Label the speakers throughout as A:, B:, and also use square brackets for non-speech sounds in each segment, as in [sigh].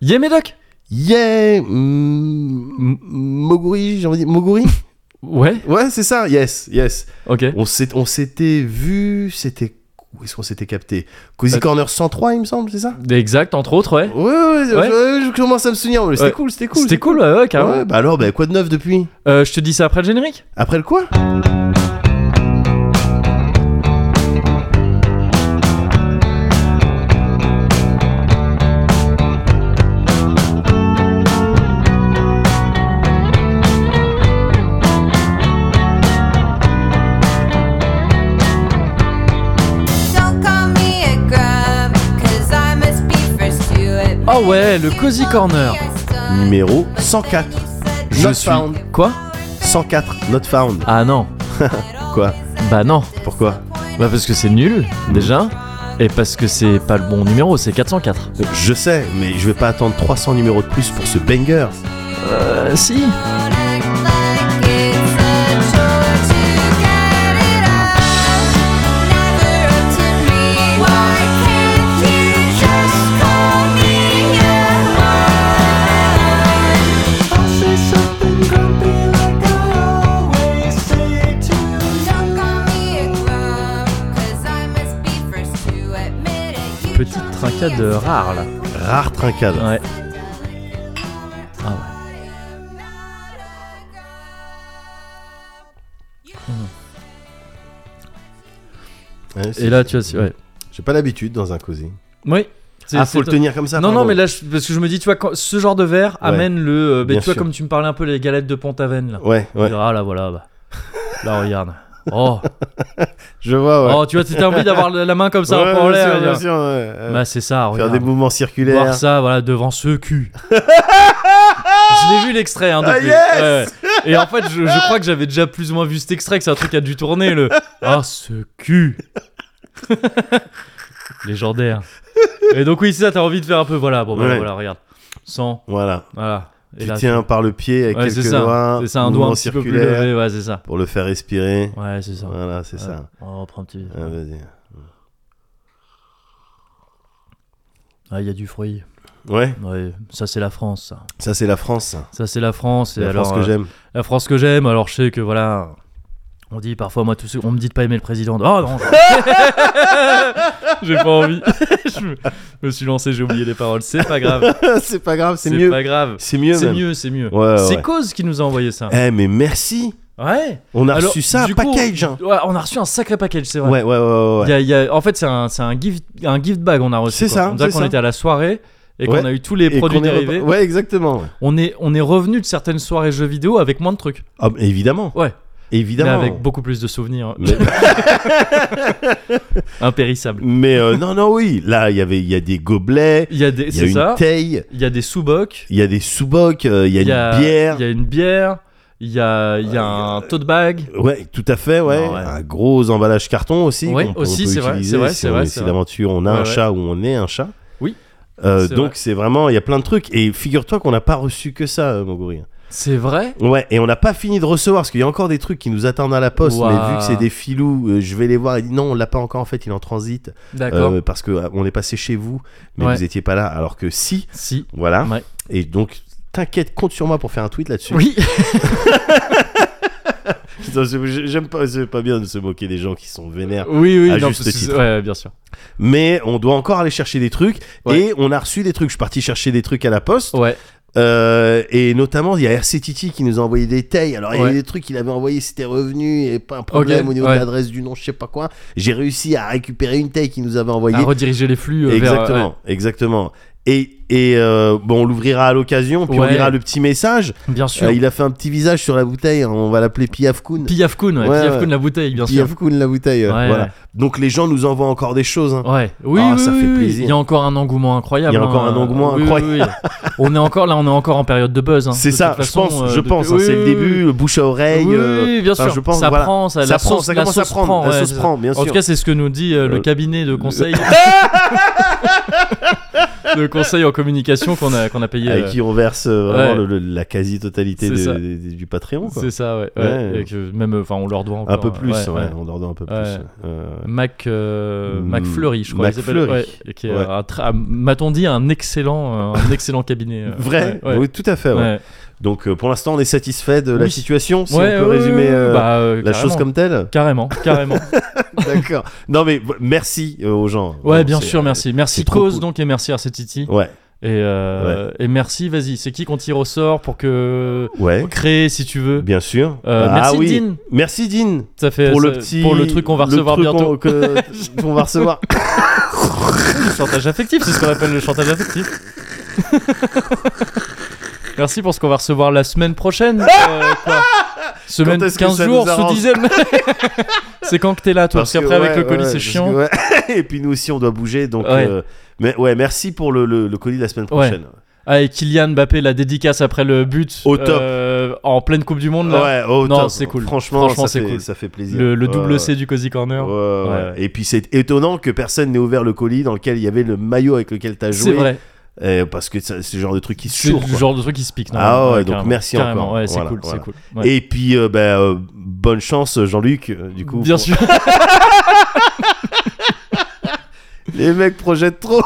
A: Yé Médoc
B: Yeah mm, Moguri, j'ai envie de dire. Moguri
A: Ouais,
B: [laughs] Ouais, c'est ça, yes, yes.
A: ok.
B: On s'est- on s'était vu, c'était. Où est-ce qu'on s'était capté Cozy
A: Euh,
B: Corner 103, il me semble, c'est ça
A: Exact, entre autres, ouais.
B: Ouais, ouais, ouais,
A: Ouais.
B: Je, je commence à me souvenir, mais c'était
A: Ouais.
B: cool, c'était cool.
A: C'était cool, ouais, ouais, carrément.
B: Ouais, bah alors, bah, quoi de neuf depuis
A: Euh, je te dis ça après le générique
B: Après le quoi
C: Don't call me a grub, cause I must be first to it.
A: Ah ouais, le Cozy Corner.
B: Numéro 104.
A: Je
B: Not
A: suis.
B: found.
A: Quoi
B: 104, not found.
A: Ah non.
B: [laughs] Quoi
A: Bah non.
B: Pourquoi
A: Bah parce que c'est nul,
B: Mm.
A: déjà. Et parce que c'est pas le bon numéro, c'est 404.
B: Je sais, mais je vais pas attendre 300 numéros de plus pour ce banger.
A: Euh, si. Petite trincade euh, rare, là.
B: Rare trincade.
A: Ouais. Ah
B: Ouais,
A: ouais. Et
B: c'est-
A: là, tu vois, c'est- ouais.
B: J'ai pas l'habitude dans un Cozy.
A: Oui. C'est-
B: Ah,
A: c'est-
B: faut le tenir comme ça
A: Non, non,
B: pardon.
A: mais là, je- parce que je me dis, tu vois, quand- ce genre de verre
B: Ouais.
A: amène le. euh, ben,
B: Bien
A: tu vois,
B: sûr.
A: comme tu me parlais un peu les galettes de Pont-Aven, là.
B: Ouais, ouais.
A: Ah là, voilà. Bah. Là, regarde. Oh,
B: Je vois, [laughs] ouais.
A: oh tu vois, t'as envie d'avoir la main comme ça
B: Ouais,
A: un peu en
B: bien
A: l'air.
B: sûr,
A: regarde.
B: bien sûr, ouais. Euh,
A: Bah, c'est ça,
B: Faire
A: regarde.
B: des mouvements circulaires.
A: Voir ça, voilà, devant ce
B: [laughs]
A: cul. je l'ai vu l'extrait, hein, depuis.
B: Ah,
A: Ouais, ouais. Et en fait, je, je crois que j'avais déjà plus ou moins vu cet extrait, que c'est un truc qui a dû tourner, le. Ah, ce cul [laughs] Légendaire. Et donc, oui, c'est ça, t'as envie de faire un peu, voilà, bon, bah,
B: Ouais.
A: voilà, regarde. Sans,
B: Voilà.
A: voilà. Et
B: Tu
A: là,
B: tiens par le pied avec
A: ouais, c'est
B: quelques
A: ça.
B: doigts.
A: C'est ça, un doigt un
B: mouvement
A: petit peu plus
B: circulaire
A: levé, ouais, c'est ça.
B: Pour le faire respirer.
A: Ouais, c'est ça.
B: Voilà, c'est
A: Ouais.
B: ça.
A: On reprend un petit.
B: Ah, vas-y.
A: Ah, il y a du fruit.
B: Ouais,
A: Ouais, ça, c'est la France, ça.
B: ça c'est la France.
A: Ça, c'est la France.
B: C'est
A: et
B: la
A: alors,
B: France que
A: euh,
B: j'aime.
A: La France que j'aime, alors je sais que voilà. On dit parfois, moi, tous ceux, on me dit de pas aimer le président. Oh non je- [laughs] J'ai pas envie. je me- me suis lancé, j'ai oublié les paroles. C'est pas grave.
B: [laughs] c'est pas grave, c'est
A: C'est
B: mieux.
A: pas grave.
B: C'est mieux
A: C'est
B: même.
A: mieux, c'est mieux.
B: Ouais,
A: c'est
B: ouais.
A: Cause qui nous a envoyé ça.
B: Eh mais merci.
A: Ouais.
B: On a
A: Alors,
B: reçu ça
A: du coup,
B: package. hein.
A: ouais, on a reçu un sacré package, c'est vrai.
B: Ouais, ouais, ouais, ouais. ouais.
A: Il y a- il y a- en fait, c'est un, c'est un, gift, un gift bag on a reçu.
B: C'est
A: quoi.
B: ça,
A: On dirait
B: c'est
A: qu'on
B: ça.
A: était à la soirée et
B: Ouais.
A: qu'on a eu tous les
B: Et
A: produits
B: qu'on est repas-
A: dérivés.
B: Ouais, exactement.
A: On est, on est revenu de certaines soirées jeux vidéo avec moins de trucs.
B: Ah, mais évidemment.
A: Ouais. Mais
B: Évidemment.
A: avec beaucoup plus de souvenirs
B: Mais,
A: [laughs] impérissables.
B: mais, euh, non, non, oui. Là, il y avait, il y a des gobelets,
A: Il y a des,
B: il y a
A: c'est
B: une
A: ça.
B: taille,
A: Il y a des sous-bocs.
B: il y a des sous-bocs, euh, il y a une bière. Euh,
A: Il y a une bière. Il y a, il y a un tote bag.
B: Ouais, tout à fait, ouais.
A: Non, ouais.
B: Un gros emballage carton aussi.
A: Ouais,
B: qu'on peut-
A: aussi,
B: on peut
A: c'est vrai,
B: utiliser
A: c'est vrai,
B: si
A: c'est
B: on
A: vrai,
B: est-
A: c'est
B: si
A: vrai.
B: d'aventure on a
A: Ouais,
B: un
A: ouais.
B: chat ou on est un chat.
A: Oui,
B: Euh,
A: c'est
B: donc
A: vrai.
B: c'est vraiment, il y a plein de trucs. Et figure-toi qu'on n'a pas reçu que ça, euh, Moguri.
A: C'est vrai.
B: Ouais, et on n'a pas fini de recevoir parce qu'il y a encore des trucs qui nous attendent à la poste.
A: Ouah.
B: Mais vu que c'est des filous, euh, je vais les voir. Et non, on l'a pas encore en fait, il est en transit.
A: D'accord.
B: Euh, parce que euh, on est passé chez vous, mais
A: Ouais.
B: vous étiez pas là. Alors que si,
A: Si.
B: voilà.
A: Ouais.
B: Et donc, t'inquiète, compte sur moi pour faire un tweet là-dessus.
A: Oui.
B: Putain, je- J'aime pas, c'est pas bien de se moquer des gens qui sont vénères.
A: [laughs] oui, oui.
B: Ah, À
A: non,
B: juste
A: parce que-
B: titre.
A: ouais, bien sûr.
B: mais on doit encore aller chercher des trucs
A: Ouais.
B: et on a reçu des trucs. Je suis parti chercher des trucs à la poste
A: Ouais.
B: Euh, et notamment il y a RC Titi qui nous a envoyé des tailles. Alors il y a
A: Ouais.
B: eu des trucs qu'il avait envoyé, c'était revenu et pas un problème
A: Ok,
B: au niveau
A: ouais.
B: de l'adresse du nom, je sais pas quoi. J'ai réussi à récupérer une taille qu'il nous avait envoyée.
A: À rediriger les flux. euh, vers, euh,
B: exactement, exactement. Et, et euh, bon, on l'ouvrira à l'occasion, puis on
A: Ouais.
B: lira le petit message.
A: ouais, Bien sûr.
B: Euh, il a fait un petit visage sur la bouteille, hein, on va l'appeler Piaf Kun.
A: Piaf Kun, ouais,
B: Ouais,
A: Piaf
B: ouais.
A: Kun, la bouteille, bien sûr.
B: Piaf Kun, la bouteille. euh,
A: Ouais,
B: voilà.
A: ouais.
B: Donc les gens nous envoient encore des choses. hein.
A: Ouais, oui,
B: Ah,
A: oui,
B: ça
A: oui,
B: fait
A: oui.
B: plaisir.
A: Il y a encore un engouement incroyable.
B: Il y a
A: hein.
B: encore un engouement
A: Oui, oui,
B: incroyable.
A: oui. on est encore là, on est encore en période de buzz. hein.
B: C'est
A: De
B: ça,
A: toute
B: je
A: façon,
B: pense,
A: euh,
B: je
A: depuis-
B: pense. hein,
A: oui,
B: c'est
A: oui,
B: le
A: oui.
B: début, le bouche à
A: Oui,
B: oreille.
A: oui,
B: euh,
A: oui, bien
B: enfin,
A: sûr.
B: je pense,
A: ça
B: voilà.
A: prend, ça,
B: ça,
A: la
B: prend,
A: sauce-
B: ça
A: la
B: commence à
A: sauce
B: prendre.
A: prend,
B: la
A: ouais,
B: sauce
A: c'est ça.
B: prend, bien
A: En
B: sûr. [laughs]
A: tout cas, c'est ce que nous dit euh, le
B: Euh,
A: cabinet de conseil. le conseil en communication qu'on a, qu'on a payé.
B: Avec
A: euh,
B: qui on verse euh, vraiment
A: Ouais.
B: le- le- la quasi-totalité
A: C'est
B: des-
A: ça.
B: des- des- du Patreon. Quoi.
A: C'est ça, ouais.
B: Ouais.
A: ouais. Et que même, euh, enfin, on leur doit encore.
B: Un peu plus,
A: ouais,
B: ouais,
A: ouais.
B: on leur donne un peu
A: Ouais.
B: plus. Euh,
A: Mac, euh,
B: Mm,
A: Mac Fleury, je crois.
B: Mac
A: il s'appelle,
B: Fleury.
A: ouais, et qui est euh,
B: Ouais.
A: un tra- m'a-t-on dit, un excellent, euh, un excellent cabinet. euh,
B: Vrai,
A: ouais, ouais.
B: oui, tout à fait. ouais.
A: Ouais.
B: Donc euh, pour l'instant, on est satisfait de la
A: Oui.
B: situation, si
A: Ouais,
B: on peut
A: ouais,
B: résumer
A: ouais,
B: euh,
A: bah, euh,
B: la chose
A: carrément.
B: comme
A: [laughs]
B: telle.
A: Carrément,
B: [laughs]
A: carrément.
B: D'accord. Non, mais v- merci euh, aux gens.
A: Ouais,
B: Bon,
A: bien
B: c'est-
A: sûr, merci. Merci
B: c'est trop
A: Cause,
B: cool.
A: donc, et merci Arsetiti.
B: Ouais,
A: Et, euh, et merci, vas-y, c'est qui qu'on tire au sort pour que.
B: ouais,
A: Créer, si tu veux.
B: bien sûr.
A: Euh,
B: ah
A: merci,
B: oui.
A: Dean.
B: Merci Dean
A: Ça fait,
B: pour le
A: Euh, ça-
B: petit,
A: pour le truc qu'on va recevoir
B: truc
A: bientôt.
B: qu'on- que- qu'on va recevoir.
A: Le [laughs] chantage affectif, c'est ce qu'on appelle le chantage affectif. [laughs] Merci pour ce qu'on va recevoir la semaine
B: [laughs]
A: prochaine. euh, quoi. Semaine
B: Quand est-ce que
A: 15
B: ça nous
A: jours sous
B: arrange
A: 10 [laughs] c'est quand que t'es là, toi. [laughs] Parce,
B: que,
A: qu'après, avec
B: ouais,
A: le colis,
B: ouais,
A: c'est
B: parce
A: chiant.
B: que, ouais. [laughs] Et puis nous aussi, on doit bouger. Donc,
A: Ouais.
B: euh, mais ouais, merci pour le, le, le colis de la semaine
A: Ouais.
B: prochaine.
A: Ah, et Kylian Mbappé, la dédicace après le but.
B: Au top.
A: euh, en pleine Coupe du Monde, là.
B: Ouais, oh,
A: Non,
B: putain,
A: c'est cool.
B: Franchement,
A: Franchement,
B: ça,
A: c'est
B: fait,
A: cool.
B: ça fait plaisir.
A: Le, le
B: Ouais,
A: double
B: ouais.
A: C du Cozy Corner.
B: Ouais, ouais.
A: Ouais.
B: Et puis c'est étonnant que personne n'ait ouvert le colis dans lequel il y avait le maillot avec lequel t'as
A: C'est
B: joué.
A: vrai.
B: Euh, parce que ça- c'est le genre de truc qui se
A: C'est
B: chourre.
A: le
B: quoi.
A: genre de truc qui se pique. non,
B: Ah ouais, donc
A: carrément.
B: merci
A: Carrément,
B: encore.
A: Ouais, c'est
B: Voilà,
A: cool,
B: voilà.
A: c'est cool. Ouais.
B: Et puis, euh, bah, euh, bonne chance, Jean-Luc. euh, Du coup,
A: Bien
B: pour-
A: sûr. [laughs]
B: les mecs projettent trop.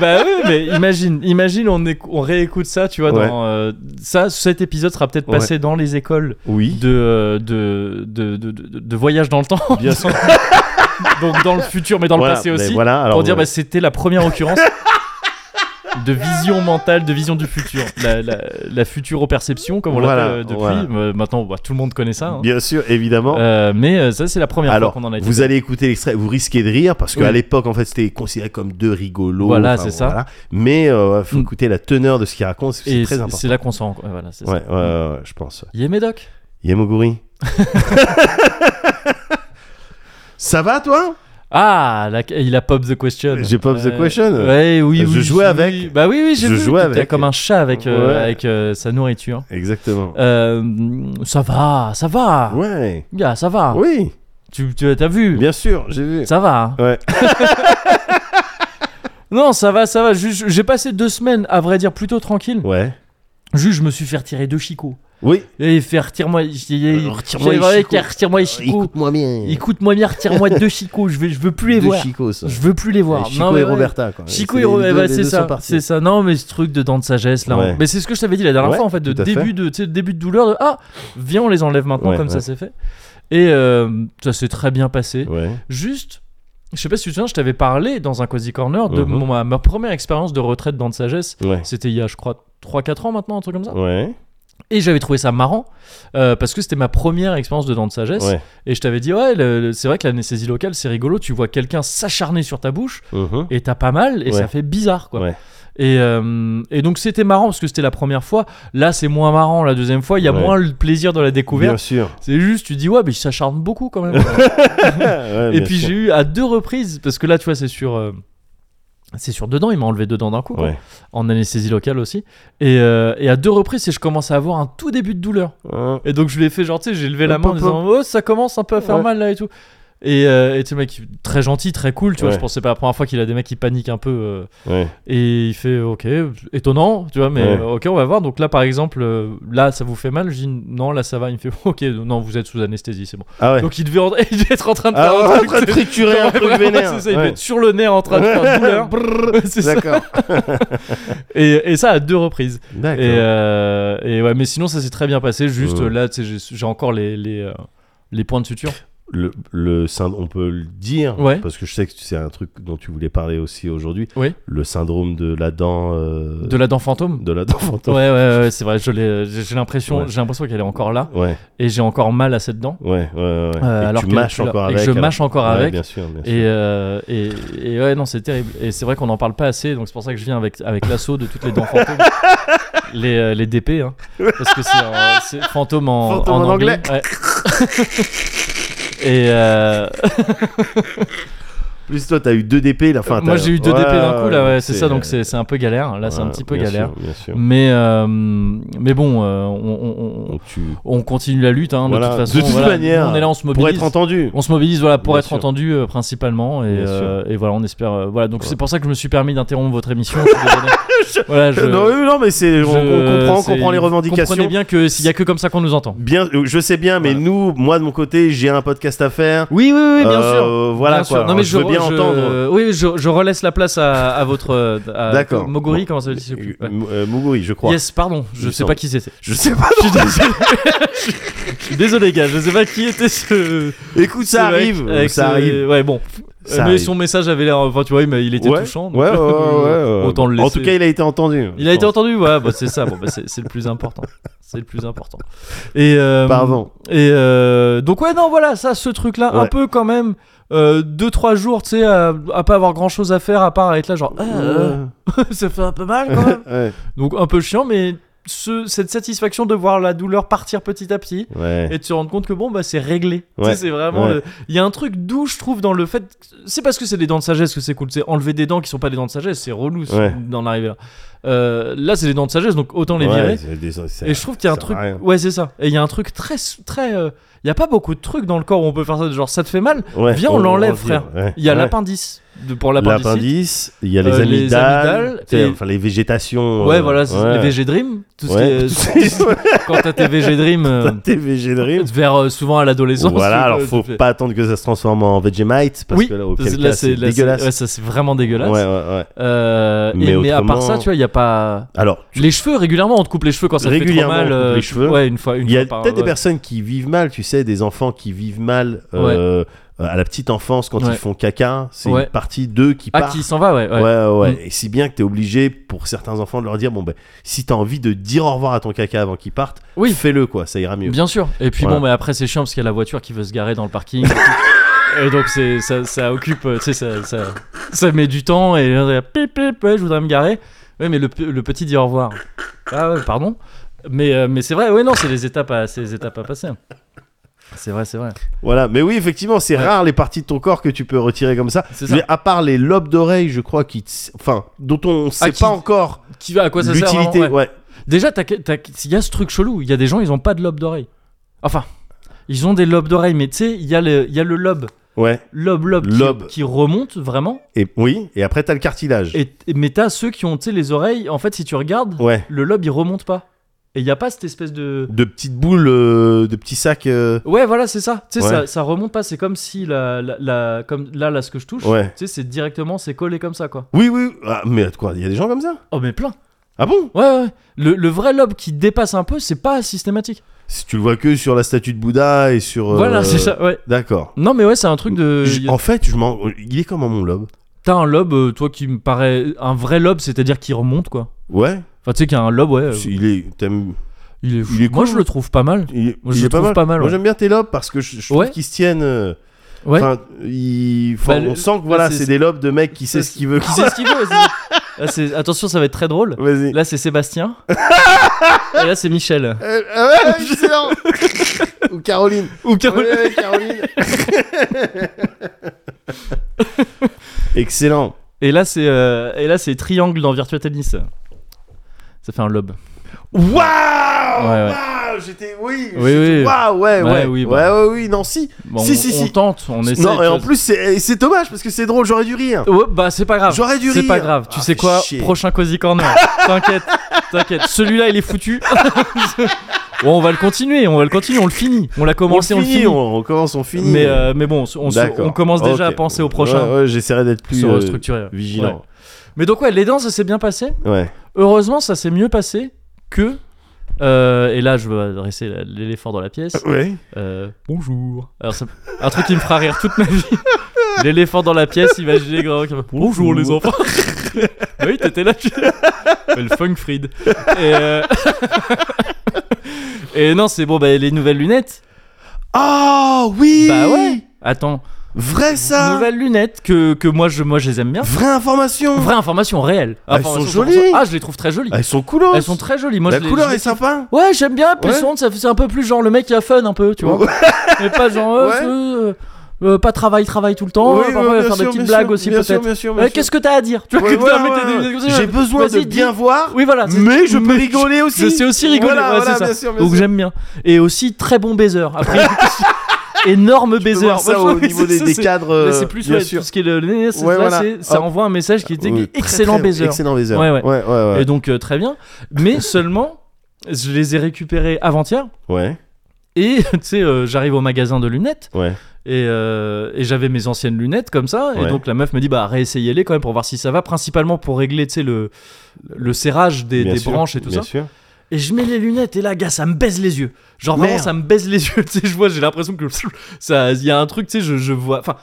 A: bah oui, mais imagine, imagine, on, éc- on réécoute ça, tu vois,
B: Ouais.
A: dans euh, ça, cet épisode sera peut-être passé dans les écoles
B: Oui.
A: de, euh, de, de, de, de- de voyage dans le temps.
B: Bien sûr.
A: [laughs] Donc dans le futur, mais dans
B: Voilà,
A: le passé
B: mais
A: aussi,
B: Voilà, alors, euh,
A: pour dire
B: ouais.
A: bah, c'était la première
B: [laughs]
A: occurrence de vision mentale, de vision du futur, la, la, la futuroperception, comme on
B: Voilà,
A: l'appelle euh, depuis.
B: voilà.
A: Euh, Maintenant, bah, tout le monde connaît ça. hein.
B: bien sûr, évidemment.
A: Euh, mais euh, ça, c'est la première
B: Alors,
A: fois qu'on en a été.
B: vous allez écouter l'extrait, vous risquez de rire parce qu'à
A: Oui.
B: l'époque, en fait, c'était considéré comme deux rigolos.
A: Voilà,
B: enfin,
A: c'est ça.
B: Mais euh, faut
A: Mm.
B: écouter la teneur de ce qu'il raconte, c'est
A: Et
B: c'est très
A: c'est-
B: important.
A: c'est là qu'on s'en rend compte. Ouais, voilà, c'est
B: Ouais,
A: ça.
B: ouais, ouais, ouais, je pense.
A: Yé, Médoc
B: Yamoguri. [laughs] ça va, toi
A: Ah, la- il a pop the question.
B: J'ai pop the question.
A: Euh, Ouais, oui,
B: Je
A: oui, oui.
B: jouais avec.
A: Bah oui, oui, j'ai
B: Je
A: vu.
B: jouais
A: T'étais
B: avec.
A: comme un chat avec, euh,
B: Ouais.
A: avec euh, sa nourriture.
B: Exactement.
A: Euh, ça va, ça va.
B: Ouais.
A: Gars, ça va.
B: Oui,
A: Tu, tu as vu
B: bien sûr, j'ai vu.
A: ah. Ça va. hein.
B: Ouais.
A: [laughs] Non, ça va, ça va. Juste, J'ai passé deux semaines, à vrai dire, plutôt tranquille.
B: Ouais.
A: Juste, je me suis fait retirer deux chicots.
B: Oui.
A: Et faire retire-moi.
B: Euh, retire-moi Euh, les chicots.
A: Retire-moi les chicots.
B: Écoute-moi bien.
A: Écoute-moi bien,
B: [laughs]
A: retire-moi deux chicots. Je, vais, je veux plus les
B: De
A: voir.
B: Chico, ça.
A: Je veux plus les voir.
B: Chico
A: Non, mais
B: et
A: ouais.
B: Roberta, quoi.
A: Chico
B: C'est
A: et Ro-
B: les
A: eh
B: deux-
A: ben,
B: les
A: c'est
B: deux sont
A: ça,
B: partis.
A: c'est ça. Non, mais ce truc de dents de sagesse là. on-
B: Ouais.
A: Mais c'est ce que je t'avais dit la dernière
B: Ouais,
A: fois en fait, de
B: tout à
A: début
B: fait.
A: de tu sais, début de douleur, de ah viens on les enlève maintenant
B: Ouais,
A: comme ça
B: ouais.
A: c'est fait. Et euh, ça s'est très bien passé.
B: Ouais.
A: Juste, je sais pas si tu te souviens, je t'avais parlé dans un cozy corner de
B: Mhm.
A: mon- ma, ma première expérience de retraite dents de sagesse.
B: Ouais.
A: C'était il y a je crois 3-4 ans maintenant un truc comme ça.
B: Ouais.
A: Et j'avais trouvé ça marrant euh, parce que c'était ma première expérience de dents de sagesse.
B: Ouais.
A: Et je t'avais dit ouais le- le- c'est vrai que l'anesthésie locale c'est rigolo, tu vois quelqu'un s'acharner sur ta bouche
B: Mhm.
A: et t'as pas mal et
B: Ouais.
A: ça fait bizarre quoi.
B: Ouais.
A: Et, euh, et donc c'était marrant parce que c'était la première fois. Là c'est moins marrant la deuxième fois. Il y a
B: Ouais.
A: moins le plaisir de la
B: Bien
A: découverte.
B: [laughs] sûr.
A: C'est juste tu dis ouais mais il s'acharne beaucoup
B: [laughs]
A: quand même.
B: Ouais,
A: et
B: bien
A: puis
B: sûr.
A: j'ai eu à deux reprises parce que là tu vois c'est sur euh, c'est sur dedans. Il m'a enlevé dedans d'un coup quoi.
B: Ouais.
A: en anesthésie locale aussi. Et, euh, et à deux reprises c'est je commençais à avoir un tout début de douleur.
B: Hein.
A: Et donc je l'ai fait genre tu sais j'ai levé la
B: Hop,
A: main en
B: hop,
A: disant oh ça commence un peu à faire
B: Ouais.
A: mal là et tout. Et, euh, et tu sais, le mec très gentil très cool tu vois
B: Ouais.
A: je pensais pas la première fois qu'il a des mecs qui paniquent un peu. euh,
B: Ouais.
A: et il fait ok, étonnant, tu vois, mais
B: Ouais.
A: euh, ok, on va voir. Donc là, par exemple, euh, là, ça vous fait mal Je dis non, là, ça va. Il me fait ok, non, vous êtes sous anesthésie, c'est bon.
B: Ah ouais.
A: Donc il devait en- [laughs] il devait être en train de faire
B: Ah ouais,
A: un
B: en
A: truc,
B: train de
A: tu sais.
B: triturer un
A: Ouais,
B: truc
A: vraiment,
B: vénère.
A: c'est ça, il devait
B: Ouais.
A: être sur le nez en train de faire
B: [laughs]
A: douleur. Ouais, [laughs] c'est ça.
B: D'accord.
A: Et, et ça à deux reprises.
B: D'accord.
A: Et, euh, et ouais, mais sinon, ça s'est très bien passé. Juste
B: Ouais.
A: euh, là, tu sais, j'ai- j'ai encore les, les, euh, les points de suture.
B: le, le synd- on peut le dire,
A: Ouais.
B: parce que je sais que c'est un truc dont tu voulais parler aussi aujourd'hui.
A: Oui.
B: Le syndrome de la dent. euh,
A: De la dent fantôme
B: de la dent
A: Ouais,
B: fantôme.
A: ouais, ouais, c'est vrai, je l'ai- j'ai j'ai l'impression
B: Ouais.
A: j'ai l'impression qu'elle est encore là
B: Ouais,
A: et j'ai encore mal à cette dent.
B: ouais, ouais. ouais, ouais.
A: Euh,
B: et que
A: alors
B: tu
A: que-
B: mâches
A: alors-
B: encore
A: et que
B: avec.
A: je mâche encore
B: Ouais,
A: avec.
B: Bien sûr, bien sûr.
A: Et, euh, et, et ouais, non, c'est terrible. Et c'est vrai qu'on n'en parle pas assez, donc c'est pour ça que je viens avec, avec l'assaut de toutes les dents fantômes.
B: [laughs]
A: les, euh, les DP, hein. Parce que c'est en- c'est fantôme en,
B: Fantôme en anglais.
A: [laughs] ouais. et, euh,
B: Plus toi, t'as eu 2 DP là. Enfin,
A: Moi
B: t'as-
A: j'ai eu deux DP d'un coup là,
B: ouais,
A: ouais, c'est ça, donc c'est c'est un peu galère. Là c'est un
B: Ouais,
A: petit peu
B: bien
A: galère.
B: sûr, bien sûr.
A: Mais, euh, mais bon, euh, on, on- on-
B: Donc tu-
A: on continue la lutte, hein, de
B: Voilà.
A: toute façon.
B: De toute
A: voilà.
B: manière,
A: Nous, on est là, on se
B: Pour
A: mobilise.
B: être entendu.
A: On se mobilise voilà, pour
B: Bien
A: être
B: sûr.
A: entendu euh, principalement. Et,
B: Bien
A: euh, et voilà, on espère. euh, voilà, donc
B: Ouais.
A: c'est pour ça que je me suis permis d'interrompre votre émission. je suis
B: [laughs]
A: désolé. voilà, je,
B: Euh, Non, oui, non, mais c'est. On, on
A: je-
B: comprend, on
A: c'est-
B: comprend les
A: Comprenez
B: revendications.
A: bien que s'il y a que comme ça qu'on nous entend.
B: Bien, euh, je sais bien, mais
A: Voilà.
B: nous, moi de mon côté, j'ai un podcast à faire.
A: Oui, oui, oui, bien sûr.
B: Euh, Voilà
A: Bien
B: quoi.
A: sûr. Non, mais
B: je veux
A: re- je-
B: bien
A: euh,
B: entendre.
A: Oui, je, je relaisse la place à, à votre. euh, à-
B: D'accord.
A: Mogori,
B: Bon.
A: comment ça se dit je sais plus. Ouais.
B: M- euh, Muguri, je crois.
A: Yes, pardon,
B: Il
A: je
B: me
A: sais
B: semble.
A: pas qui c'était.
B: Je sais pas.
A: [laughs] Je
B: [laughs]
A: suis désolé. Je suis désolé, gars, je sais pas qui était ce.
B: Écoute, ça
A: ce mec
B: arrive.
A: avec
B: ça
A: ce-
B: arrive.
A: Ouais, bon.
B: Ça
A: mais
B: arrive.
A: son message avait l'air. Enfin, tu vois, il m'a- il était
B: ouais.
A: touchant. donc- euh,
B: Ouais, ouais, ouais, ouais,
A: [laughs]
B: ouais.
A: Autant le
B: En
A: laisser.
B: tout cas, il a été entendu.
A: Il a été entendu, ouais, bah, c'est ça, bon, bah, c'est c'est le plus important. C'est le plus important. Et, euh,
B: Pardon.
A: Et euh, donc, ouais, non, voilà, ça, ce truc-là, un
B: Ouais.
A: peu quand même, 2-3 jours, tu sais, à, à pas avoir grand-chose à faire, à part être là, genre, Ah, euh, [laughs] ça fait un peu mal quand même.
B: Ouais. [laughs]
A: donc, un peu chiant, mais ce- cette satisfaction de voir la douleur partir petit à petit.
B: Ouais.
A: [laughs] Et de se rendre compte que bon, bah c'est réglé. Tu sais,
B: Ouais.
A: c'est vraiment.
B: Ouais.
A: le- Il y a un truc doux, je trouve, dans le fait. C'est parce que c'est des dents de sagesse que c'est cool. C'est enlever des dents qui sont pas des dents de sagesse, c'est relou c'est-
B: Ouais.
A: d'en arriver là. Euh, là, c'est des dents de sagesse, donc autant les
B: Ouais,
A: virer.
B: c'est des- c'est-
A: Et je trouve qu'il y a un
B: ça
A: truc.
B: sert à rien.
A: Ouais, c'est ça. Et il y a un truc très. très euh, Il y a pas beaucoup de trucs dans le corps où on peut faire ça. Genre, ça te fait mal
B: Ouais,
A: Viens, on l'enlève, frère.
B: Ouais.
A: Il y a
B: Ouais.
A: l'appendice. de- Pour l'appendicite.
B: l'appendice, il y a les
A: Euh, les amygdales
B: amygdales, tu sais,
A: et-
B: enfin les végétations.
A: Ouais,
B: euh,
A: voilà, c'est
B: ouais.
A: les VG Dream. Tout ce
B: Ouais. [laughs]
A: qui est- euh, quand t'as tes VG Dream. euh,
B: T'es végé de
A: [laughs]
B: rire.
A: vers euh, souvent à l'adolescence.
B: Voilà,
A: tu-
B: alors
A: euh, tu
B: faut
A: fais-
B: pas attendre que ça se transforme en Vegemite parce
A: oui,
B: que là, auquel
A: parce que
B: cas,
A: là,
B: c'est
A: c'est là, c'est-
B: dégueulasse.
A: ouais, ça c'est vraiment dégueulasse.
B: Ouais, ouais, ouais.
A: Euh, et- mais,
B: Mais
A: à part
B: autrement-
A: ça, tu vois, il y a pas
B: Alors,
A: les cheveux régulièrement. On te coupe les cheveux quand ça te fait trop
B: Régulièrement,
A: mal.
B: on te coupe
A: euh,
B: les cheveux.
A: Ouais, une fois, une
B: il y a
A: fois par- euh,
B: peut-être des
A: ouais.
B: personnes qui vivent mal, tu sais, des enfants qui vivent mal euh, euh, à la petite enfance quand
A: Ouais.
B: ils font caca. C'est
A: Ouais.
B: une partie d'eux qui
A: Ah,
B: part.
A: qui s'en va, ouais. ouais.
B: Ouais, ouais. ouais.
A: Mm.
B: Et si bien que t'es obligé pour certains enfants de leur dire bon ben si t'as envie de dire au revoir à ton caca avant qu'il parte,
A: Oui.
B: fais-le quoi, ça ira mieux.
A: Bien sûr. Et puis
B: Voilà.
A: bon, mais après c'est chiant parce qu'il y a la voiture qui veut se garer dans le
B: [laughs]
A: parking. et tout. Et donc c'est ça, ça occupe, euh, tu sais, ça, ça, ça met du temps et euh, pip pip, ouais, je voudrais me garer. Ouais, mais le, pe- le petit dit au revoir. Ah ouais, pardon. Mais, euh, mais c'est vrai, ouais, non, c'est les étapes à, c'est les étapes à passer. hein. C'est vrai, c'est vrai.
B: Voilà, mais oui effectivement c'est
A: Ouais.
B: rare les parties de ton corps que tu peux retirer comme ça.
A: C'est ça.
B: Mais à part les lobes d'oreilles, je crois qui, t- enfin dont on sait
A: Ah, qui-
B: pas encore
A: Qui va à quoi ça sert vraiment,
B: l'utilité.
A: ouais.
B: Ouais.
A: Déjà, t'as- t'as- il y a ce truc chelou. Il y a des gens, ils ont pas de lobe d'oreille. Enfin, ils ont des lobes d'oreille, mais tu sais, il y, a le- il y a le lobe,
B: ouais,
A: lobe, lobe, qui-
B: Lobe.
A: qui remonte vraiment.
B: Et oui, et après t'as le cartilage.
A: Et, et- mais t'as ceux qui ont, tu sais, les oreilles. En fait, si tu regardes,
B: Ouais.
A: le lobe il remonte pas. Et il y a pas cette espèce de.
B: De petites boules, euh, de petits sacs. euh,
A: Ouais, voilà, c'est ça. Tu sais,
B: Ouais.
A: ça, ça remonte pas. C'est comme si la, la, la- comme là, là, ce que je touche.
B: Ouais.
A: Tu sais, c'est directement, c'est collé comme ça, quoi.
B: Oui, oui. Ah, mais quoi, il y a des gens comme ça
A: Oh, mais plein.
B: Ah bon
A: Ouais, ouais. ouais. Le, le vrai lobe qui dépasse un peu, c'est pas systématique.
B: Si tu le vois que sur la statue de Bouddha et sur. euh,
A: Voilà, c'est ça. Euh, Ouais.
B: D'accord.
A: Non, mais ouais, c'est un truc de.
B: Je- En fait, je m'en... il est comment mon lobe
A: T'as un lobe, euh, toi, qui me paraît un vrai lobe, c'est-à-dire qui remonte, quoi.
B: Ouais.
A: Enfin, tu sais qu'il y a un lobe, ouais. euh,
B: c'est- Il est. T'aimes...
A: il est,
B: il est
A: Moi,
B: cool.
A: je le trouve pas mal.
B: Il,
A: Moi,
B: il
A: je le
B: est pas
A: trouve
B: mal.
A: pas mal,
B: Moi
A: ouais.
B: j'aime bien tes lobes parce que je, je trouve
A: Ouais.
B: qu'ils se tiennent. euh,
A: Ouais.
B: Enfin, ils- enfin,
A: Bah, le-
B: on sent que voilà,
A: c'est-
B: c'est des lobes de mecs qui sait ce qu'il veut.
A: Qui sait ce qu'il veut. c'est- Là, c'est- Attention, ça va être très drôle.
B: Vas-y.
A: Là, c'est Sébastien. Et là, c'est Michel.
B: Euh, euh, ouais, excellent. Ou [laughs] Caroline.
A: Ou
B: Ouais, ouais, Caroline. Excellent.
A: Et là, c'est euh, et là, c'est triangle dans Virtua Tennis. Ça fait un lobe.
B: Waouh
A: ouais.
B: Waouh J'étais. Oui
A: Oui,
B: j'étais-
A: oui.
B: Waouh Ouais,
A: Ouais,
B: ouais.
A: oui,
B: Ouais,
A: bah.
B: ouais, oui. Non, si.
A: Bon,
B: Si,
A: on,
B: si,
A: on
B: si.
A: tente, on essaie.
B: non,
A: tu
B: et en
A: vois.
B: plus, c'est c'est dommage parce que c'est drôle, j'aurais dû rire.
A: Ouais, bah, c'est pas grave.
B: J'aurais dû rire.
A: C'est pas grave. Tu
B: Ah,
A: sais quoi
B: chier.
A: Prochain Cozy
B: [laughs]
A: Corner. T'inquiète. T'inquiète. Celui-là, il est foutu. [laughs] Bon, on va le continuer. On va le continuer. On le finit. On l'a
B: On,
A: commencé, on le
B: finit,
A: finit.
B: on, on commence, on finit.
A: Mais, euh, mais bon, on, se- on se-
B: D'accord.
A: on commence déjà
B: Ok.
A: à penser au prochain.
B: Ouais, ouais, j'essaierai d'être plus
A: se
B: euh,
A: restructurer. ouais. Ouais.
B: vigilant.
A: Mais donc, ouais, les dents, ça s'est bien passé.
B: Ouais.
A: Heureusement, ça s'est mieux passé que. euh, et là, je veux adresser la- l'éléphant dans la pièce.
B: Ouais.
A: Euh, bonjour. Alors, ça- un truc qui me fera rire toute ma
B: [laughs]
A: vie. L'éléphant dans la pièce, imaginez grand. qui va, Bonjour les enfants. Bah [laughs] oui, t'étais là.
B: [laughs]
A: Tu... le Funkfried. Et, euh, [laughs] et non, c'est bon, bah, les nouvelles lunettes.
B: Ah oui Ah.
A: Bah ouais. Attends,
B: Vrai ça
A: nouvelles lunettes que, que moi, je, moi je les aime bien.
B: Vraie information
A: Vraie information réelle.
B: Ah, elles sont
A: Information
B: jolies.
A: 100%. Ah, je les trouve très jolies.
B: Ah, Elles sont coolos
A: Elles sont très jolies. Moi,
B: La
A: je les-
B: couleur
A: je les
B: est sympa
A: Ouais, j'aime bien, puis
B: Ouais.
A: son, ça fait- c'est un peu plus genre le mec qui a fun un peu, tu vois.
B: Ouais.
A: Mais pas genre euh,
B: Ouais.
A: euh, euh, pas travail, travail tout le temps,
B: Oui,
A: euh,
B: oui,
A: parfois,
B: bien
A: faire des
B: sûr,
A: petites
B: bien
A: blagues
B: sûr,
A: aussi
B: bien sûr,
A: peut-être.
B: bien sûr,
A: Ouais,
B: bien sûr.
A: Qu'est-ce que t'as à dire Tu vois,
B: Ouais,
A: comme ça,
B: voilà,
A: mais t'as
B: voilà.
A: des- des- des-
B: J'ai besoin de
A: Vas-y, dis.
B: bien voir,
A: Oui, voilà. c'est-
B: mais je peux
A: mais-
B: rigoler aussi.
A: Je sais aussi rigoler,
B: Voilà,
A: ouais,
B: voilà,
A: c'est ça.
B: bien sûr, bien
A: Donc
B: sûr.
A: j'aime bien. Et aussi très bon baiser. Après, [laughs] énorme
B: Je peux
A: baiser.
B: voir ça
A: Moi, je
B: au
A: trouve que
B: niveau
A: c'est-
B: des,
A: ça,
B: des
A: c'est-
B: cadres.
A: mais
B: euh,
A: c'est plus
B: bien
A: ouais,
B: sûr.
A: tout ce qui est le le- c'est-
B: Ouais,
A: là,
B: voilà.
A: c'est- ça
B: Hop.
A: envoie un message qui était
B: Oui, très,
A: excellent
B: très-
A: baiser.
B: Excellent baiser.
A: Ouais, ouais.
B: ouais, ouais.
A: Et donc euh, très bien.
B: [laughs]
A: Mais seulement, je les ai récupérés avant-hier.
B: Ouais,
A: Et [laughs] tu sais, euh, j'arrive au magasin de lunettes
B: ouais.
A: et, euh, et j'avais mes anciennes lunettes comme ça. Et
B: Ouais.
A: donc la meuf me dit bah réessayez-les quand même pour voir si ça va, principalement pour régler tu sais le le serrage des,
B: bien
A: des
B: sûr,
A: branches et tout
B: bien
A: ça.
B: Sûr.
A: Et je mets les lunettes et là gars ça me baise les yeux. Genre vraiment
B: Merde.
A: ça me baise les [laughs] yeux. tu sais, je vois j'ai l'impression que [laughs] ça il y a un truc tu sais je, je vois enfin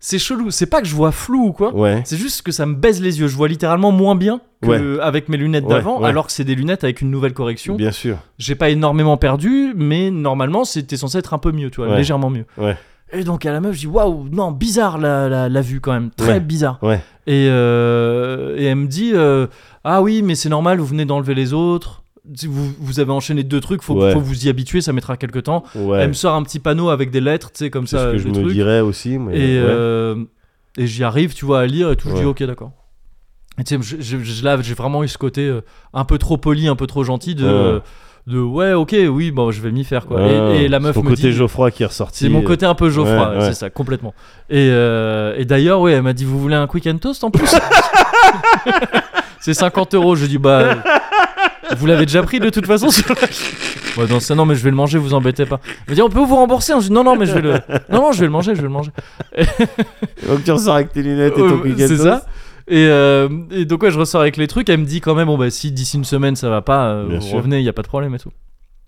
A: c'est chelou. C'est pas que je vois flou ou quoi.
B: Ouais.
A: C'est juste que ça me baise les yeux. Je vois littéralement moins bien que avec mes lunettes
B: Ouais,
A: d'avant,
B: ouais.
A: alors que c'est des lunettes avec une nouvelle correction.
B: Bien sûr.
A: J'ai pas énormément perdu, mais normalement c'était censé être un peu mieux, tu vois,
B: Ouais.
A: légèrement mieux.
B: Ouais.
A: Et donc à la meuf, je dis waouh, non, bizarre la, la, la vue quand même, très
B: Ouais.
A: bizarre.
B: Ouais.
A: Et, euh, et elle me dit euh, ah oui, mais c'est normal, vous venez d'enlever les autres, vous, vous avez enchaîné deux trucs, faut,
B: Ouais.
A: faut vous y habituer, ça mettra quelques temps.
B: Ouais.
A: Elle me sort un petit panneau avec des lettres, tu sais, comme
B: C'est
A: ça,
B: ce que
A: des
B: je me
A: trucs.
B: dirais aussi. Mais
A: Et,
B: ouais.
A: euh, et j'y arrive, tu vois, à lire et tout. Je dis,
B: Ouais.
A: ok, d'accord. Et tu sais, je, je- je- là, j'ai vraiment eu ce côté euh, un peu trop poli, un peu trop gentil de.
B: Ouais.
A: De ouais, ok, oui, bon, je vais m'y faire quoi.
B: Ah,
A: et, et la meuf
B: Son
A: me
B: côté
A: dit.
B: Geoffroy qui est ressorti.
A: C'est mon côté un peu Geoffroy,
B: Ouais, ouais.
A: c'est ça, complètement. Et, euh, et d'ailleurs, oui, elle m'a dit Vous voulez un quick and toast en plus [laughs] C'est 50 euros. Je dis Bah, euh, vous l'avez déjà pris de toute façon sur la- Bah, non, ça, non, mais je vais le manger, vous embêtez pas. Elle me dit On peut vous rembourser Je dis Non, non, mais je vais le, non, non, je vais le manger, je vais le manger.
B: Donc tu ressors avec tes lunettes et ton
A: Euh,
B: Quick and
A: C'est
B: Toast.
A: ça. Et, euh, et donc, ouais, je ressors avec les trucs. Elle me dit quand même, bon, bah, si d'ici une semaine ça va pas, euh,
B: Bien
A: vous
B: sûr.
A: revenez, il n'y a pas de problème et tout.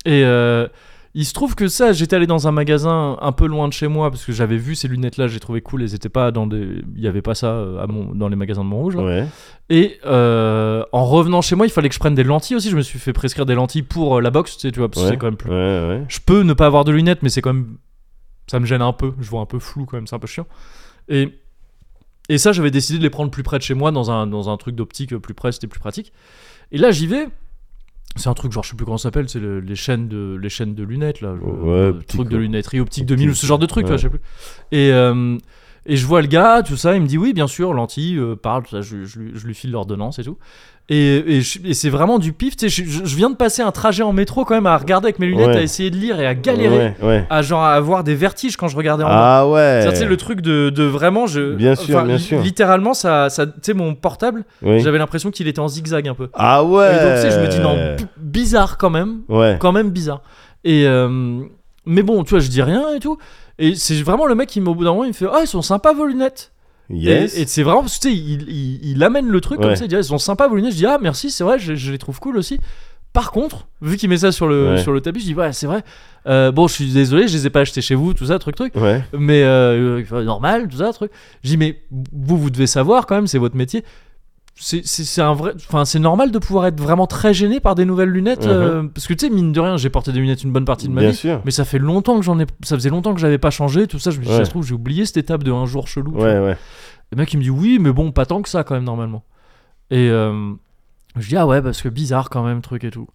A: Et euh, il se trouve que ça, j'étais allé dans un magasin un peu loin de chez moi parce que j'avais vu ces lunettes-là, j'ai trouvé cool. Elles étaient pas dans des. Il n'y avait pas ça euh, à mon- dans les magasins de Montrouge. là.
B: Ouais.
A: Et euh, en revenant chez moi, il fallait que je prenne des lentilles aussi. Je me suis fait prescrire des lentilles pour euh, la boxe, tu sais, tu vois, parce que
B: Ouais.
A: c'est quand même plus
B: Ouais, ouais.
A: je peux ne pas avoir de lunettes, mais c'est quand même. Ça me gêne un peu. Je vois un peu flou quand même, c'est un peu chiant. Et. Et ça, j'avais décidé de les prendre plus près de chez moi, dans un, dans un truc d'optique plus près, c'était plus pratique. Et là, j'y vais. C'est un truc, genre, je sais plus comment ça s'appelle, c'est le- les, chaînes de, les chaînes de lunettes, là.
B: Ouais,
A: le
B: petit
A: truc de
B: coup.
A: lunetterie, optique 2000 ou ce genre de truc, tu vois,
B: Ouais.
A: je sais plus. Et, euh, et je vois le gars, tout ça, il me dit oui, bien sûr, lentille, euh, parle, tout ça, je, je lui- je lui file l'ordonnance et tout. Et, et je- et c'est vraiment du pif, tu sais, je, je- je viens de passer un trajet en métro quand même à regarder avec mes lunettes,
B: Ouais.
A: à essayer de lire et à galérer,
B: Ouais, ouais.
A: à genre à avoir des vertiges quand je regardais en bas.
B: Ah ouais.
A: C'est-à-dire, tu sais, le truc de, de vraiment, je.
B: Bien sûr,
A: enfin,
B: bien
A: li-
B: sûr.
A: Littéralement, ça, ça, tu sais, mon portable,
B: Oui.
A: j'avais l'impression qu'il était en zigzag un peu.
B: Ah ouais.
A: Et donc, tu sais, je me dis, non, b- bizarre quand même,
B: Ouais.
A: quand même bizarre. Et euh, mais bon, tu vois, je dis rien et tout. Et c'est vraiment le mec qui, au bout d'un moment, il me fait Ah, ils sont sympas vos lunettes.
B: Yes.
A: Et, et c'est vraiment, parce que, tu sais, il, il- il amène le truc comme
B: Ouais.
A: ça, il dit Ah, Ils sont sympas vos lunettes. Je dis Ah, merci, c'est vrai, je, je les trouve cool aussi. Par contre, vu qu'il met ça sur le,
B: Ouais.
A: sur le tapis, je dis Ouais, c'est vrai. Euh, bon, je suis désolé, je les ai pas achetées chez vous, tout ça, truc, truc.
B: Ouais.
A: Mais euh, euh, normal, tout ça, truc. Je dis Mais vous, vous devez savoir quand même, c'est votre métier. C'est c'est- c'est un vrai, enfin c'est normal de pouvoir être vraiment très gêné par des nouvelles lunettes,
B: Mhm.
A: euh, parce que tu sais mine de rien, j'ai porté des lunettes une bonne partie de ma
B: Bien
A: vie,
B: sûr.
A: mais ça fait longtemps que j'en ai, ça faisait longtemps que j'avais pas changé, tout ça. Je me dis,
B: Ouais.
A: ça se trouve j'ai oublié cette étape de un jour chelou. tu vois.
B: Ouais, ouais.
A: Le mec il me dit oui, mais bon, pas tant que ça quand même normalement. Et euh, je dis ah ouais parce que bizarre quand même truc et tout.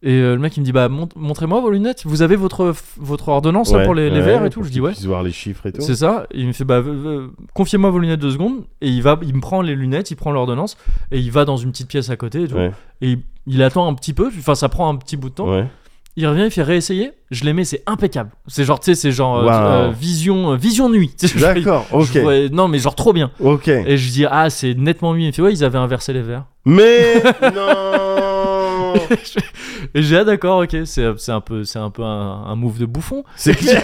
A: Et euh, le mec il me dit bah mont- montrez-moi vos lunettes. Vous avez votre votre ordonnance là,
B: Ouais,
A: pour les, les
B: ouais,
A: verres et tout.
B: pour
A: Je dis
B: qu'ils
A: ouais.
B: puissent voir les chiffres et tout.
A: C'est ça. Et il me fait bah euh, euh, confiez-moi vos lunettes deux secondes. Et il va, il me prend les lunettes, il prend l'ordonnance et il va dans une petite pièce à côté et tout.
B: Ouais.
A: Et il, il attend un petit peu. Enfin ça prend un petit bout de temps.
B: Ouais.
A: Il revient, il fait réessayer. Je les mets, c'est impeccable. C'est genre, tu sais, c'est genre euh,
B: Wow.
A: euh, vision, euh, vision nuit. [laughs] Tu sais, [laughs] je-
B: D'accord.
A: je
B: Ok.
A: vois- non, mais genre trop bien.
B: Ok.
A: Et je dis, ah, c'est nettement mieux. Il me fait, ouais, ils avaient inversé les verres. [laughs]
B: Mais non.
A: Et j'ai, ah, d'accord, ok, c'est c'est un peu, c'est un, peu un, un move de bouffon.
B: C'est clair.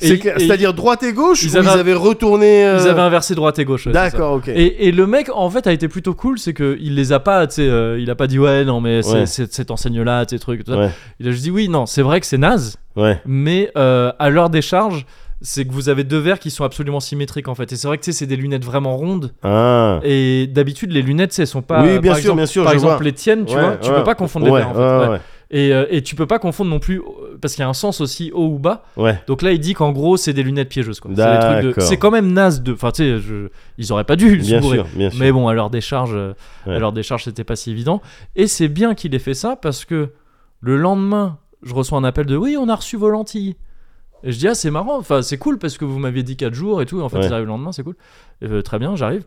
A: Et-
B: C'est clair.
A: et
B: C'est-à-dire droite et gauche
A: ils
B: ou
A: avaient-
B: ils avaient retourné. euh,
A: Ils avaient inversé droite et gauche. ouais, c'est ça.
B: D'accord. Ok.
A: Et, et le mec, en fait, a été plutôt cool, c'est que il les a pas, tu sais, euh, il a pas dit ouais, non, mais c'est
B: Ouais.
A: c'est- cette enseigne-là, ces trucs, tout ça.
B: Ouais.
A: Il a juste dit oui, non, c'est vrai que c'est naze,
B: Ouais.
A: mais euh, à leur décharge, c'est que vous avez deux verres qui sont absolument symétriques en fait. Et c'est vrai que tu sais, c'est des lunettes vraiment rondes.
B: Ah.
A: Et d'habitude, les lunettes, tu sais, elles sont pas.
B: Oui,
A: par
B: bien sûr,
A: exemple,
B: bien sûr,
A: Par
B: je
A: exemple,
B: vois.
A: les tiennes, tu
B: Ouais,
A: vois, tu
B: ouais.
A: peux pas confondre les
B: Ouais,
A: verres en fait. ouais.
B: ouais, ouais.
A: Et, euh, et tu peux pas confondre non plus, euh, parce qu'il y a un sens aussi haut ou bas.
B: Ouais.
A: Donc là, il dit qu'en gros, c'est des lunettes piégeuses. quoi. C'est des trucs de-
B: D'accord.
A: C'est quand même naze de. Enfin, tu sais, je- ils auraient pas dû. se
B: Bien
A: bourrer.
B: sûr, bien sûr.
A: Mais bon, à leur décharge, euh,
B: Ouais.
A: à leur décharge, c'était pas si évident. Et c'est bien qu'il ait fait ça parce que le lendemain, je reçois un appel de oui, on a reçu vos lentilles. Et je dis, ah, c'est marrant, enfin, c'est cool parce que vous m'aviez dit 4 jours et tout. En fait,
B: Ouais.
A: j'arrive le lendemain, c'est cool. Euh, très bien, j'arrive.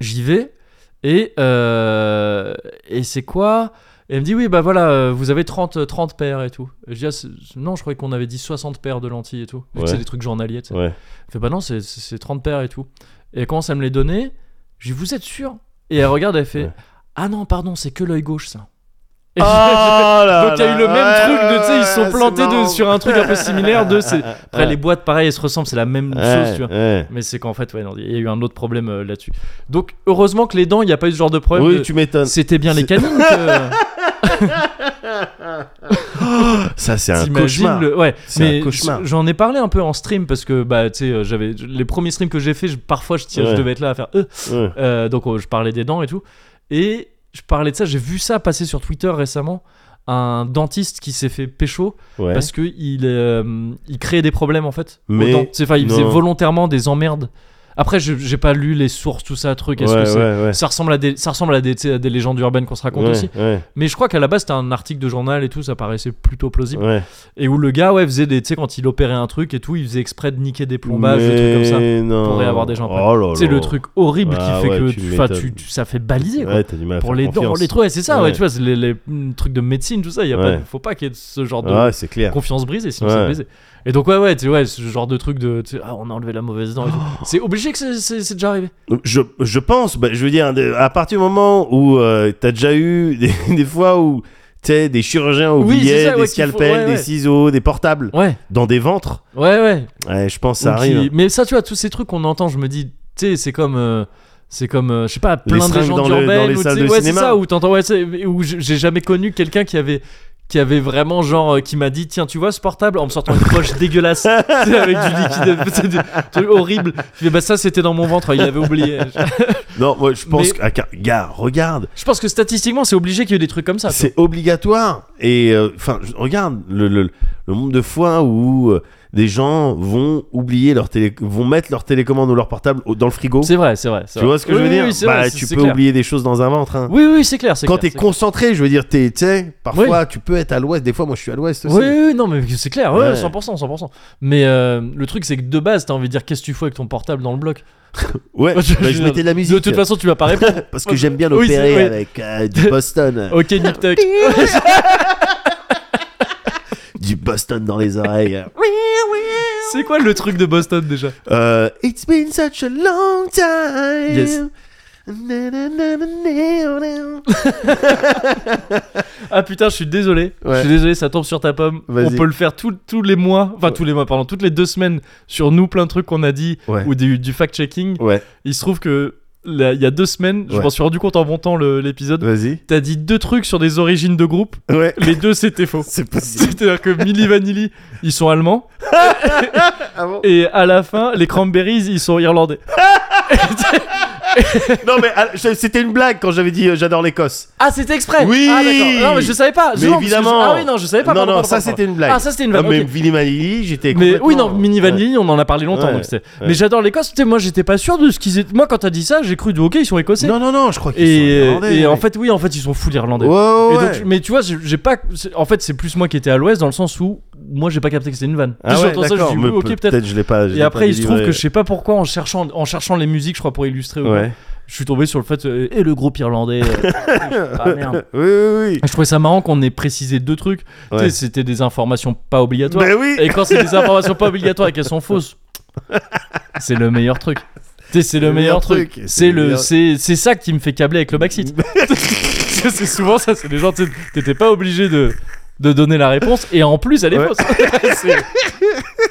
A: J'y vais. Et, euh, et c'est quoi Et elle me dit, oui, bah voilà, euh, vous avez 30, 30 paires et tout. Et je dis, ah, c'est- non, je croyais qu'on avait dit 60 paires de lentilles et tout. Vu que
B: Ouais.
A: C'est des trucs journaliers, tu sais.
B: Ouais.
A: Elle fait bah non, c'est- c'est c'est 30 paires et tout. Et elle commence à me les donner. Je dis vous êtes sûr Et elle regarde, elle fait
B: Ouais.
A: ah non, pardon, c'est que l'œil gauche ça. Et
B: Ah
A: [laughs]
B: là
A: Donc il y a eu le même
B: là,
A: truc de, tu sais, ils se
B: ouais,
A: sont
B: c'est
A: plantés de,
B: marrant.
A: sur un truc un peu similaire de. c'est- Après,
B: Ouais.
A: les boîtes, pareil, elles se ressemblent, c'est la même
B: Ouais,
A: chose, tu vois.
B: ouais.
A: Mais c'est qu'en fait, ouais, non, il y a eu un autre problème euh, là-dessus. Donc, heureusement que les dents, il n'y a pas eu ce genre de problème.
B: Oui,
A: de-
B: tu m'étonnes.
A: C'était bien les canines. que-
B: Ça, [laughs] c'est un
A: T'imagines
B: cauchemar.
A: le- Ouais,
B: C'est
A: mais
B: un cauchemar.
A: j'en ai parlé un peu en stream parce que bah tu sais euh, j'avais les premiers streams que j'ai fait, je- parfois je, tiens- je
B: Ouais.
A: devais être là à faire euh,
B: Ouais.
A: Euh, donc euh, je parlais des dents et tout. Et je parlais de ça, j'ai vu ça passer sur Twitter récemment. Un dentiste qui s'est fait pécho
B: Ouais.
A: parce que il, euh, il créait des problèmes en fait. aux
B: Mais
A: dents. C'est- enfin, il faisait
B: non.
A: volontairement des emmerdes. Après, je- j'ai pas lu les sources, tout ça, truc.
B: ouais,
A: Est-ce que c'est-
B: ouais, ouais.
A: ça ressemble à des, ça ressemble à des, tu sais, à des légendes urbaines qu'on se raconte
B: Ouais,
A: aussi.
B: ouais,
A: Mais je crois qu'à la base c'était un article de journal et tout, ça paraissait plutôt plausible.
B: ouais.
A: Et où le gars, ouais, faisait des, tu sais, quand il opérait un truc et tout, il faisait exprès de niquer des plombages, des trucs comme ça.
B: Mais non.
A: pour réavoir des gens après.
B: Oh là
A: C'est
B: là.
A: le truc horrible
B: Ah
A: qui fait
B: ouais,
A: que
B: tu
A: tu- enfin,
B: m'étonnes.
A: tu- tu- ça fait baliser quoi.
B: Ouais, t'as du mal à
A: pour
B: faire
A: les dents,
B: confiance.
A: les trucs, ouais, c'est ça, ouais,
B: Ouais.
A: tu vois, c'est les, les, mm, trucs de médecine, tout ça, il
B: Ouais.
A: ne faut pas qu'il y ait ce genre de
B: Ouais, c'est clair.
A: confiance brisée, sinon c'est
B: Ouais.
A: baisé. Et donc, ouais, ouais, tu ouais, ce genre de truc de tu sais, ah, on a enlevé la mauvaise dent, et tout. c'est obligé que c'est- c'est c'est déjà arrivé.
B: Je, je pense, bah, je veux dire, de- à partir du moment où euh, t'as déjà eu [laughs] des, des fois où t'es des chirurgiens au
A: Oui,
B: billet,
A: c'est ça, ouais,
B: des
A: qu'il faut-
B: scalpels,
A: ouais, ouais.
B: des ciseaux, des portables,
A: Ouais,
B: dans des ventres,
A: ouais, ouais.
B: ouais, je pense que
A: Ou
B: ça
A: qui-
B: arrive.
A: Mais ça, tu vois, tous ces trucs qu'on entend, je me dis, tu sais, c'est comme. euh, C'est comme, euh, je sais pas,
B: Les
A: plein de
B: seringues
A: gens
B: dans le- dans
A: urbaines
B: les
A: ou tu
B: salles
A: sais-
B: de
A: ouais, c'est
B: cinéma.
A: ça, où t'entends, ouais, c'est- où j- j'ai jamais connu quelqu'un qui avait, qui avait vraiment genre, euh, qui m'a dit, tiens, tu vois ce portable, en me sortant une
B: [laughs]
A: poche dégueulasse, tu sais, avec du liquide, [laughs] c'est des trucs horribles. Je fais, bah ça, c'était dans mon ventre, il l'avait
B: [laughs]
A: oublié. Je-
B: Non, moi, je pense
A: Mais-
B: que, ah, car- gars, regarde,
A: Je pense que statistiquement, c'est obligé qu'il y ait des trucs comme ça. tu
B: c'est obligatoire. Et euh, enfin, je- regarde le, le- le nombre de fois où euh, des gens vont oublier leur télé, vont mettre leur télécommande ou leur portable au- dans le frigo.
A: vois. C'est vrai, c'est vrai. c'est
B: Tu
A: vrai.
B: vois ce que je
A: Oui,
B: veux
A: oui,
B: dire
A: oui, c'est
B: Bah,
A: vrai, c'est-
B: tu
A: c'est
B: peux
A: clair.
B: oublier des choses dans un ventre. hein.
A: Oui, oui, c'est clair. c'est
B: Quand
A: clair,
B: t'es
A: c'est clair.
B: concentré, je veux dire, t'es, tu sais, parfois tu peux être à l'ouest. Des fois, moi, je suis à l'ouest aussi.
A: Oui, oui, non, mais c'est clair, ouais,
B: Ouais.
A: 100%, 100%. Mais euh, le truc, c'est que de base, t'as envie de dire qu'est-ce que tu fous avec ton portable dans le bloc
B: Ouais,
A: Je-
B: bah,
A: je-
B: je mettais de la musique.
A: De toute façon, tu vas pas répondre.
B: parce que j'aime bien
A: Oui, c'est-
B: l'opérer
A: oui.
B: avec euh, du Boston.
A: ok, Nip
B: [laughs]
A: Tuck.
B: du Boston dans les oreilles.
A: C'est quoi le truc de Boston déjà
B: Euh, It's been such a long time.
A: Yes.
B: Na, na, na, na, na, na.
A: Ah putain, je suis désolé.
B: Ouais.
A: Je suis désolé, ça tombe sur ta pomme.
B: Vas-y.
A: On peut le faire tout- tous les mois, enfin
B: Ouais.
A: tous les mois, pardon, toutes les deux semaines sur nous, plein de trucs qu'on a dit
B: Ouais.
A: ou du, du fact-checking.
B: Ouais,
A: Il se trouve que là, il y a deux semaines, je
B: Ouais.
A: m'en suis rendu compte en montant le- l'épisode.
B: vas-y.
A: T'as dit deux trucs sur des origines de groupe,
B: Ouais, [laughs]
A: les deux c'était faux. [laughs]
B: c'est possible.
A: C'est-à-dire que Milli Vanilli, ils sont allemands,
B: Ah bon
A: et à la fin, les Cranberries, ils sont irlandais.
B: non, mais ah, je- c'était une blague quand j'avais dit euh, j'adore l'Écosse.
A: Ah, c'était exprès
B: Oui
A: Ah, d'accord. Non, mais je savais pas. Non, parce
B: Mais
A: que je-
B: évidemment.
A: Ah oui, non, je savais pas.
B: Non,
A: Pardon,
B: non,
A: pardon,
B: ça
A: pardon,
B: c'était une blague.
A: Ah, ça c'était une
B: Ah,
A: vanille.
B: mais Vili Malili, j'étais.
A: Mais
B: complètement-
A: oui, non, Mini
B: Ouais.
A: Vanilli, on en a parlé longtemps.
B: Ouais.
A: donc c'était-
B: Ouais.
A: Mais j'adore l'Écosse. Tu sais, Moi, j'étais pas sûr de ce qu'ils étaient. Moi, quand t'as dit ça, j'ai cru de OK, ils sont écossais.
B: Non, non, non, je crois qu'ils sont
A: et euh,
B: irlandais,
A: et en
B: mec.
A: fait, oui, en fait, ils sont full irlandais.
B: Ouais, ouais,
A: Et donc,
B: ouais.
A: mais tu vois, j'ai j'ai pas. c'est- En fait, c'est plus moi qui étais à l'ouest dans le sens où moi j'ai pas capté que c'était une vanne.
B: Ah
A: J'ai
B: ouais,
A: entendu ça,
B: d'accord,
A: j'ai dit,
B: mais
A: oui, ok,
B: peut-
A: peut-être.
B: je l'ai pas. je l'ai
A: Et après,
B: pas
A: il se trouve
B: délivré.
A: que je sais pas pourquoi, en cherchant, en cherchant les musiques, je crois, pour illustrer, ou [laughs]
B: Ouais.
A: quoi, je suis tombé sur le fait. euh, et le groupe irlandais. euh, [laughs] ah merde.
B: Oui, oui, oui.
A: Et Je trouvais ça marrant qu'on ait précisé deux trucs. Tu sais,
B: Ouais.
A: C'était des informations pas obligatoires.
B: Ben oui.
A: Et quand c'est des informations pas obligatoires et qu'elles sont fausses, c'est le meilleur truc. Tu sais, C'est le meilleur truc. C'est le,
B: meilleur-
A: c'est c'est ça qui me fait câbler avec le [laughs] backseat. Ça, c'est souvent ça. C'est des gens. tu sais, T'étais pas obligé de de donner la réponse et en plus elle est
B: Ouais.
A: fausse. C'est-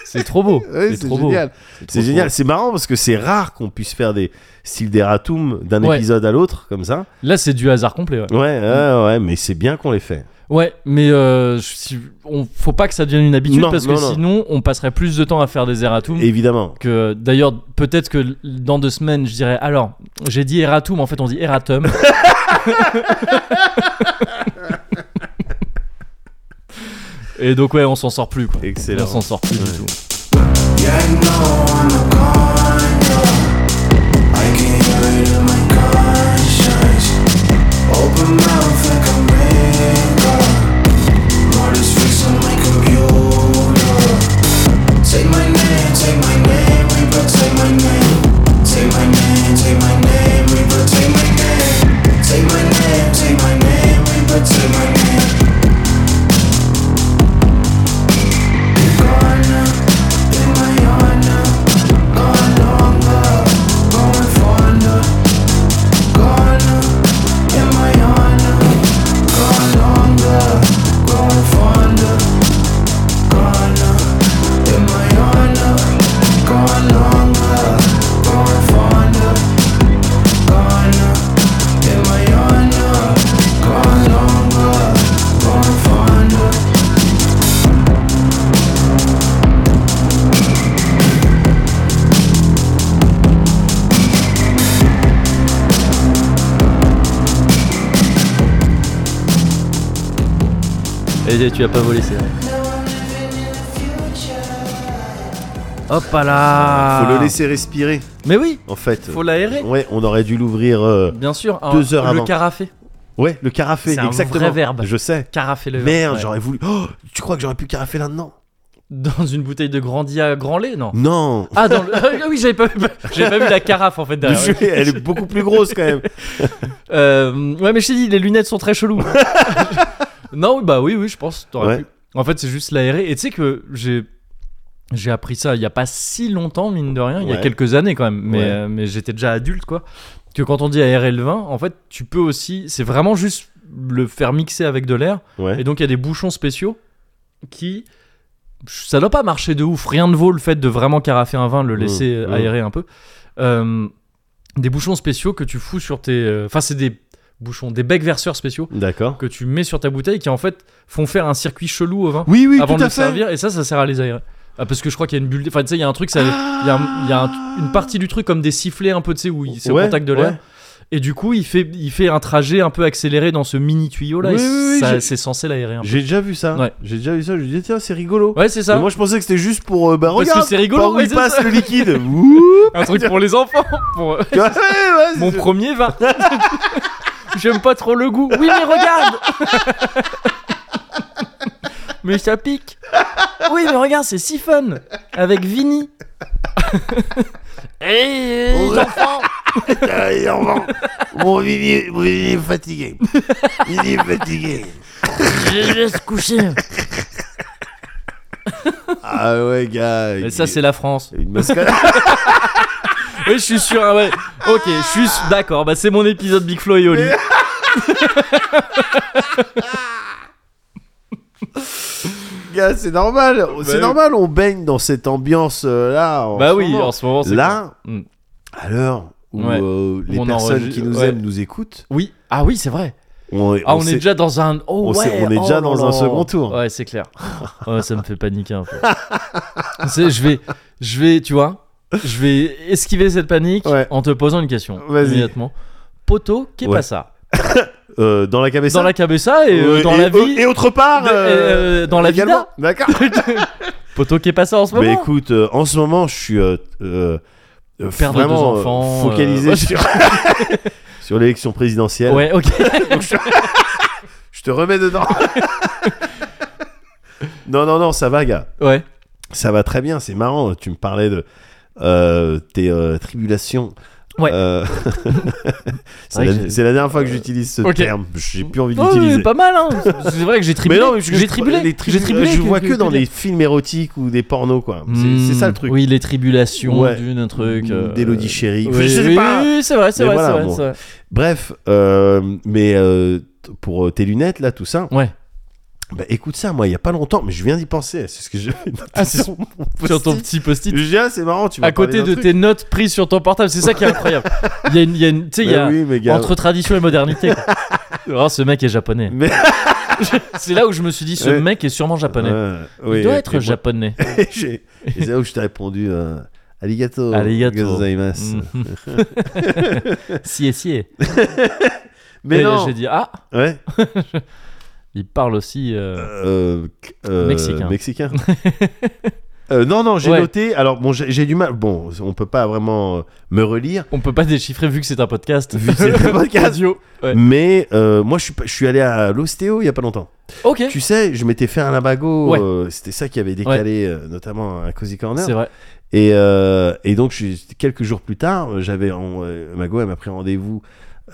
A: c'est trop beau.
B: Ouais,
A: c'est
B: c'est
A: trop beau.
B: génial.
A: trop
B: [laughs] C'est génial. C'est marrant parce que c'est rare qu'on puisse faire des styles des ratoums d'un
A: Ouais.
B: épisode à l'autre comme ça.
A: Là c'est du hasard complet. Ouais.
B: Ouais, ouais, ouais, mais c'est bien qu'on les fait.
A: Ouais, mais euh, je- si- on faut pas que ça devienne une habitude
B: Non,
A: parce que
B: non, non.
A: sinon on passerait plus de temps à faire des erratums.
B: Évidemment.
A: que d'ailleurs peut-être que l- dans deux semaines je dirais alors j'ai dit Eratum mais en fait on dit
B: [laughs]
A: Eratum et donc ouais on s'en sort plus quoi
B: Excellent.
A: on s'en sort plus du tout
D: Computer. name, say my name, we would say my name. You're gone now, in my yard now. Gone longer, going fonder. Gone now, in my yard now. Gone longer, going fonder. Gone now, in my yard now. Gone longer, going fonder. Gone now. Am I on up? Gone longer, gone fonder.
A: Et tu as pas volé, c'est vrai. Hop là
B: Faut le laisser respirer,
A: Mais oui,
B: en fait.
A: Ah. faut l'aérer.
B: Ouais, on aurait dû l'ouvrir. euh,
A: Bien sûr. un-
B: Deux heures
A: Le
B: avant.
A: carafé.
B: Ouais, le carafé,
A: C'est un
B: exactement.
A: vrai verbe.
B: Je sais.
A: Carafé le
B: Merde,
A: ouais.
B: j'aurais voulu. Oh, tu crois que j'aurais pu carafer là-dedans
A: Dans une bouteille de Grandia grand lait, non
B: Non
A: Ah, dans le... Ah oui, j'avais pas, vu- j'avais pas vu la carafe en fait
B: Le [laughs]
A: derrière.
B: sujet, Elle est beaucoup plus grosse
A: [laughs]
B: quand même.
A: Euh, ouais, mais je t'ai dit, les lunettes sont très
B: [laughs]
A: cheloues. non, oui, bah oui, oui, je pense. t'aurais
B: Ouais.
A: pu. En fait, c'est juste l'aéré. Et tu sais que j'ai. J'ai appris ça il y a pas si longtemps, mine de rien, il y a
B: Ouais.
A: quelques années quand même, mais,
B: Ouais.
A: euh, mais j'étais déjà adulte quoi. Que quand on dit aérer le vin, en fait, tu peux aussi, c'est vraiment juste le faire mixer avec de l'air,
B: Ouais.
A: et donc il y a des bouchons spéciaux qui. Ça doit pas marcher de ouf. Rien ne vaut le fait de vraiment carafer un vin, le
B: Mmh,
A: laisser euh,
B: mmh.
A: aérer un peu. Euh, des bouchons spéciaux que tu fous sur tes. euh, Enfin, c'est des bouchons, des becs verseurs spéciaux
B: D'accord.
A: que tu mets sur ta bouteille qui en fait font faire un circuit chelou au vin
B: Oui, oui,
A: avant de
B: tout
A: le
B: à fait.
A: servir. Et ça, ça sert à les aérer. Ah, parce que je crois qu'il y a une bulle. Enfin, tu sais, il y a un truc, ça- il y a, un- il y a un- une partie du truc comme des sifflets un peu, tu sais, où il- c'est
B: Ouais,
A: au contact de l'air.
B: ouais.
A: Et du coup, il fait, il fait un trajet un peu accéléré dans ce mini tuyau là.
B: Oui,
A: et
B: oui, oui,
A: ça-
B: j'ai-
A: c'est censé l'aérer un peu.
B: J'ai déjà vu ça.
A: Ouais.
B: J'ai déjà vu ça. Je me disais, tiens, c'est rigolo.
A: Ouais, c'est ça.
B: Mais moi, je pensais que c'était juste pour. euh, bah,
A: Parce que
B: regarde,
A: c'est rigolo,
B: par où
A: ouais,
B: il
A: c'est
B: passe
A: ça.
B: le liquide. Ouh. [laughs]
A: Un truc pour les enfants. Pour euh,
B: Ouais, ouais, ouais,
A: mon
B: c'est-
A: premier
B: [laughs]
A: vin. J'aime pas trop le goût. Oui, mais regarde. mais ça pique. Oui, mais regarde, c'est si fun avec Vinny. Et
B: Mon enfant [laughs] Ah, il en vend. Mon Vivi mon Vivi est fatigué. Vivi est fatigué.
A: je laisse coucher.
B: Ah ouais, gars.
A: Mais ça, c'est la France.
B: Une mascarade.
A: [laughs] Oui, je suis sûr. ah ouais. Ok, je suis s- d'accord. Bah, c'est mon épisode Big Flo et Oli.
B: Gars, c'est normal, c'est
A: Bah oui.
B: normal, on baigne dans cette ambiance euh, là. en
A: Bah
B: ce
A: oui,
B: moment.
A: en ce moment, c'est
B: là,
A: clair. Mm.
B: à l'heure où
A: Ouais.
B: euh, les
A: On
B: personnes
A: enregistre-
B: qui nous
A: ouais.
B: aiment nous écoutent,
A: Oui. Ah oui, c'est vrai.
B: on,
A: Ah, on,
B: on
A: est
B: sait-
A: déjà dans un. Oh,
B: on
A: ouais,
B: sait- on est
A: oh
B: déjà
A: là
B: dans
A: là.
B: un second tour.
A: Ouais, c'est clair. [laughs] Oh, ça me fait paniquer un peu. [laughs] Tu sais, je vais, je vais, tu vois, je vais esquiver cette panique
B: Ouais.
A: en te posant une question
B: Vas-y.
A: immédiatement. Poto, qu'est
B: Ouais.
A: pas ça
B: euh, dans la cabessa.
A: Dans la cabessa et euh,
B: Euh,
A: dans
B: et,
A: la
B: euh,
A: vie.
B: et autre part,
A: de-
B: euh,
A: euh, dans la
B: également.
A: vida. [laughs]
B: D'accord.
A: Poto, qu'est pas ça en ce
B: Mais
A: moment
B: écoute, euh, en ce moment, je suis euh, euh, euh,
A: Père de deux
B: vraiment, euh,
A: enfants, euh, [laughs]
B: focalisé
A: ouais.
B: sur, sur l'élection présidentielle.
A: Ouais, ok.
B: [laughs] Je te
A: [laughs]
B: remets dedans. non, non, non, ça va, gars.
A: ouais. Oh,
B: Ça va très bien, c'est marrant. Tu me parlais de euh, tes euh, tribulations.
A: Ouais.
B: Euh, [laughs] c'est
A: vrai
B: la,
A: que j'ai-
B: c'est la dernière fois que j'utilise ce
A: Ok.
B: terme. J'ai plus envie de
A: Oh,
B: l'utiliser.
A: mais pas mal, hein. C'est vrai que j'ai tribulé.
B: mais je-
A: j'ai tribulé.
B: les tribu-
A: J'ai tribulé.
B: Je vois que, dans les films érotiques ou des pornos, quoi. C'est- C'est ça le truc.
A: Hmm, Oui, les tribulations
B: Ouais.
A: d'une truc. euh,
B: D'Elodie Chéri.
A: Oui,
B: Enfin, je sais
A: oui,
B: pas.
A: oui, c'est vrai, c'est
B: Mais
A: vrai,
B: voilà,
A: c'est vrai,
B: bon.
A: c'est vrai.
B: Bref, euh, mais euh, t- pour euh, tes lunettes, là, tout ça.
A: Ouais.
B: Bah, écoute ça, moi, il y a pas longtemps, mais je viens d'y penser. C'est ce que je.
A: Ah, c'est
B: [laughs] sur
A: sur ton petit post-it.
B: c'est marrant. Tu
A: à côté de tes notes prises sur ton portable. C'est ça qui est incroyable. Il y a une, il y a une- tu sais, il y a
B: Bah Oui, mais gars.
A: entre tradition et modernité. quoi.
B: [laughs]
A: Oh, ce mec est japonais.
B: Mais-
A: [laughs] C'est là où je me suis dit, ce
B: Ouais.
A: mec est sûrement japonais.
B: Ouais, oui,
A: Il doit
B: et-
A: être
B: et moi-
A: japonais.
B: Et [laughs] j'ai- et c'est là où je t'ai répondu euh, Arigato.
A: Arigato.
B: gozaimasu. [laughs]
A: Mhm. si, si.
B: Mais
A: et
B: non.
A: j'ai dit, ah,
B: Ouais.
A: il parle aussi. euh,
B: Euh, euh,
A: Mexicain. [laughs]
B: Mexicain. Euh, non, non, j'ai
A: Ouais.
B: noté. Alors, bon, j'ai j'ai du mal. Bon, on peut pas vraiment euh, me relire.
A: On peut pas déchiffrer vu que c'est un podcast.
B: Vu que c'est
A: [laughs]
B: un podcast.
A: Audio. Ouais.
B: Mais euh, moi, je suis, pas- je suis allé à l'ostéo il y a pas longtemps.
A: Ok.
B: Tu sais, je m'étais fait un labago.
A: Ouais.
B: euh, C'était ça qui avait décalé, euh, notamment à Cozy Corner.
A: C'est vrai.
B: Et, euh, et donc, je suis- quelques jours plus tard, euh, j'avais en- euh, Mago, elle m'a pris rendez-vous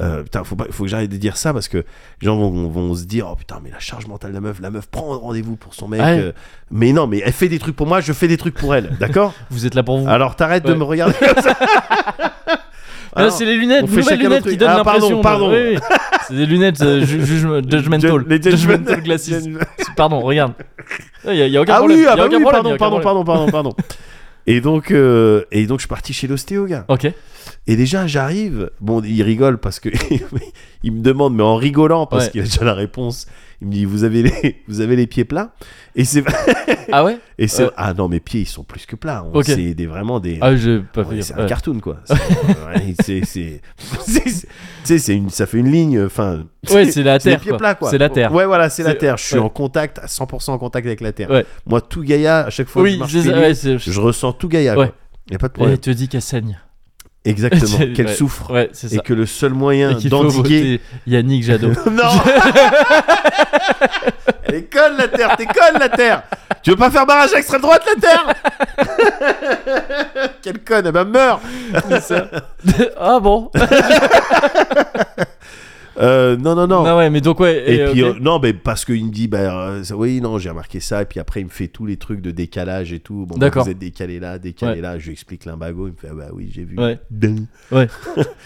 B: euh, putain, faut, pas, faut que j'arrête de dire ça parce que les gens vont, vont se dire Oh putain, mais la charge mentale de la meuf, la meuf prend rendez-vous pour son mec.
A: Ouais.
B: euh, mais non, mais elle fait des trucs pour moi, je fais des trucs
A: [laughs]
B: pour elle. D'accord
A: Vous êtes là pour vous.
B: Alors t'arrêtes de
A: Ouais.
B: me regarder comme
A: [laughs]
B: ça.
A: Ah,
B: Alors,
A: c'est les lunettes,
B: on fait
A: nouvelles
B: chacun
A: lunettes
B: notre
A: qui
B: truc.
A: donnent
B: Ah, pardon,
A: l'impression. de-
B: pardon.
A: oui,
B: [laughs]
A: oui. C'est des lunettes euh, ju- juge- judgmental.
B: les judgment-
A: Judgmental
B: [laughs]
A: glasses. Pardon, regarde. Il n'y a, y a aucun
B: Ah
A: problème.
B: oui,
A: y a
B: ah bah
A: aucun
B: oui,
A: problème, y a
B: pardon,
A: aucun
B: pardon,
A: problème.
B: pardon, pardon, pardon. Et donc, euh, et donc, je suis parti chez l'ostéo, gars.
A: Ok.
B: [laughs] Et déjà, j'arrive. Bon, il rigole parce que [laughs] il me demande, mais en rigolant parce
A: Ouais.
B: qu'il a déjà la réponse. Il me dit, vous avez les, [laughs] vous avez les pieds plats. Et c'est,
A: Ah ouais
B: et c'est,
A: Ouais.
B: ah non, mes pieds ils sont plus que plats. On-
A: Ok.
B: C'est des vraiment des.
A: Ah, j'ai pas
B: Ouais,
A: fait.
B: c'est
A: ouais.
B: un cartoon
A: [laughs]
B: quoi. C'est- ouais, C'est c'est- [laughs] c'est- c'est- tu sais, c'est une ça fait une ligne enfin
A: Ouais, c'est la
B: les
A: terre,
B: pieds
A: quoi.
B: plats, quoi.
A: C'est la terre.
B: Ouais voilà, c'est la
A: C'est-
B: terre. Je suis
A: ouais.
B: en contact à 100% en contact avec la terre.
A: Ouais.
B: Moi tout Gaïa à chaque fois que je
A: Oui,
B: marche
A: c'est
B: chez
A: ça.
B: lui,
A: ouais, c'est-
B: je ressens tout Gaïa.
A: Ouais.
B: Il n'y a pas de
A: Et
B: problème.
A: elle te dis qu'elle saigne.
B: Exactement, qu'elle
A: [laughs] Ouais.
B: souffre
A: Ouais, c'est
B: et
A: ça.
B: que le seul
A: [laughs]
B: moyen
A: Et qu'il faut
B: d'endiguer
A: voter Yannick Jadot.
B: [laughs] Non Elle est conne la terre, t'es conne la terre Tu veux pas faire barrage à extrême droite la terre [laughs] Quelle conne, elle va meurt
A: [laughs] ah bon
B: Euh, Non, non, non.
A: Ah ouais, mais donc ouais.
B: Et, puis,
A: ok.
B: euh, non, mais parce qu'il me dit, bah, euh, ça- oui, non, j'ai remarqué ça. Et puis après, il me fait tous les trucs de décalage et tout. Bon, donc,
A: D'accord.
B: Vous êtes décalé là, décalé
A: Ouais.
B: là. Je lui explique l'imbago. Il me fait, ah bah oui, j'ai vu.
A: Ouais.
B: Ding.
A: Ah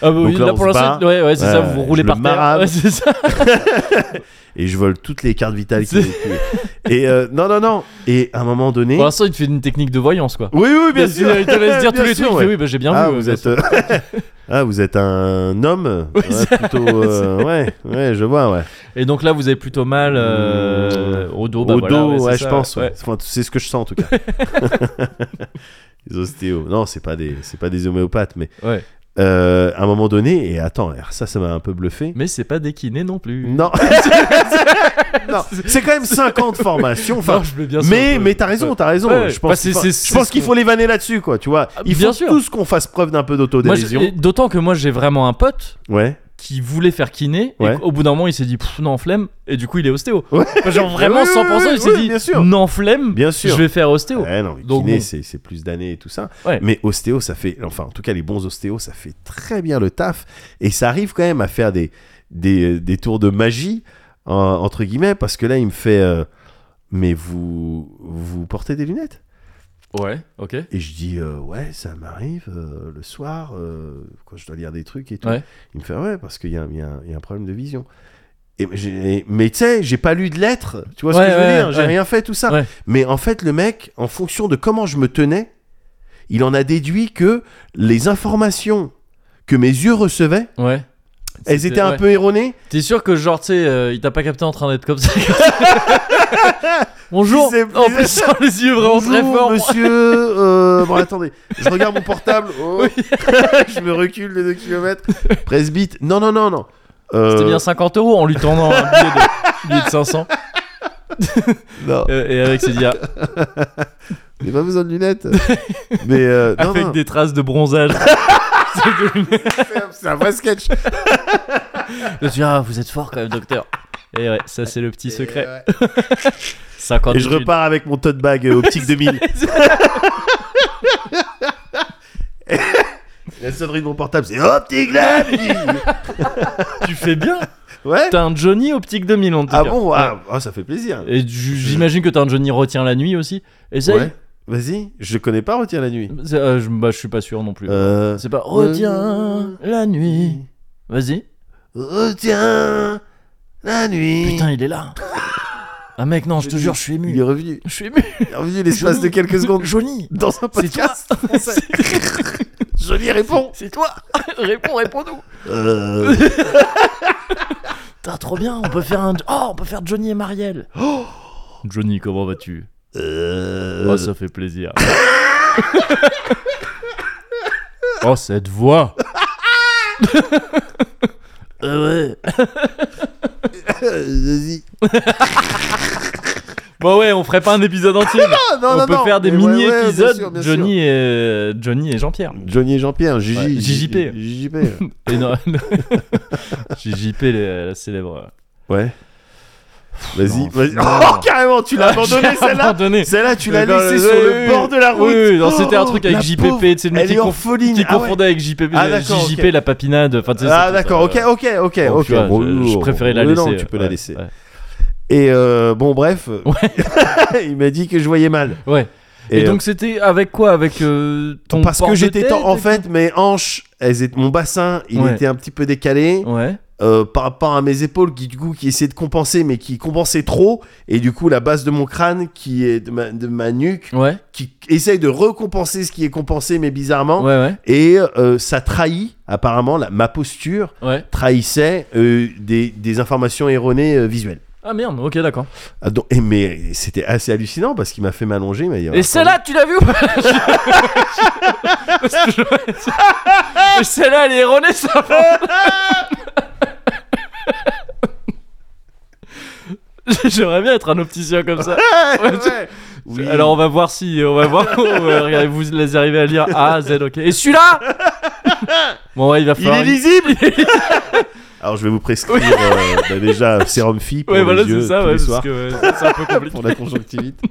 A: bah oui,
B: donc là,
A: là
B: on
A: pour
B: se
A: l'instant,
B: bat.
A: ouais, ouais, c'est ça,
B: Ouais,
A: vous
B: je
A: roulez
B: le
A: par terre. [laughs]
B: marave.
A: Ouais, c'est ça.
B: Et je vole toutes les cartes vitales. qu'il-
A: C'est-
B: qu'il- et euh, non, non, non. Et à un moment donné.
A: Pour l'instant, il te fait une technique de voyance, quoi.
B: oui, oui, [laughs] bien
A: Il te-
B: sûr.
A: Il te laisse dire
B: Bien
A: tous les
B: sûr,
A: trucs. il
B: ouais.
A: fait, Oui, bah j'ai bien
B: ah,
A: vu.
B: vous
A: euh,
B: êtes. euh, [laughs] ah, vous êtes un homme.
A: Oui,
B: Ouais, plutôt. euh, ouais, ouais, je vois, ouais.
A: Et donc là, vous avez plutôt mal euh, au dos. bah
B: Mmh. Au
A: voilà,
B: dos,
A: c'est ça,
B: ouais, je pense. ouais.
A: ouais.
B: Enfin, c'est ce que je sens en tout cas.
A: [laughs]
B: les ostéos. Non, c'est pas des, c'est pas des homéopathes, mais
A: Ouais.
B: euh, à un moment donné, et attends, alors ça, ça m'a un peu bluffé.
A: Mais c'est pas des kinés non plus.
B: Non. [laughs] Non, c'est quand même 50 formations. Enfin,
A: Non, je veux bien sûr,
B: mais
A: euh,
B: mais t'as raison,
A: ouais.
B: t'as raison.
A: Ouais,
B: je
A: bah,
B: pense,
A: c'est-
B: qu'il faut-
A: c'est-
B: je
A: c'est
B: pense
A: ce
B: qu'il
A: qu'on-
B: faut les vanner là-dessus, quoi. Tu vois, il
A: bien
B: faut
A: sûr.
B: tous qu'on fasse preuve d'un peu
A: Moi, je-
B: d'autodérision.
A: et D'autant que moi, j'ai vraiment un pote
B: Ouais.
A: qui voulait faire kiné.
B: Ouais.
A: Et au bout d'un moment, il s'est dit Pff, non flemme. Et du coup, il est ostéo.
B: Ouais.
A: Genre vraiment
B: [laughs] Oui, oui,
A: 100%,
B: oui,
A: il s'est
B: oui,
A: dit
B: bien sûr.
A: non flemme.
B: Bien sûr.
A: Je vais faire ostéo.
B: Ouais, non, mais
A: Donc,
B: kiné,
A: bon.
B: c'est- c'est plus d'années et tout ça.
A: Ouais.
B: Mais ostéo, ça fait. Enfin, en tout cas, les bons ostéos, ça fait très bien le taf. Et ça arrive quand même à faire des, des, des tours de magie, en- entre guillemets, parce que là, il me fait. euh, mais vous, vous portez des lunettes
A: Ouais. Ok.
B: Et je dis, euh, ouais, ça m'arrive euh, le soir, euh, quand je dois lire des trucs et tout.
A: Ouais.
B: Il me fait, ouais, parce qu'il y a, il y a un- il y a un problème de vision. Et j'ai- mais tu sais, j'ai pas lu de lettres, tu vois ce
A: Ouais,
B: que je veux
A: ouais,
B: dire, j'ai
A: ouais.
B: rien fait, tout ça.
A: Ouais.
B: Mais en fait, le mec, en fonction de comment je me tenais, il en a déduit que les informations que mes yeux recevaient,
A: Ouais.
B: elles
A: C'était-
B: étaient un
A: ouais.
B: peu erronées.
A: T'es sûr que genre, tu sais, euh, il t'a pas capté en train d'être comme ça
B: [laughs]
A: Bonjour
B: Il s'est-
A: En plissant les yeux vraiment très
B: Bonjour,
A: fort.
B: monsieur. euh, bon, attendez, je regarde mon portable. oh.
A: Oui.
B: [laughs] je me recule de 2 km. Presbyte. Non, non, non, non. Euh,
A: C'était bien 50 euros en lui tendant un billet [laughs] de, billet de 500.
B: non,
A: Euh, et avec ses dia
B: j'ai pas besoin de lunettes. Mais
A: [laughs]
B: euh, non,
A: avec
B: non,
A: des traces de bronzage.
B: c'est un- c'est un vrai sketch.
A: Je me suis dit, ah, vous êtes fort quand même, docteur. Et ouais, ça c'est le petit secret.
B: Et, euh,
A: 50
B: je repars avec mon tote bag euh, optique 2000. [laughs] La sonnerie de mon portable, c'est optique 2000.
A: Tu fais bien
B: Ouais.
A: T'as un Johnny optique 2000 en tout
B: Ah
A: cas.
B: bon, ah, ah, ça fait plaisir.
A: Et j- j'imagine que t'as un Johnny retient la nuit aussi. Essaye.
B: Ouais. Vas-y, je connais pas Retire la nuit.
A: C'est- euh, je, bah, je suis pas sûr non plus.
B: Euh,
A: C'est pas retiens la nuit. Vas-y.
B: Retiens la nuit.
A: Putain, il est là. Ah mec, non, je te jure, je suis
B: il est
A: ému.
B: revenu.
A: Je suis
B: [laughs]
A: ému.
B: Il est revenu l'espace de quelques secondes
A: Johnny,
B: dans un [laughs] podcast français. Joli répond.
A: c'est toi. Réponds, réponds-nous.
B: Euh,
A: T'as trop bien. On peut faire un. Oh, on peut faire Johnny et Marielle.
B: [gasps]
A: Johnny, comment vas-tu
B: Oh euh,
A: Oh, ça fait plaisir. [laughs] oh, cette voix. [laughs] Euh, ouais.
B: vas-y.
A: Bon ouais, on ferait pas un épisode entier. mais
B: Ah, [laughs] non,
A: on
B: non,
A: peut
B: non.
A: faire des
B: Mais ouais, ouais,
A: mini
B: bien
A: épisodes.
B: sûr, bien sûr.
A: Johnny et euh, Johnny et Jean-Pierre.
B: Johnny et Jean-Pierre, Gigi,
A: Ouais, JJP.
B: JJP. [laughs]
A: [laughs] Et non, non. JJP, la, la célèbre.
B: Ouais. Vas-y,
A: Non,
B: vas-y.
A: non.
B: Oh, carrément, tu l'as abandonné celle-là
A: Ah, abandonné.
B: Celle-là, tu l'as
A: Euh, dans-
B: laissée
A: oui,
B: sur
A: oui,
B: le bord
A: oui.
B: de la route.
A: Oui, oui, non, c'était un
B: Oh,
A: truc avec
B: la
A: JPP,
B: pauvre,
A: tu sais, le mec
B: Elle
A: qui
B: est en
A: conf-
B: folie.
A: qui
B: Ah ouais.
A: confondait avec JPP,
B: Ah, d'accord,
A: JJP,
B: ok.
A: la papinade. Enfin, tu sais,
B: Ah
A: c'était
B: d'accord,
A: ça,
B: ok,
A: euh,
B: ok, ok,
A: donc,
B: ok.
A: tu vois,
B: bon,
A: je, je
B: lourd.
A: préférais la
B: Mais
A: laisser.
B: Non,
A: ouais,
B: tu peux la
A: ouais,
B: laisser.
A: ouais.
B: Et euh, bon, bref, [laughs] il m'a dit que je voyais mal.
A: Ouais. Et, donc c'était avec quoi Avec euh, ton
B: euh, parce que j'étais
A: porte-tête
B: tant- en fait mes hanches, elles étaient, mon bassin, il
A: Ouais.
B: était un petit peu décalé
A: Ouais.
B: euh, par rapport à mes épaules qui du coup qui essayaient de compenser, mais qui compensaient trop, et du coup la base de mon crâne qui est de ma, de ma nuque
A: Ouais.
B: qui essaye de recompenser ce qui est compensé, mais
A: Ouais.
B: bizarrement.
A: Ouais.
B: Et euh, ça trahit apparemment la- ma posture
A: Ouais.
B: trahissait euh, des, des informations erronées euh, visuelles.
A: Ah merde. Ok, d'accord.
B: Ah, donc- et mais c'était assez hallucinant parce qu'il m'a fait m'allonger. il m'a dit,
A: Et
B: attends,
A: celle-là, tu l'as vu ou
B: [laughs]
A: pas Parce que je- Et celle-là, elle est erronée, ça [laughs] J'aimerais bien être un opticien comme ça.
B: ouais, ouais.
A: [laughs]
B: Oui.
A: Alors on va voir si on va voir. Ouais, regardez, vous les arrivez à lire A Z ok. Et
B: [laughs]
A: celui-là Bon ouais, il va
B: il est
A: falloir.
B: lisible.
A: [laughs]
B: Alors je vais vous prescrire euh, bah, déjà sérum fi pour
A: Ouais
B: les
A: voilà
B: yeux
A: c'est ça
B: tous
A: ouais,
B: les
A: parce
B: soirs
A: que ouais, c'est c'est un peu compliqué.
B: pour
A: [laughs]
B: la conjonctivite.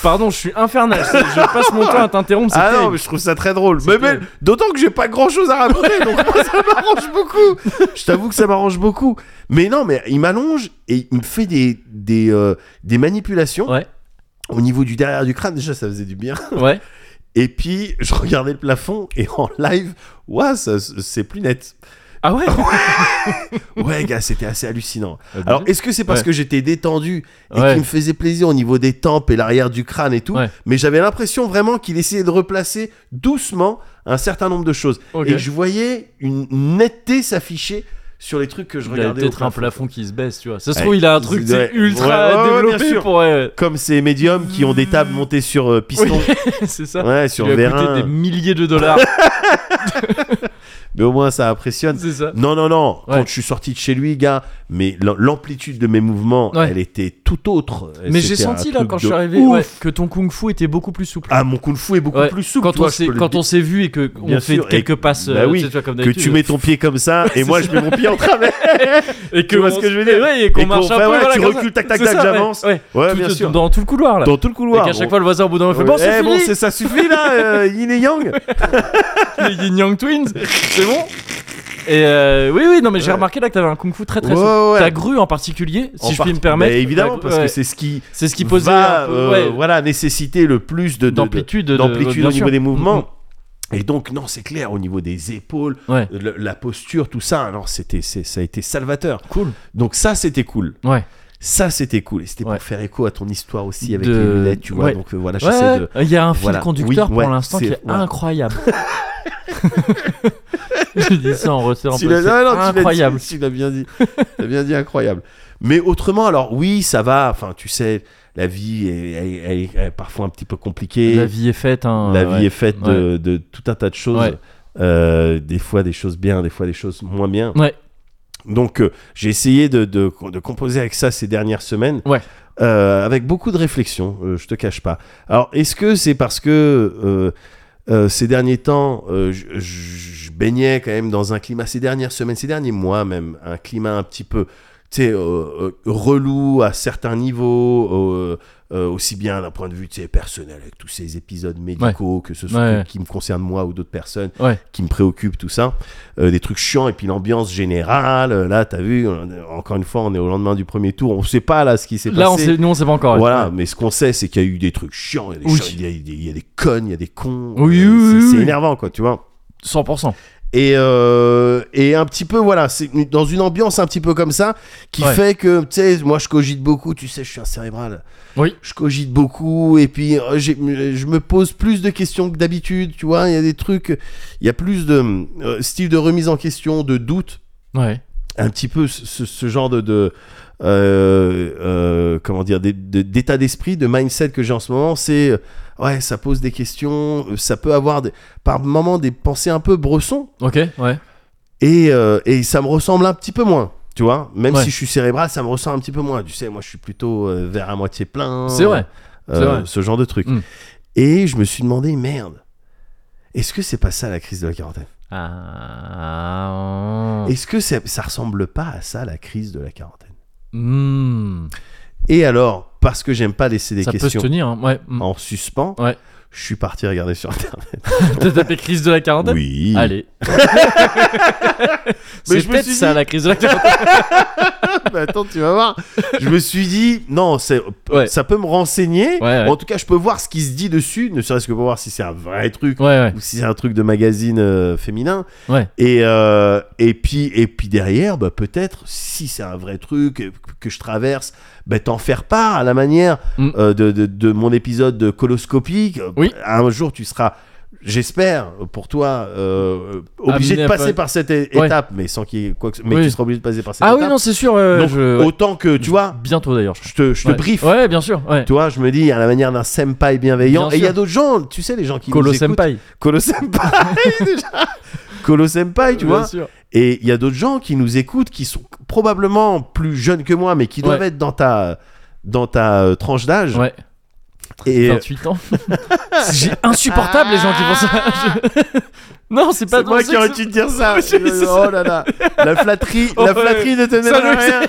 A: Pardon, je suis infernal. c'est- Je passe mon temps à t'interrompre. c'est
B: ah non,
A: terrible.
B: mais je trouve ça très drôle.
A: C'est
B: Mais, mais-
A: terrible.
B: d'autant que j'ai pas grand chose à raconter, donc moi ça m'arrange beaucoup. Je t'avoue que ça m'arrange beaucoup. Mais non, mais il m'allonge et il me fait des des euh, des manipulations
A: Ouais.
B: au niveau du derrière du crâne. Déjà ça faisait du bien.
A: Ouais.
B: Et puis je regardais le plafond et en live, ouah, ça- c'est plus net.
A: Ah ouais.
B: Ouais, gars, c'était assez hallucinant. Alors, est-ce que c'est parce
A: Ouais.
B: que j'étais détendu et
A: Ouais.
B: qu'il me faisait plaisir au niveau des tempes et l'arrière du crâne et tout
A: Ouais.
B: Mais j'avais l'impression vraiment qu'il essayait de replacer doucement un certain nombre de choses.
A: Ok.
B: Et je voyais une netteté s'afficher sur les trucs que je
A: Il a
B: regardais. au
A: peut-être un
B: plafond.
A: plafond qui se baisse, tu vois. Ça se
B: Ouais,
A: trouve, il a un
B: c'est-
A: truc c'est
B: ouais, ouais,
A: ultra
B: ouais, ouais, bien
A: développé
B: sûr.
A: pour. euh,
B: Comme ces médiums qui ont des tables montées sur
A: [laughs]
B: euh, piston.
A: Oui, c'est ça.
B: Ouais,
A: Tu
B: sur
A: lui as coûté des
B: vérin.
A: milliers de
B: [laughs]
A: dollars.
B: Mais au moins, ça impressionne.
A: c'est ça.
B: Non, non, non.
A: Ouais.
B: Quand je suis sorti de chez lui, gars, mais l'am- l'amplitude de mes mouvements,
A: Ouais.
B: elle était tout autre.
A: Mais j'ai
B: C'était un
A: senti là
B: truc
A: quand je
B: de
A: suis arrivé
B: ouf.
A: ouais, que ton kung fu était beaucoup plus souple.
B: Ah, mon kung fu est beaucoup
A: Ouais.
B: plus souple.
A: quand
B: toi,
A: on
B: je
A: s'est
B: peux le
A: quand on s'est vu et que
B: Bien
A: on fait
B: sûr, et-
A: quelques passes
B: bah
A: euh,
B: oui,
A: tu sais, tu vois, comme
B: que tu
A: d'habitude.
B: mets ton pied comme ça et
A: c'est
B: moi je mets mon pied
A: [laughs]
B: en travers.
A: et que
B: tu vois
A: on-
B: ce que je veux dire
A: ouais, et qu'on
B: Et
A: marche
B: qu'on
A: un
B: fait,
A: peu
B: ouais,
A: voilà,
B: tu
A: comme ça.
B: recules, tac, tac,
A: C'est
B: tac,
A: ça, ouais,
B: j'avance.
A: ouais.
B: Ouais,
A: Tout-
B: bien
A: tout-
B: sûr.
A: dans tout le couloir là
B: Dans tout le
A: et
B: couloir.
A: qu'à chaque
B: on-
A: fois le voisin au bout d'un moment fait
B: Ouais,
A: bon c'est
B: eh, bon,
A: fini
B: ça suffit
A: [laughs]
B: là, euh, yin et yang.
A: les Yin Yang Twins c'est bon [laughs] et euh, oui oui non mais j'ai
B: Ouais.
A: remarqué là que t'avais un kung fu très très
B: Ouais,
A: souple
B: ouais.
A: ta grue en particulier si
B: En
A: je
B: part-
A: puis me permettre
B: Bah, évidemment,
A: ta-
B: parce
A: ouais.
B: que c'est ce qui
A: c'est ce qui posait
B: va,
A: un peu,
B: euh,
A: ouais,
B: voilà, nécessiter le plus de de- de-
A: d'amplitude de-
B: d'amplitude
A: bien
B: au niveau
A: sûr.
B: des
A: Mm,
B: mouvements. Et donc non, c'est clair au niveau des épaules,
A: mm. ouais
B: le- la posture, tout ça. Non, c'était c'est- ça a été salvateur.
A: Mm, cool
B: Donc ça, c'était cool.
A: ouais
B: Ça, c'était cool. Et c'était
A: Ouais.
B: pour faire écho à ton histoire aussi avec
A: De-
B: les lunettes, tu vois.
A: ouais.
B: Donc euh, voilà, j'essaie
A: Ouais,
B: de.
A: il y a un fil
B: Voilà.
A: conducteur
B: Oui,
A: pour
B: ouais,
A: l'instant qui
B: c'est-
A: est
B: ouais. [laughs]
A: incroyable. [laughs] Je dis ça en resserrant un
B: Tu
A: peu,
B: l'as-
A: c'est
B: ah non, tu l'as dit,
A: incroyable.
B: Tu l'as bien dit. Tu l'as bien dit, incroyable. Mais autrement, alors oui, ça va. Enfin, tu sais, la vie est, elle- elle est- elle est parfois un petit peu compliquée.
A: La vie est faite. Hein,
B: La
A: ouais.
B: vie est faite de, de tout un tas de choses.
A: Ouais.
B: Euh, des fois des choses bien, des fois des choses moins bien.
A: Ouais.
B: Donc euh, j'ai essayé de, de, de composer avec ça ces dernières semaines.
A: Ouais.
B: Euh, avec beaucoup de réflexion, euh, je te cache pas. Alors est-ce que c'est parce que euh, euh, ces derniers temps, euh, je- je je baignais quand même dans un climat, ces dernières semaines, ces derniers mois même, un climat un petit peu tu sais, euh, euh, relou à certains niveaux, euh, euh, aussi bien d'un point de vue tu sais, personnel, avec tous ces épisodes médicaux, que ce soit
A: Ouais.
B: qui- qui me concerne moi ou d'autres personnes,
A: Ouais.
B: qui me préoccupent, tout ça, Euh, des trucs chiants, et puis l'ambiance générale, euh, là, t'as vu, on- encore une fois, on est au lendemain du premier tour, on sait pas là ce qui s'est
A: Là, on
B: passé.
A: sait, nous, on sait pas encore. ouais.
B: Voilà, mais ce qu'on sait, c'est qu'il y a eu des trucs chiants, il y a des,
A: Oui.
B: chiens, il y a des- il y a des connes, il y a des cons.
A: Oui,
B: euh,
A: oui,
B: c'est-
A: oui,
B: C'est
A: oui.
B: énervant, quoi, tu vois.
A: 100%.
B: Et, euh, et un petit peu, voilà, c'est une- dans une ambiance un petit peu comme ça, qui
A: Ouais.
B: fait que, tu sais, moi je cogite beaucoup, tu sais, je suis un cérébral.
A: Oui.
B: Je cogite beaucoup, et puis euh, j'ai- je me pose plus de questions que d'habitude, tu vois, il y a des trucs, il y a plus de euh, style de remise en question, de doute,
A: Ouais.
B: un petit peu ce, ce- ce genre de, de, euh, euh, comment dire, des- de- d'état d'esprit, de mindset que j'ai en ce moment, c'est euh, ouais, ça pose des questions, euh, ça peut avoir des- par moments des pensées un peu bressons
A: Ok, ouais.
B: et, euh, et ça me ressemble un petit peu moins. Tu vois, même
A: Ouais.
B: si je suis cérébral, ça me ressemble un petit peu moins. Tu sais, moi, je suis plutôt euh, vers à moitié plein.
A: C'est vrai.
B: euh,
A: c'est vrai.
B: Ce genre de truc.
A: Mm.
B: Et je me suis demandé, merde, est-ce que c'est pas ça la crise de la quarantaine
A: Ah. putain.
B: Est-ce que ça, ça ressemble pas à ça la crise de la quarantaine
A: Hmm.
B: Et alors, parce que j'aime pas laisser des
A: Ça peut se
B: questions
A: tenir. hein. Ouais. hmm.
B: en suspens,
A: Ouais.
B: je suis parti regarder sur internet.
A: [laughs] T'as tapé crise de la quarantaine
B: Oui. [laughs]
A: Allez. [laughs]
B: Mais
A: C'est
B: je me
A: peut-être
B: suis
A: ça
B: dit-
A: la [laughs] crise de la quarantaine.
B: Mais Bah, attends, tu vas voir. Je me suis dit, non, c'est-
A: Ouais.
B: ça peut me renseigner.
A: Ouais, ouais.
B: En tout cas, je peux voir ce qui se dit dessus, ne serait-ce que pour voir si c'est un vrai truc
A: Ouais, ouais.
B: ou si c'est un truc de magazine euh, féminin.
A: Ouais.
B: Et, euh, et, puis, et puis derrière, bah, peut-être, si c'est un vrai truc euh, que je traverse, bah, t'en faire part à la manière
A: Mm.
B: euh, de, de- de mon épisode de coloscopique.
A: Oui.
B: Un jour, tu seras. J'espère pour toi euh, obligé
A: Amené à
B: de passer
A: pas-
B: par cette é-
A: Ouais.
B: étape, mais sans qu'il y ait quoi que ce- mais
A: Oui.
B: tu seras obligé de passer par cette
A: Ah
B: étape.
A: oui, non, c'est sûr. euh,
B: Donc,
A: je- ouais.
B: autant que tu vois,
A: Bientôt d'ailleurs. Je
B: je te, je te
A: Ouais.
B: briefe.
A: Ouais, bien sûr. Ouais.
B: Tu vois, je me dis, à la manière d'un senpai bienveillant.
A: Bien
B: et il y a
A: sûr.
B: d'autres gens, tu sais, les gens qui nous
A: Colo
B: écoutent.
A: Senpai.
B: Kolo Senpai, [laughs] déjà. Kolo Senpai, tu
A: Bien
B: vois.
A: sûr.
B: Et il y a d'autres gens qui nous écoutent qui sont probablement plus jeunes que moi, mais qui doivent
A: Ouais.
B: être dans ta, dans ta euh, tranche d'âge.
A: Ouais.
B: Et euh,
A: 28 ans. euh, [laughs] J'ai insupportable les gens qui font ça. [laughs] Je- non, c'est pas
B: c'est moi
A: c'est
B: qui
A: que
B: aurais
A: c'est-
B: dû te dire [laughs] ça.
A: Oui, c'est ça.
B: oh là là. La flatterie,
A: Oh,
B: la
A: [laughs] ouais.
B: flatterie ne te mène
A: Ça,
B: à
A: nous,
B: rien.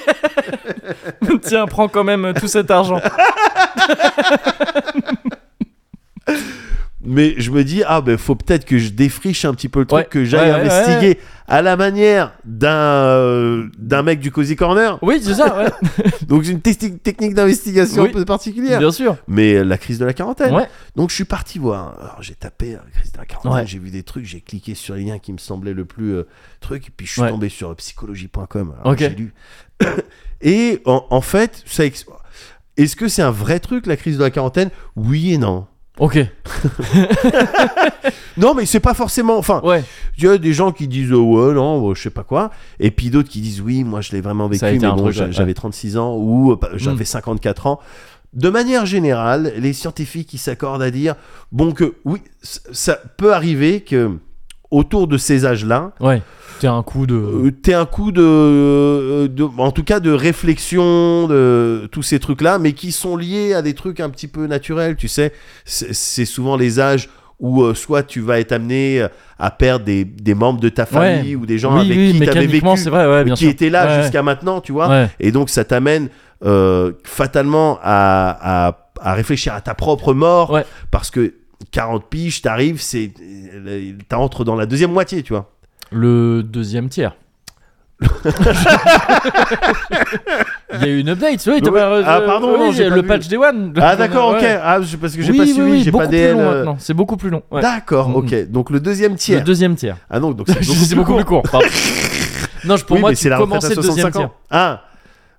A: Tiens, prends quand même euh, tout cet argent.
B: Mais je me dis, ah ben faut peut-être que je défriche un petit peu le truc,
A: Ouais.
B: que j'aille
A: Ouais, ouais,
B: investiguer à la manière d'un euh, d'un mec du Cozy Corner.
A: [laughs] Oui, c'est ça, ouais.
B: Donc une testi- technique d'investigation
A: Oui.
B: un peu
A: [laughs]
B: particulière.
A: bien sûr.
B: Mais euh, la crise de la quarantaine.
A: Ouais.
B: Donc je suis parti voir. Alors j'ai tapé euh, crise de la quarantaine,
A: Ouais.
B: j'ai vu des trucs, j'ai cliqué sur les liens qui me semblaient le plus euh, truc, et puis je suis
A: Ouais.
B: tombé sur euh, psychologie.com. Alors,
A: Ok.
B: J'ai lu. [coughs] et en, en fait, ça ex- Est-ce que c'est un vrai truc la crise de la quarantaine Oui et non.
A: Ok.
B: Non, mais c'est pas forcément. Enfin,
A: Ouais.
B: Il y a des gens qui disent oh, ouais non euh, je sais pas quoi et puis d'autres qui disent oui moi je l'ai vraiment vécu
A: Ça a
B: mais
A: été un
B: bon
A: truc,
B: j'a-
A: ouais.
B: j'avais 36 ans ou euh, bah, j'avais
A: Mm.
B: 54 ans de manière générale les scientifiques ils s'accordent à dire bon que oui c- ça peut arriver que autour de ces âges là
A: Ouais. T'es un coup de.
B: Euh, t'es un coup de, de- en tout cas de réflexion de tous ces trucs là mais qui sont liés à des trucs un petit peu naturels tu sais c'est c'est souvent les âges où euh, soit tu vas être amené euh, à perdre des, des membres de ta famille ou des gens
A: oui,
B: avec
A: oui,
B: qui tu avais
A: mécaniquement,
B: vécu,
A: c'est vrai, ouais, bien
B: qui
A: sûr.
B: étaient là
A: Ouais,
B: jusqu'à maintenant, tu vois.
A: Ouais.
B: Et donc ça t'amène euh, fatalement à, à- à réfléchir à ta propre mort
A: Ouais.
B: parce que 40 piges, t'arrives, c'est euh, t'entres dans la deuxième moitié, tu vois.
A: Le deuxième
B: [laughs]
A: tiers. Il y a eu une update, oui, t'as
B: Ouais.
A: pas-
B: Ah,
A: euh,
B: pardon,
A: oui,
B: non, j'ai pas
A: le
B: vu.
A: patch Day [laughs] One.
B: Ah d'accord, ok.
A: Ouais.
B: Ah, je- parce que j'ai
A: oui,
B: pas
A: oui,
B: suivi,
A: oui,
B: j'ai
A: beaucoup
B: pas
A: plus
B: DL.
A: long
B: euh,
A: maintenant. C'est beaucoup plus long. ouais.
B: D'accord,
A: Mm,
B: ok. Donc le deuxième
A: Le
B: tiers.
A: deuxième
B: [laughs]
A: tiers.
B: Ah
A: [laughs]
B: non, donc c'est beaucoup
A: c'est
B: plus
A: beaucoup
B: court.
A: plus court.
B: [laughs]
A: pardon. non, je- pour
B: Oui,
A: moi,
B: mais
A: tu
B: c'est la retraite
A: commences
B: à
A: le deuxième
B: 65
A: tiers.
B: ans. Ah,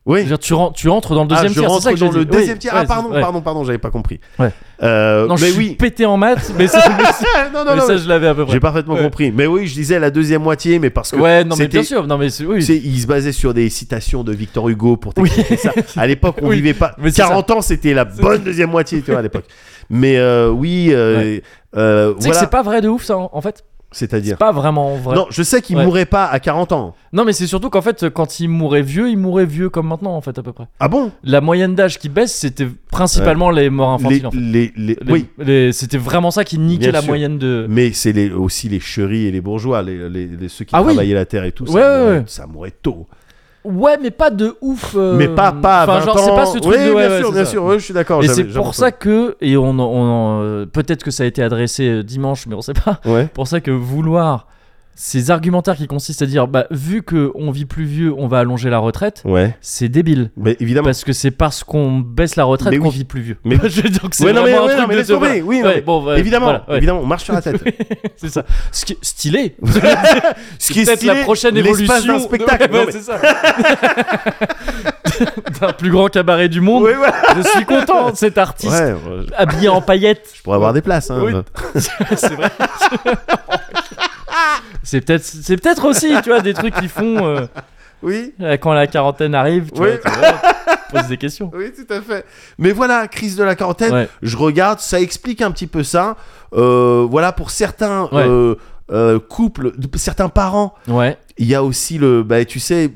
A: Je
B: oui.
A: veux dire, tu, ren- tu rentres dans le deuxième
B: ah, je
A: tiers. c'est ça
B: rentre
A: que j'ai
B: dans le
A: dit. Oui,
B: deuxième tiers. Ah
A: ouais,
B: pardon,
A: ouais.
B: pardon, pardon, j'avais pas compris.
A: Ouais.
B: Euh,
A: Non,
B: mais
A: je suis
B: oui.
A: pété en maths, [laughs] mais,
B: [laughs]
A: c'est-
B: Ah, non, non,
A: mais
B: non,
A: ça, je l'avais à peu près.
B: j'ai parfaitement
A: Ouais.
B: compris. Mais oui, je disais la deuxième moitié, mais parce que
A: Ouais, non, mais
B: c'était-
A: bien sûr. Non, mais c'est- oui.
B: tu sais, ils se basaient sur des citations de Victor Hugo pour t'expliquer ça. À l'époque, on
A: Oui,
B: vivait pas.
A: mais c'est
B: 40 ans, c'était la bonne deuxième moitié, tu vois, à l'époque. Mais euh, oui, euh, euh,
A: Tu sais que
B: voilà.
A: c'est pas vrai de ouf, ça, en en fait.
B: C'est-à-dire.
A: C'est pas vraiment vrai.
B: Non, je sais qu'ils
A: Ouais.
B: mouraient pas à 40 ans.
A: Non, mais c'est surtout qu'en fait, quand il mourait vieux, il mourait vieux comme maintenant, en fait, à peu près.
B: Ah bon
A: La moyenne d'âge qui baisse, c'était principalement les morts infantiles,
B: Les-
A: en fait.
B: les- les-
A: Les-
B: Oui.
A: les- C'était vraiment ça qui niquait
B: Bien
A: la
B: sûr.
A: moyenne de.
B: Mais c'est les- aussi les chéris et les bourgeois, les, les- les- ceux qui
A: Ah oui.
B: travaillaient la terre et tout.
A: Ouais,
B: ça,
A: ouais,
B: mourait,
A: ouais.
B: ça mourait tôt.
A: Ouais, mais pas de ouf. euh,
B: Mais pas, pas à
A: Enfin,
B: 20
A: genre,
B: ans.
A: c'est pas ce truc
B: oui,
A: de. ouais,
B: bien
A: ouais,
B: sûr,
A: c'est
B: bien
A: ça.
B: sûr. ouais, je suis d'accord.
A: Et
B: j'avais-
A: c'est
B: j'avais
A: pour
B: entendu.
A: ça que, et on, en- on en- euh, peut-être que ça a été adressé euh, dimanche, mais on sait pas. [laughs]
B: Ouais.
A: Pour ça que vouloir ces argumentaires qui consistent à dire, bah, vu que on vit plus vieux, on va allonger la retraite,
B: Ouais.
A: c'est débile.
B: Mais évidemment.
A: Parce que c'est parce qu'on baisse la retraite
B: Mais
A: qu'on
B: oui.
A: vit plus vieux. [laughs]
B: Mais-
A: je veux dire que c'est
B: Ouais, non, mais-
A: vraiment
B: ouais,
A: un
B: non,
A: truc
B: mais
A: de
B: laisse tomber,
A: voilà.
B: oui, non,
A: Ouais,
B: mais-
A: bon, ouais,
B: évidemment,
A: voilà, ouais.
B: évidemment, on marche sur
A: [laughs]
B: la tête.
A: c'est ça. Ce qui- Stylé.
B: Ce qui est
A: peut-être la
B: stylé,
A: prochaine
B: l'espace
A: évolution
B: d'un spectacle.
A: Ouais, ouais,
B: Non, mais-
A: c'est ça. D'un plus grand cabaret du monde.
B: Ouais, voilà.
A: Je suis content de cet artiste
B: Ouais, ouais,
A: habillé en paillettes.
B: je pourrais avoir des places. hein.
A: Oui. c'est vrai. c'est peut-être, c'est peut-être aussi, tu vois, des trucs qui font euh,
B: Oui,
A: euh, quand la quarantaine arrive. Tu
B: Oui.
A: vois, tu vois, [laughs] tu poses des questions.
B: oui, tout à fait. Mais voilà, crise de la quarantaine,
A: Ouais.
B: je regarde, ça explique un petit peu ça. Euh, voilà, pour certains
A: Ouais.
B: euh, euh, couples, de- certains parents,
A: Ouais.
B: il y a aussi le, bah, tu sais,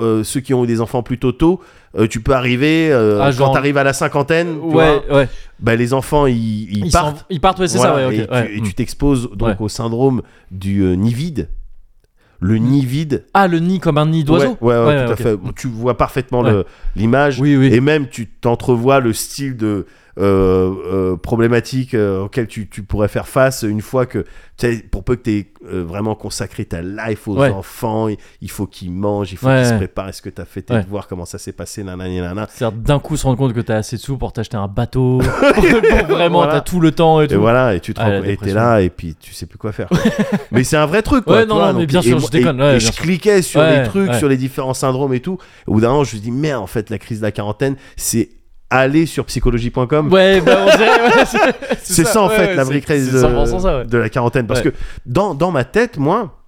B: euh, ceux qui ont eu des enfants plus tôt tôt, euh, tu peux arriver, euh,
A: Ah, genre-
B: quand t'arrives à la cinquantaine, tu
A: Ouais,
B: vois,
A: ouais.
B: bah, les enfants, ils, ils
A: Ils
B: partent.
A: s'en- Ils partent, ouais, c'est
B: Voilà,
A: ça, ouais,
B: et
A: ok.
B: tu-
A: ouais.
B: et tu t'exposes donc
A: Ouais.
B: au syndrome du euh, nid vide. le nid vide.
A: Ah, le nid comme un nid d'oiseau
B: Ouais, ouais, ouais, tout à
A: ok.
B: fait. Bon, Tu vois parfaitement
A: Ouais.
B: le- l'image.
A: Oui, oui.
B: Et même, tu t'entrevois le style de euh, euh, problématique euh, auquel tu, tu pourrais faire face une fois que, tu sais, pour peu que tu aies vraiment consacré ta life aux
A: Ouais.
B: enfants, il, il faut qu'ils mangent, il faut
A: Ouais,
B: qu'ils se
A: ouais.
B: préparent, est-ce que tu as fait tes
A: Ouais.
B: devoirs, comment ça s'est passé, nanani, nanana.
A: C'est-à-dire d'un coup se rendre compte que t'as assez de sous pour t'acheter un
B: [laughs]
A: bateau. pour, pour vraiment,
B: Voilà.
A: t'as tout le temps et tout.
B: Et voilà, et tu te
A: Ah,
B: rends-
A: la
B: et t'es
A: dépression.
B: là, et puis tu sais plus
A: [laughs]
B: quoi faire. quoi. mais c'est un vrai truc, quoi.
A: Ouais,
B: tu
A: non, non,
B: vois,
A: mais
B: donc,
A: bien
B: et
A: sûr,
B: moi-
A: je déconne,
B: et-
A: ouais,
B: et
A: bien
B: je
A: sûr.
B: cliquais sur les
A: Ouais,
B: trucs,
A: ouais.
B: sur les différents syndromes et tout. Au bout d'un moment, je me dis, merde, en fait, la crise de la quarantaine, c'est aller sur psychologie.com.
A: Ouais, bah, on dirait,
B: [laughs]
A: ouais, c'est-
B: c'est ça, en
A: ouais,
B: fait,
A: ouais,
B: la
A: c'est-
B: vraie crise euh,
A: C'est
B: de,
A: 100% ça, ouais.
B: de la quarantaine. Parce
A: Ouais.
B: que dans, dans ma tête, moi,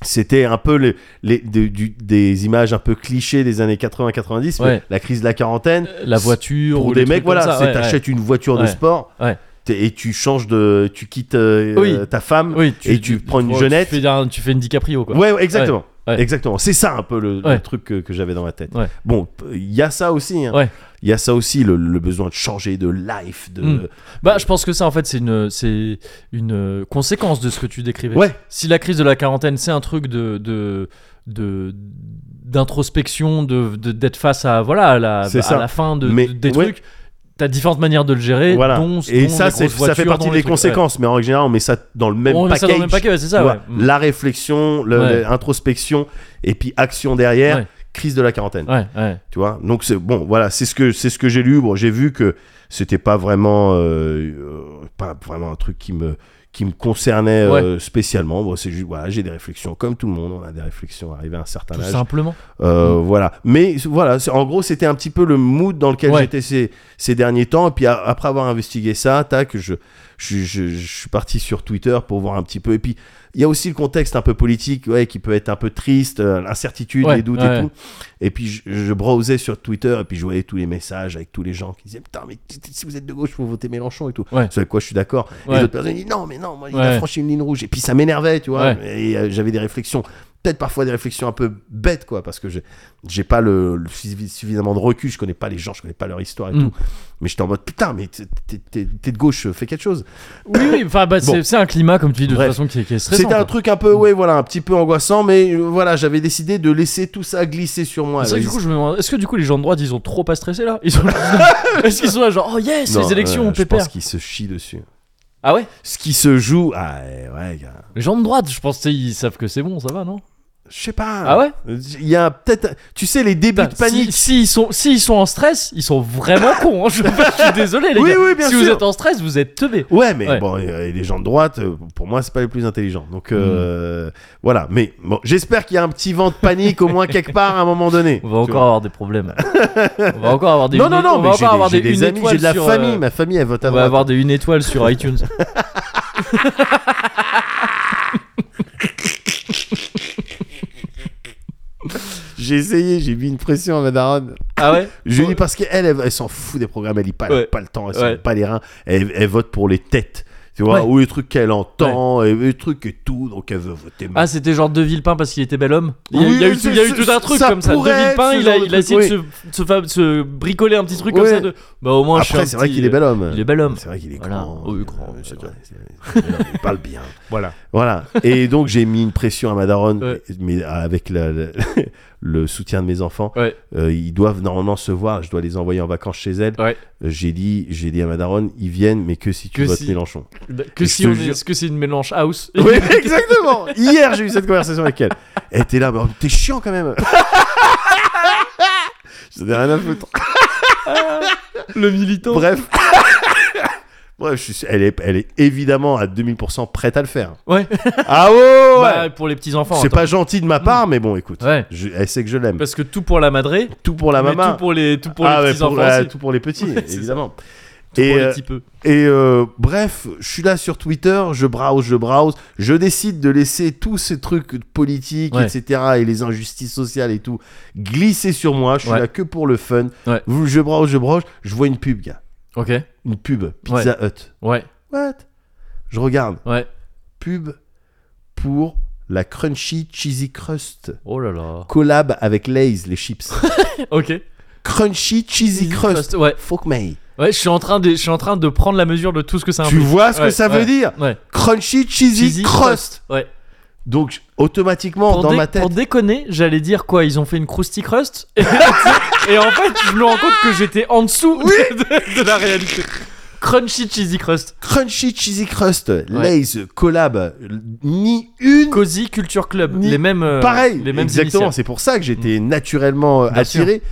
B: c'était un peu les, les- des- du- des images un peu clichés des années 80-90.
A: Ouais.
B: La crise de la quarantaine,
A: La voiture.
B: pour
A: ou
B: des
A: les trucs
B: mecs,
A: comme
B: voilà,
A: ça,
B: c'est
A: ouais, ouais.
B: t'achètes une voiture de
A: Ouais.
B: sport
A: Ouais.
B: t'es- et tu changes de, tu quittes euh,
A: Oui.
B: ta femme.
A: Oui,
B: et tu prends une
A: tu
B: jeunette.
A: fais un- Tu fais, une DiCaprio, quoi.
B: Ouais, ouais, exactement.
A: Ouais.
B: Exactement. C'est ça un peu le, le
A: Ouais.
B: truc que, que j'avais dans ma tête.
A: Ouais.
B: Bon, il y a ça aussi. hein. Il
A: Ouais.
B: y a ça aussi, le, le besoin de changer de life. De...
A: Mm. Bah, je pense que ça, en fait, c'est une, c'est une conséquence de ce que tu décrivais.
B: Ouais.
A: Si la crise de la quarantaine, c'est un truc de, de, de- d'introspection, de, de- d'être face à, voilà, à la,
B: C'est
A: à
B: ça.
A: la fin de,
B: Mais-
A: de- des
B: ouais.
A: trucs, t'as différentes manières de le gérer.
B: Voilà.
A: dont-
B: Et
A: dont
B: ça,
A: les
B: c'est,
A: grosses
B: ça fait
A: voitures,
B: partie
A: dont
B: des
A: les trucs, ouais.
B: conséquences. Mais en général, on met ça dans le même
A: On met
B: package.
A: ça dans le même paquet, ouais, c'est ça,
B: Tu
A: ouais.
B: vois,
A: Mm.
B: La réflexion, le-
A: Ouais.
B: l'introspection, et puis action derrière,
A: Ouais.
B: crise de la quarantaine.
A: Ouais, ouais.
B: tu vois donc c'est bon voilà c'est ce que c'est ce que j'ai lu bon j'ai vu que c'était pas vraiment euh, euh, pas vraiment un truc qui me qui me concernait euh, spécialement bon c'est juste voilà j'ai des réflexions comme tout le monde on a des réflexions arrivé à un certain
A: Tout
B: âge
A: simplement.
B: Euh,
A: Mm.
B: voilà mais voilà c'est- en gros c'était un petit peu le mood dans lequel
A: Ouais.
B: j'étais ces, ces derniers temps et puis a- après avoir investigué ça tac je je, je- je suis parti sur Twitter pour voir un petit peu et puis il y a aussi le contexte un peu politique ouais, qui peut être un peu triste euh, l'incertitude
A: Ouais,
B: les doutes et
A: ouais.
B: tout et puis je, je browsais sur Twitter et puis je voyais tous les messages avec tous les gens qui disaient putain mais t- t- si vous êtes de gauche faut voter Mélenchon et tout.
A: Ouais.
B: C'est avec quoi je suis d'accord. Et
A: Ouais.
B: d'autres personnes disaient non mais non moi il a
A: Ouais.
B: franchi une ligne rouge et puis ça m'énervait tu vois.
A: Ouais.
B: Et euh, j'avais des réflexions peut-être parfois des réflexions un peu bêtes quoi parce que j'ai j'ai pas le, le suffi- suffisamment de recul je connais pas les gens je connais pas leur histoire et
A: Mm.
B: tout mais j'étais en mode putain mais t'es- t'es- t'es t'es de gauche fais quelque chose
A: Oui, oui, enfin, bah,
B: Bon.
A: c'est, c'est un climat, comme tu dis, de
B: Bref.
A: toute façon, qui est, qui est stressant.
B: c'était un
A: quoi.
B: truc un peu ouais voilà un petit peu angoissant mais euh, voilà j'avais décidé de laisser tout ça glisser sur moi
A: C'est vrai que du
B: Résist-
A: coup, je me demande, est-ce que du coup les gens de droite ils ont trop pas stressé là
B: [laughs]
A: ils sont... Est-ce qu'ils sont là genre oh yes
B: Non,
A: les élections
B: euh,
A: on
B: je
A: pépère
B: pense qu'ils se chient dessus
A: Ah ouais
B: ce qui se joue ah eh, ouais gars.
A: Les gens de droite je pense tu sais, ils savent que c'est bon ça va non
B: je sais pas
A: Ah ouais
B: il y a peut-être tu sais les débuts
A: Putain,
B: de panique
A: Si, si ils sont, si ils sont en stress, ils sont
B: [laughs]
A: vraiment cons. hein. Je, je suis désolé, les
B: Oui,
A: gars.
B: oui, bien
A: si vous
B: sûr.
A: êtes en stress, vous êtes teubés.
B: Ouais, mais
A: Ouais.
B: bon, euh, les gens de droite, euh, pour moi, c'est pas les plus intelligents. Donc euh, voilà. Mais bon, j'espère qu'il y a un petit vent de panique au moins quelque part à un moment donné.
A: On va
B: Tu
A: encore
B: vois.
A: avoir des problèmes. on va encore avoir des.
B: Non,
A: une-
B: non, non,
A: on
B: mais
A: va
B: j'ai
A: encore avoir
B: des, j'ai
A: des-
B: des
A: une
B: amis,
A: étoile
B: j'ai de la
A: sur,
B: famille.
A: euh,
B: Ma famille, elle vote à
A: On va
B: droite.
A: avoir des une étoile sur iTunes.
B: J'ai essayé, j'ai mis une pression à ma daronne.
A: Ah ouais
B: Je lui dis parce qu'elle, elle, elle s'en fout des programmes, elle lit pas, elle a
A: Ouais.
B: pas le temps, elle
A: Ouais.
B: s'en pas les reins, elle, elle vote pour les têtes. Tu vois,
A: Ouais.
B: ou les trucs qu'elle entend, et les trucs et tout, donc elle veut voter.
A: Ah, c'était genre De Villepin parce qu'il était bel homme Il y a, il y a
B: Bah. Oui,
A: eu, tout- il y a eu
B: c'est-
A: tout un truc
B: ça
A: comme ça. De
B: pourrait être
A: Villepin,
B: ce
A: il a,
B: genre de
A: il a
B: truc,
A: essayé de se, se fa- se bricoler un petit truc
B: Ouais.
A: comme ça. De... Bah, au moins, je suis
B: Après,
A: un
B: c'est vrai
A: petit- euh,
B: qu'il est bel homme.
A: Il est bel homme.
B: C'est vrai qu'il est
A: Voilà.
B: grand.
A: Oui,
B: euh,
A: grand,
B: [laughs] c'est
A: c'est
B: vrai, c'est- c'est- il parle bien.
A: [laughs] Voilà.
B: Voilà. Et donc j'ai mis une pression à ma daronne,
A: Ouais.
B: mais avec la- la- [laughs] le soutien de mes enfants.
A: Ouais.
B: Euh, ils doivent normalement se voir. Je dois les envoyer en vacances chez elle.
A: Ouais.
B: Euh, J'ai dit, j'ai dit à ma daronne, ils viennent, mais que si tu
A: Que
B: votes
A: si.
B: Mélenchon.
A: [laughs] Bah, Que
B: Et
A: si
B: je te
A: on
B: jure-
A: est, est-ce que c'est une mélange house
B: Oui, exactement. Hier, j'ai eu cette conversation avec elle. Elle était là, mais oh, t'es chiant quand même. [laughs] J'en ai rien à foutre.
A: [laughs] Le militant.
B: Bref. [laughs] Bref, je suis- elle, est, elle est évidemment à 2000% prête à le faire.
A: Ouais.
B: Ah ouais, ouais, ouais.
A: Bah, pour les petits enfants.
B: C'est pas gentil de ma part, mais bon, écoute.
A: Ouais.
B: Je- elle sait que je l'aime.
A: Parce que tout pour la madré,
B: Tout pour la
A: mais
B: maman.
A: tout pour les, tout pour
B: Ah,
A: les
B: ouais,
A: petits
B: pour-
A: enfants
B: ouais,
A: aussi.
B: tout pour les petits,
A: Ouais, c'est ça.
B: évidemment.
A: Tout
B: Et,
A: pour les
B: euh,
A: petits peu.
B: et euh, bref, je suis là sur Twitter, je browse, je browse, je décide de laisser tous ces trucs politiques,
A: Ouais.
B: etc., et les injustices sociales et tout, glisser sur moi. Je suis
A: Ouais.
B: là que pour le fun.
A: Ouais.
B: Je browse, je browse, je vois une pub, gars.
A: Ok.
B: Une pub, Pizza Hut.
A: Ouais.
B: What Je regarde,
A: Ouais.
B: pub pour la Crunchy Cheesy Crust.
A: Oh là là.
B: Collab avec Lay's, les chips.
A: Ok.
B: [laughs] Crunchy Cheesy Crust.
A: Ouais.
B: Fuck me.
A: Ouais, je suis en train de, je suis en train de prendre la mesure de tout ce que ça
B: Tu
A: implique.
B: vois ce que
A: Ouais,
B: ça
A: ouais.
B: veut dire
A: Ouais.
B: Crunchy Cheesy,
A: Cheesy
B: crust.
A: Ouais.
B: Donc, automatiquement,
A: pour,
B: dans
A: dé-
B: ma tête.
A: pour déconner, j'allais dire quoi Ils ont fait une Krusty Crust [laughs] et, et en fait, je me rends compte que j'étais en dessous de, de- [laughs] de la réalité. Crunchy Cheesy Crust.
B: Crunchy Cheesy Crust, Lay's collab, ni une.
A: Cozy Culture Club.
B: Ni-
A: Les mêmes. euh,
B: Pareil,
A: Les mêmes
B: exactement.
A: initiales. Mm.
B: C'est pour ça que j'étais naturellement euh,
A: Bien sûr.
B: attiré.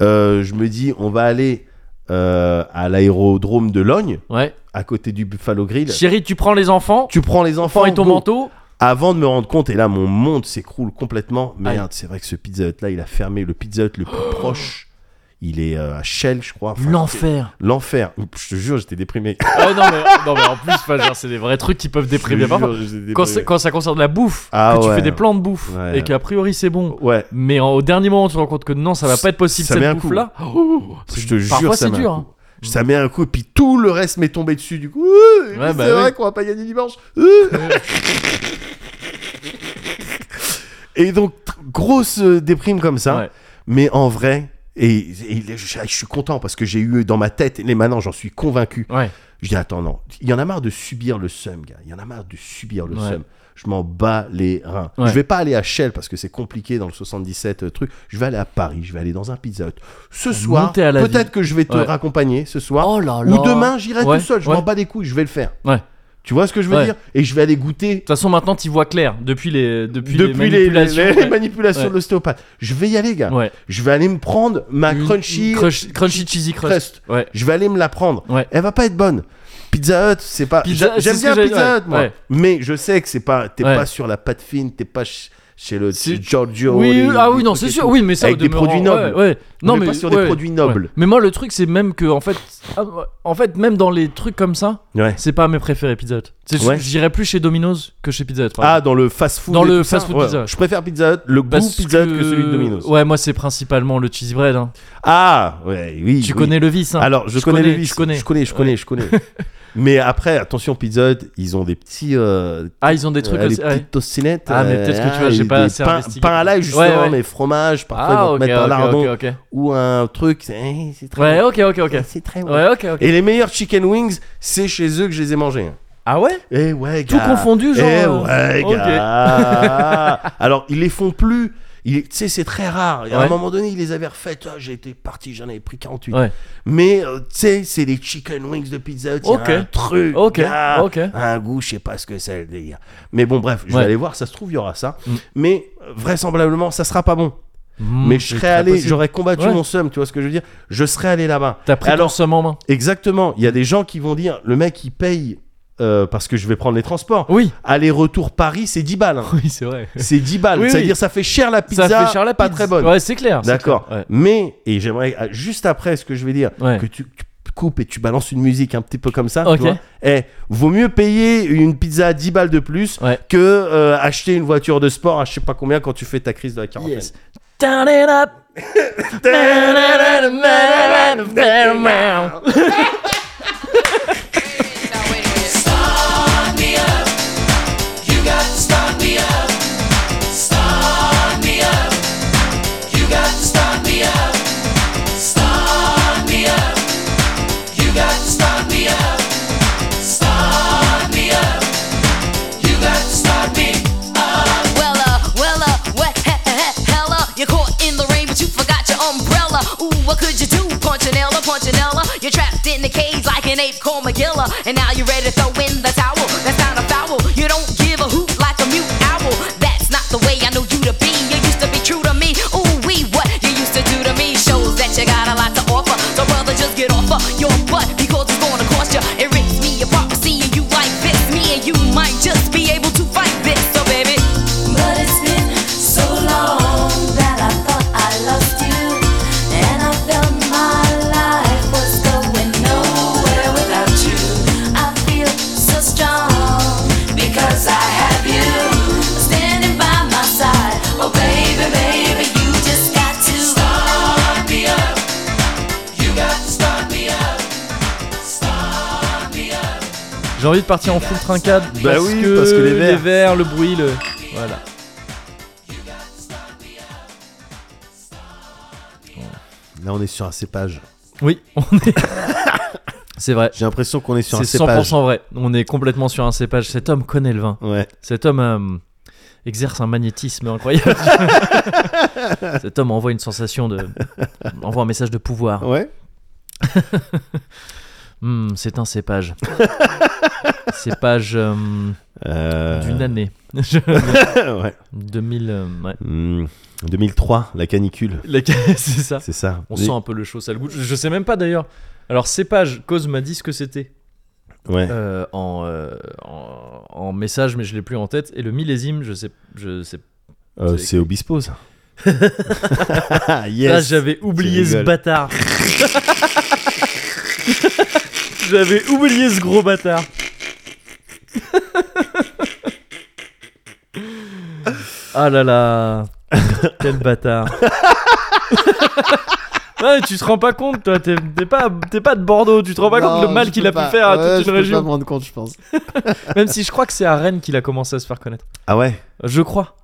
B: Euh, je me dis, on va aller euh, à l'aérodrome de Logne,
A: Ouais.
B: à côté du Buffalo Grill.
A: Chérie, tu prends les enfants,
B: Tu prends les enfants
A: prends et ton
B: go.
A: manteau.
B: Avant de me rendre compte, et là mon monde s'écroule complètement. Merde, c'est vrai que ce Pizza Hut là, il a fermé le Pizza Hut le plus proche. Il est euh, à Shell, je crois. Enfin,
A: Oh. L'enfer.
B: c'est- L'enfer. Je te jure,
A: [laughs]
B: j'étais déprimé.
A: Oh non mais, non, mais en plus, enfin, genre, c'est des vrais trucs qui peuvent déprimer.
B: Je te
A: Parfois,
B: jure, j'étais
A: quand, c'est-
B: déprimé.
A: quand ça concerne la bouffe,
B: Ah,
A: que tu
B: ouais.
A: fais des plans de bouffe
B: Ouais.
A: et qu'a priori c'est bon,
B: Ouais.
A: mais en- au dernier moment tu te rends compte que non, ça va pas être possible
B: Ça met un
A: cette
B: coup.
A: bouffe là. Oh,
B: Je te jure,
A: Parfois
B: ça
A: c'est
B: met un
A: dur.
B: coup.
A: hein.
B: Ça met un coup et puis tout le reste m'est tombé dessus du coup. Ouh, mais
A: bah
B: c'est vrai
A: oui.
B: qu'on va pas gagner dimanche. Euh. Ouh.
A: [laughs]
B: et donc tr- grosse euh, déprime comme ça.
A: Ouais.
B: Mais en vrai, et, et je, je suis content parce que j'ai eu dans ma tête, et maintenant j'en suis convaincu.
A: Ouais.
B: Je dis attends non, il y en a marre de subir le seum, gars. Il y en a marre de subir le
A: Ouais.
B: seum. Je m'en bats les reins.
A: Ouais.
B: Je vais pas aller à Shell parce que c'est compliqué dans le 77 euh, truc. Je vais aller à Paris. Je vais aller dans un Pizza Hut. Ce soir,
A: monter à la ville.
B: peut-être que je vais te
A: Ouais.
B: raccompagner ce soir.
A: Oh là là.
B: Ou demain, j'irai
A: Ouais,
B: tout seul. Je
A: ouais.
B: m'en bats les couilles. Je vais le faire.
A: Ouais. De
B: Tu vois ce que je veux
A: Ouais.
B: dire Et je vais aller goûter
A: toute façon, maintenant tu vois clair depuis les depuis,
B: depuis les les- les manipulations,
A: manipulations. ouais.
B: de
A: Ouais.
B: l'ostéopathe. Je vais y aller, gars.
A: [laughs] Ouais.
B: Je vais aller me prendre ma
A: Une-
B: crunchy.
A: une crush- crunchy cheesy crust.
B: crust.
A: Ouais.
B: Je vais aller me la prendre.
A: Ouais.
B: Elle va pas être bonne. Pizza Hut, c'est pas.
A: Pizza-
B: J'a-
A: c'est
B: J'aime
A: ce
B: bien
A: que j'ai-
B: Pizza
A: ouais,
B: Hut, moi.
A: ouais.
B: Mais je sais que c'est pas. T'es
A: Ouais.
B: pas sur la pâte fine. T'es pas ch- chez le
A: C'est-
B: Giorgio.
A: Oui,
B: les-
A: ah
B: les
A: oui, non,
B: trucs
A: c'est
B: et
A: sûr.
B: tout.
A: Oui, mais ça,
B: Avec
A: au
B: des
A: demeurant,
B: produits nobles.
A: Ouais, ouais. Non,
B: est
A: mais
B: pas sur des
A: ouais,
B: produits nobles.
A: ouais. Mais moi, le truc, c'est même que, en fait, ah, en fait, même dans les trucs comme ça,
B: Ouais.
A: c'est pas mes préférés Pizza Hut. C'est-
B: Ouais.
A: J'irais plus chez Domino's que chez Pizza Hut. par
B: Ah,
A: exemple.
B: dans le fast food.
A: Dans
B: et
A: le
B: tout ça,
A: fast-food
B: ouais.
A: Pizza Hut.
B: Je préfère Pizza Hut, le goût
A: Parce
B: Pizza Hut que celui de Domino's.
A: Ouais, moi, c'est principalement le cheese bread. hein.
B: Ah, ouais, oui.
A: Tu
B: oui.
A: connais le vice. hein.
B: Alors, je, connais, les vices.
A: Je connais.
B: Je connais, je connais, je connais.
A: [laughs]
B: mais après, attention, Pizza Hut, ils ont des petits. euh,
A: Ah, ils ont des trucs
B: euh, les
A: aussi. ouais.
B: petites tostinettes.
A: Ah, mais peut-être que tu vois, j'ai
B: et
A: pas
B: des
A: assez
B: pains,
A: investigué.
B: pains à l'ail, justement,
A: Ouais, ouais.
B: mais fromage. Parfois, ils
A: Ah,
B: vont
A: ok,
B: te mettre un
A: ok,
B: lardon
A: ok, ok.
B: ou un truc. C'est eh, c'est très
A: Ouais,
B: bon.
A: ok, ok, ok.
B: Eh, C'est très bon.
A: Ouais, ok, ok.
B: Et les meilleurs chicken wings, c'est chez eux que je les ai mangés. hein.
A: Ah ouais
B: Eh ouais,
A: Tout
B: gars.
A: confondu, genre.
B: Eh
A: euh,
B: ouais,
A: ok. [laughs]
B: gars. Alors, ils les font plus. Il- Tu sais, c'est très rare. Et À
A: Ouais.
B: un moment donné, ils les avaient refaites. Ah, j'ai été parti, j'en avais pris 48.
A: Ouais.
B: Mais, euh, tu sais, c'est les chicken wings de Pizza Hut. Il y a
A: Ok.
B: un truc.
A: Ok,
B: gars.
A: ok.
B: Un goût, je sais pas ce que c'est le délire. Mais bon, bref, je
A: Ouais.
B: vais aller voir. Ça se trouve, il y aura ça.
A: Mm.
B: Mais euh, vraisemblablement, ça sera pas bon.
A: Mmh,
B: Mais je
A: c'est
B: serais
A: très
B: allé,
A: possible.
B: j'aurais combattu
A: Ouais.
B: mon seum, tu vois ce que je veux dire Je serais allé là-bas.
A: T'as pris
B: Alors-
A: ton somme en main.
B: Exactement. Il y a des gens qui vont dire le mec, il paye euh, parce que je vais prendre les transports.
A: Oui. [laughs]
B: Aller-retour Paris, c'est 10 balles. hein.
A: Oui, c'est vrai.
B: C'est 10 balles.
A: Oui, oui.
B: C'est-à-dire, ça fait cher la pizza,
A: ça fait cher la
B: pas
A: pizza.
B: très bonne.
A: Ouais, c'est clair. c'est
B: D'accord.
A: clair, ouais.
B: Mais, et j'aimerais, ah, juste après ce que je vais dire,
A: Ouais.
B: que tu, tu coupes et tu balances une musique un petit peu comme ça.
A: Ok.
B: Tu vois Eh, vaut mieux payer une pizza à 10 balles de plus
A: Ouais.
B: que euh, acheter une voiture de sport à je sais pas combien quand tu fais ta crise de la quarantaine.
A: Yes. Turn it
B: [laughs]
A: up.
E: Well, uh, well, uh, what he- he- he- hella? You're caught in the rain, but you forgot your umbrella. Ooh, what could you do? Punchinella, punchinella. You're trapped in the cage like an ape called Magilla. And now you're ready to throw in the towel. That's not a foul. You don't give a hoot like a mute owl. That's not the way I know you to be. You used to be true to me. Ooh, we what you used to do to me shows that you got a lot to offer. So, brother, just get off of your butt because it's gonna cost you. It rips me apart seeing you like this. Me and you might just be able to fight this. So, baby.
F: But it's been so long that I thought I lost you, and I felt my life was going nowhere without you. I feel so strong because I have you standing by my side. Oh baby, baby, you just got to start me up. You got to start me up. Start me up.
A: J'ai envie de partir en full trincade.
B: Bah
A: parce
B: oui,
A: que
B: parce que les verres.
A: verres, le bruit, le. Voilà.
B: Là, on est sur un cépage.
A: Oui, on
B: [laughs]
A: est. c'est vrai.
B: J'ai l'impression qu'on est sur
A: C'est
B: un cépage.
A: 100% vrai. On est complètement sur un cépage. Cet homme connaît le vin.
B: Ouais.
A: Cet homme euh, exerce un magnétisme
B: [laughs]
A: incroyable. Cet homme envoie une sensation de. envoie un message de pouvoir.
B: Ouais.
A: Hmm, c'est un cépage. cépage euh,
B: Euh,
A: d'une année. [laughs]
B: [laughs] ouais.
A: 2000. euh, ouais.
B: Hmm. 2003, la canicule.
A: La- [laughs] c'est ça.
B: C'est ça.
A: On
B: Les-
A: sent un peu le chaud, ça le goûte. Je je sais même pas d'ailleurs. Alors, cépage, cause m'a dit ce que c'était
B: Ouais.
A: euh, en, euh, en, en message, mais je l'ai plus en tête. Et le millésime, je sais. Je sais
B: Euh,
A: c'est-
B: c'est Obispo, ça. [laughs] Ah,
A: Là,
B: yes.
A: j'avais oublié ce
B: rigoles.
A: bâtard. j'avais oublié ce gros bâtard. ah là là. Quel bâtard. Ouais, tu te rends pas compte, toi, t'es t'es pas, t'es pas de Bordeaux, tu te rends pas compte le mal qu'il a pu faire à toute une
G: Je peux pas
A: région.
G: me rendre compte, je pense.
A: Même si je crois que c'est à Rennes qu'il a commencé à se faire connaître.
B: Ah ouais.
A: Je crois.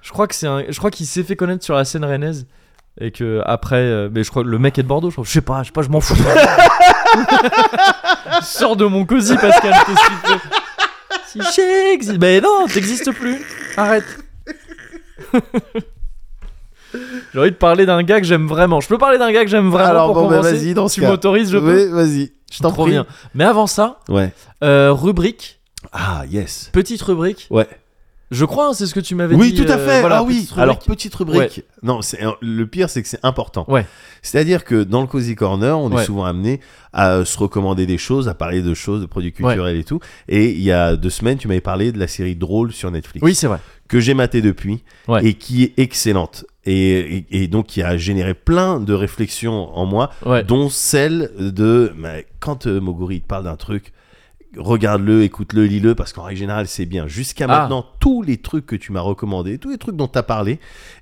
A: Je crois que c'est un- je crois qu'il s'est fait connaître sur la scène rennaise et que après euh, mais je crois le mec est de Bordeaux, je crois. Je sais pas, je sais pas, je m'en fous. [laughs] Sors de mon cosy Pascal, qu'est-ce que tu fais Si j'existe, mais non, t'existes plus. Arrête. [laughs] J'ai envie de parler d'un gars que j'aime vraiment. Je peux parler d'un gars que j'aime vraiment
B: Alors,
A: pour
B: bon, bah,
A: commencer
B: vas-y, dans ce
A: Tu
B: cas.
A: m'autorises, je peux
B: Oui, vas-y. Je t'en
A: Trop
B: prie.
A: bien. Mais avant ça,
B: Ouais.
A: euh, rubrique,
B: Ah yes.
A: petite rubrique.
B: Ouais.
A: Je crois, hein, c'est ce que tu m'avais
B: Oui,
A: dit.
B: tout à
A: euh,
B: fait.
A: voilà,
B: ah oui.
A: petite rubrique.
B: Alors petite rubrique. Non, c'est euh, le pire, c'est que c'est important.
A: Ouais.
B: C'est-à-dire que dans le cozy corner, on
A: Ouais.
B: est souvent amené à euh, se recommander des choses, à parler de choses, de produits culturels et tout. Et il y a deux semaines, tu m'avais parlé de la série Drôle sur Netflix
A: Oui, c'est vrai.
B: que j'ai maté depuis
A: Ouais.
B: et qui est excellente et, et- et donc qui a généré plein de réflexions en moi,
A: Ouais.
B: dont celle de mais quand euh, Moguri te parle d'un truc. Regarde-le, écoute-le, lis-le, parce qu'en règle générale, c'est bien. Jusqu'à
A: Ah.
B: maintenant, tous les trucs que tu m'as recommandés, tous les trucs dont tu as parlé,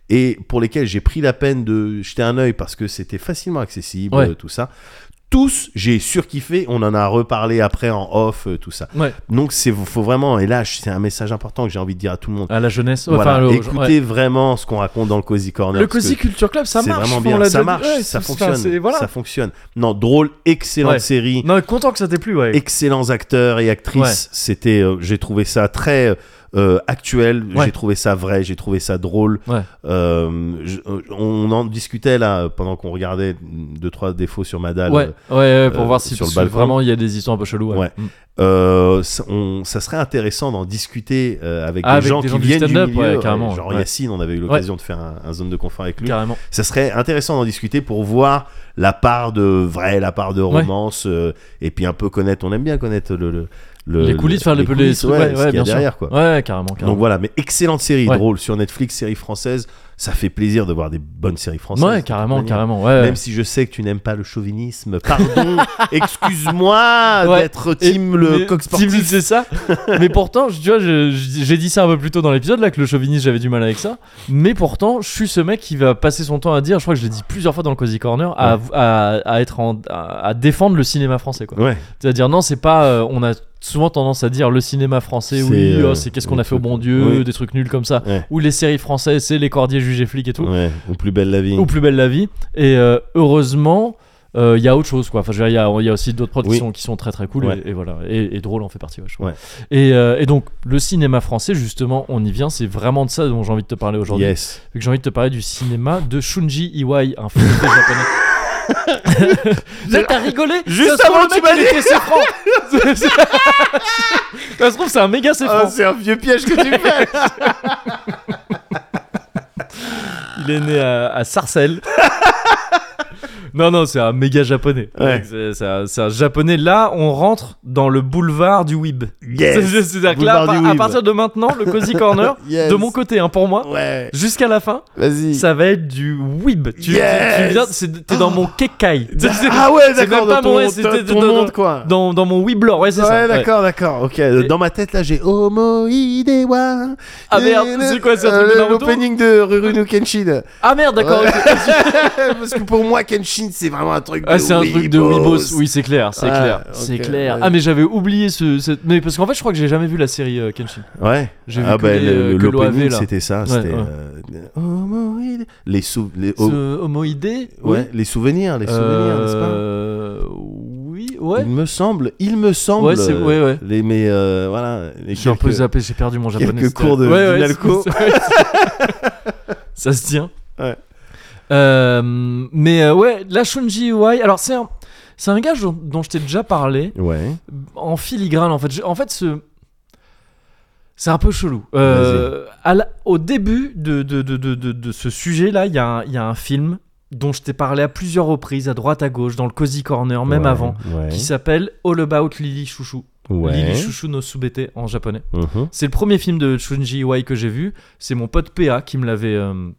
B: et pour lesquels j'ai pris la peine de jeter un œil parce que c'était facilement accessible,
A: Ouais.
B: euh, tout ça. Tous, j'ai surkiffé. On en a reparlé après en off, euh, tout ça.
A: Ouais.
B: Donc, c'est faut vraiment. Et là, c'est un message important que j'ai envie de dire à tout le monde.
A: À la jeunesse. ouais,
B: Voilà,
A: enfin, le-
B: écoutez
A: ouais.
B: vraiment ce qu'on raconte dans le Cozy Corner.
A: le
B: parce
A: Cozy
B: que
A: Culture Club, ça
B: c'est
A: marche.
B: vraiment
A: on l'a
B: bien, ça
A: déjà dit.
B: marche,
A: Ouais,
B: ça
A: c'est-
B: fonctionne,
A: enfin, c'est- voilà.
B: ça fonctionne. Non, drôle, excellente
A: Ouais.
B: série,
A: Non, content que ça t'ait plu, ouais.
B: excellents acteurs et actrices.
A: Ouais.
B: C'était, euh, j'ai trouvé ça très euh, actuel,
A: Ouais.
B: j'ai trouvé ça vrai, j'ai trouvé ça drôle.
A: Ouais.
B: Euh, je- euh, on en discutait là pendant qu'on regardait deux trois défauts sur Madal.
A: Ouais, ouais, ouais, pour
B: euh,
A: voir si,
B: sur le
A: si
B: balcon.
A: vraiment il y a des histoires un peu cheloues.
B: Ouais.
A: Mm.
B: Euh, ça, on- ça serait intéressant d'en discuter euh, avec,
A: Ah,
B: des
A: avec
B: gens
A: des
B: qui
A: gens du
B: viennent du
A: stand-up,
B: milieu.
A: ouais,
B: euh,
A: carrément,
B: genre
A: ouais.
B: Yacine, on avait eu l'occasion de faire un, un zone de confort avec lui.
A: Carrément.
B: ça serait intéressant d'en discuter pour voir la part de vrai, la part de romance, euh, et puis un peu connaître, on aime bien connaître le, le- le-
A: les
B: le-
A: coulisses, faire les, les-
B: coulisses, ouais,
A: ouais,
B: ce
A: ouais,
B: qu'il y a
A: bien sûr.
B: derrière, quoi.
A: Ouais, carrément, carrément.
B: Donc voilà, mais excellente série
A: Ouais.
B: drôle sur Netflix, série française, ça fait plaisir de voir des bonnes séries françaises. de
A: ouais, euh,
B: toute
A: carrément,
B: manière.
A: carrément. Ouais.
B: Même si je sais que tu n'aimes pas le chauvinisme,
A: [laughs]
B: pardon, excuse-moi
A: Ouais.
B: d'être team le coq sportif.
A: Team, c'est
B: [laughs]
A: ça. mais pourtant, je- tu vois, je- je- j'ai dit ça un peu plus tôt dans l'épisode là que le chauvinisme, j'avais du mal avec ça. Mais pourtant, je suis ce mec qui va passer son temps à dire, je crois que je l'ai dit plusieurs fois dans le cozy corner, à, à, à être en- à, à défendre le cinéma français, quoi.
B: Ouais,
A: C'est-à-dire non, c'est pas. euh, on a souvent tendance à dire le cinéma français,
B: C'est,
A: oui,
B: euh,
A: oh, c'est qu'est-ce qu'on
B: des
A: a fait au
B: trucs-
A: bon Dieu,
B: oui.
A: des trucs nuls comme ça.
B: Ouais.
A: Ou les séries françaises, c'est les cordiers jugés flics et tout.
B: ouais, ou plus belle la vie.
A: Ou plus belle la vie. Et euh, heureusement. euh, Il y a autre chose quoi. Enfin, je veux dire, il y a- il y, a aussi d'autres prods
B: Oui.
A: qui, sont, qui sont très très cool
B: Ouais.
A: et, et voilà. Et, et drôle en fait partie, ouais, je crois.
B: Ouais.
A: Et, euh, et donc, le cinéma français, justement, on y vient. C'est vraiment de ça dont j'ai envie de te parler aujourd'hui.
B: Yes.
A: Vu que j'ai envie de te parler du cinéma de Shunji Iwai, un
B: [laughs]
A: filmmaker japonais. Là, T'as rigolé
B: Juste
A: Ça se trouve,
B: avant,
A: le
B: tu
A: mec,
B: m'as
A: il
B: dit.
A: était séfran. C'est- [laughs] c'est- Ça se trouve, c'est un méga séfran.
B: Ah, Oh, c'est un vieux piège que tu fais.
A: il est né à, à
B: [laughs]
A: Sarcelles. non, non, c'est un méga japonais.
B: Ouais.
A: C'est- C'est un, c'est un japonais. Là, on rentre dans le boulevard du Weeb. C'est-
B: [laughs] Yes.
A: [laughs] C'est-à-dire que là, à,
B: Boulevard du
A: par- à
B: Weeb.
A: partir de maintenant, le
B: [laughs]
A: Cozy Corner,
B: Yes.
A: de mon côté, hein, pour moi,
B: Ouais.
A: jusqu'à la fin,
B: Vas-y.
A: ça va être du Weeb. Tu, tu- tu
B: Yes.
A: viens, c'est- t'es dans mon kekai. [laughs]
B: Ah ouais,
A: C'est
B: d'accord,
A: même pas
B: dans
A: mon
B: ton,
A: S, c'était
B: ton, ton
A: dans-
B: monde, quoi.
A: dans, dans mon Weeblore, ouais, c'est
B: ouais,
A: ça. ouais.
B: d'accord, d'accord. Ok, dans ma tête, là, j'ai Homo Idewa.
A: Ah merde, c'est quoi, c'est un truc de Naruto
B: euh, L'opening de Rurouni
A: [laughs]
B: Kenshin.
A: Ah merde, d'accord.
B: Ouais.
A: ok.
B: Parce que pour moi, Kenshin, c'est vraiment un truc de
A: Ah, c'est un truc de Weebos.
B: weebos.
A: Oui, c'est clair, c'est
B: Ouais,
A: clair,
B: ok,
A: c'est clair.
B: ouais.
A: Ah, mais j'avais oublié ce, cette- Mais parce qu'en fait, je crois que j'ai jamais vu la série euh, Kenshin.
B: Ouais.
A: J'ai vu
B: Ah
A: que
B: bah,
A: les, euh,
B: le-
A: que l'OAV,
B: l'opening,
A: là.
B: c'était ça.
A: Ouais,
B: C'était
A: ouais.
B: euh, Homo Ide- Les sou- les- oh,
A: Ce Homoïdé
B: Ouais, les souvenirs, les souvenirs, n'est-ce pas
A: Euh, Oui, oui, ouais.
B: Il me semble, il me semble.
A: Ouais, c'est- ouais, ouais.
B: Les, mais euh, voilà. les
A: J'ai un peu
B: quelques-
A: zappé, j'ai perdu mon japonais.
B: quelques
A: c'était-
B: cours de-
A: ouais, ouais,
B: d'Inalco.
A: c'est- [laughs] c'est- Ça se tient.
B: Ouais.
A: Euh, mais euh, ouais, la Shunji Iwai. Alors c'est un, c'est un gars dont, dont je t'ai déjà parlé
B: Ouais.
A: en filigrane en fait. Je- en fait, ce c'est un peu chelou. Euh, à la- au début de, de, de, de, de- de ce sujet-là, il y, a un- il y a un film dont je t'ai parlé à plusieurs reprises, à droite, à gauche, dans le Cozy Corner, même
B: Ouais,
A: avant,
B: Ouais.
A: qui s'appelle All About Lily Chouchou.
B: ouais.
A: Lily Chouchou no Subete en japonais.
B: Mhm.
A: C'est le premier film de Shunji Iwai que j'ai vu. C'est mon pote PA qui me l'avait euh,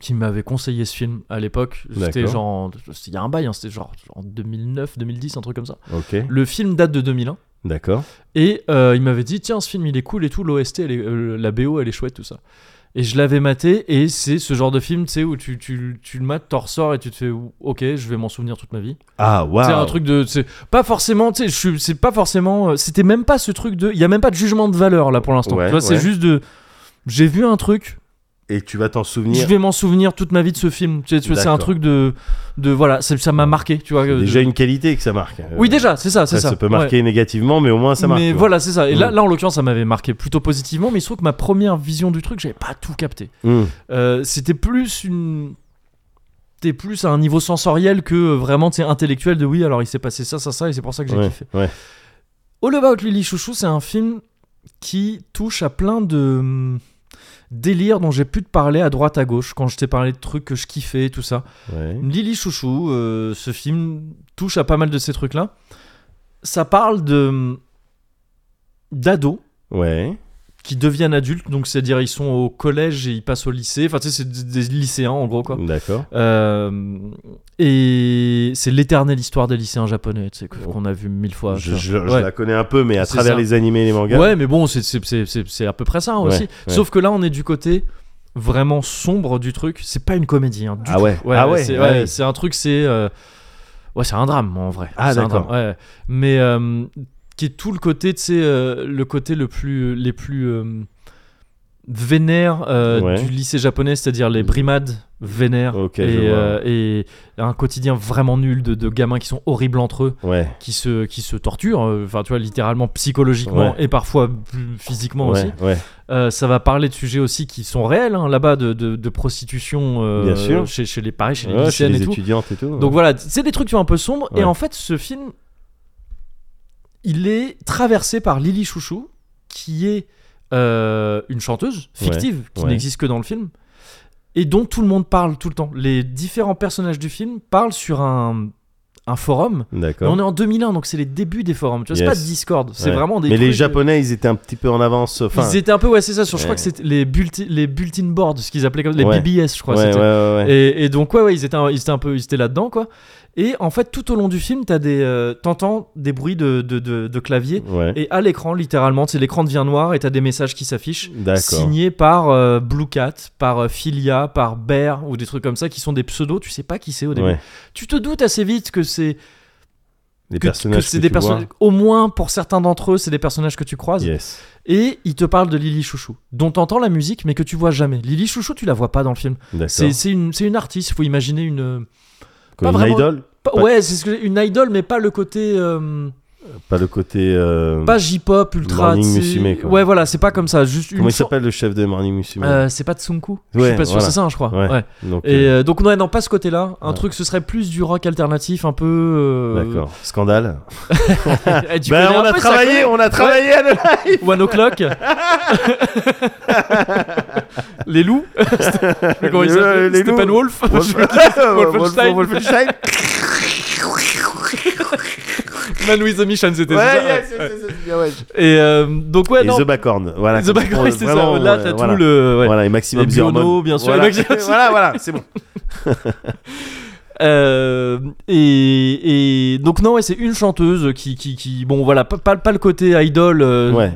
A: qui m'avait conseillé ce film à l'époque. C'était
B: D'accord.
A: genre en- il y a un bail, hein, c'était genre, en 2009, 2010, un truc comme ça.
B: Ok.
A: Le film date de 2001
B: D'accord.
A: et euh, il m'avait dit tiens ce film il est cool et tout l'OST elle est- euh, la BO elle est chouette tout ça. Et je l'avais maté et c'est ce genre de film tu sais où tu, tu, tu le mates, t'en ressors et tu te fais ok je vais m'en souvenir toute ma vie.
B: Ah waouh.
A: C'est un truc de. C'est pas forcément. Tu sais, je suis- c'est pas forcément. euh, C'était même pas ce truc de. Il y a même pas de jugement de valeur là pour l'instant.
B: Ouais,
A: tu vois, c'est
B: ouais.
A: juste de. J'ai vu un truc,
B: Et tu vas t'en
A: je
B: souvenir.
A: vais m'en souvenir toute ma vie de ce film. Tu sais, tu vois, c'est un
B: D'accord.
A: truc de. de voilà, c'est- ça m'a marqué, tu vois.
B: C'est
A: euh,
B: Déjà
A: de-
B: une qualité que ça marque. Euh,
A: Oui, déjà, c'est ça, c'est
B: Ça,
A: ça.
B: ça peut
A: ouais.
B: marquer négativement, mais au moins ça marque.
A: mais
B: tu vois.
A: voilà, c'est ça. Et là,
B: Mm.
A: là, en l'occurrence, ça m'avait marqué plutôt positivement, mais il se trouve que ma première vision du truc, j'avais pas tout capté.
B: Mhm.
A: Euh, C'était plus une. T'es plus à un niveau sensoriel que euh, vraiment, tu sais, intellectuel de oui, alors il s'est passé ça, ça, ça, et c'est pour ça que j'ai
B: Ouais,
A: kiffé.
B: ouais.
A: All About Lily Chouchou, c'est un film qui touche à plein de hum, délires dont j'ai pu te parler à droite à gauche quand je t'ai parlé de trucs que je kiffais et tout ça.
B: Ouais.
A: Lily Chouchou, euh, ce film touche à pas mal de ces trucs-là. Ça parle de hum, d'ados
B: Ouais.
A: qui deviennent adultes, donc c'est-à-dire ils sont au collège et ils passent au lycée. Enfin, tu sais, c'est des des lycéens en gros quoi.
B: D'accord.
A: Euh, et c'est l'éternelle histoire des lycéens japonais, tu sais, que- qu'on a vu mille fois.
B: Je, je- je
A: Ah, Ouais.
B: la connais un peu, mais à
A: C'est
B: travers
A: ça.
B: les animés et les mangas.
A: Ouais, mais bon, c'est- c'est- c'est c'est- c'est à peu près ça hein,
B: Ouais,
A: aussi.
B: ouais.
A: Sauf que là, on est du côté vraiment sombre du truc. C'est pas une comédie. hein, du
B: Ah ouais.
A: tout.
B: ah ouais.
A: C'est
B: ah
A: ouais,
B: oui.
A: c'est un truc, c'est. euh, Ouais, c'est un drame en vrai.
B: Ah,
A: C'est un
B: d'accord.
A: drame, ouais. Mais euh, qui est tout le côté, tu sais, euh, le côté le plus. les plus. euh, vénères euh,
B: Ouais.
A: du lycée japonais, c'est-à-dire les brimades vénères
B: Ok, je
A: et,
B: vois.
A: euh, et un quotidien vraiment nul de- de gamins qui sont horribles entre eux
B: Ouais.
A: qui se, qui se torturent, euh, enfin tu vois, littéralement psychologiquement
B: Ouais.
A: et parfois plus physiquement
B: ouais.
A: aussi.
B: ouais.
A: Euh, ça va parler de sujets aussi qui sont réels, hein, là-bas, de, de, de prostitution euh,
B: Bien sûr.
A: Chez, chez les pareils, chez les
B: Ouais, chez
A: lycéennes
B: les
A: et tout.
B: étudiantes et tout.
A: Donc voilà, c'est des trucs tu vois, un peu sombres.
B: Ouais.
A: Et en fait, ce film, il est traversé par Lily Chouchou, qui est euh, une chanteuse fictive, qui
B: ouais.
A: n'existe que dans le film, et dont tout le monde parle tout le temps. Les différents personnages du film parlent sur un, un forum mais
B: D'accord.
A: on est en 2001, donc c'est les débuts des forums. Tu vois, c'est
B: Yes.
A: pas Discord, c'est
B: Ouais.
A: vraiment des.
B: Mais les
A: trucs- euh,
B: Japonais, ils étaient un petit peu en avance. Enfin,
A: Ils étaient un peu, ouais, c'est ça. Sur, Je crois
B: Ouais.
A: que c'était les, bulletin, les bulletin boards, ce qu'ils appelaient comme les
B: Ouais.
A: BBS, je crois.
B: ouais, ouais,
A: c'était.
B: ouais, ouais.
A: Et, et donc, ouais, ouais, ils étaient, un- ils étaient un peu, ils étaient là-dedans, quoi. Et en fait, tout au long du film, t'as des, euh, t'entends des bruits de, de, de, de clavier.
B: Ouais.
A: Et à l'écran, littéralement, c'est l'écran devient noir et t'as des messages qui s'affichent.
B: D'accord.
A: Signés par euh, Blue Cat, par euh, Filia, par Bear ou des trucs comme ça qui sont des pseudos, tu sais pas qui c'est au début.
B: Ouais.
A: Tu te doutes assez vite que c'est
B: Les
A: que-
B: personnages.
A: que c'est
B: que
A: des
B: tu vois.
A: personnages au moins pour certains d'entre eux c'est des personnages que tu croises
B: Yes.
A: et ils te parlent de Lily Chouchou dont t'entends la musique mais que tu vois jamais Lily Chouchou tu la vois pas dans le film
B: D'accord.
A: c'est c'est une c'est une artiste faut imaginer une euh, pas
B: Comme une
A: vraiment-
B: idole.
A: pas-
B: Pas-
A: ouais c'est ce que- une idol mais pas le côté euh,
B: Pas le côté. euh,
A: pas J-pop ultra
B: Morning
A: c'est-
B: Musume, quoi.
A: ouais voilà c'est pas comme ça juste une
B: Comment il
A: chan-
B: s'appelle le chef de Morning Musume
A: Euh, c'est pas Tsunku je
B: Ouais,
A: suis pas sûr
B: voilà.
A: c'est ça hein, je crois
B: Ouais.
A: ouais.
B: Donc,
A: et
B: euh,
A: euh, donc ouais, non pas ce côté là un
B: Ouais.
A: truc ce serait plus du rock alternatif un peu euh, [laughs]
B: D'accord. Scandale.
A: eh, tu
B: Ben,
A: connais
B: on
A: un
B: a
A: peu, ça
B: travaillé, on a travaillé à le-
A: One
B: [laughs]
A: O'Clock Les loups [laughs] Mais comment il
B: Les-
A: s'appelle
B: les loups.
A: Steppenwolf Wolfenstein.
B: Wolfenstein.
A: Man with a Mission, c'était
B: Ouais,
A: ça
B: yes, yes, yes, yes, bien, ouais.
A: Et euh, donc, ouais,
B: Et
A: non.
B: The Backhorn. Voilà.
A: The Back Row,
B: Vraiment, euh,
A: c'est ça. Là, t'as
B: voilà.
A: tout le. ouais.
B: Voilà, et Maximum
A: Les Biono,
B: Zormon.
A: bien sûr,
B: Voilà,
A: les Maximum-
B: [laughs] voilà, voilà, c'est bon.
A: Euh, et, et donc, non, ouais, c'est une chanteuse qui, qui, qui. Bon, voilà, pas, pas, pas le côté idol. euh,
B: Ouais.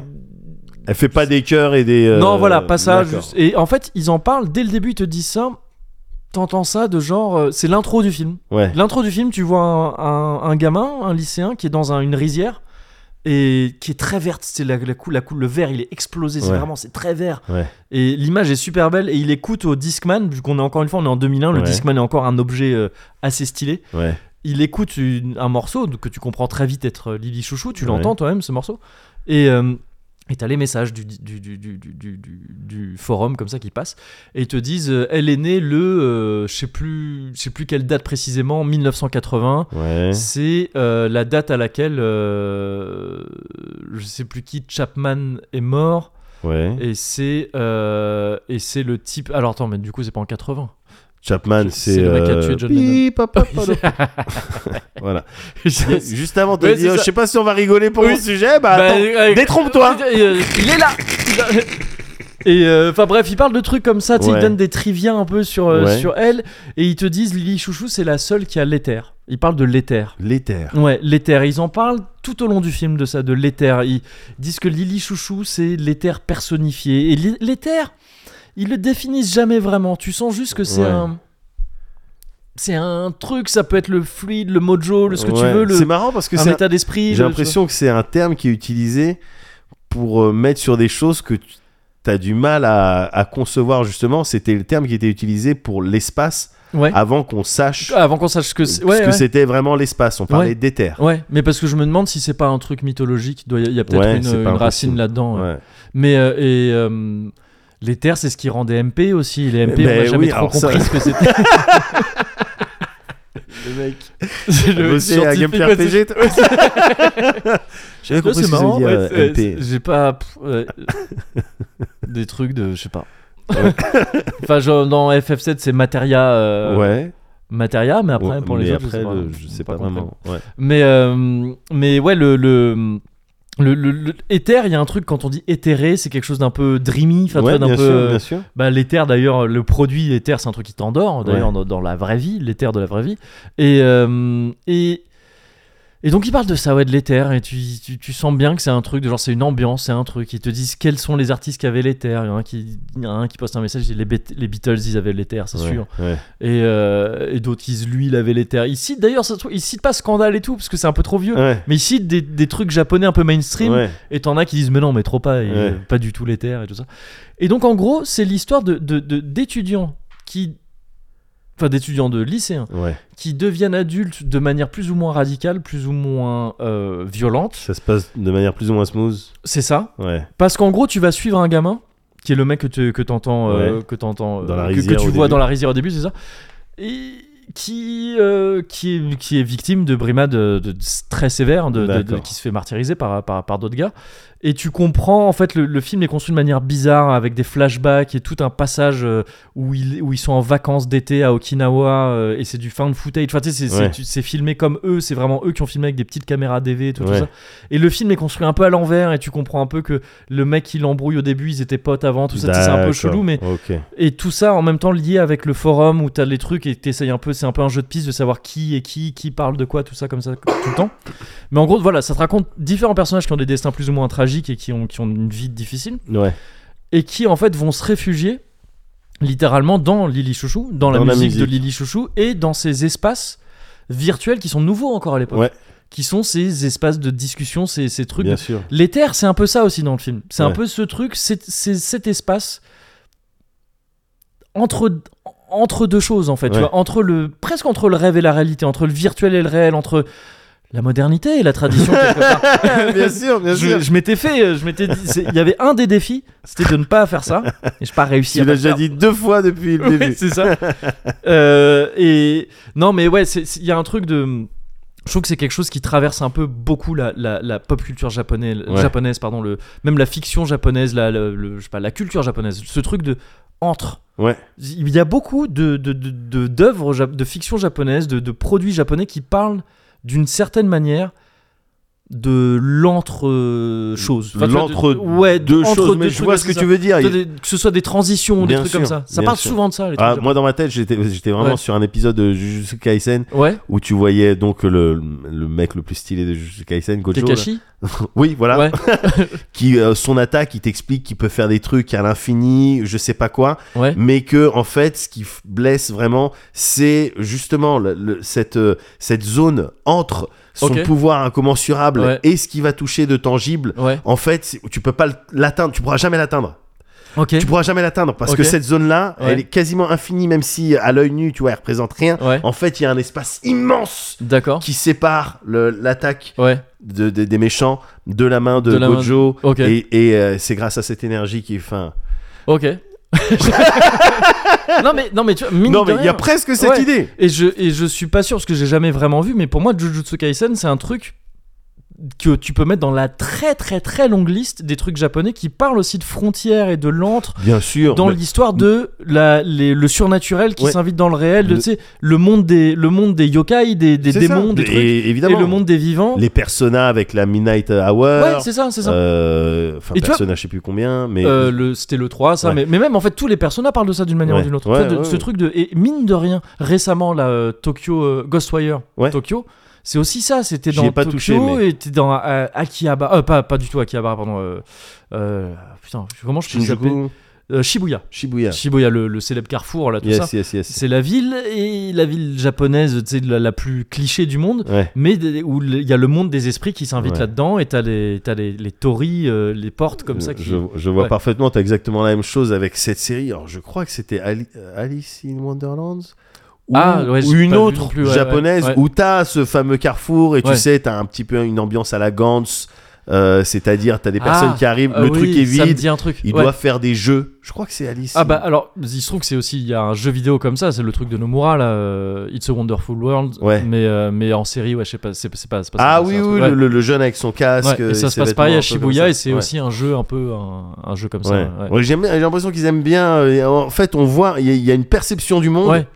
B: Elle fait pas des cœurs et des. euh,
A: Non, voilà, pas ça.
B: d'accord.
A: juste- Et en fait, ils en parlent dès le début, ils te disent ça. T'entends ça de genre. euh, C'est l'intro du film.
B: Ouais.
A: L'intro du film, tu vois un, un- un gamin, un lycéen qui est dans un- une rizière et qui est très verte. C'est la, la, cou- la cou- le vert, il est explosé. C'est
B: Ouais.
A: vraiment, c'est très vert.
B: Ouais.
A: Et l'image est super belle. Et il écoute au Discman, vu qu'on est encore une fois, on est en 2001. Le
B: Ouais.
A: Discman est encore un objet euh, assez stylé.
B: Ouais.
A: il écoute une- un morceau que tu comprends très vite être euh, Lily Chouchou, tu
B: Ouais.
A: l'entends toi-même ce morceau, et euh, et t'as les messages du, du, du, du, du, du- du- du forum comme ça qui passent, et ils te disent euh, elle est née le, euh, je sais plus, je sais plus quelle date précisément, 1980,
B: Ouais.
A: c'est euh, la date à laquelle euh, je sais plus qui Chapman est mort
B: Ouais.
A: et c'est euh, et c'est le type alors attends mais du coup c'est pas en 80
B: Chapman,
A: C'est
B: c'est.
A: le mec qui a tué
B: euh,
A: John Lennon.
B: pip, hop, hop, hop, hop. [laughs] Voilà.
A: [laughs] Yes.
B: Juste avant, de
A: Ouais,
B: dit
A: c'est
B: oh, je
A: ça.
B: sais pas si on va rigoler pour
A: Oui.
B: mon sujet. Bah,
A: Bah,
B: attends,
A: euh,
B: détrompe-toi.
A: euh, il est là et euh, enfin bref ils parlent de trucs comme ça tu sais,
B: Ouais.
A: ils donnent des trivia un peu sur euh,
B: Ouais.
A: sur elle et ils te disent Lily Chouchou c'est la seule qui a l'éther ils parlent de l'éther
B: L'éther.
A: Ouais, l'éther. Ils en parlent tout au long du film de ça, de l'éther. Ils disent que Lily Chouchou, c'est l'éther personnifié. Et l'é- l'éther, ils le définissent jamais vraiment. Tu sens juste que c'est
B: Ouais.
A: un. C'est un truc, ça peut être le fluide, le mojo, le, ce que tu
B: Ouais.
A: veux, le,
B: C'est marrant parce que
A: un
B: c'est
A: état d'esprit. le-
B: J'ai l'impression que c'est un terme qui est utilisé pour euh, mettre sur des choses que tu as du mal à, à concevoir, justement. C'était le terme qui était utilisé pour l'espace
A: Ouais.
B: avant qu'on sache
A: Ah, avant qu'on sache ce que
B: ce
A: c'est. Ouais,
B: que
A: ouais.
B: c'était vraiment l'espace. On parlait
A: Ouais.
B: d'éther.
A: Ouais, mais parce que je me demande si c'est pas un truc mythologique. Il doit y- il y a peut-être
B: Ouais,
A: une,
B: c'est pas
A: une
B: impossible.
A: racine là-dedans. ouais.
B: Ouais.
A: Mais euh, et euh, l'éther, c'est ce qui rendait MP aussi. Les MP, on
B: Mais
A: n'a jamais
B: Ben oui,
A: trop
B: alors ça-
A: compris ce
B: [laughs]
A: que c'était.
B: Le
A: [laughs]
B: mec.
A: C'est le
B: bossé à
A: scientifique,
B: Gameplay
A: ouais, c'est-
B: RPG. J'avais
A: Ouais, c'est
B: compris ce que euh, ça
A: marrant.
B: veut dire,
A: ouais, c'est-
B: MP.
A: c'est- J'ai pas pff,
B: [laughs]
A: ouais, euh, des trucs de, je sais pas. [laughs] enfin, genre, dans FF7, c'est Materia, euh,
B: Ouais.
A: Materia, mais après
B: Ouais,
A: pour les
B: mais
A: autres,
B: après, le- je sais pas,
A: compris.
B: vraiment. Ouais.
A: Mais euh, mais ouais, le le le, le- le- éther, il y a un truc quand on dit éthéré, c'est quelque chose d'un peu dreamy, enfin tu
B: Ouais,
A: vois, d'un
B: bien
A: peu.
B: sûr,
A: euh,
B: bien sûr.
A: bah, l'éther d'ailleurs, le produit éther, c'est un truc qui t'endort d'ailleurs
B: Ouais.
A: dans, dans la vraie vie, l'éther de la vraie vie. Et, euh, et, et donc ils parlent de ça, ouais, de l'éther, et tu, tu, tu sens bien que c'est un truc, de genre c'est une ambiance, c'est un truc. Ils te disent quels sont les artistes qui avaient l'éther. Il y en a un qui, il y en a un qui poste un message, il dit les, Be- les Beatles, ils avaient l'éther, c'est
B: Ouais,
A: sûr.
B: ouais.
A: Et, euh, et d'autres qui disent lui, il avait l'éther. Ils citent d'ailleurs, ça se trouve, ils citent pas Scandale et tout, parce que c'est un peu trop vieux.
B: Ouais.
A: Mais ils citent des, des trucs japonais un peu mainstream.
B: Ouais.
A: Et t'en as qui disent mais non mais trop pas, et,
B: Ouais.
A: euh, pas du tout les terres et tout ça. Et donc en gros c'est l'histoire de, de- de- d'étudiants qui... Enfin d'étudiants de lycéens
B: Ouais.
A: qui deviennent adultes de manière plus ou moins radicale, plus ou moins euh, violente.
B: Ça se passe de manière plus ou moins smooth.
A: C'est ça.
B: Ouais.
A: Parce qu'en gros tu vas suivre un gamin qui est le mec que, tu- que t'entends, euh,
B: Ouais.
A: que, t'entends euh,
B: Dans la
A: que- que,
B: rizière
A: tu
B: au
A: vois
B: début.
A: dans la rizière au début, c'est ça. Et qui, euh, qui, est, qui est victime de brimades euh, de, de- très sévères, de, de- de-
B: D'accord.
A: qui se fait martyriser par, par, par d'autres gars. Et tu comprends, en fait, le, le film est construit de manière bizarre, avec des flashbacks et tout un passage euh, où, ils, où ils sont en vacances d'été à Okinawa, euh, et c'est du found footage. Enfin, tu sais, c'est- c'est
B: Ouais.
A: tu- c'est filmé comme eux, c'est vraiment eux qui ont filmé avec des petites caméras DV et tout, tout
B: Ouais.
A: ça. Et le film est construit un peu à l'envers, et tu comprends un peu que le mec qui l'embrouille au début, ils étaient potes avant, tout ça, tu sais, c'est un peu
B: D'accord.
A: chelou, mais
B: Ok.
A: et tout ça en même temps lié avec le forum où t'as les trucs et t'essayes un peu, c'est un peu un jeu de piste de savoir qui est qui, qui parle de quoi, tout ça comme ça tout le temps. Mais en gros, voilà, ça te raconte différents personnages qui ont des destins plus ou moins tragiques et qui ont, qui ont une vie difficile
B: Ouais.
A: et qui en fait vont se réfugier littéralement dans Lily Chouchou, dans, la,
B: Dans la
A: musique de
B: musique.
A: Lily Chouchou et dans ces espaces virtuels qui sont nouveaux encore à l'époque.
B: Ouais.
A: Qui sont ces espaces de discussion, ces, ces trucs
B: Bien
A: [laughs]
B: sûr.
A: L'éther, c'est un peu ça aussi dans le film. C'est un
B: Ouais.
A: peu ce truc, c'est c'est cet espace entre entre deux choses en fait, tu
B: Ouais.
A: vois, entre le presque entre le rêve et la réalité, entre le virtuel et le réel, entre la modernité et la
B: [laughs]
A: tradition. quelque part.
B: bien sûr, bien
A: je
B: sûr.
A: je m'étais fait, euh, je m'étais dit, c'est- il y avait un des défis, c'était de ne pas faire ça, et je pas réussi. à
B: Tu
A: pas
B: l'as
A: le
B: déjà
A: faire.
B: dit deux fois depuis
A: [laughs]
B: le
A: Ouais,
B: début.
A: c'est
B: [laughs]
A: ça. Euh, et non, mais ouais, c'est- c'est- il y a un truc de. Je trouve que c'est quelque chose qui traverse un peu beaucoup la, la- la pop culture japonaise,
B: Ouais.
A: japonaise pardon, le, même la fiction japonaise, la, le- le- je sais pas, la culture japonaise. Ce truc de entre.
B: Ouais.
A: Il y a beaucoup de de- de- de- d'œuvres, de, de, fiction japonaise, de, de produits japonais qui parlent d'une certaine manière de l'entre-chose. Enfin, tu vois, de-
B: L'entre
A: ouais, de-
B: deux
A: entre
B: choses, mais
A: deux
B: je
A: trucs,
B: vois
A: ouais,
B: ce
A: c'est
B: que
A: ça.
B: tu veux dire. Ah, Il-
A: Des- que ce soit des transitions ou des
B: Bien
A: trucs
B: sûr,
A: comme ça. Ça
B: bien
A: parle
B: sûr.
A: souvent de ça, les
B: Ah,
A: trucs
B: moi dans ma tête, j'étais j'étais vraiment
A: Ouais.
B: sur un épisode de Jujutsu Kaisen
A: japonais. Ouais,
B: où tu voyais donc le, le mec le plus stylé de Jujutsu Kaisen, Gojo. là.
A: Kakashi
B: Oui, voilà.
A: Ouais,
B: Qui euh, son attaque, il t'explique qu'il peut faire des trucs à l'infini, je sais pas quoi,
A: ouais.
B: mais que en fait, ce qui f- blesse vraiment, c'est justement le- le- cette euh, cette zone entre son
A: Ok.
B: pouvoir incommensurable
A: Ouais.
B: et ce qui va toucher de tangible.
A: Ouais.
B: En fait, c'est- tu peux pas le- l'atteindre, tu pourras jamais l'atteindre.
A: Ok.
B: Tu pourras jamais l'atteindre parce que
A: Ok.
B: cette zone-là,
A: Ouais.
B: elle est quasiment infinie, même si euh, à l'œil nu, tu vois, elle représente rien.
A: Ouais.
B: En fait, il y a un espace immense
A: D'accord.
B: qui sépare le- l'attaque
A: Ouais.
B: de, de- des méchants de la main de,
A: De la main-
B: Gojo.
A: Ok.
B: Et, et, euh, c'est grâce à cette énergie qui est fin.
A: Ok. [laughs] non mais non mais tu vois, mine
B: Non,
A: de
B: mais il y a
A: rien-
B: presque cette
A: Ouais.
B: idée.
A: Et je, et je suis pas sûr parce que j'ai jamais vraiment vu, mais pour moi, Jujutsu Kaisen, c'est un truc que tu peux mettre dans la très très très longue liste des trucs japonais qui parlent aussi de frontières et de l'antre
B: Bien sûr.
A: dans
B: mais-
A: l'histoire de la, les- le surnaturel qui
B: Ouais.
A: s'invite dans le réel, de,
B: Le-
A: tu sais, le monde des le monde des yokai, des, des
B: c'est
A: démons,
B: ça.
A: des
B: Et
A: trucs,
B: évidemment.
A: et le monde des vivants.
B: Les personas avec la Midnight Hour.
A: Ouais, c'est ça, c'est ça.
B: Euh, Enfin,
A: Et tu vois-
B: persona, je sais plus combien, mais.
A: Euh, le, c'était le 3 ça
B: Ouais.
A: mais, mais même en fait tous les personnages parlent de ça d'une manière
B: Ouais.
A: ou d'une autre
B: Ouais,
A: Tu vois, de-
B: ouais,
A: ce
B: ouais.
A: truc de et mine de rien récemment là euh, Tokyo euh, Ghostwire
B: Ouais.
A: Tokyo c'est aussi ça c'était
B: J'y ai
A: dans
B: pas
A: Tokyo
B: touché, mais-
A: et t'es dans euh, Akihabara euh, pas, pas du tout Akihabara pardon euh, euh, putain comment je suis zappé
B: Shinjuku,
A: Euh, Shibuya
B: Shibuya.
A: Shibuya le, le célèbre carrefour là tout ça
B: Yes, yes, yes.
A: c'est la ville et la ville japonaise tu sais, la, la plus cliché du monde
B: Ouais.
A: mais des- où il y a le monde des esprits qui s'invitent
B: Ouais.
A: là-dedans et t'as les, t'as les, les torii, euh, les portes comme ça qui...
B: Je, je vois
A: Ouais.
B: parfaitement, t'as exactement la même chose avec cette série. Alors, je crois que c'était Ali- euh, Alice in Wonderland ou,
A: Ah, ouais, j'ai
B: ou une
A: pas vu
B: autre
A: non plus, ouais,
B: japonaise
A: ouais, ouais.
B: où t'as ce fameux carrefour et tu
A: Ouais.
B: sais, t'as un petit peu une ambiance à la Gantz, euh, c'est-à-dire t'as des personnes
A: Ah,
B: qui arrivent,
A: Euh,
B: le
A: oui,
B: truc est
A: Ça me
B: vide,
A: dit un truc.
B: ils
A: Ouais.
B: doivent faire des jeux. Je crois que c'est Alice.
A: Ah
B: in-
A: bah alors, il se trouve que c'est aussi il y a un jeu vidéo comme ça, c'est le truc de Nomura là, euh, It's a Wonderful World.
B: Ouais.
A: Mais euh, mais en série, ouais, je sais pas, c'est c'est pas, c'est pas ça,
B: Ah
A: c'est
B: oui,
A: un truc-
B: oui,
A: ouais.
B: le, le- le jeune avec son casque.
A: Ouais, et ça
B: euh,
A: se
B: ses
A: passe pareil
B: vêtements,
A: à
B: un peu comme
A: Shibuya
B: ça.
A: et c'est
B: Ouais.
A: aussi un jeu un peu un, un jeu comme ça.
B: Ouais.
A: ouais.
B: Ouais, j'aime- J'ai l'impression qu'ils aiment bien. euh, En fait, on voit, il y, a- il y a une perception du monde.
A: Ouais.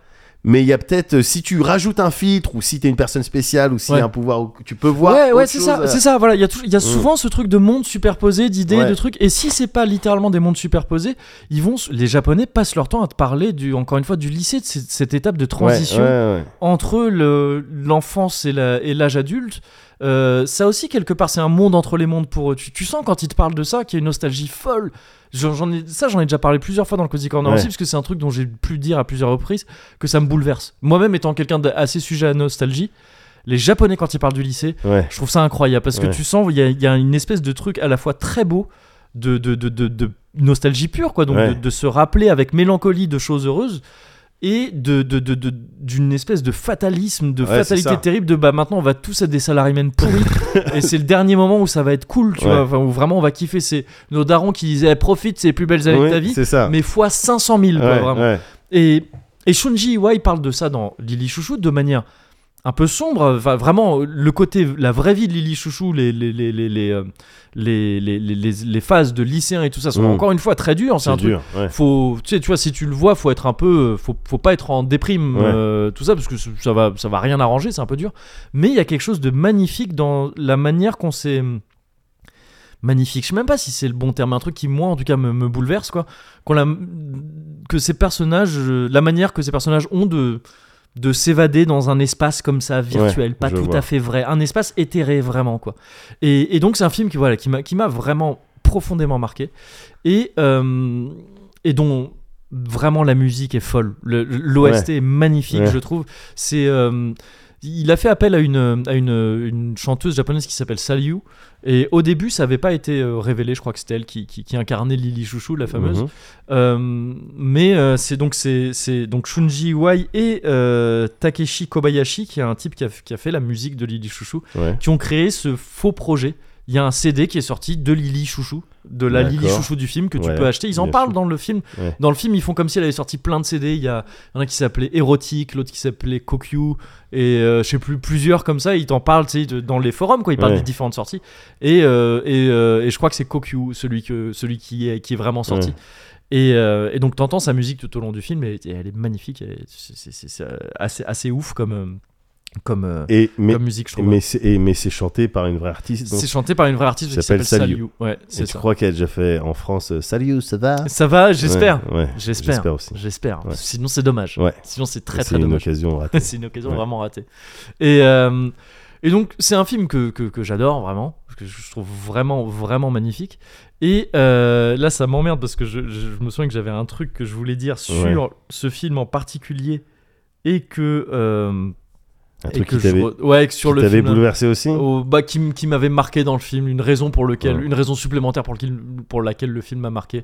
B: Mais il y a peut-être, euh, si tu rajoutes un filtre, ou si t'es une personne spéciale, ou si
A: Ouais.
B: y a un pouvoir, ou- tu peux voir.
A: ouais, ouais,
B: autre
A: c'est
B: chose,
A: ça,
B: euh,
A: c'est ça. Voilà, il y a, tou- il y a souvent ce truc de monde superposé, d'idées,
B: Ouais.
A: de trucs. Et si c'est pas littéralement des mondes superposés, ils vont, s- les Japonais passent leur temps à te parler du, encore une fois, du lycée, de c- cette étape de
B: ouais,
A: transition
B: ouais, ouais.
A: entre le- l'enfance et la- et l'âge adulte. euh, ça aussi, quelque part, c'est un monde entre les mondes pour eux. Tu, tu sens quand ils te parlent de ça qu'il y a une nostalgie folle. J'en- j'en ai, ça, j'en ai déjà parlé plusieurs fois dans le Cozy Corner
B: Ouais.
A: aussi, parce que c'est un truc dont j'ai pu dire à plusieurs reprises que ça me bouleverse. Moi-même, étant quelqu'un d'assez sujet à nostalgie, les Japonais, quand ils parlent du lycée,
B: Ouais.
A: je trouve ça incroyable parce que
B: Ouais.
A: tu sens, il y, a- il y a une espèce de truc à la fois très beau, de, de, de, de- de nostalgie pure, quoi, donc
B: Ouais.
A: de, de se rappeler avec mélancolie de choses heureuses et de de- de- de- d'une espèce de fatalisme, de
B: Ouais, c'est ça.
A: fatalité terrible de bah maintenant on va tous être des salariés pourris et
B: [laughs]
A: c'est le dernier moment où ça va être cool, tu
B: Ouais.
A: vois, enfin, où vraiment on va kiffer. C'est nos darons qui disaient eh, profite, c'est les plus belles années
B: Ouais,
A: de ta vie,
B: C'est ça.
A: mais fois 500 000, quoi,
B: Ouais,
A: vraiment.
B: ouais.
A: Et, et Shunji Iwai parle de ça dans Lily Chouchou de manière un peu sombre, enfin, vraiment le côté, la vraie vie de Lily Chouchou, les, les, les, les, les, euh, les, les, les- les- les phases de lycéen et tout ça sont
B: Mm.
A: encore une fois très dures, c'est
B: C'est
A: un truc.
B: dur. ouais.
A: Faut, tu sais, tu vois, si tu le vois, faut être un peu, euh, faut, faut pas être en déprime,
B: Ouais.
A: euh, tout ça, parce que c- ça va, ça va rien arranger, c'est un peu dur. Mais il y a quelque chose de magnifique dans la manière qu'on s'est magnifique. Je sais même pas si c'est le bon terme, un truc qui moi en tout cas me, me bouleverse quoi. Qu'on la- que ces personnages, euh, la manière que ces personnages ont de de s'évader dans un espace comme ça virtuel,
B: Ouais,
A: pas
B: je
A: tout
B: vois.
A: à fait vrai, un espace éthéré vraiment quoi. Et, et donc c'est un film qui voilà qui m'a qui m'a vraiment profondément marqué et euh, et dont vraiment la musique est folle. Le- L'OST est magnifique,
B: Ouais.
A: je trouve. C'est euh, il a fait appel à une, à une, une chanteuse japonaise qui s'appelle Salyu. Et au début, ça n'avait pas été euh, révélé. Je crois que c'était elle qui, qui- qui incarnait Lily Chouchou, la fameuse.
B: Mhm.
A: Euh, mais euh, c'est donc, c'est, c'est donc Shunji Iwai et euh, Takeshi Kobayashi, qui est un type qui a, qui a fait la musique de Lily Chouchou,
B: Ouais.
A: qui ont créé ce faux projet. Il y a un CD qui est sorti de Lily Chouchou, de la Lily
B: D'accord.
A: Chouchou du film que tu
B: Ouais,
A: peux acheter. Ils en
B: bien
A: parlent
B: sûr.
A: dans le film.
B: Ouais.
A: Dans le film, ils font comme si elle avait sorti plein de CD. Il y, a, il y en a qui s'appelait Érotique, l'autre qui s'appelait Kokyu, et euh, je sais plus, plusieurs comme ça. Ils t'en parlent tu sais, de- dans les forums, quoi. Ils parlent
B: Ouais.
A: des différentes sorties. Et, euh, et, euh, et je crois que c'est Kokyu, celui, que, celui qui, est, qui est vraiment sorti.
B: Ouais.
A: Et, euh, et donc t'entends sa musique tout au long du film et, et elle est magnifique, elle est- c'est- c'est c'est- c'est, euh, assez, assez ouf comme, euh, comme, euh,
B: Et mais
A: comme musique je trouve.
B: mais c'est et- mais c'est chanté par une vraie artiste. donc.
A: C'est chanté par une vraie artiste
B: Ça
A: qui
B: s'appelle
A: s'appelle
B: Saliu.
A: Saliu. Ouais,
B: Et
A: c'est
B: tu
A: ça.
B: crois qu'elle a déjà fait en France euh, Salut, ça va
A: Ça va, j'espère.
B: Ouais, ouais,
A: J'espère.
B: J'espère aussi.
A: J'espère.
B: Ouais.
A: Sinon c'est dommage.
B: Ouais.
A: Sinon c'est très
B: C'est
A: très
B: une
A: dommage. [laughs]
B: occasion ratée.
A: c'est une occasion
B: Ouais.
A: vraiment ratée. Et, euh, et donc, c'est un film que, que, que j'adore vraiment, que je trouve vraiment, vraiment magnifique. Et euh, là, ça m'emmerde parce que je, je- je me souviens que j'avais un truc que je voulais dire sur
B: Ouais.
A: ce film en particulier et que. euh,
B: Un
A: Et
B: truc
A: que
B: qui
A: je
B: t'avait
A: re- ouais, que sur
B: qui
A: le
B: t'avait
A: film,
B: bouleversé aussi
A: au- bah, qui, m- qui m'avait marqué dans le film, une raison pour lequel,
B: Ouais.
A: une raison supplémentaire pour, lequel- pour laquelle le film m'a marqué.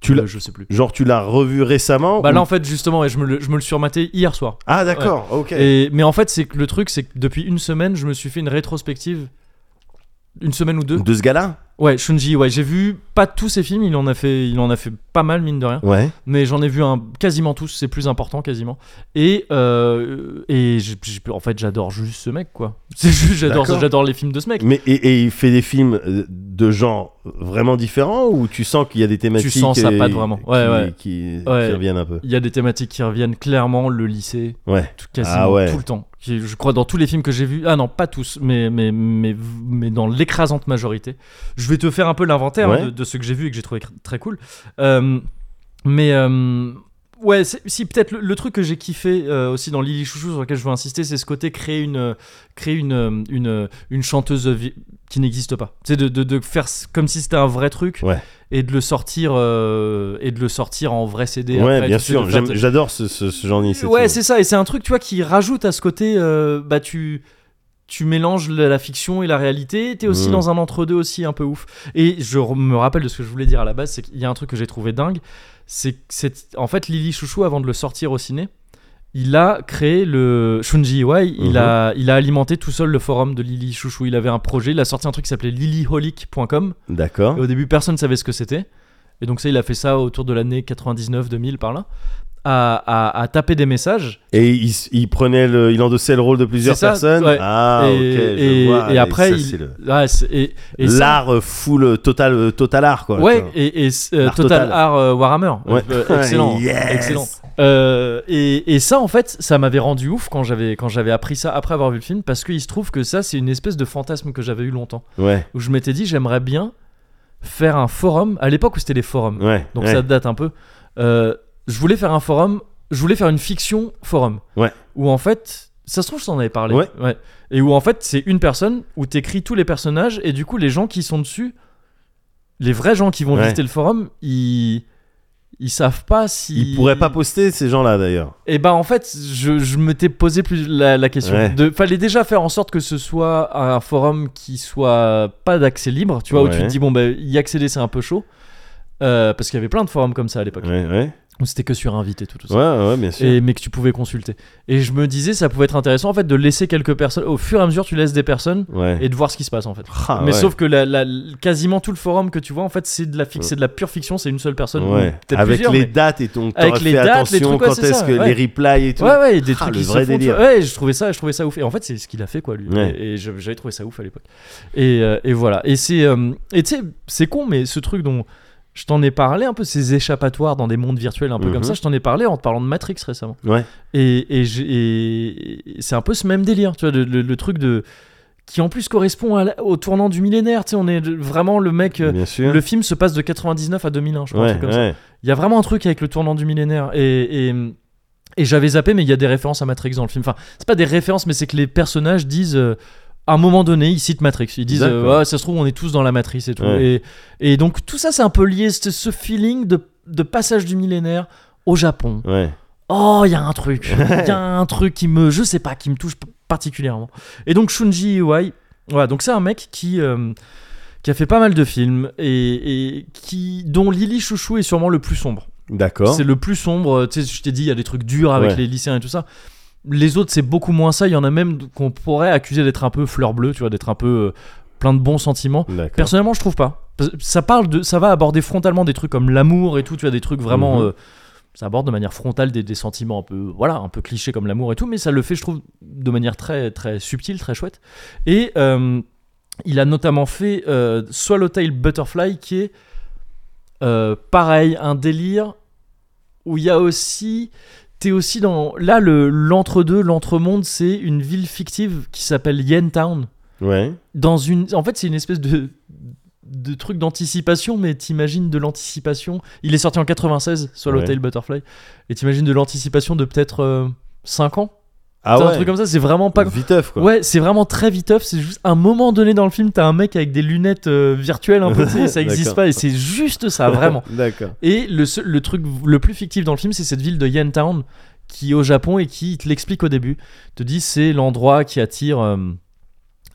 B: Tu
A: Euh,
B: l'as- Oh.
A: je sais plus.
B: Genre, tu l'as revu récemment
A: Bah
B: ou-
A: là en fait justement, ouais, je me le, je me le suis rematé hier soir.
B: Ah, d'accord, ok.
A: Et, mais en fait c'est que le truc c'est que depuis une semaine je me suis fait une rétrospective, une semaine ou deux.
B: De ce gars-là
A: Ouais Shunji, ouais j'ai vu pas tous ses films, il en a fait, il en a fait pas mal mine de rien.
B: Ouais.
A: mais j'en ai vu un quasiment tous, c'est plus important quasiment. Et, euh, et j'ai- j'ai- en fait, j'adore juste ce mec, quoi. [laughs] C'est juste, j'adore,
B: D'accord.
A: j'adore les films de ce mec.
B: Mais, et, et il fait des films euh, de genres vraiment différents ou tu sens qu'il y a des thématiques
A: sens sa
B: et-
A: patte vraiment.
B: qui,
A: Ouais, ouais.
B: Qui, qui
A: Ouais.
B: reviennent un peu
A: Il y a des thématiques qui reviennent clairement, le lycée,
B: Ouais.
A: tout- quasiment
B: Ah ouais.
A: tout le temps. Qui- Je crois dans tous les films que j'ai vus, ah non, pas tous, mais, mais, mais, mais dans l'écrasante majorité. Je vais te faire un peu l'inventaire hein,
B: Ouais.
A: de, de ce que j'ai vu et que j'ai trouvé cr- très cool. Euh, mais euh, ouais, c'est- si peut-être le, le truc que j'ai kiffé euh, aussi dans Lily Chouchou sur lequel je veux insister, c'est ce côté créer une créer une euh, une, euh, une chanteuse vi- qui n'existe pas. C'est de, de, de faire s- comme si c'était un vrai truc
B: Ouais.
A: et de le sortir euh, et de le sortir en vrai CD.
B: Ouais,
A: après,
B: bien
A: tu sais,
B: sûr,
A: de faire-
B: j'aime- j'adore ce, ce, ce genre d'initiative.
A: Ouais, c'est ça. Et c'est un truc, tu vois, qui rajoute à ce côté, euh, bah, tu, tu mélanges la, la fiction et la réalité. T'es aussi
B: Mm.
A: dans un entre-deux aussi un peu ouf. Et je re- me rappelle de ce que je voulais dire à la base, c'est qu'il y a un truc que j'ai trouvé dingue. C'est que c'est- en fait Lily Chouchou avant de le sortir au ciné. Il a créé le Shunji Iwai, il,
B: Mhm.
A: a, il a alimenté tout seul le forum de Lily Chouchou. Il avait un projet, il a sorti un truc qui s'appelait lilyholic.com.
B: D'accord.
A: Et au début, personne ne savait ce que c'était. Et donc, ça, il a fait ça autour de l'année 99-2000 par là, à, à- à taper des messages.
B: Et il, s- il prenait le, il endossait le rôle de plusieurs
A: C'est ça,
B: personnes.
A: ouais.
B: Ah,
A: et,
B: ok, je
A: et-
B: vois.
A: et après,
B: ça,
A: il-
B: c'est le-
A: ouais, c'est- et- et ça-
B: l'art euh, full euh, total, euh, total art quoi.
A: ouais,
B: Enfin,
A: et, et, euh,
B: L'art
A: Total
B: total.
A: Art euh, Warhammer.
B: Ouais.
A: Euh, excellent.
B: [laughs] Yes.
A: excellent. Euh, et, et ça, en fait, ça m'avait rendu ouf quand j'avais quand j'avais appris ça après avoir vu le film, parce qu'il se trouve que ça, c'est une espèce de fantasme que j'avais eu longtemps,
B: ouais,
A: où je m'étais dit, j'aimerais bien faire un forum, à l'époque où c'était les forums.
B: ouais.
A: donc
B: ouais.
A: ça date un peu. Euh, je voulais faire un forum, je voulais faire une fiction forum.
B: Ouais.
A: Où en fait, ça se trouve, je t'en avais parlé.
B: Ouais.
A: Et où en fait, c'est une personne où t'écris tous les personnages et du coup, les gens qui sont dessus, les vrais gens qui vont
B: Ouais.
A: visiter le forum, ils. Ils savent pas si.
B: Il pourrait pas poster ces gens-là d'ailleurs.
A: Et bah en fait, je, je m'étais posé plus la, la question.
B: Ouais.
A: De, fallait déjà faire en sorte que ce soit un forum qui soit pas d'accès libre, tu vois, où tu
B: Ouais.
A: te dis, bon, bah, y accéder, c'est un peu chaud. Euh, parce qu'il y avait plein de forums comme ça à l'époque.
B: Ouais, ouais,
A: Ou c'était que sur invité tout, tout
B: ouais,
A: ça.
B: ouais, bien sûr.
A: Et, mais que tu pouvais consulter. Et je me disais, ça pouvait être intéressant en fait de laisser quelques personnes. Au fur et à mesure, tu laisses des personnes
B: Ouais.
A: et de voir ce qui se passe en fait.
B: Ah,
A: mais
B: ouais.
A: sauf que la, la- quasiment tout le forum que tu vois, en fait, c'est de la fic-
B: Ouais.
A: c'est de la pure fiction, c'est une seule personne. ou
B: Ouais.
A: peut-être
B: Avec
A: plusieurs,
B: les
A: mais-
B: dates et ton
A: Avec
B: t'aurais
A: les
B: fait
A: dates, les
B: attention
A: trucs, ouais,
B: quand
A: c'est
B: est-ce
A: ça,
B: que
A: ouais.
B: les replies et tout.
A: Ouais, ouais, des
B: Ah,
A: trucs
B: le
A: qui se
B: vrai
A: font, tu
B: délire.
A: vois. Ouais, je trouvais ça, je trouvais ça ouf. Et en fait, c'est ce qu'il a fait, quoi, lui.
B: Ouais.
A: Et, et je- j'avais trouvé ça ouf à l'époque. Et, euh, et voilà. Et c'est, euh, et tu sais, c'est con, mais ce truc dont je t'en ai parlé un peu, ces échappatoires dans des mondes virtuels, un peu comme
B: Mhm.
A: ça, je t'en ai parlé en te parlant de Matrix récemment.
B: Ouais.
A: Et, et j'ai- et- et c'est un peu ce même délire, tu vois, le, le- le truc de qui en plus correspond à la- au tournant du millénaire. Tu sais, on est vraiment le mec. euh,
B: Bien sûr.
A: Le film se passe de 99 à 2001, je crois, un
B: ouais,
A: truc comme ça.
B: ouais.
A: Il y a vraiment un truc avec le tournant du millénaire. Et, et, et j'avais zappé, mais il y a des références à Matrix dans le film. Enfin, c'est pas des références, mais c'est que les personnages disent. euh, à un moment donné, ils citent Matrix. Ils disent,
B: D'accord.
A: euh, Ouais, ça se trouve, on est tous dans la matrice et tout.
B: Ouais.
A: Et, et donc, tout ça, c'est un peu lié, ce, ce feeling de, de passage du millénaire au Japon.
B: Ouais.
A: Oh, il y a un truc. Il
B: [laughs]
A: y a un truc qui me, je sais pas, qui me touche p- particulièrement. Et donc Shunji Iwai, voilà, donc c'est un mec qui euh, qui a fait pas mal de films et, et qui dont Lily Chouchou est sûrement le plus sombre.
B: D'accord.
A: C'est le plus sombre. Tu sais, je t'ai dit, il y a des trucs durs avec
B: Ouais.
A: les lycéens et tout ça. Les autres, c'est beaucoup moins ça. Il y en a même qu'on pourrait accuser d'être un peu fleur bleue, tu vois, d'être un peu euh, plein de bons sentiments.
B: D'accord.
A: Personnellement, je trouve pas. Parce que Ça parle de, ça va aborder frontalement des trucs comme l'amour et tout. Tu as des trucs vraiment,
B: Mhm.
A: euh, ça aborde de manière frontale des, des sentiments un peu, voilà, un peu cliché comme l'amour et tout. Mais ça le fait, je trouve, de manière très, très subtile, très chouette. Et euh, il a notamment fait euh, Swallowtail Butterfly, qui est euh, pareil, un délire où il y a aussi. T'es aussi dans. Là, le- l'entre-deux, l'entre-monde, c'est une ville fictive qui s'appelle Yen Town
B: Ouais.
A: dans une en fait c'est une espèce de de truc d'anticipation mais t'imagines de l'anticipation il est sorti en 96 soit
B: Ouais.
A: l'hôtel Butterfly et t'imagines de l'anticipation de peut-être 5 ans
B: Ah
A: T'as
B: ouais.
A: un truc comme ça c'est vraiment pas
B: Viteuf quoi.
A: Ouais, c'est vraiment très viteuf. C'est juste un moment donné dans le film, t'as un mec avec des lunettes euh, virtuelles un peu, tu sais, ça existe
B: [laughs] D'accord.
A: pas et c'est juste ça, vraiment.
B: [laughs] D'accord.
A: Et le, seul- le truc le plus fictif dans le film, c'est cette ville de Yentown qui est au Japon et qui te l'explique au début. Te dit c'est l'endroit qui attire. euh,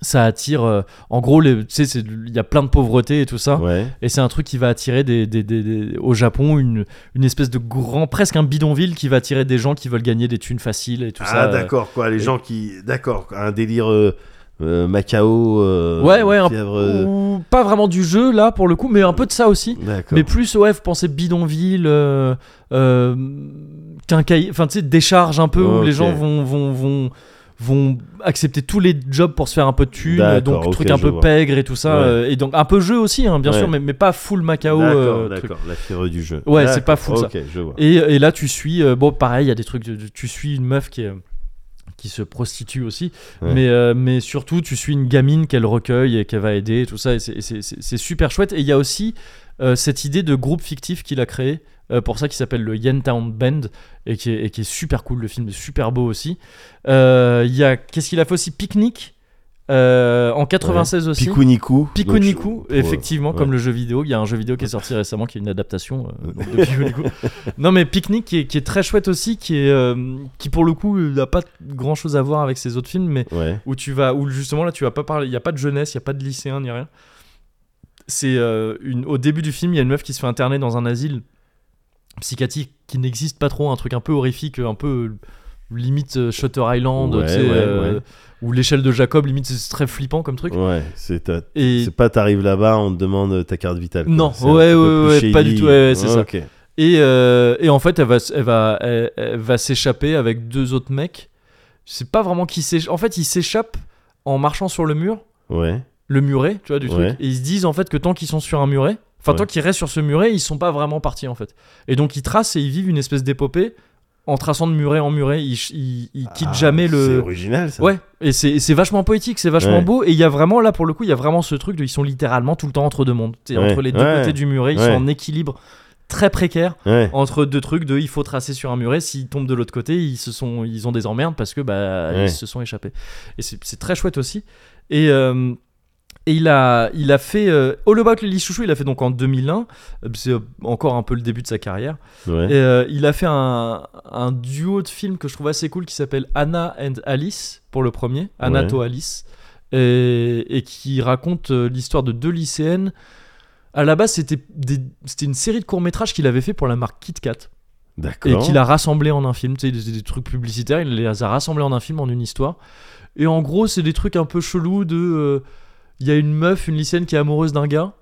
A: ça attire. euh, en gros, les- tu sais, c'est- il y a plein de pauvreté et tout ça.
B: Ouais.
A: Et c'est un truc qui va attirer des, des- des- des- au Japon une, une espèce de grand, presque un bidonville qui va attirer des gens qui veulent gagner des thunes faciles et tout
B: ah,
A: ça. euh.
B: d'accord, quoi. Les
A: et-
B: gens qui. D'accord, quoi, un délire euh, euh, Macao. euh,
A: Ouais, ouais, un-
B: fièvre, euh,
A: Ou pas vraiment du jeu là pour le coup, mais un peu de ça aussi.
B: D'accord.
A: Mais plus, ouais, vous pensez bidonville, euh, euh, quincaille- enfin tu sais, décharge un peu où les
B: Ok.
A: gens vont, vont, vont, vont accepter tous les jobs pour se faire un peu de thunes,
B: D'accord,
A: donc
B: ok,
A: truc un
B: je
A: peu
B: vois.
A: pègre et tout ça.
B: Ouais.
A: euh, et donc un peu jeu aussi, hein, bien
B: Ouais.
A: sûr, mais, mais pas full Macao.
B: D'accord,
A: euh, truc.
B: d'accord, la fièvre du jeu.
A: Ouais,
B: D'accord,
A: c'est pas fou, ça.
B: Ok, je vois.
A: Et, et là, tu suis. euh, bon, pareil, il y a des trucs. de- de- tu suis une meuf qui, est- qui se prostitue aussi.
B: Ouais.
A: Mais, euh, mais surtout, tu suis une gamine qu'elle recueille et qu'elle va aider et tout ça. Et c'est- et c'est c'est- c'est super chouette. Et il y a aussi euh, cette idée de groupe fictif qu'il a créé. euh, pour ça, qui s'appelle le Yentown Band et qui, est, et qui est super cool. Le film est super beau aussi. Euh, Il y a qu'est-ce qu'il a fait aussi Picnic euh, en 96 aussi.
B: Pikuniku.
A: Pikuniku,
B: Donc, je- pour-
A: effectivement,
B: ouais.
A: comme le jeu vidéo. Il y a un jeu vidéo qui est sorti récemment qui est une adaptation euh, donc, de
B: [laughs]
A: Pikuniku. non, mais Picnic qui est, qui est très chouette aussi, qui, est, euh, qui pour le coup n'a pas grand chose à voir avec ses autres films, mais
B: Ouais.
A: où tu vas, où justement là tu vas pas parler, il y a pas de jeunesse, il y a pas de lycéen ni rien. C'est euh, une, au début du film, il y a une meuf qui se fait interner dans un asile psychiatrique qui n'existe pas trop, un truc un peu horrifique, un peu euh, limite euh, Shutter Island,
B: Ouais,
A: tu sais,
B: ouais,
A: euh,
B: ouais.
A: ou l'échelle de Jacob, limite c'est très flippant comme truc.
B: Ouais, c'est ta-
A: Et
B: c'est pas t'arrives là-bas, on te demande ta carte vitale. quoi.
A: Non,
B: C'est un
A: ouais,
B: petit peu
A: ouais,
B: plus
A: ouais, pas
B: shady.
A: du tout, ouais, ouais, c'est ça.
B: ok.
A: Et, euh, et en fait, elle va, s- elle va, elle, elle va s'échapper avec deux autres mecs. Je sais pas vraiment qui s'échappe. En fait, ils s'échappent en marchant sur le mur,
B: Ouais,
A: le muret, tu vois, du
B: Ouais.
A: truc. Et ils se disent en fait que tant qu'ils sont sur un muret, enfin,
B: Ouais.
A: tant qu'ils restent sur ce muret, ils sont pas vraiment partis en fait. Et donc, ils tracent et ils vivent une espèce d'épopée en traçant de muret en muret. Ils, ch- ils, ils quittent
B: Ah,
A: jamais
B: C'est
A: le.
B: original, ça.
A: Ouais, et c'est et c'est vachement poétique, c'est vachement
B: Ouais.
A: beau. Et il y a vraiment, là pour le coup, il y a vraiment ce truc de. Ils sont littéralement tout le temps entre deux mondes. T'es
B: Ouais.
A: Entre les deux
B: Ouais.
A: côtés du muret, ils
B: Ouais.
A: sont en équilibre très précaire
B: Ouais.
A: entre deux trucs de il faut tracer sur un muret s'ils tombent de l'autre côté ils se sont ils ont des emmerdes parce que bah
B: Ouais.
A: ils se sont échappés et c'est c'est très chouette aussi et euh, et il a, il a fait euh, All About Lily Chouchou, il a fait donc en 2001, euh, c'est euh, encore un peu le début de sa carrière.
B: Ouais.
A: Et euh, il a fait un, un duo de films que je trouve assez cool qui s'appelle Anna and Alice pour le premier, Anna
B: Ouais.
A: to Alice, et, et qui raconte euh, l'histoire de deux lycéennes. À la base, c'était des- c'était une série de courts-métrages qu'il avait fait pour la marque Kit Kat et
B: D'accord.
A: qu'il a rassemblé en un film. Tu sais, des, des trucs publicitaires, il les a rassemblés en un film, en une histoire. Et en gros, c'est des trucs un peu chelous de. euh, Il y a une meuf, une lycéenne qui est amoureuse d'un gars.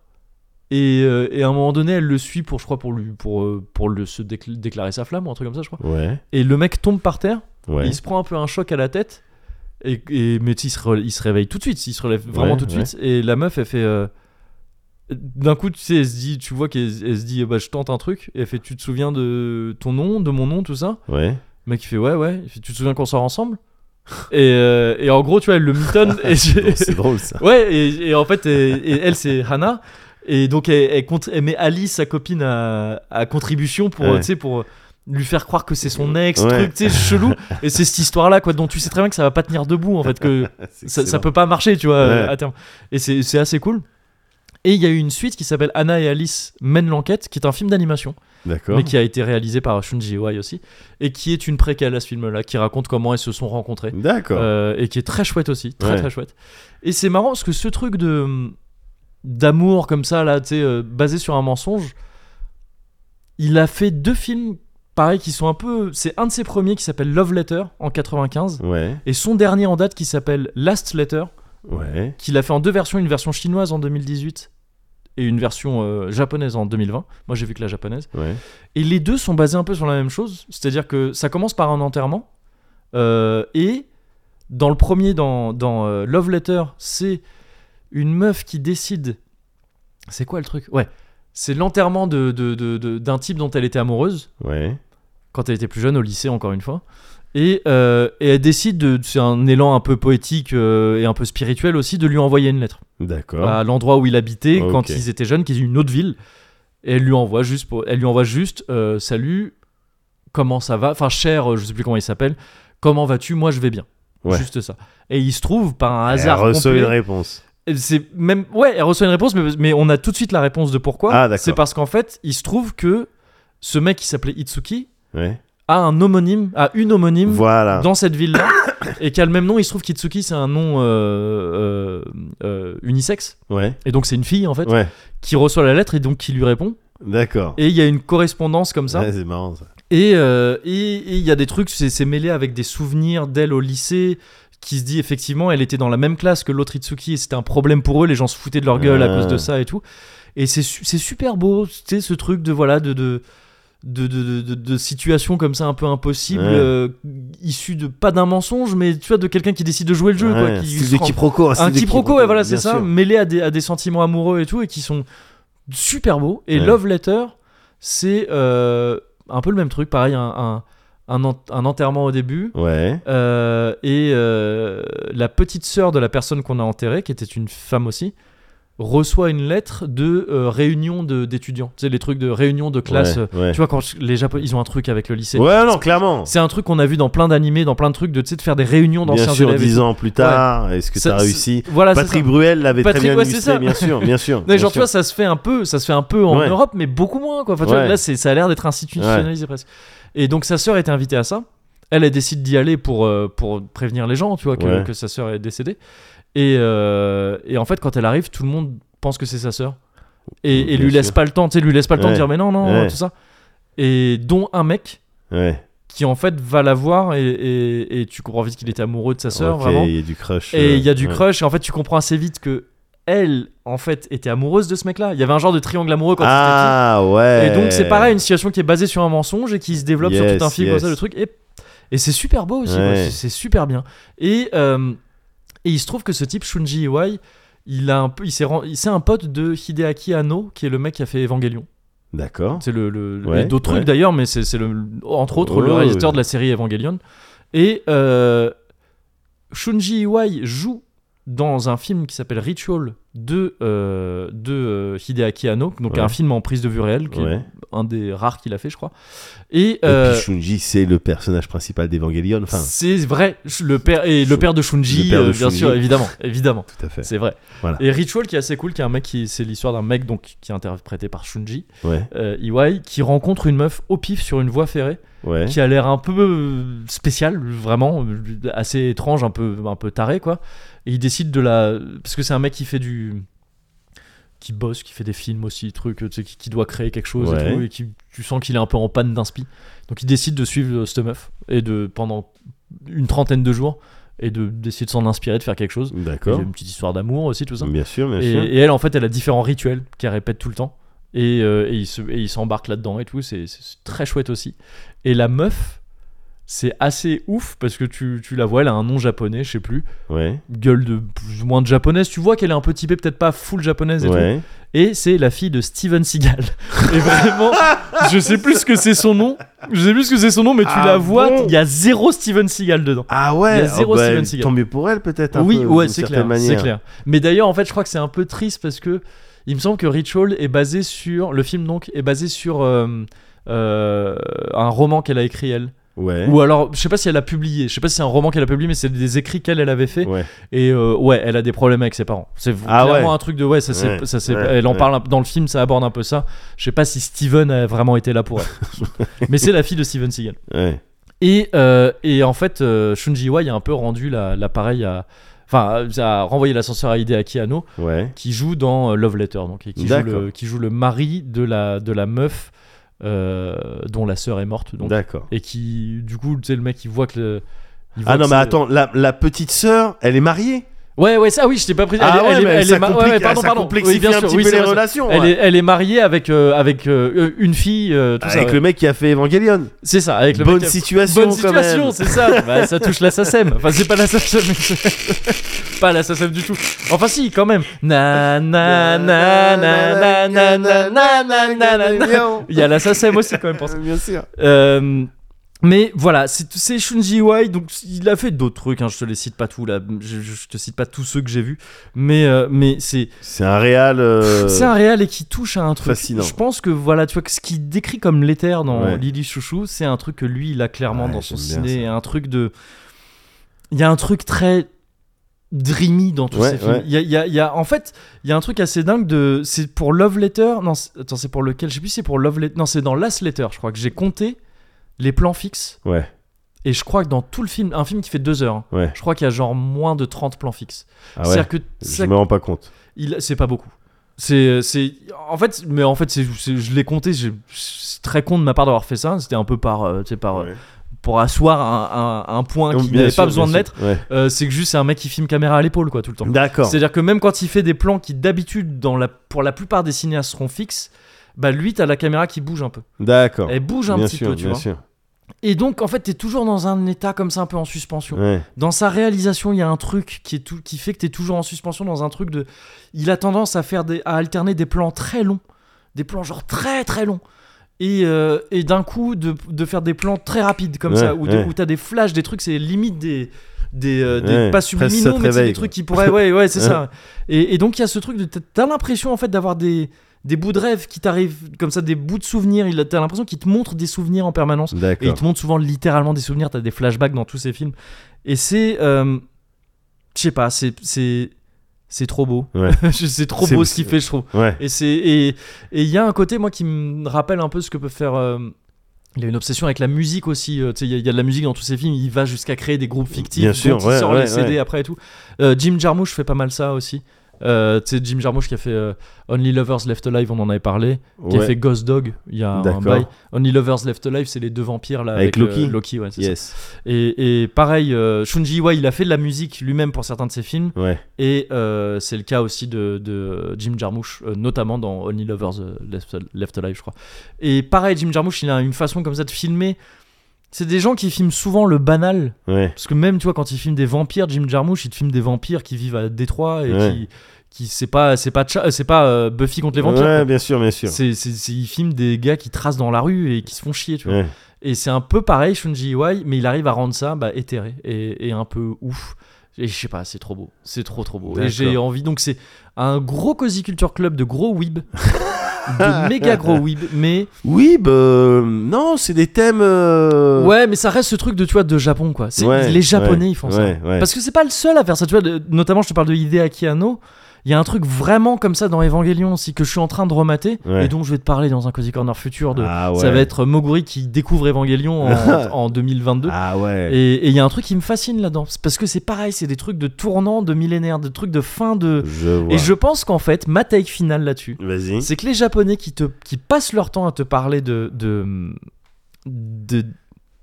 A: Et, euh, et à un moment donné, elle le suit pour, je crois, pour, lui, pour, euh, pour le, se décl- déclarer sa flamme ou un truc comme ça, je crois.
B: Ouais,
A: Et le mec tombe par terre, et
B: ouais.
A: il se prend un peu un choc à la tête. Et, et, mais tu sais, il se, re- il se réveille tout de suite, il se relève vraiment
B: Ouais,
A: tout de
B: ouais.
A: suite. Et la meuf, elle fait. euh, D'un coup, tu sais, elle se dit, tu vois qu'elle elle se dit, eh bah, je tente un truc. Et elle fait, tu te souviens de ton nom, de mon nom, tout ça [laughs]
B: Ouais.
A: le mec il fait ouais ouais, Il fait, tu te souviens qu'on sort ensemble et, euh, et en gros tu vois elle le
B: [laughs]
A: mitonne et
B: Non, C'est drôle,
A: [laughs]
B: ça.
A: ouais et, et en fait et- et elle c'est Hannah et donc elle, elle compte- elle met Alice sa copine à, à contribution pour
B: Ouais.
A: tu sais pour lui faire croire que c'est son ex
B: Ouais.
A: truc tu sais chelou et c'est cette histoire là quoi dont tu sais très bien que ça va pas tenir debout en fait
B: [laughs]
A: que
B: C'est
A: ça, ça
B: excellent.
A: peut pas marcher, tu vois, euh,
B: Ouais.
A: à terme. Et c'est c'est assez cool. Et il y a eu une suite qui s'appelle Anna et Alice mènent l'enquête, qui est un film d'animation,
B: D'accord.
A: mais qui a été réalisé par Shunji Iwai aussi, et qui est une préquelle à ce film-là, qui raconte comment ils se sont rencontrés,
B: D'accord.
A: euh, et qui est très chouette aussi, très
B: Ouais.
A: très chouette. Et c'est marrant parce que ce truc de d'amour comme ça là, tu sais, euh, basé sur un mensonge, il a fait deux films pareil qui sont un peu, c'est un de ses premiers qui s'appelle Love Letter en 95,
B: Ouais,
A: et son dernier en date qui s'appelle Last Letter,
B: ouais.
A: qu'il a fait en deux versions, une version chinoise en 2018 et une version euh, japonaise en 2020. Moi j'ai vu que la japonaise.
B: Ouais.
A: Et les deux sont basés un peu sur la même chose, c'est-à-dire que ça commence par un enterrement euh, et dans le premier, dans, dans euh, Love Letter, c'est une meuf qui décide. C'est quoi le truc Ouais, c'est l'enterrement de- de- de- de- d'un type dont elle était amoureuse
B: Ouais.
A: quand elle était plus jeune, au lycée encore une fois. Et, euh, et elle décide, de, c'est un élan un peu poétique euh, et un peu spirituel aussi, de lui envoyer une lettre.
B: D'accord.
A: À l'endroit où il habitait
B: Ok.
A: quand ils étaient jeunes, qui est une autre ville. Et elle lui envoie juste, pour- elle lui envoie juste euh, Salut, comment ça va Enfin, cher, euh, je sais plus comment il s'appelle. Comment vas-tu Moi, je vais bien.
B: Ouais.
A: Juste ça. Et il se trouve, par un
B: Elle
A: hasard.
B: reçoit
A: complet,
B: Eh, une réponse.
A: et C'est même ouais, elle reçoit une réponse, mais, mais on a tout de suite la réponse de pourquoi.
B: Ah, d'accord.
A: c'est parce qu'en fait, il se trouve que ce mec qui s'appelait Itsuki
B: Ouais.
A: a un homonyme, a une homonyme
B: Voilà.
A: dans cette ville-là, [coughs] et qui a le même nom. Il se trouve qu'Itsuki, c'est un nom euh, euh, euh, unisexe,
B: Ouais.
A: et donc c'est une fille, en fait,
B: Ouais.
A: qui reçoit la lettre et donc qui lui répond.
B: D'accord.
A: Et il y a une correspondance comme ça.
B: Ouais, c'est marrant ça.
A: Et euh, et- et il y a des trucs, c'est c'est mêlé avec des souvenirs d'elle au lycée qui se dit effectivement elle était dans la même classe que l'autre Itsuki et c'était un problème pour eux, les gens se foutaient de leur gueule à
B: Ah.
A: cause de ça et tout. Et c'est su- c'est super beau, tu sais, ce truc de voilà de de de, de, de- de- de situation comme ça un peu impossible
B: Ouais.
A: euh, issue de pas d'un mensonge mais tu vois de quelqu'un qui décide de jouer le jeu quoi,
B: Ouais,
A: qui
B: style
A: se
B: de
A: rend-
B: quiproquo.
A: un quiproquo, et voilà, c'est
B: bien
A: ça,
B: sûr.
A: mêlé à des, à des sentiments amoureux et tout, et qui sont super beaux. Et
B: Ouais.
A: Love Letter, c'est euh, un peu le même truc, pareil, un, un, un en- un enterrement au début.
B: Ouais.
A: euh, et euh, la petite sœur de la personne qu'on a enterrée, qui était une femme aussi, reçoit une lettre de euh, réunion de- d'étudiants. Tu sais, les trucs de réunion de classe.
B: Ouais.
A: euh,
B: ouais.
A: Tu vois, quand les Japonais, ils ont un truc avec le lycée.
B: Ouais, non, clairement.
A: C'est un truc qu'on a vu dans plein d'animés, dans plein de trucs, de, tu sais, de faire des réunions
B: Bien
A: d'anciens
B: sûr,
A: élèves. et
B: dix
A: tout.
B: ans plus tard, est-ce que
A: Ça-
B: t'as
A: ça-
B: réussi
A: Voilà, c'est ça.
B: Patrick Bruel l'avait très
A: Patrick,
B: bien
A: ouais, c'est
B: illustré,
A: ça.
B: bien sûr,
A: [laughs]
B: bien sûr.
A: Non, mais
B: bien
A: genre, tu
B: sûr.
A: vois, ça se fait un peu, ça se fait un peu en
B: Ouais.
A: Europe, mais beaucoup moins, quoi. Enfin, tu vois,
B: Ouais.
A: là, c'est, ça a l'air d'être institutionnalisé presque. Et donc, sa sœur était invitée à ça. Elle, elle décide d'y aller pour, euh, pour prévenir les gens, tu vois, que,
B: Ouais.
A: que sa sœur est décédée. Et, euh, et en fait, quand elle arrive, tout le monde pense que c'est sa sœur. Et, et
B: Bien
A: lui
B: sûr.
A: laisse pas le temps, tu sais, lui laisse pas le temps
B: Ouais.
A: de dire, mais non, non,
B: Ouais.
A: tout ça. Et dont un mec
B: ouais.
A: qui, en fait, va la voir et, et- et tu comprends vite qu'il était amoureux de sa sœur,
B: Ok,
A: vraiment.
B: il y a du crush.
A: Et il y a
B: euh,
A: du
B: ouais.
A: crush, et en fait, tu comprends assez vite que elle, en fait, était amoureuse de ce mec-là. Il y avait un genre de triangle amoureux quand ils étaient
B: Ah ouais.
A: petits. Et donc, c'est pareil, une situation qui est basée sur un mensonge et qui se développe sur
B: Yes,
A: tout un film,
B: yes.
A: comme ça, le truc. Et, et c'est super beau aussi,
B: Ouais.
A: quoi. C'est- c'est super bien. Et, euh, et il se trouve que ce type, Shunji Iwai, il a un peu, il s'est, ren- il- c'est un pote de Hideaki Anno, qui est le mec qui a fait Evangelion.
B: D'accord.
A: C'est le, le-
B: Ouais,
A: et d'autres
B: ouais.
A: trucs d'ailleurs, mais c'est c'est le entre autres le
B: Oh,
A: réalisateur
B: ouais.
A: de la série Evangelion. Et euh, Shunji Iwai joue dans un film qui s'appelle Ritual de euh, de euh, Hideaki Anno, donc
B: Ouais.
A: un film en prise de vue réelle, qui
B: Ouais.
A: est un des rares qu'il a fait, je crois. Et,
B: Et
A: euh,
B: puis Shunji, c'est le personnage principal d'Evangelion. Enfin,
A: c'est vrai, le père et le
B: Shun-
A: père de Shunji,
B: le père de
A: euh, bien
B: Shunji.
A: sûr, évidemment, évidemment.
B: [laughs] tout à fait.
A: C'est vrai.
B: Voilà.
A: Et Ritual qui est assez cool, qui est un mec qui c'est l'histoire d'un mec donc qui est interprété par Shunji
B: Ouais,
A: euh, Iwai qui rencontre une meuf au pif sur une voie ferrée
B: ouais.
A: qui a l'air un peu euh, spéciale vraiment euh, assez étrange un peu un peu taré quoi et il décide de la parce que c'est un mec qui fait du qui bosse qui fait des films aussi trucs tu sais, qui, qui doit créer quelque chose
B: Ouais.
A: et tout et qui tu sens qu'il est un peu en panne d'inspi donc il décide de suivre euh, cette meuf et de pendant une trentaine de jours et de d'essayer de s'en inspirer de faire quelque chose Il y a
B: D'accord.
A: une petite histoire d'amour aussi tout ça
B: Bien sûr, bien
A: hein. et,
B: sûr.
A: et elle, en fait, elle a différents rituels qu'elle répète tout le temps. Et, euh, et il se- et il s'embarque là-dedans et tout. C'est c'est très chouette aussi. Et la meuf, c'est assez ouf parce que tu, tu la vois, elle a un nom japonais, je sais plus.
B: Ouais,
A: Gueule de plus ou moins de japonaise. Tu vois qu'elle est un peu typée, peut-être pas full japonaise et tout.
B: ouais.
A: Et c'est la fille de Steven Seagal. [laughs] et vraiment, je sais plus ce que c'est son nom. Je sais plus ce que c'est son nom, mais tu
B: Ah
A: la vois, il
B: bon
A: y a zéro Steven Seagal dedans.
B: Ah ouais.
A: Il y a zéro
B: oh, bah,
A: Steven Seagal.
B: Tant mieux pour elle peut-être. un
A: Oui,
B: peu,
A: ouais,
B: d'une
A: c'est
B: certaine
A: clair,
B: manière.
A: c'est clair. Mais d'ailleurs, en fait, je crois que c'est un peu triste parce que il me semble que Ritual est basé sur le film donc est basé sur euh, euh, un roman qu'elle a écrit elle.
B: Ouais.
A: Ou alors, je sais pas si elle a publié, je sais pas si c'est un roman qu'elle a publié, mais c'est des écrits qu'elle elle avait fait.
B: Ouais.
A: Et euh, ouais, elle a des problèmes avec ses parents. C'est
B: Ah
A: clairement
B: ouais.
A: un truc de ouais, ça c'est,
B: Ouais,
A: ça c'est,
B: ouais,
A: elle en
B: ouais.
A: parle un- dans le film, ça aborde un peu ça. Je sais pas si Steven a vraiment été là pour elle.
B: [laughs]
A: mais c'est la fille de Steven Seagal.
B: Ouais.
A: Et, euh, et en fait, euh, Shunji Iwai a un peu rendu la- l'appareil à. Enfin, a renvoyé l'ascenseur à Hideaki Anno,
B: Ouais.
A: qui joue dans euh, Love Letter, donc, et qui, joue
B: D'accord.
A: le, qui joue le mari de la, de la meuf euh, dont la sœur est morte. Donc,
B: D'accord.
A: et qui, du coup, tu sais, le mec, il voit que. le- il voit
B: Ah non
A: que
B: mais
A: c'est-
B: attends, la, la petite sœur, elle est mariée.
A: Ouais, ouais, ça, oui, je t'ai pas pris.
B: ah ouais, mais ça,
A: ma- ouais, ouais,
B: complique-
A: pardon,
B: ça
A: pardon.
B: complexifie
A: Oui, bien
B: un
A: sûr,
B: petit
A: oui,
B: peu
A: c'est
B: les
A: vrai, c'est-
B: relations. hein.
A: Elle
B: ouais.
A: est, elle est mariée avec, euh, avec euh, une fille, euh, tout ça,
B: Ah, Avec
A: ouais.
B: le mec qui a fait Evangelion.
A: C'est ça, avec le
B: Bonne
A: mec qui a-
B: situation.
A: Bonne
B: quand même.
A: situation, c'est ça. [laughs] Bah, ça touche la SACEM. Enfin, c'est pas la SACEM. mais c'est- [laughs] pas la SACEM du tout. Enfin, si, quand même. Na na na na na na na na na na na na. Il y a la SACEM aussi, quand même, pour ça.
B: Bien sûr.
A: Euh, mais voilà, c'est c'est Shunji Iwai, donc il a fait d'autres trucs, hein, je te les cite pas tous là, je, je- je te cite pas tous ceux que j'ai vus, mais, euh, mais c'est
B: C'est un réal. euh,
A: c'est un réel et qui touche à un truc.
B: fascinant.
A: Je pense que voilà, tu vois, que ce qu'il décrit comme l'éther dans
B: Ouais.
A: Lily Chouchou, c'est un truc que lui, il a clairement
B: Ouais,
A: dans son
B: j'aime bien
A: ciné. Un truc de. Il y a un truc très dreamy dans tous
B: Ouais,
A: ces films.
B: ouais.
A: Il y a- il y a- il y a- en fait, il y a un truc assez dingue de. C'est pour Love Letter. Non, c'est- attends, c'est pour lequel Je sais plus si c'est pour Love Letter. Non, c'est dans Last Letter, je crois que j'ai compté. les plans fixes.
B: Ouais.
A: Et je crois que dans tout le film, un film qui fait deux heures, hein,
B: Ouais.
A: je crois qu'il y a genre moins de 30 plans fixes.
B: Ah ouais.
A: C'est-à-dire que
B: Je
A: c'est-
B: me rends pas compte.
A: il- c'est pas beaucoup. C'est, c'est, en fait, mais en fait, c'est, c'est- je l'ai compté. j'ai- C'est très con de ma part d'avoir fait ça. C'était un peu par, euh, tu sais, par, euh,
B: Ouais.
A: pour asseoir un, un- un point
B: Donc,
A: qui
B: bien
A: n'avait
B: sûr,
A: pas besoin de
B: bien
A: l'être.
B: sûr. Ouais.
A: Euh, c'est que juste c'est un mec qui filme caméra à l'épaule quoi tout le temps.
B: D'accord.
A: C'est-à-dire que même quand il fait des plans qui d'habitude dans la, pour la plupart des cinéastes seront fixes, bah lui t'as la caméra qui bouge un peu.
B: D'accord.
A: Elle bouge un
B: Bien
A: petit
B: sûr,
A: peu tu
B: bien
A: vois.
B: sûr.
A: Et donc en fait t'es toujours dans un état comme ça un peu en suspension.
B: Ouais.
A: Dans sa réalisation il y a un truc qui, est tout, qui fait que t'es toujours en suspension dans un truc de... Il a tendance à, faire des, à alterner des plans très longs, des plans genre très très longs. Et, euh, et d'un coup, de, de faire des plans très rapides comme
B: Ouais,
A: ça, où, de-
B: ouais.
A: où t'as des flashs, des trucs, c'est limite des, des, euh, des
B: Ouais,
A: pas
B: presque ça
A: subliminaux,
B: te
A: mais c'est
B: réveille,
A: des
B: quoi.
A: trucs qui pourraient. Ouais, ouais, c'est
B: [laughs] Ouais.
A: ça. Et, et donc il y a ce truc de t'as- t'as l'impression en fait d'avoir des des bouts de rêve qui t'arrivent comme ça, des bouts de souvenirs. Il t'as l'impression qu'il te montre des souvenirs en permanence. Et il
B: D'accord.
A: te montre souvent littéralement des souvenirs. T'as des flashbacks dans tous ces films. Et c'est, euh, je sais pas, c'est c'est c'est trop beau. [laughs]
B: Ouais.
A: c'est trop
B: C'est-
A: beau ce qu'il fait, je trouve.
B: Ouais.
A: Et c'est et et il y a un côté moi qui me rappelle un peu ce que peut faire. euh, il a une obsession avec la musique aussi. euh, tu sais, il y, a- il y a de la musique dans tous ses films. Il va jusqu'à créer des groupes fictifs.
B: Bien sûr,
A: dont il
B: ouais,
A: sort
B: ouais,
A: les CD
B: ouais.
A: après et tout. Euh, Jim Jarmusch fait pas mal ça aussi. Euh, tu sais, Jim Jarmusch qui a fait euh, Only Lovers Left Alive, on en avait parlé. Qui a
B: Ouais.
A: fait Ghost Dog. Il y a un
B: D'accord.
A: bail. Only Lovers Left Alive, c'est les deux vampires là.
B: Avec
A: Avec, euh,
B: Loki
A: Loki, ouais, c'est ça.
B: Yes.
A: Et, et pareil, euh, Shunji Iwa, il a fait de la musique lui-même pour certains de ses films.
B: Ouais.
A: Et euh, c'est le cas aussi de, de Jim Jarmusch, euh, notamment dans Only Lovers euh, Left, Left Alive, je crois. Et pareil, Jim Jarmusch, il a une façon comme ça de filmer. C'est des gens qui filment souvent le banal.
B: Ouais.
A: Parce que même, tu vois, quand il filme des vampires, Jim Jarmusch, il te filme des vampires qui vivent à Détroit et
B: Ouais.
A: qui. qui c'est pas, c'est pas, Cha- c'est pas euh, Buffy contre les vampires. quoi.
B: Ouais, bien sûr, bien sûr.
A: C'est, c'est, c'est- il filme des gars qui tracent dans la rue et qui se font chier, tu vois.
B: Ouais.
A: Et c'est un peu pareil, Shunji Iwai, mais il arrive à rendre ça bah, éthéré et, et un peu ouf. Et je sais pas, c'est trop beau. C'est trop trop beau. Et
B: D'accord.
A: j'ai envie. Donc c'est un gros Cozy Culture Club de gros weeb. [laughs] de méga gros weeb. Mais
B: Oui, bah euh, non, c'est des thèmes. euh,
A: ouais, mais ça reste ce truc de, tu vois, de Japon quoi. C'est,
B: ouais,
A: les Japonais
B: ouais,
A: ils font ça.
B: ouais, Ouais.
A: Parce que c'est hein. pas le seul à faire ça. Tu vois, de- notamment, je te parle de Hideaki Anno. Il y a un truc vraiment comme ça dans Evangelion aussi que je suis en train de remater
B: Ouais.
A: et dont je vais te parler dans un Cozy Corner futur. De,
B: Ah ouais.
A: Ça va être Moguri qui découvre
B: [laughs]
A: Evangelion en, en 2022.
B: Ah ouais.
A: Et et il y a un truc qui me fascine là-dedans. C'est Parce que c'est pareil, c'est des trucs de tournant, de millénaire, de trucs de fin de.
B: Je vois.
A: euh,
B: Hmm.
A: Et je pense qu'en fait, ma take finale là-dessus,
B: Vas-y.
A: c'est que les Japonais qui, te, qui passent leur temps à te parler de, de, de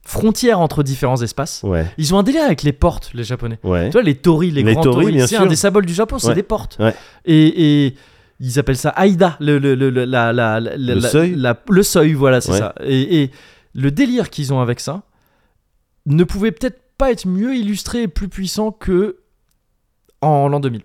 A: frontières entre différents espaces,
B: Ouais.
A: ils ont un délire avec les portes, les Japonais.
B: Ouais.
A: Tu vois, les torii, les,
B: Eh Les
A: grands
B: torii,
A: torii,
B: bien
A: c'est
B: sûr.
A: un des symboles du Japon, c'est
B: Ouais.
A: des portes.
B: Ouais.
A: Et, et ils appellent ça Aida, le, le, le- le- la, la- la- la- la-
B: seuil.
A: la- le seuil, voilà, c'est
B: Ouais.
A: ça. Et, et le délire qu'ils ont avec ça ne pouvait peut-être pas être mieux illustré et plus puissant que en l'an 2000.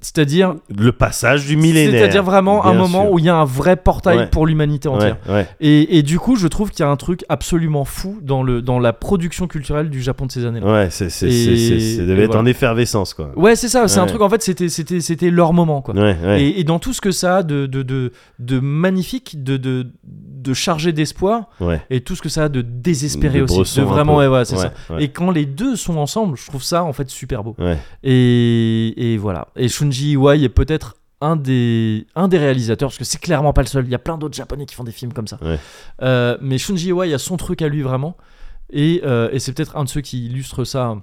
A: C'est-à-dire,
B: Le passage du millénaire.
A: c'est-à-dire vraiment un
B: Bien
A: moment
B: sûr.
A: où il y a un vrai portail
B: Ouais.
A: pour l'humanité entière.
B: Ouais, ouais.
A: Et, et du coup, je trouve qu'il y a un truc absolument fou dans, le, dans la production culturelle du Japon de ces années-là.
B: Ouais, c'est, c'est, c'est,
A: Et-
B: c'est, ça devait
A: et
B: être
A: voilà.
B: en effervescence, quoi.
A: Ouais, c'est ça. C'est un
B: Ouais.
A: truc. En fait, c'était c'était c'était leur moment, quoi.
B: Ouais, ouais.
A: Et, et dans tout ce que ça a de de, de, de magnifique, de de, de chargé d'espoir,
B: ouais.
A: et tout ce que ça a de désespéré
B: De
A: aussi,
B: Bresson,
A: de
B: un
A: vraiment,
B: peu.
A: ouais, ouais, c'est
B: Ouais,
A: ça.
B: ouais.
A: Et quand les deux sont ensemble, je trouve ça en fait super beau.
B: Ouais.
A: Et, et voilà. Et Shunji Iwai est peut-être un des, un des réalisateurs, parce que c'est clairement pas le seul. Il y a plein d'autres japonais qui font des films comme ça.
B: Ouais.
A: Euh, mais Shunji Iwai a son truc à lui vraiment. Et, euh, et c'est peut-être un de ceux qui illustre ça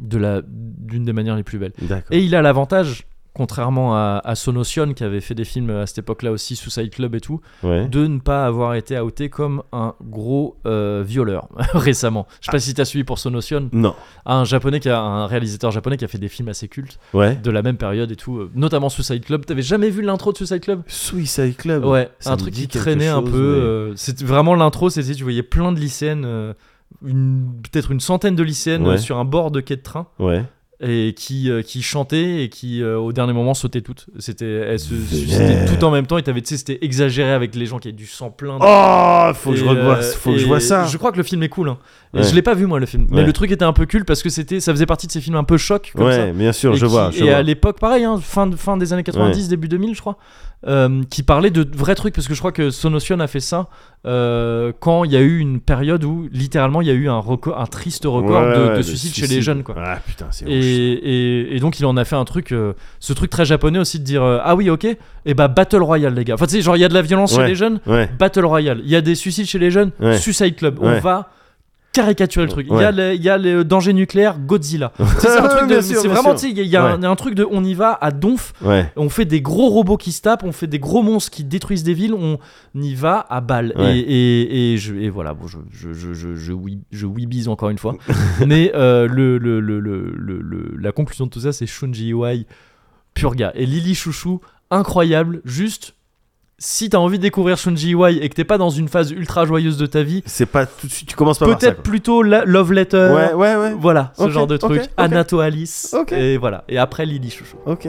A: de la- d'une des manières les plus belles.
B: D'accord.
A: Et il a l'avantage, contrairement à, à Sonotion qui avait fait des films à cette époque-là aussi, Suicide Club et tout,
B: Ouais.
A: de ne pas avoir été outé comme un gros euh, violeur [laughs] récemment. Je sais
B: Ah.
A: pas si t'as suivi pour Sonotion,
B: Non.
A: un japonais qui a un réalisateur japonais qui a fait des films assez cultes
B: Ouais.
A: de la même période et tout, euh, notamment Suicide Club. T'avais jamais vu l'intro de Suicide Club
B: Suicide Club.
A: Ouais,
B: Ah Ça
A: un
B: me
A: truc
B: dit
A: qui
B: quelque
A: traînait un
B: chose,
A: peu.
B: mais-
A: euh, c'était vraiment l'intro, c'était tu voyais plein de lycéennes, euh, une- peut-être une centaine de lycéennes
B: Ouais.
A: euh, sur un bord de quai de train
B: Ouais.
A: et qui, euh, qui chantaient et qui euh, au dernier moment sautaient toutes. C'était elles se
B: Vénère.
A: suicidaient toutes en même temps et t'avais- tu sais, c'était exagéré avec les gens qui avaient du sang plein. de-
B: Oh, faut que je
A: Et,
B: revoie,
A: euh,
B: faut que je
A: et
B: vois ça.
A: Je crois que le film est cool. hein. Et
B: Ouais.
A: Je l'ai pas vu moi le film, mais
B: Ouais.
A: le truc était un peu cool parce que c'était, ça faisait partie de ces films un peu choc comme ça.
B: Ouais, bien sûr,
A: et
B: je
A: qui-
B: vois. je
A: et
B: vois.
A: à l'époque, pareil, hein, fin, de- fin des années 90, début 2000, je crois, euh, qui parlait de vrais trucs, parce que je crois que Sonotion a fait ça, euh, quand il y a eu une période où littéralement il y a eu un, record, un triste record
B: Ouais,
A: de, de
B: ouais,
A: suicides chez
B: suicide.
A: les jeunes. Quoi.
B: Ah putain, c'est
A: Et,
B: ouf.
A: et- et donc il en a fait un truc, euh, ce truc très japonais aussi de dire euh, ah oui ok et bah battle royale les gars. Enfin tu sais genre il y a de la violence
B: Ouais.
A: chez les jeunes,
B: Ouais.
A: battle royale. Il y a des suicides chez les jeunes,
B: Ouais.
A: suicide club.
B: Ouais.
A: On va caricaturer le truc. Il y
B: Ouais.
A: a les, il y a les dangers nucléaires, Godzilla. C'est
B: [laughs]
A: un truc de,
B: Bien sûr,
A: c'est
B: bien
A: vraiment tu
B: sûr.
A: sais il y a- il y a un-
B: Ouais.
A: il y a un truc de on y va à donf.
B: Ouais.
A: On fait des gros robots qui se tapent, on fait des gros monstres qui détruisent des villes, on y va à balles.
B: Ouais.
A: Et, et- et je, et voilà, bon, je, je, je, je, je, oui- je oui bise encore une
B: [laughs]
A: fois. Mais euh, le, le, le, le, le- le- la conclusion de tout ça, c'est Shunji Iwai, pur gars. Et Lily Chouchou, incroyable, juste. Si t'as envie de découvrir Shunji Iwai et que t'es pas dans une phase ultra joyeuse de ta vie,
B: C'est pas tout de suite, tu commences pas par ça.
A: peut-être plutôt la- Love Letter,
B: quoi. Ouais, ouais, ouais.
A: voilà, ce
B: Ok,
A: genre de
B: ok,
A: truc,
B: ok.
A: Anato Alice,
B: Ok.
A: et voilà, et après Lily Chouchou.
B: Ok.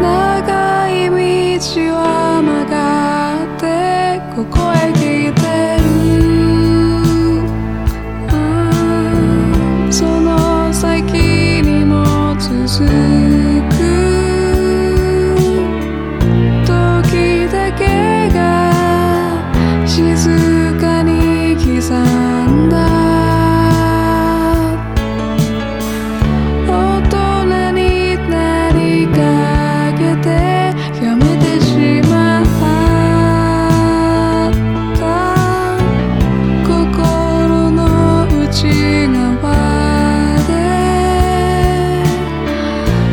G: 長い道は曲がってここへ来てるああその先にも続く時だけが静かに刻んだ大人になりかけてやめてしまった心の内側で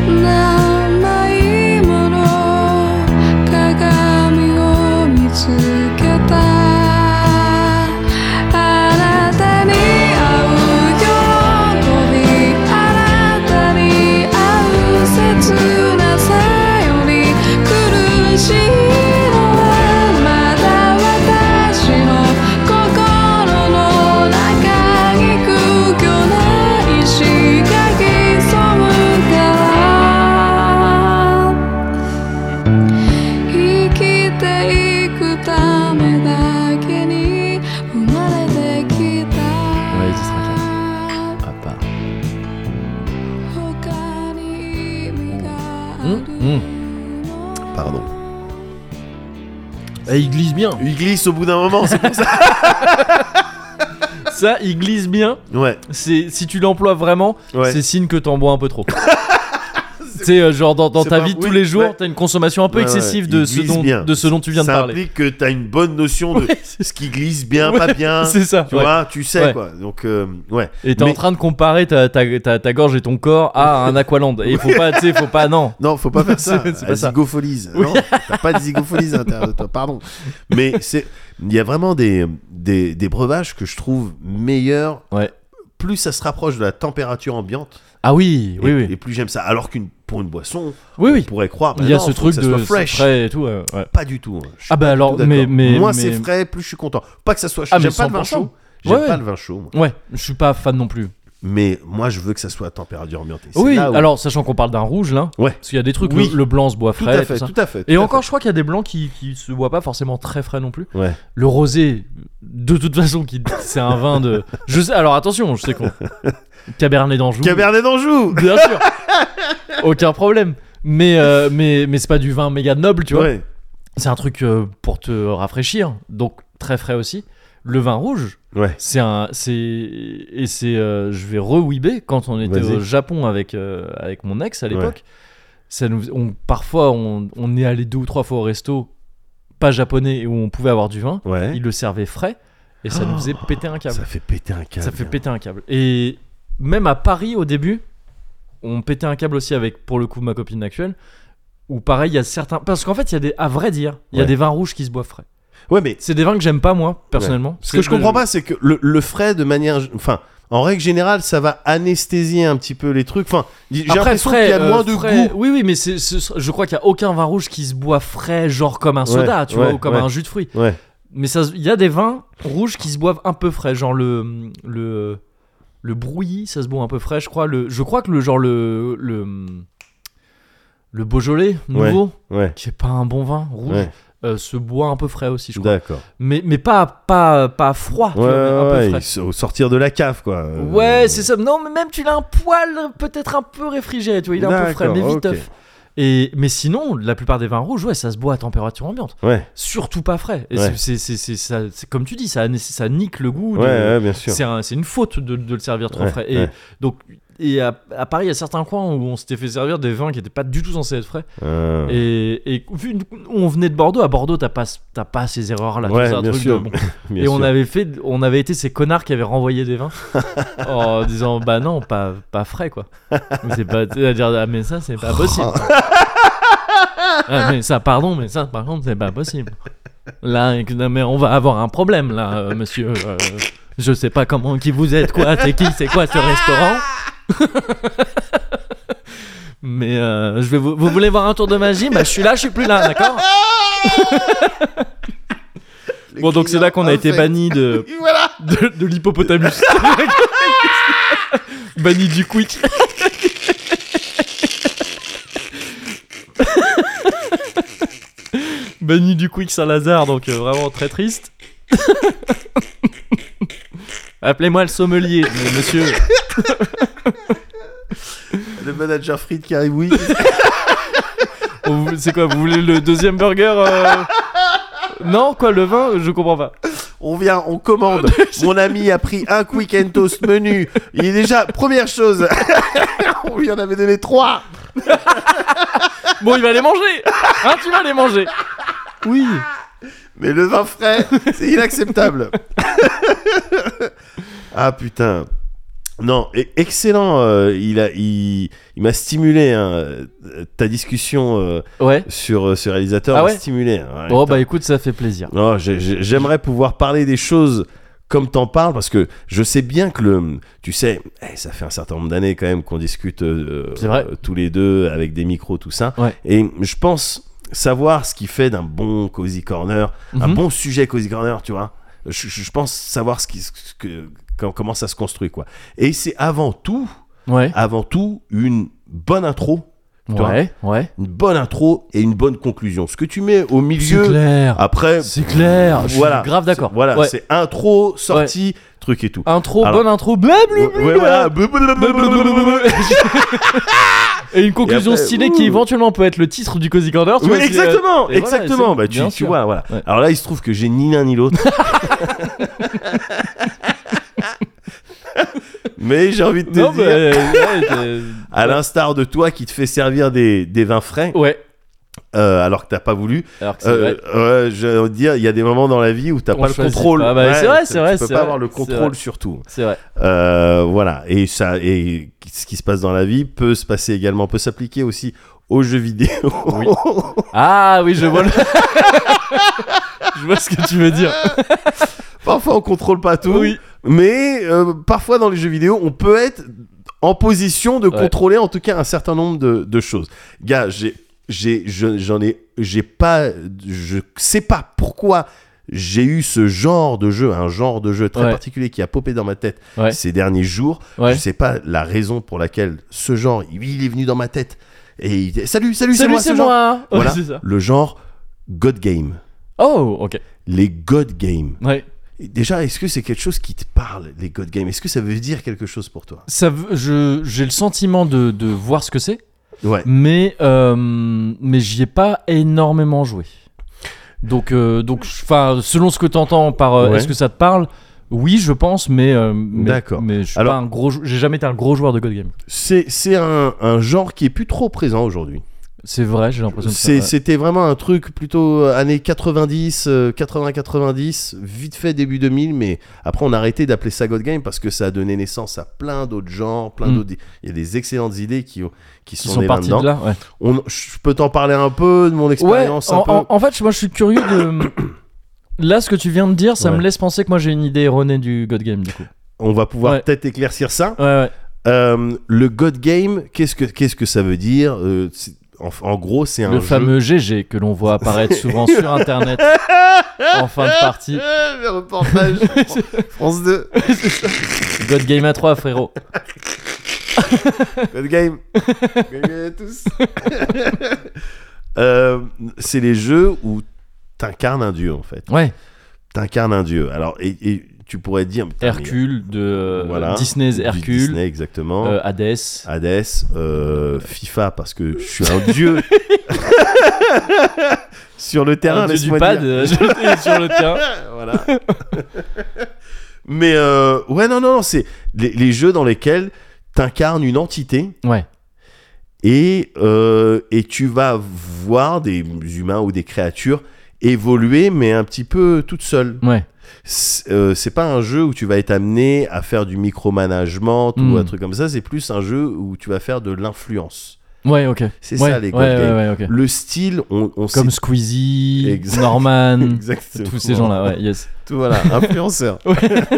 G: 生いもの鏡を見つけた「あなたに会う喜び」「あなたに会う切なさより苦しいのはまだ私の心の中に苦境ないしが潜むから」生きていくためだけに生まれてきた
A: Ouais, ce sera Ah, pas.
G: 他に意味があるの
B: Pardon.
A: il glisse bien.
B: Il glisse au bout d'un moment, c'est pour ça.
A: Ça, il glisse bien.
B: [laughs] Ouais,
A: C'est si tu l'emploies vraiment,
B: ouais.
A: c'est signe que t'en bois un
B: [laughs]
A: peu trop. Tu sais, euh, genre dans, dans
B: c'est
A: ta
B: pas-
A: vie de
B: oui,
A: tous les jours,
B: ouais.
A: t'as une consommation un peu
B: Ouais, ouais,
A: excessive
B: il
A: de, ce
B: glisse
A: dont,
B: bien.
A: de ce dont tu viens de
B: ça
A: parler.
B: implique que t'as une bonne notion de
A: Ouais, c'est-
B: ce qui glisse [laughs] bien,
A: Ouais,
B: pas
A: [laughs]
B: bien.
A: c'est ça.
B: Tu
A: ouais.
B: vois, tu sais
A: Ouais.
B: quoi. Donc, euh, ouais.
A: Et t'es en
B: Mais-
A: train de comparer ta, ta, ta, ta gorge et ton corps à un
B: [laughs]
A: aqualand. Et faut pas, tu sais, faut pas, non. [laughs]
B: Non, faut pas faire ça.
A: C'est- c'est pas ça.
B: Zygopholise.
A: Oui.
B: Non, t'as pas de zygopholise à l'intérieur de toi, pardon. Mais c'est, il y a vraiment des, des, des breuvages que je trouve meilleurs.
A: Ouais.
B: Plus ça se rapproche de la température ambiante,
A: Ah oui, oui,
B: et,
A: oui.
B: et plus j'aime ça. Alors qu'une pour une boisson,
A: Oui, oui.
B: on pourrait croire. bah
A: Il y a
B: non,
A: ce
B: faut que
A: truc
B: ça
A: de
B: soit
A: c'est
B: fresh.
A: frais et tout. ouais, ouais.
B: Pas du tout. hein. Je suis
A: Ah bah
B: pas du
A: alors,
B: tout d'accord.
A: mais- mais-
B: moins
A: mais-
B: c'est frais, plus je suis content. Pas que ça soit chaud.
A: Ah, mais
B: J'aime pas le vin
A: 100%.
B: chaud. J'aime
A: Ouais,
B: pas
A: ouais.
B: le vin chaud. moi.
A: Ouais, je suis pas fan non plus.
B: Mais moi, je veux que ça soit à température ambiante. Et c'est
A: Oui,
B: là où-
A: alors sachant qu'on parle d'un rouge là,
B: Ouais.
A: parce qu'il y a des trucs,
B: Oui.
A: le, le blanc se boit
B: Tout
A: frais,
B: à
A: tout
B: fait,
A: ça.
B: tout à fait. tout
A: Et
B: à
A: encore,
B: fait.
A: je crois qu'il y a des blancs qui, qui se boivent pas forcément très frais non plus.
B: Ouais.
A: Le rosé, de toute façon, qui c'est un vin de. Je sais, alors attention, je sais
B: [laughs]
A: qu'on. Cabernet d'Anjou.
B: Cabernet d'Anjou
A: Bien sûr. Aucun problème. Mais euh, mais mais c'est pas du vin méga noble, tu vois.
B: Ouais.
A: C'est un truc euh, pour te rafraîchir, donc très frais aussi. Le vin rouge,
B: Ouais.
A: c'est un, c'est et c'est, euh, je vais re-weeber quand on était
B: Vas-y.
A: au Japon avec euh, avec mon ex à
B: Ouais.
A: l'époque. Ça nous, on, parfois on, on est allé deux ou trois fois au resto pas japonais et où on pouvait avoir du vin.
B: Ouais.
A: Ils le servaient frais et ça nous faisait
B: Oh,
A: péter un câble.
B: Ça fait péter un câble.
A: Ça fait
B: hein.
A: péter un câble. Et même à Paris au début, on pétait un câble aussi avec, pour le coup, ma copine actuelle. Ou pareil, il y a certains. Parce qu'en fait, il y a des. À vrai dire, il y a
B: Ouais.
A: des vins rouges qui se boivent frais.
B: Ouais, mais
A: C'est des vins que j'aime pas, moi, personnellement.
B: ce que je comprends
A: pas
B: pas, c'est que le, le frais, de manière. Enfin, en règle générale, ça va anesthésier un petit peu les trucs. Enfin, j'ai
A: Après,
B: l'impression qu'il
A: frais,
B: y a
A: euh,
B: moins de
A: frais-
B: goût.
A: Oui, oui, mais c'est- ce- je crois qu'il n'y a aucun vin rouge qui se boit frais, genre comme un soda,
B: Ouais,
A: tu
B: ouais,
A: vois, ou comme
B: ouais.
A: un jus de fruits.
B: Ouais.
A: Mais ça se- il y a des vins rouges qui se boivent un peu frais, genre le le le brouillis, ça se boit un peu frais, je crois. Le, je crois que le genre le le le Beaujolais nouveau,
B: Ouais.
A: qui est pas un bon vin rouge,
B: Ouais.
A: euh, se boit un peu frais aussi, je crois.
B: D'accord.
A: Mais mais pas pas pas froid, tu
B: Ouais,
A: vois, mais un
B: ouais,
A: peu
B: ouais,
A: frais.
B: il- au sortir de la cave, quoi. Euh,
A: Ouais, c'est ça. Non, mais même tu l'as un poil peut-être un peu réfrigéré, tu vois, il est un peu frais,
B: D'accord,
A: mais
B: ok.
A: viteuf. Et, mais sinon, la plupart des vins rouges, ouais, ça se boit à température ambiante.
B: Ouais,
A: Surtout pas frais. Et
B: Ouais.
A: c'est, c'est- c'est- ça- c'est- comme tu dis, ça, ça nique le goût.
B: ouais,
A: de-
B: ouais, bien sûr.
A: c'est, un- c'est une faute de, de le servir trop
B: Ouais,
A: frais. Et
B: ouais.
A: donc, et à, à Paris, il y a certains coins où on s'était fait servir des vins qui n'étaient pas du tout censés être frais.
B: Euh,
A: Et, et vu où on venait de Bordeaux, à Bordeaux, t'as pas, t'as pas ces erreurs-là.
B: Ouais,
A: tout ça, un
B: bien
A: truc
B: sûr.
A: de bon.
B: bien
A: Et on
B: sûr.
A: avait, fait, on avait été ces connards qui avaient renvoyé des
B: [laughs]
A: vins en disant bah non, pas, pas frais quoi. Mais c'est pas, c'est-à-dire, ah, mais ça
B: [laughs]
A: c'est pas possible. Ah, mais ça, pardon, mais ça par contre c'est pas possible. Là, et que- non, mais on va avoir un problème là, euh, monsieur. euh, je sais pas comment, qui vous êtes, quoi, c'est qui, c'est quoi ce restaurant [laughs] Mais euh, je vais vous, vous voulez voir un tour de magie Bah je suis là, je suis plus là,
B: [laughs]
A: d'accord
B: Le
A: Bon, donc c'est là qu'on a été
B: client
A: banni de,
B: infect. Voilà.
A: de, de l'hippopotamus. [laughs] Banni du quick. Banni du quick Saint-Lazare, donc euh, vraiment très triste. [laughs] Appelez-moi le sommelier, mais monsieur.
B: Le manager Fried qui arrive, oui.
A: on vous- C'est quoi, vous voulez le deuxième burger euh, Non, quoi, le vin Je comprends pas.
B: On vient, on commande. Mon ami a pris un quick and toast menu. Il est déjà, première chose,
A: [laughs]
B: on lui en avait donné trois.
A: Bon, il va les manger Hein, tu vas les manger Oui
B: Mais le
A: [laughs]
B: vin frais, c'est inacceptable. [laughs] ah putain. Non, e- excellent. euh, il a, il, il m'a stimulé. hein. Euh, Ta discussion euh,
A: Ouais.
B: sur euh, ce réalisateur
A: Ah
B: m'a
A: ouais
B: stimulé. hein. Ouais,
A: Bon,
B: putain.
A: bah écoute, ça fait plaisir.
B: Non, j'ai- j'ai- j'aimerais pouvoir parler des choses comme t'en parles parce que je sais bien que le, tu sais, eh, ça fait un certain nombre d'années quand même qu'on discute euh,
A: C'est vrai.
B: euh, tous les deux avec des micros tout ça.
A: Ouais.
B: Et je pense savoir ce qui fait d'un bon cozy corner, un
A: Mhm.
B: bon sujet cozy corner, tu vois. Je, je- je pense savoir ce qui, ce que, com- comment ça se construit quoi. Et c'est avant tout,
A: Ouais.
B: avant tout une bonne intro, Toi.
A: Ouais, ouais.
B: une bonne intro et une bonne conclusion. Ce que tu mets au milieu
A: clair.
B: après
A: C'est clair. Je suis grave d'accord.
B: C'est- Ah. Voilà,
A: Ouais.
B: c'est intro, sortie, truc et tout.
A: Intro,
B: Alors-
A: bonne intro, blablabla.
B: Ouais, voilà. [laughs]
A: Et une conclusion
B: Et après,
A: stylée qui
B: ouh.
A: éventuellement peut être le titre du Cozy Corner. tu
B: Oui,
A: vois, c'est, euh,
B: exactement,
A: et voilà,
B: exactement.
A: c'est-
B: bah, tu,
A: bien
B: tu
A: sûr.
B: vois, voilà.
A: Ouais.
B: Alors là, il se trouve que j'ai ni l'un ni
A: [laughs]
B: l'autre. [laughs] Mais j'ai envie de te
A: Non, euh,
B: dire,
A: bah, ouais,
B: à l'instar de toi qui te fait servir des, des vins frais, [laughs]
A: t'es- ouais.
B: euh, alors que t'as pas voulu,
A: Alors que c'est
B: euh,
A: vrai.
B: ouais, j'ai envie de dire, il y a des moments dans la vie où t'as
A: On
B: pas le
A: choisit
B: contrôle.
A: pas. Bah, c'est vrai, c'est
B: tu-
A: vrai,
B: Tu peux
A: c'est
B: pas
A: vrai,
B: avoir le
A: c'est
B: contrôle
A: vrai.
B: sur tout.
A: C'est vrai.
B: Euh, voilà. Et ça, et ce qui se passe dans la vie peut se passer également, peut s'appliquer aussi aux jeux vidéo.
A: Ah oui, je vois le- Je vois ce que tu veux dire.
B: [laughs] Ah, parfois, on contrôle pas tout.
A: Oui.
B: Mais euh, parfois, dans les jeux vidéo, on peut être en position de
A: Ouais.
B: contrôler, en tout cas, un certain nombre de, de choses. Gars, j'ai, j'ai, je- j'en ai, j'ai pas, je sais pas pourquoi. J'ai eu ce genre de jeu, un genre de jeu très
A: Ouais.
B: particulier qui a popé dans ma tête
A: Ouais.
B: ces derniers jours.
A: Ouais.
B: Je sais pas la raison pour laquelle ce genre, il, il est venu dans ma tête. Et il dit, salut, salut, c'est
A: Salut,
B: moi,
A: c'est
B: ce genre.
A: moi. Ouais, [laughs]
B: Voilà,
A: c'est ça.
B: le genre God Game.
A: Oh, ok.
B: Les God Game.
A: Ouais.
B: Et Déjà, est-ce que c'est quelque chose qui te parle, les God Game Est-ce que ça veut dire quelque chose pour toi
A: Ça, veut- je, j'ai le sentiment de, de voir ce que c'est,
B: Ouais.
A: mais, euh, mais j'y ai pas énormément joué. Donc, euh, donc enfin, selon ce que tu entends par euh,
B: Ouais.
A: est-ce que ça te parle, oui, je pense, mais, euh, mais,
B: D'accord.
A: mais je suis
B: Alors-
A: pas un gros, jou- j'ai jamais été un gros joueur de God Game.
B: C'est, c'est un, un genre qui est plus trop présent aujourd'hui.
A: C'est vrai, j'ai l'impression que ça-
B: C'est- C'était vraiment un truc plutôt euh, années 90, 80-90, vite fait début 2000, mais après on a arrêté d'appeler ça God Game parce que ça a donné naissance à plein d'autres genres, plein
A: Mm.
B: d'autres. Il y a des excellentes idées qui, ont- qui
A: qui
B: sont,
A: sont
B: nées
A: partis
B: maintenant.
A: de là. Ouais.
B: On- je peux t'en parler un peu de mon
A: Ouais,
B: expérience un
A: en,
B: peu.
A: en- en fait, moi, je suis curieux de. [coughs] Là, ce que tu viens de dire, ça
B: Ouais.
A: me laisse penser que moi, j'ai une idée erronée du God Game, du coup.
B: On va pouvoir
A: Ouais.
B: peut-être éclaircir ça.
A: Ouais, ouais.
B: Euh, le God Game, qu'est-ce que qu'est-ce que ça veut dire Euh, c'est- en, en gros, c'est un
A: Le
B: jeu-
A: fameux GG que l'on voit apparaître souvent
B: [laughs]
A: sur Internet en fin de partie.
B: Euh, le
A: [laughs]
B: reportage France 2.
A: God Game à 3, frérot. [laughs]
B: God Game. Gagnez à tous. [laughs] Euh, c'est les jeux où t'incarnes un dieu en fait.
A: Ouais,
B: T'incarnes un dieu. Alors et, et tu pourrais te dire. putain, mais-
A: Hercule de euh,
B: Voilà.
A: Disney's
B: du
A: Hercule,
B: Disney, Oh. exactement.
A: euh, Hades.
B: Hades, euh, FIFA, parce que je suis un
A: [laughs]
B: dieu. [laughs] Sur le terrain,
A: Un dieu du
B: laisse-moi
A: pad
B: dire.
A: [laughs] euh, jeté sur le terrain.
B: Ah, voilà. Mais euh, ouais, non, non, non, c'est les, les jeux dans lesquels t'incarnes une entité
A: Ouais.
B: et, euh, et tu vas voir des humains ou des créatures évoluer, mais un petit peu toute seule.
A: Ouais.
B: C'est euh, c'est pas un jeu où tu vas être amené à faire du micromanagement
A: Mm.
B: ou un truc comme ça, c'est plus un jeu où tu vas faire de l'influence.
A: Ouais, ok.
B: C'est
A: ouais,
B: ça les
A: ouais,
B: God
A: ouais,
B: Games.
A: ouais, ok.
B: Le style, on, on
A: Comme
B: sait
A: Squeezie,
B: Exact- [laughs]
A: Norman,
B: exactement.
A: tous ces gens-là, ouais, yes. [laughs]
B: Tout voilà, influenceur.
A: Ouais.
B: [laughs]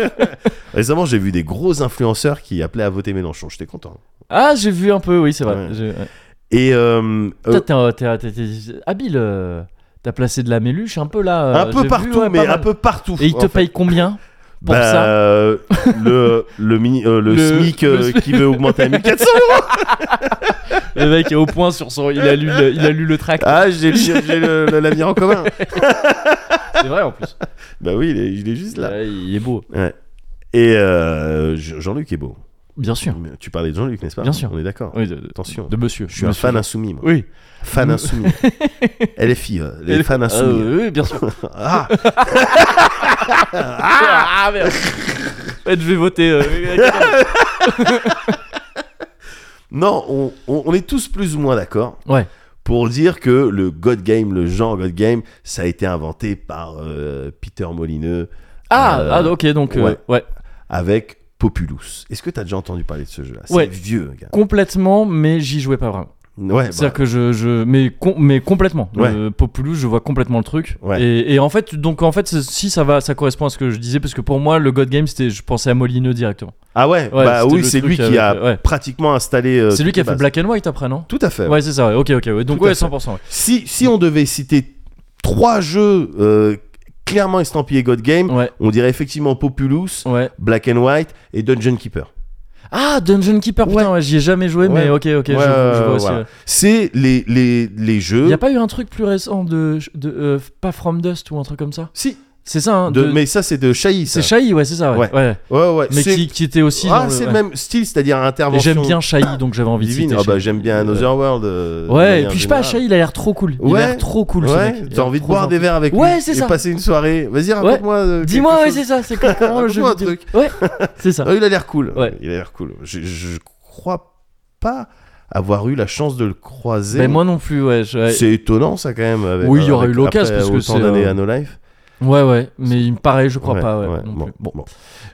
B: Récemment, j'ai vu des gros influenceurs qui appelaient à voter Mélenchon. J'étais content.
A: Ah, j'ai vu un peu, oui, c'est vrai.
B: Ouais.
A: J'ai- ouais.
B: Et euh, euh,
A: Toi, t'es un- t'es- t'es- t'es habile. euh, T'as placé de la méluche un peu là. euh,
B: un
A: j'ai
B: peu
A: vu,
B: partout,
A: ouais, pas
B: mais un
A: mal.
B: peu partout.
A: Et ils te
B: en fait.
A: payent combien pour
B: Bah,
A: ça
B: euh, le, le, mini- euh, le,
A: Le-
B: SMIC euh,
A: le-
B: qui veut augmenter à 1400
A: Le mec est au point sur son. Il a lu le, il a lu le tract.
B: Ah, j'ai le- j'ai le- le- l'avenir en commun.
A: C'est vrai en plus.
B: Bah oui, il est, il est juste là.
A: Ouais, il est beau.
B: Et euh, Je- Jean-Luc est beau.
A: Bien sûr.
B: Tu parlais de Jean-Luc, n'est-ce pas
A: Bien sûr.
B: On est d'accord.
A: Oui, de, de-
B: Attention.
A: de monsieur.
B: Je suis un
A: Monsieur.
B: fan insoumis, moi.
A: Oui. [laughs]
B: Fan insoumis. Elle est fille, les
A: Et-
B: fans
A: Ah,
B: insoumis.
A: oui, oui, bien sûr.
B: [laughs] Ah,
A: Ah, merde. En fait, je vais voter. euh,
B: Non, on, on- on est tous plus ou moins d'accord.
A: Ouais.
B: Pour dire que le God Game, le genre God Game, ça a été inventé par euh, Peter Molineux
A: Ah,
B: Euh,
A: ah, ok, donc. euh,
B: ouais.
A: ouais.
B: avec Populous. Est-ce que tu as déjà entendu parler de ce jeu-là
A: Ouais.
B: C'est vieux, gars.
A: Complètement, mais j'y jouais pas vraiment.
B: Ouais, bah,
A: C'est-à-dire que je, je mais, com- mais complètement.
B: Ouais.
A: Euh, Populous, je vois complètement le truc.
B: Ouais.
A: Et, et en fait, donc en fait, c'est- si ça va, ça correspond à ce que je disais, parce que pour moi, le God Game, c'était, je pensais à Molineux directement.
B: Ah ouais,
A: Ouais,
B: bah
A: c'était
B: oui,
A: le
B: c'est
A: truc
B: lui qui a
A: avec- euh, ouais.
B: pratiquement installé. euh,
A: c'est lui
B: toutes
A: qui a
B: les
A: fait
B: bases.
A: Black and White après, non
B: Tout à fait.
A: Ouais, c'est ça. ouais. Ok, ok. ouais. Donc
B: Tout à
A: ouais,
B: fait.
A: 100%. ouais.
B: Si, si on devait citer trois jeux euh, clairement estampillés God Game,
A: Ouais.
B: on dirait effectivement Populous,
A: Ouais.
B: Black and White et Dungeon Keeper.
A: Ah, Dungeon Keeper, putain, ouais, j'y ai jamais joué, mais
B: Ouais.
A: ok, ok, je-
B: Ouais,
A: je,
B: euh,
A: vois aussi.
B: voilà.
A: ouais.
B: C'est les, les, les
A: Il
B: jeux.
A: n'y a pas eu un truc plus récent de. de euh, pas From Dust ou un truc comme ça
B: Si,
A: C'est ça, hein,
B: de-
A: de-
B: mais ça c'est de Chahi.
A: C'est
B: ça.
A: Shai, ouais, c'est ça, ouais.
B: Ouais.
A: ouais.
B: Ouais, ouais.
A: Mais
B: c'est-
A: qui, qui était aussi.
B: Ah,
A: dans
B: c'est
A: ouais.
B: le même style, c'est-à-dire
A: Et
B: intervention.
A: J'aime bien Shai, donc j'avais envie
B: divine.
A: de
B: Ah
A: citer.
B: bah
A: Shai.
B: j'aime bien Another World. euh, de
A: Ouais, et
B: manière
A: puis je sais pas,
B: générale.
A: Shai, il a l'air trop cool. Il
B: Ouais.
A: a l'air trop cool, ce mec.
B: Ouais,
A: Il a
B: t'as
A: l'air
B: envie de
A: trop
B: boire
A: gentil.
B: des verres avec
A: Ouais,
B: lui
A: c'est
B: et
A: ça.
B: passer une soirée. Vas-y, raconte-moi. euh,
A: Dis-moi,
B: quelque
A: ouais,
B: chose.
A: c'est ça, c'est cool. Comment le jeu
B: [laughs] Raconte-moi un
A: vidéo-
B: truc. [laughs]
A: Ouais, c'est ça.
B: Ah, il a l'air cool.
A: Ouais.
B: Il a l'air cool. Je, je crois pas avoir eu la chance de le croiser.
A: Mais Ben, moi non plus, ouais. je- ouais.
B: C'est étonnant ça quand même. avec-
A: Oui, il y aurait
B: avec-
A: eu l'occasion, parce
B: après
A: que
B: autant
A: c'est,
B: d'années
A: euh,
B: à No Life.
A: Ouais, ouais, mais il me paraît, je crois
B: Ouais,
A: pas, ouais. Mm.
B: ouais,
A: non
B: bon,
A: plus.
B: bon.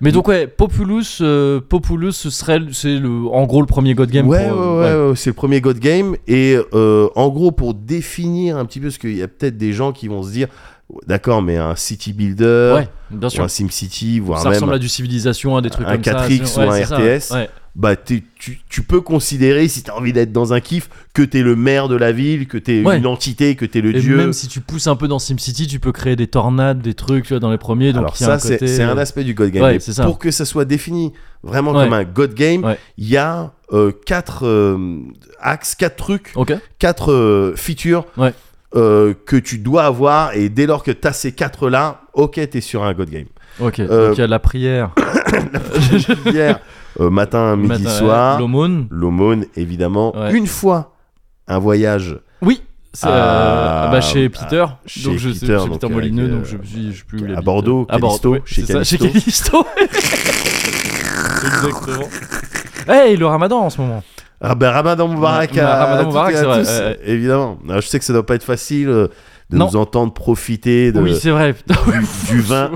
A: Mais donc, ouais, Populous, euh, Populous, ce serait, le- c'est le, en gros le premier God Game.
B: ouais,
A: pour,
B: ouais,
A: euh,
B: ouais, ouais, c'est le premier God Game. Et euh, en gros, pour définir un petit peu, parce qu'il y a peut-être des gens qui vont se dire, d'accord, mais un city builder,
A: Ouais, bien
B: ou
A: sûr.
B: un SimCity, voire
A: Ça ressemble
B: même,
A: à du civilisation, à des trucs
B: un
A: comme ça.
B: 4X
A: c'est- ouais,
B: ou un
A: c'est ça,
B: RTS.
A: ouais.
B: bah, t'es- tu, tu peux considérer, si tu as envie d'être dans un kiff, que t'es le maire de la ville, que t'es
A: Ouais.
B: une entité, que t'es le
A: Et
B: dieu.
A: même si tu pousses un peu dans SimCity, tu peux créer des tornades, des trucs, tu vois, dans les premiers. Donc,
B: Alors
A: il y a
B: ça,
A: un
B: c'est
A: côté- euh,
B: c'est un aspect du God Game.
A: Ouais,
B: Mais
A: c'est ça.
B: Pour que ça soit défini vraiment
A: Ouais.
B: comme un God Game, il
A: Ouais.
B: y a euh, quatre euh, axes, quatre trucs,
A: Ok.
B: quatre euh, features
A: Ouais.
B: euh, que tu dois avoir. Et dès lors que tu as ces quatre-là, ok, t'es sur un God Game.
A: Ok.
B: Euh,
A: Donc il y a la prière, [laughs]
B: Hier, euh, matin, [coughs] midi,
A: matin,
B: soir,
A: l'aumône.
B: l'aumône, évidemment.
A: Ouais.
B: Une fois un voyage
A: Oui. c'est, euh,
B: Ah,
A: bah, chez
B: ah,
A: Peter.
B: chez
A: donc je
B: Peter,
A: chez
B: donc,
A: Peter
B: avec,
A: Molineux,
B: euh,
A: donc je me suis, je sais plus où il
B: à
A: habite.
B: Bordeaux,
A: à Bordeaux,
B: Callisto,
A: ouais,
B: chez
A: c'est ça, chez Callisto. Exactement. Eh, le Ramadan en ce moment.
B: Ah ben Ramadan Moubarak
A: Ma-
B: à,
A: Ramadan
B: à toutes
A: Moubarak,
B: et à
A: c'est vrai,
B: tous,
A: ouais, ouais.
B: évidemment. Alors, je sais que ça doit pas être facile euh, de
A: Non.
B: nous entendre profiter de,
A: Oui, c'est vrai. putain.
B: du,
A: [laughs]
B: du vin,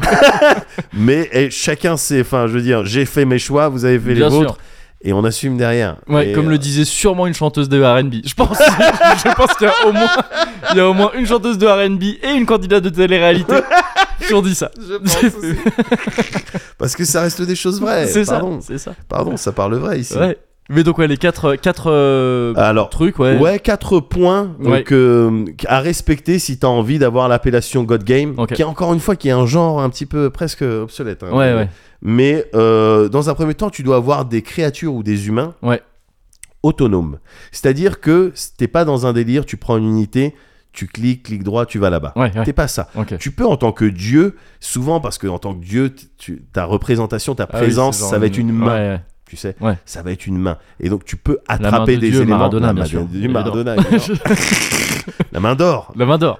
B: mais eh, chacun sait. Enfin, je veux dire, j'ai fait mes choix, vous avez fait
A: Bien
B: les
A: sûr.
B: vôtres, et on assume derrière.
A: Ouais,
B: Et,
A: comme
B: euh,
A: le disait sûrement une chanteuse de R&B. Je pense, [laughs] je pense qu'il y a au moins, il y a au moins une chanteuse de R&B et une candidate de télé-réalité
B: [laughs]
A: qui ont dit ça. [laughs]
B: Parce que ça reste des choses vraies.
A: c'est ça,
B: Eh, pardon, ça.
A: c'est ça.
B: pardon, ça parle vrai ici.
A: Ouais. Mais donc ouais, les quatre, quatre euh,
B: Alors,
A: trucs, ouais.
B: Ah. ouais, quatre points euh,
A: Ouais.
B: que- à respecter si t'as envie d'avoir l'appellation God Game,
A: Ok.
B: qui est encore une fois qui est un genre un petit peu presque obsolète. hein.
A: Ouais, ouais.
B: Mais euh, dans un premier temps, tu dois avoir des créatures ou des humains
A: Ouais.
B: autonomes. C'est-à-dire que t'es pas dans un délire, tu prends une unité, tu cliques, clic droit, tu vas là-bas.
A: Ouais, ouais.
B: T'es pas ça.
A: Ok.
B: Tu peux en tant que Dieu, souvent parce que en tant que Dieu, t- tu- ta représentation, ta
A: Ah oui,
B: présence,
A: c'est genre
B: ça va être une main,
A: Ouais, ouais.
B: tu sais.
A: Ouais.
B: Ça va être une main. Et donc tu peux
A: de
B: attraper des
A: Dieu,
B: éléments.
A: Maradona,
B: la
A: bien
B: main
A: sûr.
B: de- du
A: Évidemment.
B: Maradona, évidemment.
A: [laughs]
B: la main d'or,
A: La main d'or.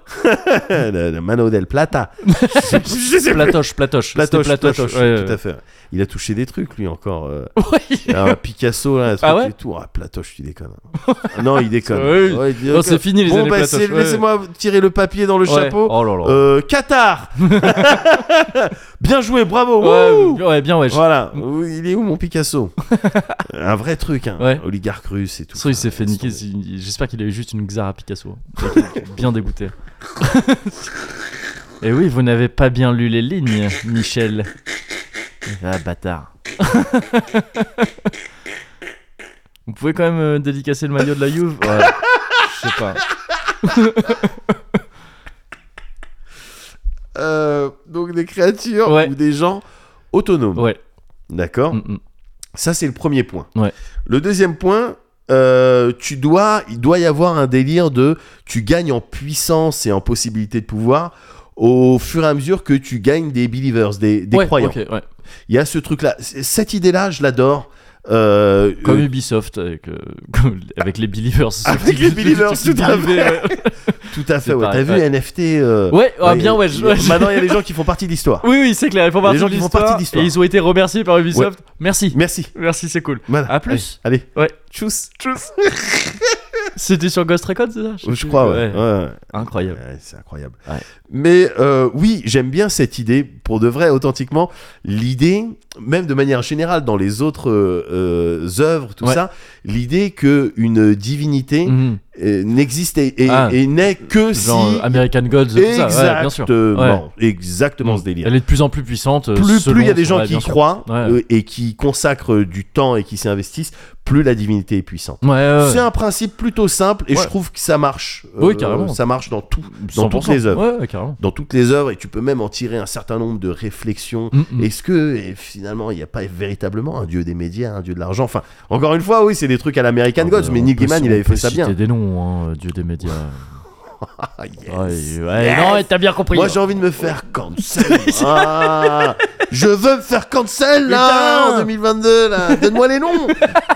B: la, la mano del plata. [laughs] Je sais plus, je sais plus.
A: Platoche, platoche.
B: Platoche,
A: C'était
B: platoche,
A: ouais, ouais.
B: tout à fait. Il a touché des trucs, lui, encore. euh,
A: [laughs] Oui.
B: ah, Picasso, là, un truc
A: Ah ouais
B: et tout. Ah, Platoche,
A: [laughs]
B: tu déconnes. Ah non, il déconne.
A: Oui.
B: Ouais, il
A: Non,
B: déconne.
A: c'est fini les
B: bon,
A: années
B: bah,
A: platoche.
B: c'est-
A: ouais.
B: laissez-moi tirer le papier dans le
A: Ouais.
B: chapeau.
A: Oh là là.
B: Euh,
A: [laughs]
B: Qatar [laughs] Bien joué, bravo wouh
A: Ouais, ouais, bien, ouais. je- [laughs]
B: Voilà, Où- il est où mon Picasso Un vrai truc, hein.
A: Ouais.
B: oligarque russe et tout.
A: Ça, il s'est
B: Ah,
A: fait
B: laisse
A: niquer.
B: tomber.
A: c'est- J'espère qu'il a eu juste une Xara [laughs] Picasso. bien dégoûté. [laughs] Et oui, vous n'avez pas bien lu les lignes, Michel. Ah, [laughs] bâtard. vous pouvez quand même euh, dédicacer le maillot de la Juve Ouais, Je sais pas.
B: Euh, donc des créatures
A: Ouais.
B: ou des gens autonomes.
A: Ouais.
B: D'accord
A: mm, mm.
B: Ça, c'est le premier point.
A: Ouais.
B: Le deuxième point, euh, tu dois, il doit y avoir un délire de tu gagnes en puissance et en possibilité de pouvoir au fur et à mesure que tu gagnes des believers, des, des
A: Ouais,
B: croyants.
A: ok, ouais.
B: Il y a ce truc-là. C- Cette idée-là, je l'adore. Euh,
A: Comme
B: euh,
A: Ubisoft avec, euh, [laughs] comme- avec les Believers. ce
B: Avec
A: petit-
B: les
A: ce petit
B: Believers, tout à
A: dérivé,
B: fait.
A: ouais.
B: tout à fait.
A: c'est
B: ouais.
A: pareil,
B: T'as
A: ouais.
B: vu NFT euh,
A: Ouais, ah, bien, ouais, je-
B: il y a- Maintenant, il y a des gens qui font partie de l'histoire.
A: [laughs] Oui, oui, c'est clair. Ils font partie
B: gens
A: de
B: qui font
A: l'histoire,
B: partie de l'histoire.
A: Et ils ont été remerciés par Ubisoft. Merci.
B: Merci.
A: Merci, c'est cool.
B: Voilà.
A: À plus.
B: Allez.
A: Ouais.
B: Tchuss. Tchuss.
A: C'était sur Ghost Recon, c'est ça sais
B: Je
A: plus.
B: crois, ouais. Hein ouais. ouais.
A: Incroyable.
B: Ouais, c'est incroyable.
A: Ouais.
B: Mais euh, oui, j'aime bien cette idée, pour de vrai, authentiquement, l'idée, même de manière générale dans les autres euh, euh, œuvres, tout
A: Ouais.
B: ça, l'idée que une divinité
A: Mhm.
B: euh, n'existe et, et-
A: Ah.
B: et n'est que
A: Genre
B: si...
A: American Gods, tout ça. Ouais, bien sûr. Ouais.
B: Exactement, exactement ce délire.
A: Elle est de plus en plus puissante. euh,
B: Plus
A: selon
B: plus il y a
A: son-
B: des gens
A: ouais,
B: qui
A: bien
B: y
A: sûr.
B: croient
A: Ouais.
B: euh, et qui consacrent du temps et qui s'y investissent, plus la divinité est puissante.
A: Ouais, ouais, ouais.
B: C'est un principe plutôt simple et
A: Ouais.
B: je trouve que ça marche. euh,
A: Oui, carrément.
B: Ça marche dans tout,
A: 100%.
B: dans toutes les œuvres
A: Ouais, ouais, carrément.
B: dans toutes les œuvres et tu peux même en tirer un certain nombre de réflexions.
A: Mm, mm.
B: Est-ce que et finalement il n'y a pas véritablement un dieu des médias, un dieu de l'argent Enfin, encore une fois, oui, c'est des trucs à l'American
A: Ah,
B: Gods,
A: bah,
B: mais
A: on
B: Neil
A: peut-
B: Gaiman il
A: on
B: avait
A: peut
B: fait ça bien.
A: citer des noms, hein, euh, Dieu des médias.
B: Ah, yes.
A: Ouais, ouais,
B: Yes.
A: Non, mais t'as bien compris.
B: Moi j'ai envie de me faire
A: [laughs]
B: cancel. Ah, je veux me faire cancel là
A: Putain.
B: en 2022 là. Donne-moi les noms.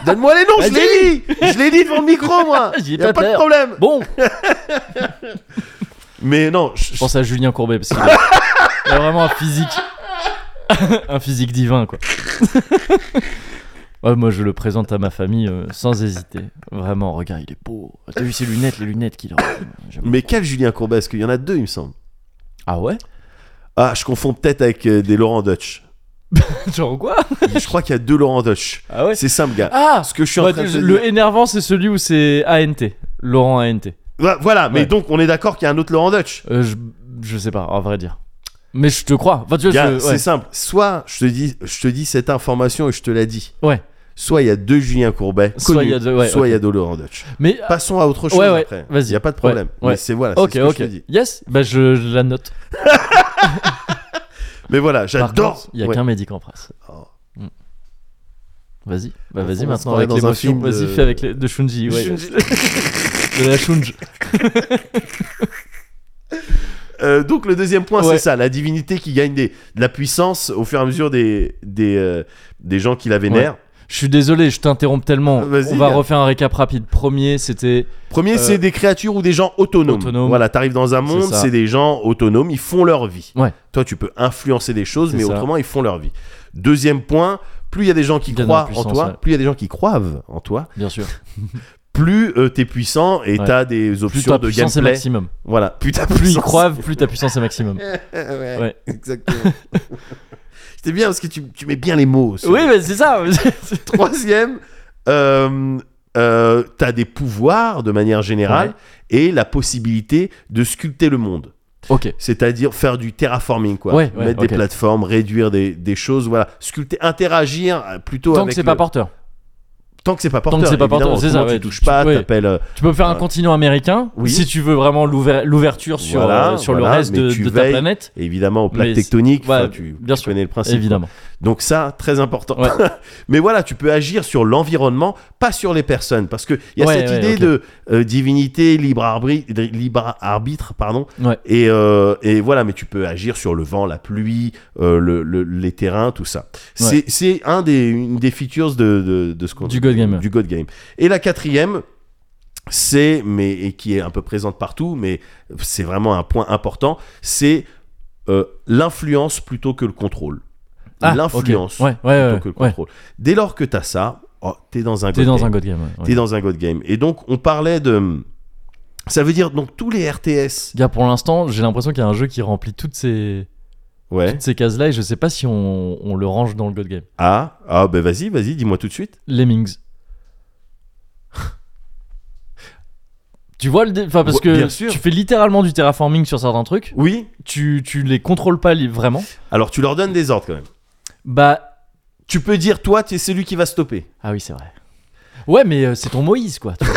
B: Donne-moi les noms. Je les lis. Je les lis devant le micro moi.
A: [laughs] J'ai
B: Y a
A: pas
B: pas de
A: peur.
B: problème.
A: Bon,
B: Mais non, je-
A: je pense à Julien Courbet parce qu'il a il a vraiment un physique, [laughs] un physique divin quoi. Ouais, moi je le présente à ma famille euh, sans hésiter. Vraiment, regarde, il est beau. T'as vu ses lunettes, les lunettes qu'il a. J'aime-
B: mais quel Julien Courbet Parce qu'il y en a deux, il me semble.
A: Ah ouais
B: Ah, je confonds peut-être avec euh, des Laurent Dutch.
A: Genre quoi
B: je crois qu'il y a deux Laurent Dutch.
A: Ah ouais
B: C'est simple, gars.
A: Ah
B: Ce que je suis en
A: Bah,
B: train de te
A: Le
B: dire-
A: énervant c'est celui où c'est ANT, Laurent ANT.
B: Ouais, Voilà, mais
A: Ouais.
B: donc on est d'accord qu'il y a un autre Laurent Dutch.
A: Euh, je, je sais pas, à vrai dire. Mais je te crois. Enfin, tu vois,
B: Gars,
A: je-
B: c'est
A: ouais.
B: simple. Soit je te dis, je te dis cette information et je te la dis.
A: Ouais.
B: Soit il y a deux Julien Courbet,
A: Soit
B: connus,
A: il y a deux- ouais,
B: soit
A: ok.
B: il y a deux Laurent Dutch.
A: Mais
B: Passons à autre chose
A: Ouais, ouais,
B: après.
A: vas-y.
B: Il y a pas de problème.
A: Ouais, ouais.
B: Mais c'est voilà, c'est
A: ok,
B: ce que
A: ok.
B: je te dis.
A: Yes, bah je, je la note.
B: Mais voilà,
A: Par
B: j'adore.
A: contre, Il y a
B: Ouais.
A: qu'un médic en presse.
B: Oh.
A: Mm. Vas-y, bah
B: On
A: vas-y
B: se
A: maintenant
B: croirait
A: avec
B: dans un
A: l'émotion.
B: film de-
A: Vas-y, fais avec les... de Shunji. ouais. [laughs] de la Shunji.
B: Euh, donc le deuxième point,
A: Ouais.
B: c'est ça, la divinité qui gagne des, de la puissance au fur et à mesure des, des, euh, des gens qui la vénèrent.
A: Je suis désolé, je t'interromps tellement.
B: Ah, vas-y,
A: On va
B: gars.
A: refaire un récap rapide. Premier, c'était
B: Premier,
A: Euh,
B: c'est des créatures ou des gens autonomes.
A: autonomes.
B: Voilà, t'arrives dans un monde,
A: ça.
B: c'est des gens autonomes, ils font leur vie.
A: Ouais.
B: Toi, tu peux influencer des choses,
A: C'est
B: mais
A: ça.
B: autrement, ils font leur vie. Deuxième point, plus il y a des gens qui
A: Gagne en
B: croient en
A: puissance,
B: toi,
A: ouais.
B: plus il y a des gens qui croivent en toi,
A: bien sûr.
B: plus euh, t'es puissant et
A: Ouais.
B: t'as des
A: Plus
B: options
A: ta
B: de
A: puissance est
B: gameplay.
A: maximum.
B: Voilà, plus ta
A: Plus ils
B: puissance-
A: croivent, plus ta puissance est
B: [laughs]
A: maximum.
B: ouais,
A: Ouais.
B: [laughs] exactement. [laughs] C'était bien parce que tu, tu mets bien les mots. sur-
A: Oui, mais c'est ça. [laughs]
B: Troisième, euh, euh, t'as des pouvoirs de manière générale et la possibilité de sculpter le monde.
A: ok.
B: C'est-à-dire faire du terraforming, quoi.
A: Ouais, ouais,
B: Mettre
A: ok.
B: des plateformes, réduire des, des choses, voilà. Sculpter, interagir euh, plutôt
A: Tant
B: avec.
A: que c'est
B: le-
A: pas porteur.
B: Tant que c'est pas porteur.
A: c'est pas porteur,
B: évidemment.
A: c'est ça,
B: Autrement,
A: ouais.
B: Tu touches pas,
A: Ouais.
B: t'appelles. euh,
A: Tu peux faire un
B: Euh,
A: continent américain
B: oui.
A: si tu veux vraiment l'ouver- l'ouverture sur,
B: Voilà,
A: euh, sur
B: voilà,
A: le reste
B: mais
A: de,
B: tu
A: de ta
B: veilles,
A: planète.
B: évidemment, aux plaques
A: Mais c'est-
B: tectoniques.
A: ouais,
B: enfin, tu
A: bien
B: tu
A: sûr,
B: connais le principe.
A: Évidemment.
B: quoi. Donc ça, très important.
A: Ouais.
B: [laughs] Mais voilà, tu peux agir sur l'environnement, pas sur les personnes, parce que il y a
A: Ouais,
B: cette
A: ouais,
B: idée
A: ok.
B: de euh, divinité, libre arbitre, libre arbitre, pardon.
A: Ouais.
B: Et, euh, et voilà, mais tu peux agir sur le vent, la pluie, euh, le- le- les terrains, tout ça.
A: Ouais.
B: C'est c'est un des, une des features de, de, de ce qu'on
A: Du God Game.
B: du God Game. Et la quatrième, c'est, mais et qui est un peu présente partout, mais c'est vraiment un point important, c'est euh, l'influence plutôt que le contrôle.
A: Ah,
B: l'influence
A: ok. Ouais, ouais,
B: plutôt
A: ouais,
B: que le
A: ouais.
B: contrôle. Dès lors que tu as ça, oh, t'es dans un
A: T'es
B: God
A: dans
B: Game.
A: un God Game. ouais, ouais.
B: T'es dans un God Game. Et donc, on parlait de. Ça veut dire, donc, tous les RTS.
A: Gars, pour l'instant, j'ai l'impression qu'il y a un jeu qui remplit toutes ces,
B: Ouais.
A: toutes ces cases-là et je sais pas si on, on le range dans le God Game.
B: Ah, ah ben vas-y, vas-y, dis-moi tout de suite.
A: Lemmings. [laughs] tu vois le. dé- Enfin, parce
B: Ouais,
A: que
B: bien sûr.
A: tu fais littéralement du terraforming sur certains trucs,
B: Oui.
A: tu, tu les contrôles pas li- vraiment.
B: Alors, tu leur donnes des ordres quand même.
A: Bah.
B: Tu peux dire, toi, t'es celui qui va stopper.
A: Ah oui, c'est vrai. Ouais, mais euh, c'est ton Moïse, quoi.
B: [laughs]
A: tu vois.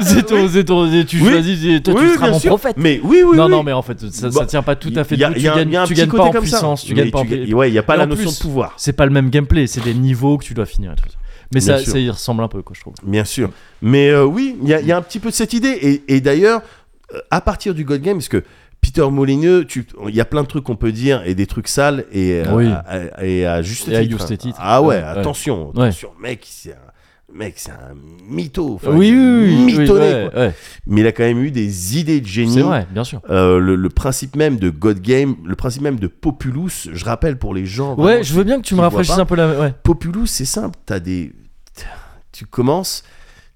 A: c'est ton, c'est ton- Tu
B: Oui.
A: choisis, toi, tu seras mon prophète.
B: Mais oui, oui,
A: non,
B: oui.
A: non, mais en fait, ça, ça
B: Bah,
A: tient pas tout à fait.
B: Il y a-
A: debout.
B: il
A: Tu
B: y a un- il y a
A: gagnes,
B: un
A: tu
B: petit
A: gagnes
B: côté
A: pas en
B: comme ça.
A: puissance, tu
B: Mais
A: gagnes pas en
B: ga- Ouais, il n'y a pas
A: Et
B: la
A: en
B: notion
A: plus-
B: de pouvoir.
A: C'est pas le même gameplay, c'est des niveaux que tu dois finir. et tout ça. Mais
B: Bien
A: ça,
B: sûr.
A: ça y ressemble un peu, quoi, je trouve.
B: Bien sûr. Mais euh, oui, il y, a- il y a un petit peu de cette idée. Et, et d'ailleurs, euh, à partir du God Game, parce que Peter Molyneux, tu- il y a plein de trucs qu'on peut dire et des trucs sales et, euh,
A: Oui.
B: à, à- et à juste
A: Et à
B: titre.
A: juste
B: hein.
A: titre.
B: Ah ouais,
A: Ouais, ouais.
B: attention,
A: Ouais.
B: attention, mec, c'est un. Mec, c'est un mytho. Enfin,
A: oui, oui, oui, oui,
B: Mitonné,
A: ouais,
B: quoi.
A: ouais.
B: Mais il a quand même eu des idées de génie.
A: C'est vrai, bien sûr.
B: Euh, le, le principe même de God Game, le principe même de Populous, je rappelle pour les gens.
A: Ouais,
B: vraiment,
A: je veux bien que tu me
B: qui voit
A: rafraîchisses
B: pas.
A: un peu la. Ouais.
B: Populous, c'est simple. T'as des. Tu commences,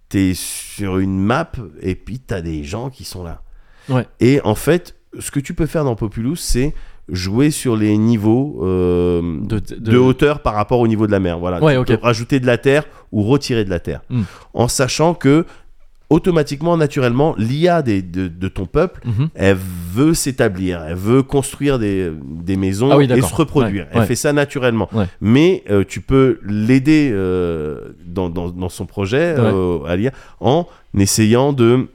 B: t'es sur une map, et puis t'as des gens qui sont là.
A: Ouais.
B: Et en fait, ce que tu peux faire dans Populous, c'est jouer sur les niveaux euh,
A: De, de-
B: de hauteur par rapport au niveau de la mer. Voilà.
A: Ouais,
B: Tu
A: ok.
B: peux rajouter de la terre ou retirer de la terre.
A: Mm.
B: En sachant que, automatiquement, naturellement, l'IA des- de, de ton peuple,
A: Mhm.
B: elle veut s'établir, elle veut construire des, des maisons
A: Ah oui,
B: et
A: d'accord.
B: se reproduire.
A: Ouais,
B: elle
A: ouais.
B: fait ça naturellement.
A: Ouais.
B: Mais euh, tu peux l'aider euh, dans, dans- dans son projet,
A: Ouais.
B: euh, à l'IA, en essayant de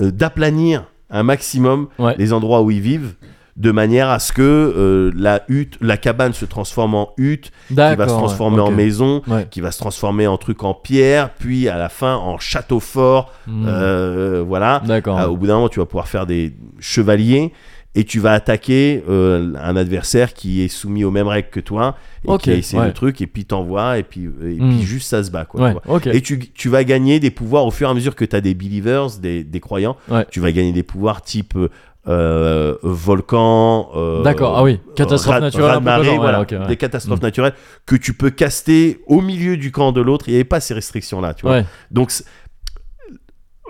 B: euh, d'aplanir un maximum
A: Ouais.
B: les endroits où ils vivent de manière à ce que euh, la hutte, la cabane se transforme en hutte, qui va
A: D'accord,
B: se
A: ouais,
B: transformer en
A: ok.
B: maison,
A: Ouais.
B: qui va se transformer en truc en pierre, puis à la fin en château fort.
A: Hmm.
B: euh, voilà.
A: D'accord.
B: Ah, au bout d'un moment, tu vas pouvoir faire des chevaliers et tu vas attaquer euh, un adversaire qui est soumis aux mêmes règles que toi et
A: Ok,
B: qui a essayé le
A: ouais.
B: truc et puis t'envoies et puis, et
A: Mm.
B: puis juste ça se bat. Quoi,
A: ouais,
B: tu vois.
A: ok.
B: Et tu, tu vas gagner des pouvoirs au fur et à mesure que tu as des believers, des, des croyants.
A: Ouais.
B: Tu vas gagner des pouvoirs type euh, euh, volcan. euh,
A: D'accord, ah oui, catastrophe
B: raz-
A: naturelle, un peu
B: raz-de-marée,
A: pesant, ouais,
B: voilà,
A: ok, ouais. Hmm.
B: des catastrophes naturelles que tu peux caster au milieu du camp de l'autre. Il n'y avait pas ces restrictions-là, tu vois.
A: Ouais.
B: Donc c'est-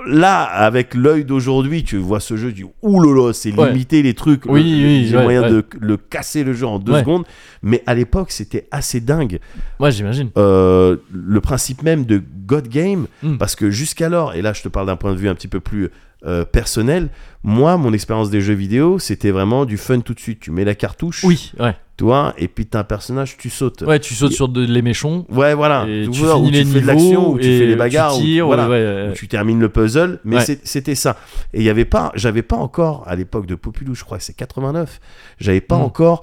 B: là, avec l'œil d'aujourd'hui, tu vois ce jeu du oulolo, c'est
A: Ouais.
B: limité les trucs.
A: Oui,
B: le-
A: oui,
B: il y a
A: ouais,
B: moyen
A: ouais.
B: de le casser le jeu en deux
A: Ouais.
B: secondes. Mais à l'époque, c'était assez dingue.
A: ouais, j'imagine.
B: Euh, le principe même de God Game,
A: Mm.
B: parce que jusqu'alors, et là je te parle d'un point de vue un petit peu plus euh, personnel, moi, mon expérience des jeux vidéo, c'était vraiment du fun tout de suite. Tu mets la cartouche,
A: Oui, ouais.
B: toi, et puis t'as un personnage, tu sautes.
A: Ouais, tu sautes sur de, les méchants.
B: Ouais, voilà.
A: Et tu
B: vois,
A: finis
B: ou tu
A: les
B: fais Ah, de l'action,
A: niveaux
B: ou tu
A: et
B: fais les bagarres, ou-
A: tu tires,
B: voilà
A: ouais, ouais,
B: où
A: ouais.
B: tu termines le puzzle, mais
A: Euh, Ouais.
B: c'est- c'était ça. Et il y avait pas, j'avais pas encore à l'époque de Populou, je crois que c'est 89, j'avais pas
A: Mm.
B: encore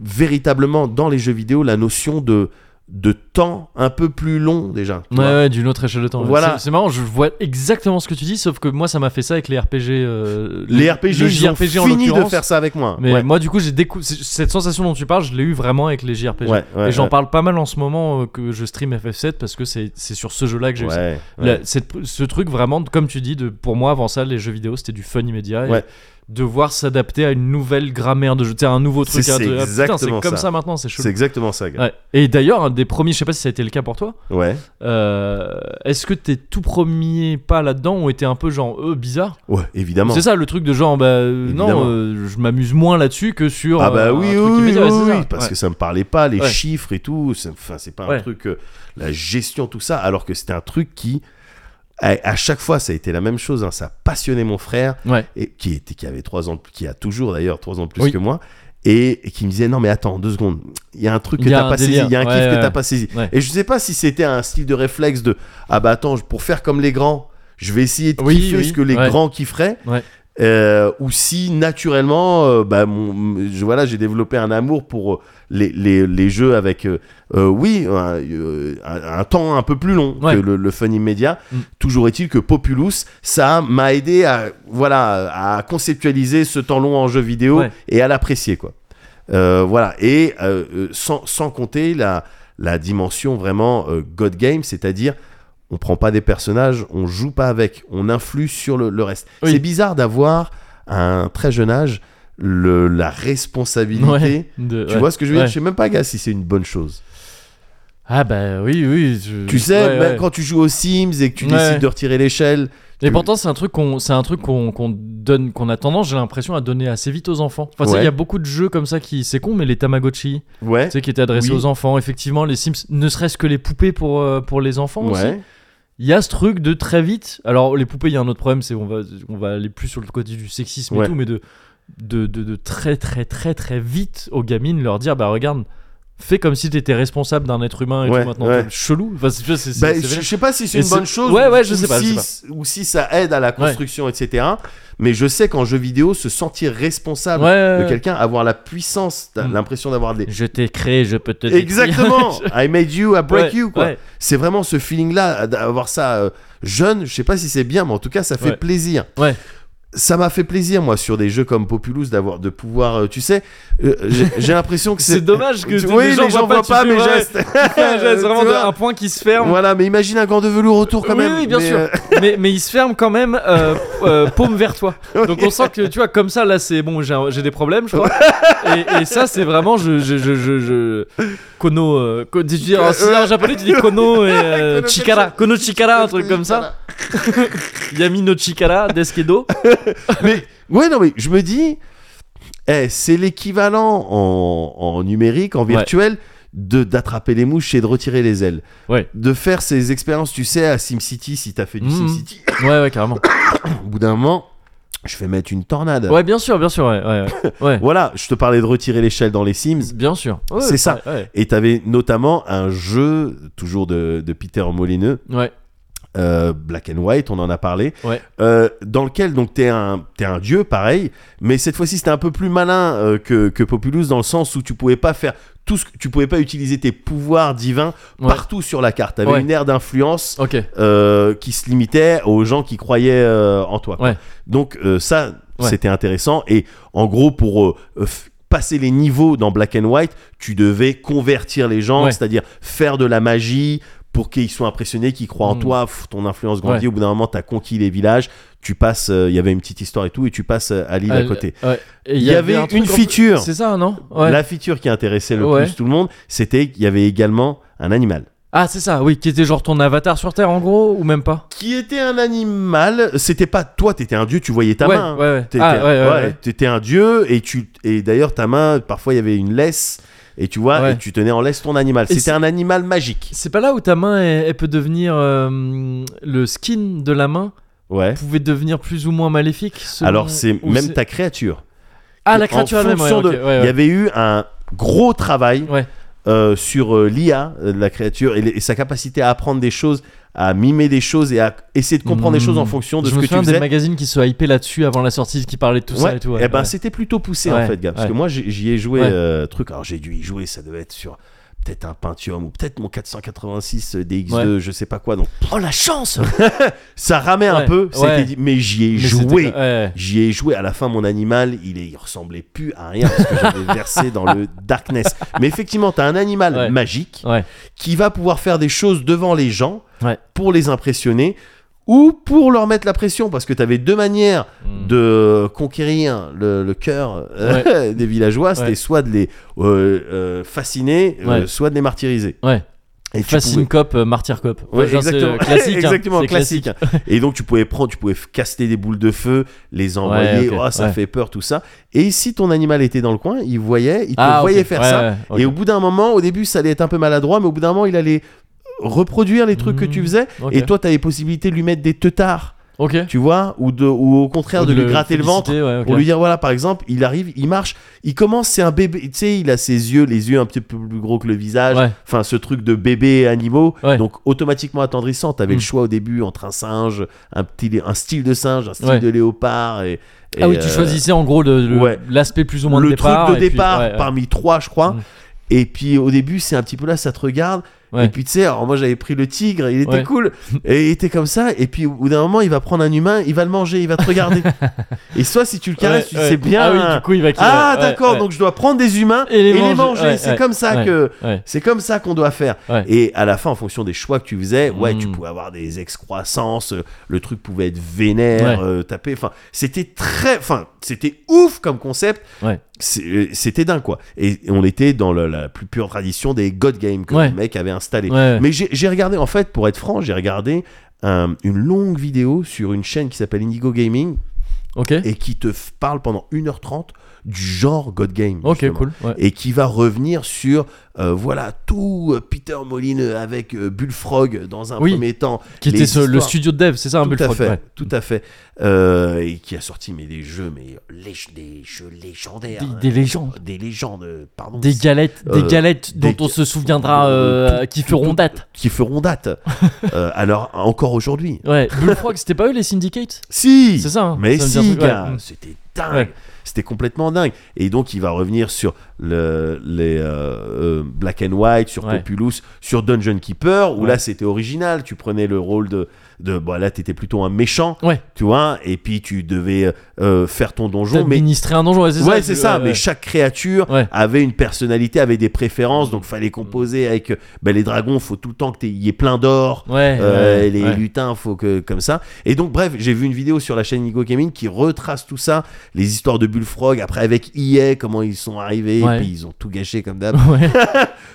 B: véritablement dans les jeux vidéo la notion de de temps un peu plus long déjà. tu
A: Ouais,
B: vois.
A: ouais, d'une autre échelle de temps. ouais.
B: Voilà.
A: C'est c'est marrant, je vois exactement ce que tu dis, sauf que moi, ça m'a fait ça avec les RPG. euh,
B: Les
A: le-
B: RPG,
A: le
B: ils ont
A: JRPG en
B: fini de
A: l'occurrence.
B: faire ça avec moi.
A: Mais
B: ouais.
A: moi, du coup, j'ai décou- c- cette sensation dont tu parles, je l'ai eu vraiment avec les JRPG.
B: Ouais, ouais,
A: et j'en
B: ouais.
A: parle pas mal en ce moment euh, que je stream FF7 parce que c'est c'est sur ce jeu-là que j'ai eu ça.
B: Ouais, ouais.
A: La- cette- ce truc vraiment, comme tu dis, de, pour moi avant ça, les jeux vidéo c'était du fun immédiat. et
B: Ouais.
A: devoir s'adapter à une nouvelle grammaire de jeu, Tu sais, un nouveau truc.
B: C'est-
A: à-
B: c'est
A: de- ah, putain,
B: exactement
A: c'est comme
B: ça.
A: ça, maintenant, c'est
B: C'est
A: chelou.
B: exactement ça. gars.
A: Ouais. Et d'ailleurs, un des premiers, je sais pas si ça a été le cas pour toi,
B: Ouais.
A: euh, est-ce que tes tout premiers pas là-dedans ont été un peu genre, euh, bizarre
B: Ouais, évidemment.
A: C'est ça le truc de genre, bah euh,
B: Ah, Évidemment.
A: non, euh, je m'amuse moins là-dessus que sur.
B: Ah bah
A: euh, un
B: oui,
A: truc
B: oui, oui,
A: immédiat, ouais, c'est
B: oui,
A: ça.
B: oui, parce
A: Ouais.
B: que ça me parlait pas, les
A: Ouais.
B: chiffres et tout, ça- enfin c'est pas un
A: Ouais.
B: truc, euh, la gestion, tout ça, alors que c'était un truc qui, à, à chaque fois, ça a été la même chose, hein, ça passionnait mon frère,
A: Ouais.
B: et, qui, était, qui avait trois ans, de- qui a toujours d'ailleurs trois ans de plus
A: Oui.
B: que moi, et, et qui me disait, non mais attends, deux secondes, il y a un truc que
A: Il y a
B: t'as
A: un
B: pas saisi,
A: délire.
B: il y a un
A: Ouais,
B: kiff que
A: ouais.
B: t'as pas saisi.
A: Ouais.
B: Et je sais pas si c'était un style de réflexe de, ah bah attends, je- pour faire comme les grands, je vais essayer de
A: Oui,
B: kiffer
A: oui,
B: ce que les
A: ouais.
B: grands kifferaient,
A: Ouais.
B: euh, ou si naturellement, euh, bah, mon- je, voilà, j'ai développé un amour pour euh, les, les, les jeux avec, euh, euh, oui, un, euh, un- un temps un peu plus long
A: Ouais.
B: que le, le fun immédiat.
A: Mm.
B: Toujours est-il que Populous, ça m'a aidé à, voilà, à conceptualiser ce temps long en jeu vidéo
A: Ouais.
B: et à l'apprécier, quoi. Euh, voilà, et euh, euh, sans, sans compter la, la dimension vraiment euh, God Game, c'est-à-dire on prend pas des personnages, on joue pas avec, on influe sur le, le reste.
A: Oui.
B: C'est bizarre d'avoir à un très jeune âge le, la responsabilité.
A: Ouais, de-
B: Tu
A: ouais.
B: vois ce que je veux dire
A: Ouais.
B: Je sais même pas, gars, si c'est une bonne chose.
A: Ah bah oui, oui. je-
B: Tu sais,
A: ouais,
B: même
A: ouais.
B: quand tu joues aux Sims et que tu
A: Ouais.
B: décides de retirer l'échelle,
A: Et
B: tu-
A: pourtant, c'est un truc qu'on, c'est un truc qu'on, qu'on donne, qu'on a tendance, j'ai l'impression, à donner assez vite aux enfants. Enfin, tu sais,
B: Ouais.
A: il y a beaucoup de jeux comme ça qui, c'est con, mais les Tamagotchi,
B: ouais,
A: tu sais, qui étaient adressés
B: Oui.
A: aux enfants. Effectivement, les Sims, ne serait-ce que les poupées pour euh, pour les enfants aussi.
B: ouais,
A: Il y a ce truc de très vite. Alors, les poupées, il y a un autre problème, c'est on va, on va aller plus sur le côté du sexisme
B: Ouais.
A: et tout, mais de, de, de, de très, très, très, très vite aux gamines leur dire bah, regarde, fais comme si t'étais responsable d'un être humain et
B: Ouais,
A: tout maintenant.
B: ouais.
A: t'es Chelou. Enfin, c'est, c'est, c'est-
B: Bah,
A: c'est
B: je,
A: vrai.
B: je sais pas si c'est
A: Et
B: une
A: c'est-
B: bonne chose
A: Ouais, ouais, je
B: ou
A: sais pas, je
B: si,
A: sais
B: ou si ça aide à la construction etc mais je sais qu'en jeu vidéo se sentir responsable
A: Ouais, ouais,
B: de
A: ouais.
B: quelqu'un avoir la puissance t'as
A: Mm.
B: l'impression d'avoir des
A: Je t'ai créé, je peux te détruire. [laughs]
B: exactement I made you I break
A: Ouais,
B: you quoi
A: ouais.
B: c'est vraiment ce feeling là d'avoir ça euh, jeune je sais pas si c'est bien mais en tout cas ça fait
A: Ouais.
B: plaisir
A: Ouais.
B: ça m'a fait plaisir moi sur des jeux comme Populous d'avoir de pouvoir euh, tu sais euh, j'ai- j'ai l'impression que
A: [laughs]
B: c'est
A: C'est dommage que
B: oui les gens voient
A: tu fais,
B: mes
A: ouais,
B: gestes
A: [laughs] tu fais un geste,
B: [laughs] Tu
A: vraiment de-
B: vois
A: un point qui se ferme.
B: voilà mais imagine un gant de velours autour quand
A: oui,
B: même
A: oui, bien
B: mais,
A: sûr.
B: euh, [laughs]
A: Mais, mais il se ferme quand même euh, euh, paume vers
B: [laughs]
A: toi. Donc on sent que tu vois comme ça là c'est bon j'ai un- j'ai des problèmes je crois. et, et ça c'est vraiment je je je je, je- kono euh, ko- tu dis, en, si c'est en japonais tu dis kono et euh,
B: Kono
A: chikara kono chikara un truc comme ça [laughs] yami no chikara deskedo.
B: Ouais, non, mais je me dis, eh, c'est l'équivalent en, en numérique, en
A: Ouais.
B: virtuel, de d'attraper les mouches et de retirer les ailes.
A: Ouais.
B: De faire ces expériences, tu sais, à SimCity, si t'as fait du
A: Mhm.
B: SimCity, [coughs]
A: Ouais ouais carrément.
B: au bout d'un moment, je vais mettre une tornade.
A: Ouais bien sûr bien sûr ouais ouais ouais. Ouais.
B: Voilà, je te parlais de retirer l'échelle dans les Sims.
A: Bien sûr. Ouais,
B: C'est ça.
A: Ouais.
B: Et t'avais notamment un jeu, toujours de, de Peter Molineux,
A: Ouais.
B: euh, Black and White, on en a parlé,
A: Ouais.
B: euh, dans lequel donc t'es un t'es un dieu pareil, mais cette fois-ci c'était un peu plus malin euh, que que Populous dans le sens où tu pouvais pas faire tout ce que tu pouvais pas utiliser tes pouvoirs divins
A: Ouais.
B: partout sur la carte. T'avais
A: Ouais.
B: une aire d'influence
A: Ok.
B: euh, qui se limitait aux gens qui croyaient euh, en toi. quoi.
A: Ouais.
B: Donc euh, ça
A: Ouais.
B: c'était intéressant et en gros pour euh, euh, f- passer les niveaux dans Black and White, tu devais convertir les gens,
A: Ouais.
B: c'est-à-dire faire de la magie pour qu'ils soient impressionnés, qu'ils croient en
A: Mm.
B: toi, f- ton influence grandit, au bout d'un moment t'as conquis les villages, tu passes, euh, il y avait une petite histoire et tout, et tu passes euh, à l'île à
A: Euh,
B: côté.
A: ouais. Et
B: Il y, avait,
A: un truc
B: une
A: en-
B: feature,
A: C'est ça non ouais.
B: la feature qui intéressait le
A: Ouais.
B: plus tout le monde, c'était qu'il y avait également un animal.
A: Ah c'est ça oui qui était genre ton avatar sur terre en gros ou même pas.
B: Qui était un animal, c'était pas toi, t'étais un dieu, tu voyais ta
A: ouais,
B: main. hein.
A: ouais ouais.
B: T'étais
A: Ah, ouais, ouais,
B: ouais,
A: ouais.
B: t'étais un dieu et tu et d'ailleurs ta main parfois il y avait une laisse et tu vois
A: Ouais.
B: et tu tenais en laisse ton animal.
A: Et
B: C'était
A: c'est-
B: un animal magique.
A: C'est pas là où ta main, elle, elle peut devenir. euh, le skin de la main
B: Ouais.
A: pouvait devenir plus ou moins maléfique selon-
B: Alors c'est
A: ou
B: même ta créature.
A: Ah, la
B: en
A: créature elle-même, ouais,
B: fonction de-
A: ok, ouais,
B: Il y
A: ouais.
B: avait eu un gros travail
A: Ouais.
B: euh, sur euh, l'IA euh, de la créature et, les- et sa capacité à apprendre des choses, à mimer des choses et à essayer de comprendre des
A: Mmh.
B: choses en fonction de
A: Je
B: ce
A: me
B: que tu
A: souviens des
B: faisais.
A: magazines qui se hypaient là-dessus avant la sortie, qui parlaient de tout ça
B: Ouais.
A: et tout. ouais,
B: Eh ben
A: ouais.
B: c'était plutôt poussé en
A: Ouais,
B: fait, gars, parce
A: ouais.
B: que moi j'y j'y ai joué
A: Ouais.
B: euh, truc. Alors j'ai dû y jouer, ça devait être sur peut-être un Pentium ou peut-être mon 486 euh, DX2, je sais
A: [laughs]
B: pas quoi. Donc
A: Oh la chance
B: ça ramait un
A: Ouais,
B: peu, ça a été
A: ouais.
B: dit, mais j'y ai
A: Mais c'était-
B: joué.
A: ouais.
B: J'y ai joué à la fin mon animal, il, est, il ressemblait plus à rien parce que
A: [laughs]
B: j'avais versé dans le darkness. Mais effectivement, t'as un animal
A: Ouais.
B: magique
A: Ouais.
B: qui va pouvoir faire des choses devant les gens
A: Ouais.
B: pour les impressionner ou pour leur mettre la pression parce que t'avais deux manières
A: Mm.
B: de conquérir le, le cœur euh, [laughs] des villageois, c'était
A: Ouais.
B: soit de les euh, euh, fasciner, euh,
A: Ouais.
B: soit de les martyriser.
A: Ouais.
B: Et tu
A: Fascine Cop, euh, Martyr Cop.
B: Ouais,
A: genre, c'est, euh,
B: exactement.
A: classique. hein,
B: [laughs] exactement,
A: c'est
B: classique. et donc, tu pouvais prendre, tu pouvais caster des boules de feu, les envoyer,
A: ok,
B: oh, ça
A: ouais.
B: fait peur, tout ça. Et si ton animal était dans le coin, il voyait, il te
A: Ah, ok,
B: voyait faire
A: ouais,
B: ça.
A: ouais, ok.
B: Et au bout d'un moment, au début, ça allait être un peu maladroit, mais au bout d'un moment, il allait reproduire les trucs que tu
A: Mhm,
B: faisais.
A: ok.
B: Et toi, tu avais possibilité de lui mettre des teutards
A: Ok.
B: tu vois, ou, de, ou au contraire
A: Ou
B: de, lui
A: le
B: gratter le ventre.
A: féliciter, ouais, ok.
B: Pour lui dire, voilà, par exemple, il arrive, il marche, il commence, c'est un bébé, tu sais, il a ses yeux, les yeux un petit peu plus gros que le visage,
A: Ouais.
B: enfin, ce truc de bébé animaux,
A: Ouais.
B: donc automatiquement attendrissant. T'avais
A: Mm.
B: le choix au début entre un singe, un, petit, lé- un style de singe, un style
A: Ouais.
B: de léopard, et. et,
A: Ah oui, tu
B: euh,
A: choisissais en gros le- le-
B: ouais.
A: l'aspect plus ou moins
B: le
A: de départ.
B: truc de
A: et puis-
B: départ
A: ouais, ouais.
B: parmi trois, je crois.
A: Mm.
B: Et puis au début, c'est un petit peu là, ça te regarde.
A: Ouais.
B: Et puis tu sais, alors moi j'avais pris le tigre, il était
A: Ouais. [laughs]
B: cool, et il était comme ça. Et puis au bout d'un moment, il va prendre un humain, il va le manger, il va
A: [laughs]
B: te regarder. et soit si tu le caresses,
A: Ouais,
B: tu
A: ouais.
B: sais bien.
A: Ah oui, du coup, il va kiffer,
B: Ah,
A: ouais,
B: d'accord,
A: ouais.
B: donc je dois prendre des humains et les manger.
A: ouais,
B: c'est
A: ouais,
B: comme ça
A: ouais,
B: que.
A: ouais.
B: C'est comme ça qu'on doit faire.
A: Ouais.
B: Et à la fin, en fonction des choix que tu faisais, ouais,
A: Mm.
B: tu pouvais avoir des excroissances, euh, le truc pouvait être vénère,
A: Ouais.
B: euh, taper. Enfin, c'était très. Enfin, c'était ouf comme concept.
A: Ouais.
B: C'est- euh, C'était dingue, quoi. Et et on était dans le- la plus pure tradition des God Games que
A: Ouais.
B: le mec avait installé.
A: Ouais, ouais.
B: Mais j'ai j'ai regardé, en fait, pour être franc, j'ai regardé un- une longue vidéo sur une chaîne qui s'appelle Indigo Gaming
A: Ok.
B: et qui te f- parle pendant 1h30 du genre God Game.
A: Ok,
B: justement
A: cool. ouais.
B: et qui va revenir sur euh, voilà tout euh, Peter Molineux avec euh, Bullfrog dans un
A: Oui.
B: premier temps
A: Qui
B: les
A: était ce- le
B: histoires-
A: studio de dev, c'est ça, un
B: tout à
A: Bullfrog
B: fait
A: ouais.
B: tout à fait Euh, et qui a sorti mais des jeux mais lég- des jeux légendaires
A: Des-
B: hein.
A: des légendes.
B: des légendes euh, pardon
A: Des galettes,
B: Euh,
A: des galettes
B: des-
A: dont on se souviendra, euh,
B: tout-
A: qui
B: tout-
A: feront
B: tout-
A: date.
B: qui feront
A: [laughs]
B: date Euh, alors encore aujourd'hui [laughs]
A: Ouais, Bullfrog, c'était pas eux les Syndicate
B: si
A: C'est ça, hein,
B: mais
A: ça me dit un
B: si
A: truc, ouais.
B: gars
A: Mm.
B: c'était dingue
A: Ouais.
B: C'était complètement dingue. Et donc, il va revenir sur le, les euh, euh, Black and White, sur
A: Ouais.
B: Populous, sur Dungeon Keeper, où
A: Ouais.
B: là, c'était original. Tu prenais le rôle de. de bon, là, t'étais plutôt un méchant,
A: Ouais,
B: tu vois, et puis tu devais euh, faire ton donjon. Mais
A: administrer un donjon, ouais, c'est ça.
B: ouais, c'est
A: tu-
B: ça.
A: ouais,
B: mais
A: ouais.
B: chaque créature
A: Ouais.
B: avait une personnalité, avait des préférences. Donc,
A: Mm.
B: fallait composer avec euh, ben, les dragons. Faut tout le temps qu'il y ait plein d'or.
A: Ouais,
B: Euh,
A: ouais,
B: les
A: ouais.
B: lutins, faut que comme ça. Et donc, bref, j'ai vu une vidéo sur la chaîne Nico Gaming qui retrace tout ça, les histoires de Bullfrog, après avec EA, comment ils sont arrivés,
A: Ouais.
B: et puis ils ont tout gâché comme d'hab.
A: [laughs]
B: [laughs]
A: Ouais.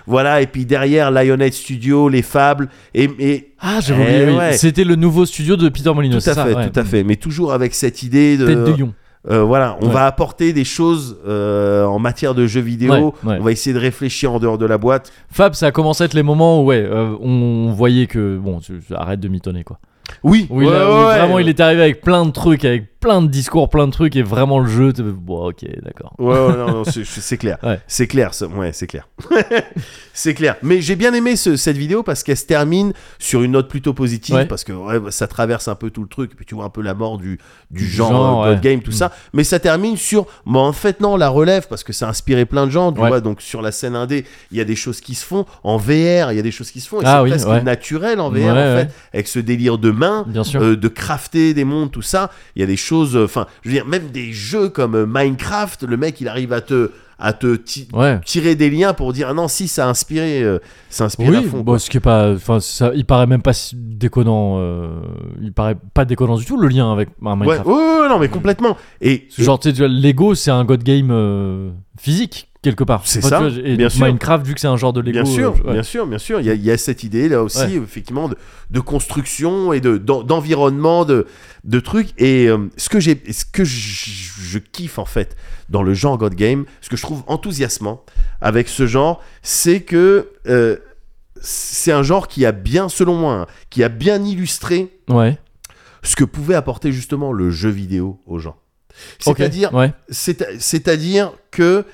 B: voilà, et puis derrière, Lionhead Studio, les fables, et, et
A: Ah, j'ai
B: Eh
A: oublié. oui.
B: ouais.
A: C'était le nouveau studio de Peter
B: tout
A: Molyneux,
B: à
A: c'est ça
B: fait,
A: ouais.
B: tout à fait, mais toujours avec cette idée de.
A: Tête de Yon.
B: Euh, voilà, on
A: Ouais.
B: va apporter des choses euh, en matière de jeux vidéo.
A: Ouais, ouais.
B: On va essayer de réfléchir en dehors de la boîte.
A: Fab, ça a commencé à être les moments où ouais, euh, on voyait que. Bon, tu- tu- arrête de mitonner quoi.
B: Oui,
A: Où il
B: ouais,
A: a- où
B: ouais, ouais.
A: vraiment, il est arrivé avec plein de trucs, avec plein de discours, plein de trucs, et vraiment le jeu, t'es- bon, ok, d'accord.
B: Ouais, ouais, non, non, c'est- c'est clair.
A: Ouais.
B: C'est clair, ça- ouais, c'est clair. [laughs] c'est clair. Mais j'ai bien aimé ce- cette vidéo parce qu'elle se termine sur une note plutôt positive,
A: Ouais.
B: parce que ouais, bah, ça traverse un peu tout le truc. Puis tu vois un peu la mort du, du
A: Du
B: genre,
A: genre,
B: euh, God
A: ouais. Mm.
B: Game, tout ça. Mais ça termine sur, bah, en fait, non, la relève, parce que ça a inspiré plein de gens. Tu
A: Ouais.
B: vois, donc sur la scène indé, il y a des choses qui se font. En VR, il y a des choses qui se font. Et
A: Ah
B: c'est
A: oui,
B: presque
A: ouais.
B: naturel en VR,
A: Ouais,
B: en fait,
A: ouais.
B: avec ce délire de main.
A: Bien sûr.
B: euh, de crafter des mondes, tout ça. Il y a des choses, euh, enfin, je veux dire, même des jeux comme euh, Minecraft, le mec, il arrive à te, à te ti-
A: Euh, ouais.
B: tirer des liens pour dire, ah non, si, ça a inspiré, euh, ça inspire à
A: Oui,
B: fond.
A: bon, ce qui est pas. Enfin, ça- il paraît même pas si déconnant. euh, il paraît pas déconnant du tout le lien avec un
B: quoi. Ouais,
A: Minecraft.
B: ouais, ouais, ouais, non, mais complètement. Et,
A: Ce Genre, tu sais, tu vois, Lego, c'est un god game euh, physique, quelque part.
B: C'est
A: Enfin,
B: ça,
A: tu vois, et
B: bien
A: donc
B: sûr.
A: Minecraft, vu que c'est un genre de Lego.
B: Bien sûr,
A: euh, ouais.
B: bien sûr, bien sûr. Il y a, il y a cette idée là aussi,
A: Ouais.
B: effectivement, de, de construction et de d'en- d'environnement, de, de trucs. Et euh, ce que j'ai, ce que je, je kiffe en fait dans le genre God Game, ce que je trouve enthousiasmant avec ce genre, c'est que euh, c'est un genre qui a bien, selon moi, hein, qui a bien illustré
A: Ouais.
B: ce que pouvait apporter justement le jeu vidéo aux gens.
A: Ok.
B: C'est-à-dire,
A: Ouais.
B: c'est- C'est-à-dire que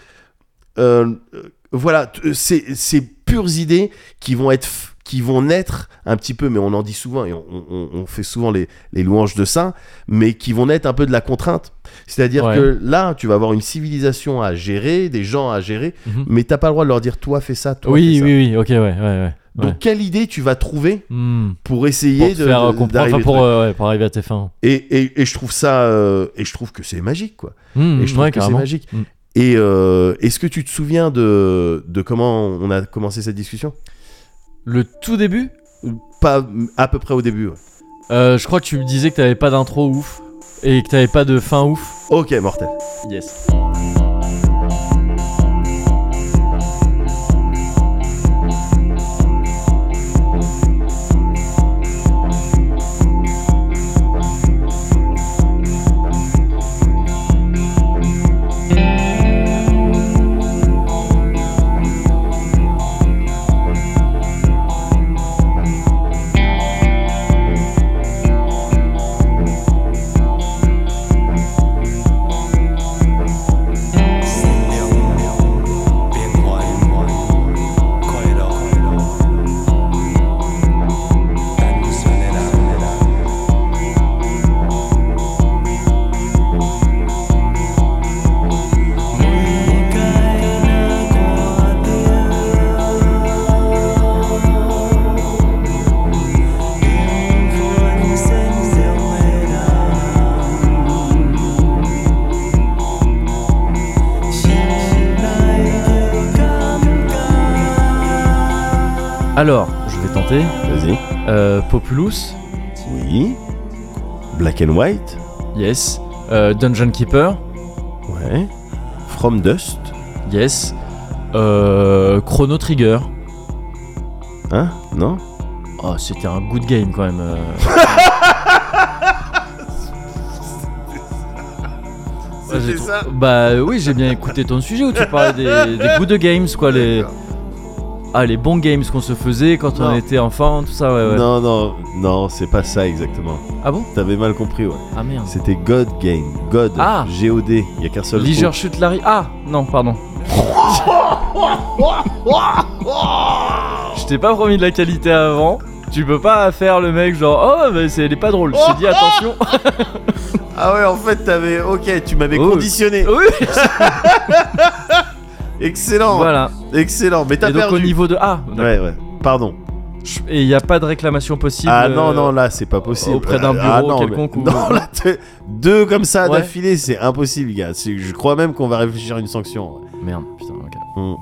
B: euh, euh, voilà, t- ces, ces pures idées qui vont être f- qui vont naître un petit peu, mais on en dit souvent et on, on- on fait souvent les, les louanges de ça, mais qui vont naître un peu de la contrainte. C'est-à-dire
A: Ouais.
B: que là, tu vas avoir une civilisation à gérer, des gens à gérer,
A: Mhm.
B: mais t'as pas le droit de leur dire toi fais ça, toi fais
A: Oui, oui,
B: ça.
A: oui. Ok, ouais, ouais, ouais.
B: Donc
A: ouais.
B: quelle idée tu vas trouver
A: Hmm.
B: pour
A: Pour
B: essayer
A: te
B: de
A: faire
B: de-
A: euh, comprendre,
B: d'arriver
A: enfin, pour,
B: au truc
A: euh, ouais, pour arriver à tes fins.
B: et, et- et je trouve ça euh, et je trouve que c'est magique quoi.
A: Hmm,
B: Et je trouve
A: ouais,
B: que c'est
A: carrément.
B: magique.
A: Mm.
B: Et euh, est-ce que tu te souviens de, de comment on a commencé cette discussion
A: Le tout début,
B: Pas à peu près au début. ouais.
A: euh, je crois que tu me disais que t'avais pas d'intro ouf et que t'avais pas de fin ouf.
B: Ok, mortel.
A: Yes. Alors, je vais tenter.
B: Vas-y.
A: Euh, Populous,
B: Oui. Black and White.
A: yes. Euh, Dungeon Keeper,
B: Ouais. From Dust.
A: yes. Euh, Chrono Trigger.
B: Hein Non
A: Oh, c'était un good game quand même.
B: [laughs]
A: euh. Ouais, j'ai trou- Bah oui, j'ai bien écouté ton sujet où tu parlais
B: [laughs]
A: des, des good games, quoi. Les... Ah, les bons games qu'on se faisait quand on
B: Non.
A: était enfant, tout ça, Ah ouais, ouais.
B: Non, non, non, c'est pas ça exactement.
A: Ah bon
B: T'avais mal compris, ouais.
A: Ah merde.
B: C'était God Game. God.
A: Ah.
B: G-O-D. Il n'y a qu'un seul. O.
A: Leisure Shoot Larry. Ah non,
B: [laughs]
A: pardon. Je t'ai pas promis de la qualité avant. Tu peux pas faire le mec genre oh mais c'est elle est pas drôle. Je t'ai
B: [laughs]
A: dit attention.
B: Ah ouais, en fait, t'avais. Ok, tu m'avais
A: Oh.
B: conditionné.
A: [laughs] oui.
B: Excellent.
A: Voilà.
B: Excellent. Mais t'as
A: Et donc au
B: perdu.
A: niveau de ah d'accord.
B: Ouais, ouais. Pardon.
A: et il y a pas de réclamation possible.
B: Ah
A: euh,
B: non, non, là, c'est pas possible.
A: auprès d'un
B: Ah,
A: bureau
B: non, mais-
A: quelconque ou-
B: Non, [laughs] là, t'es- deux comme ça
A: Ouais.
B: d'affilée, c'est impossible, gars. C'est- Je crois même qu'on va réfléchir à une sanction. ouais.
A: Merde putain. ok.
B: Hum.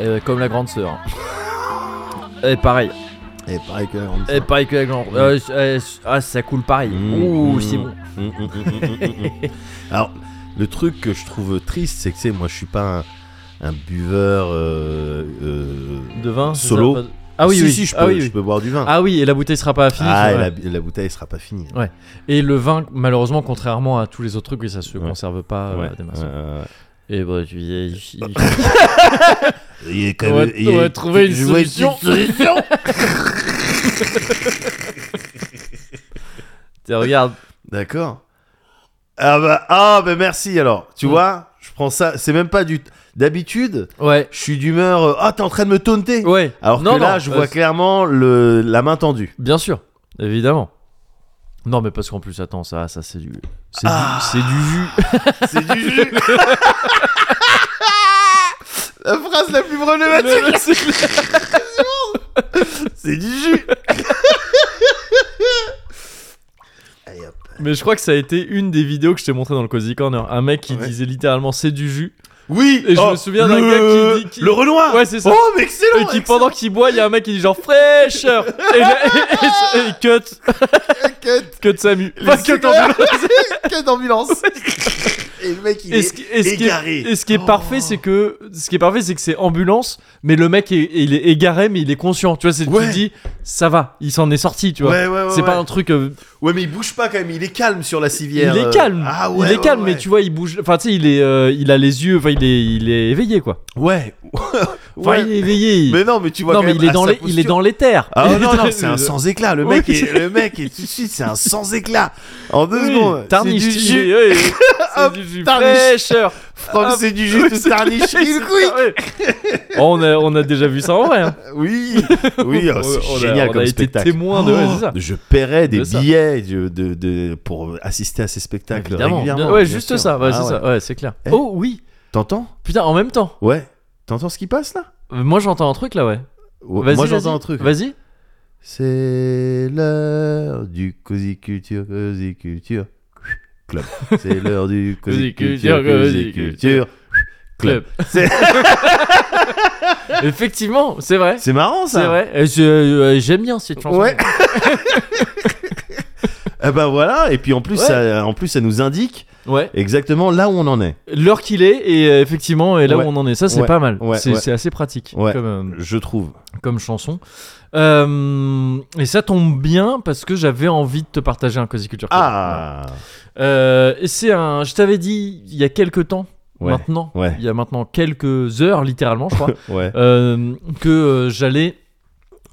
A: Euh, comme la grande sœur. Et pareil.
B: Et Eh, pareil que la grande
A: Et
B: sœur.
A: pareil que la grande.
B: Mm.
A: euh, euh, ah ça coule Eh, pareil.
B: Mmh,
A: Ouh
B: mmh,
A: c'est bon.
B: mmh, mmh, mmh, mmh,
A: [laughs]
B: mmh, mmh. Alors, le truc que je trouve triste, c'est que, tu sais, moi, je suis pas un, un buveur. euh, euh,
A: De vin. c'est
B: Solo.
A: ça, pas de- Ah oui
B: si,
A: oui.
B: si, je peux,
A: ah oui
B: je
A: oui.
B: peux boire du vin.
A: Ah oui, et la bouteille sera pas finie.
B: Ah,
A: c'est
B: et
A: vrai.
B: la, la bouteille sera pas finie.
A: Et le vin, malheureusement, contrairement à tous les autres trucs, oui, ça se
B: Ouais.
A: conserve pas euh,
B: Ouais,
A: des masses.
B: ouais, ouais.
A: Et bah, tu
B: [laughs]
A: y
B: Il est quand
A: On va-
B: même- il
A: on va
B: est-
A: trouver une
B: je vois
A: solution.
B: solution.
A: [laughs] regarde.
B: D'accord. Ah bah, ah bah merci alors. Tu
A: Mm.
B: vois, je prends ça. C'est même pas du. D'habitude,
A: Ouais.
B: je suis d'humeur. euh, Ah, t'es en train de me taunter.
A: Ouais.
B: Alors
A: non,
B: que là,
A: non,
B: je
A: euh,
B: vois clairement le la main tendue.
A: Bien sûr, évidemment. Non, mais parce qu'en plus, attends, ça, ça c'est du. C'est
B: Ah.
A: du, c'est du jus.
B: C'est du jus. [laughs] la phrase la plus problématique. C'est du jus. Allez, hop.
A: mais je crois que ça a été une des vidéos que je t'ai montré dans le Cozy Corner. Un mec qui
B: Ouais.
A: disait littéralement c'est du jus.
B: Oui.
A: Et je
B: oh,
A: me souviens d'un gars qui dit- qui-
B: le Renoir.
A: Ouais, c'est ça.
B: Oh, mais excellent.
A: et qui, pendant qu'il boit, il y a un mec qui dit genre fraîcheur. Et, là- et- et- et cut,
B: excellent.
A: [laughs] cut Samu.
B: Les
A: Enfin, cut
B: cigares.
A: ambulance.
B: [laughs] Quête d'ambulance. Et le mec, il
A: Et
B: est,
A: ce, qui- et ce qui
B: égaré.
A: est, et ce qui est
B: Oh.
A: parfait, c'est que ce qui est parfait, c'est que c'est ambulance, mais le mec est, il est égaré, mais il est conscient. Tu vois, c'est tu
B: Ouais.
A: te dis, ça va, il s'en est sorti, tu vois.
B: Ouais, ouais, ouais.
A: c'est
B: ouais.
A: pas un truc. euh,
B: Ouais, mais il bouge pas quand même. Il est calme sur la civière.
A: il est
B: euh.
A: calme.
B: Ah ouais.
A: il est
B: ouais,
A: calme,
B: ouais.
A: mais tu vois, il bouge. Enfin, tu sais, il est, euh, il a les yeux. Enfin, il est, il est éveillé, quoi. [laughs]
B: Ouais.
A: Enfin,
B: Ouais.
A: il est éveillé. il-
B: [laughs] Mais non, mais tu vois.
A: non,
B: quand
A: mais
B: même
A: il est
B: à
A: dans
B: sa
A: les, il est
B: posture.
A: dans l'éther.
B: Ah
A: [laughs] Il est
B: non,
A: dans
B: non,
A: les-
B: c'est un sans éclat. Le mec,
A: Oui.
B: est, le mec est tout de suite, c'est un sans éclat. En deux
A: Oui,
B: secondes.
A: Tarnish,
B: C'est du
A: tu-
B: jus.
A: oui,
B: [laughs]
A: oui. c'est
B: Hop,
A: du jus
B: tarnish.
A: fraîcheur.
B: From,
A: Hop.
B: c'est du jus
A: Oui,
B: tout
A: c'est-
B: tarnish. Il quick.
A: Oh, on, a, on a déjà vu ça en vrai. hein.
B: Oui.
A: [laughs]
B: Oui, oh, c'est
A: On a-
B: génial
A: on
B: comme
A: a été
B: spectacle.
A: témoin de- ouais, c'est ça.
B: je paierais des
A: De ça.
B: billets de, de- de- pour assister à ces spectacles régulièrement.
A: Ouais,
B: bien
A: juste
B: sûr.
A: ça. Ouais,
B: Ah
A: c'est
B: ouais.
A: ça. Ouais, c'est clair.
B: Eh.
A: Oh oui.
B: T'entends
A: Putain, en même temps.
B: Ouais. T'entends ce qui passe là
A: Euh, Moi j'entends un truc là, ouais.
B: Ouais,
A: Vas-y,
B: Moi
A: vas-y.
B: j'entends un truc.
A: Vas-y.
B: C'est l'heure du Cozy Culture, Cozy Culture Club. C'est l'heure
A: [laughs]
B: du
A: Cozy
B: Cozy Culture,
A: Culture, Cozy
B: Cozy Culture Club. C'est-
A: [laughs] Effectivement, c'est vrai.
B: C'est marrant ça
A: C'est vrai. Et je- euh, J'aime bien cette chanson.
B: Ouais. [laughs] Eh ben voilà, et puis en plus,
A: Ouais.
B: ça, en plus ça nous indique
A: Ouais.
B: exactement là où on en est.
A: L'heure qu'il est et euh, effectivement et là
B: Ouais.
A: où on en est. Ça c'est
B: Ouais.
A: pas mal.
B: Ouais,
A: c'est
B: ouais.
A: c'est assez pratique
B: Ouais.
A: comme, euh,
B: Je trouve.
A: comme chanson. Euh, et ça tombe bien parce que j'avais envie de te partager un Cozy Culture. Club.
B: Ah
A: Euh, et c'est un. Je t'avais dit il y a quelques temps.
B: Ouais.
A: Maintenant.
B: Ouais.
A: Il y a maintenant
B: [laughs]
A: quelques heures littéralement, je crois.
B: Ouais.
A: euh, que euh, j'allais.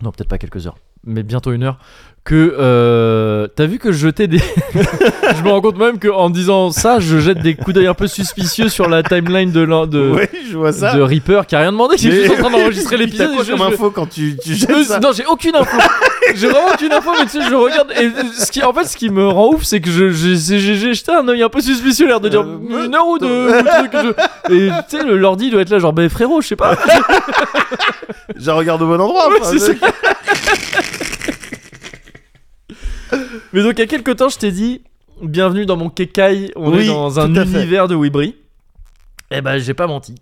A: Non, peut-être pas quelques heures. mais bientôt une heure, que euh, t'as vu que je jetais des. [laughs] je me rends compte même qu'en disant ça, je jette des coups d'œil un peu suspicieux sur la timeline de, l'un- de,
B: Ouais, je vois ça.
A: de Reaper qui a rien demandé, qui est
B: Euh, Mais-
A: juste en train
B: [laughs]
A: d'enregistrer
B: Puis
A: l'épisode.
B: t'as
A: et
B: quoi
A: je-
B: comme
A: je-
B: info quand tu, tu jettes
A: Euh,
B: ça
A: non, j'ai aucune info. j'ai vraiment aucune info, mais tu sais, je regarde. Et euh, ce qui, en fait, ce qui me rend ouf, c'est que je- j'ai j'ai- j'ai jeté un œil un peu suspicieux, l'air de dire
B: Euh,
A: une heure ou deux. ou truc, je- Et tu sais, le- l'ordi doit être là, genre, ben frérot, je sais pas.
B: Je regarde au bon endroit.
A: Ouais,
B: enfin,
A: c'est
B: c'est-
A: Mais donc, il y a quelques temps, je t'ai dit Bienvenue dans mon kekai, on
B: Oui,
A: est dans un
B: tout à fait.
A: univers de Wibri. Eh ben, j'ai pas
B: [laughs]
A: menti.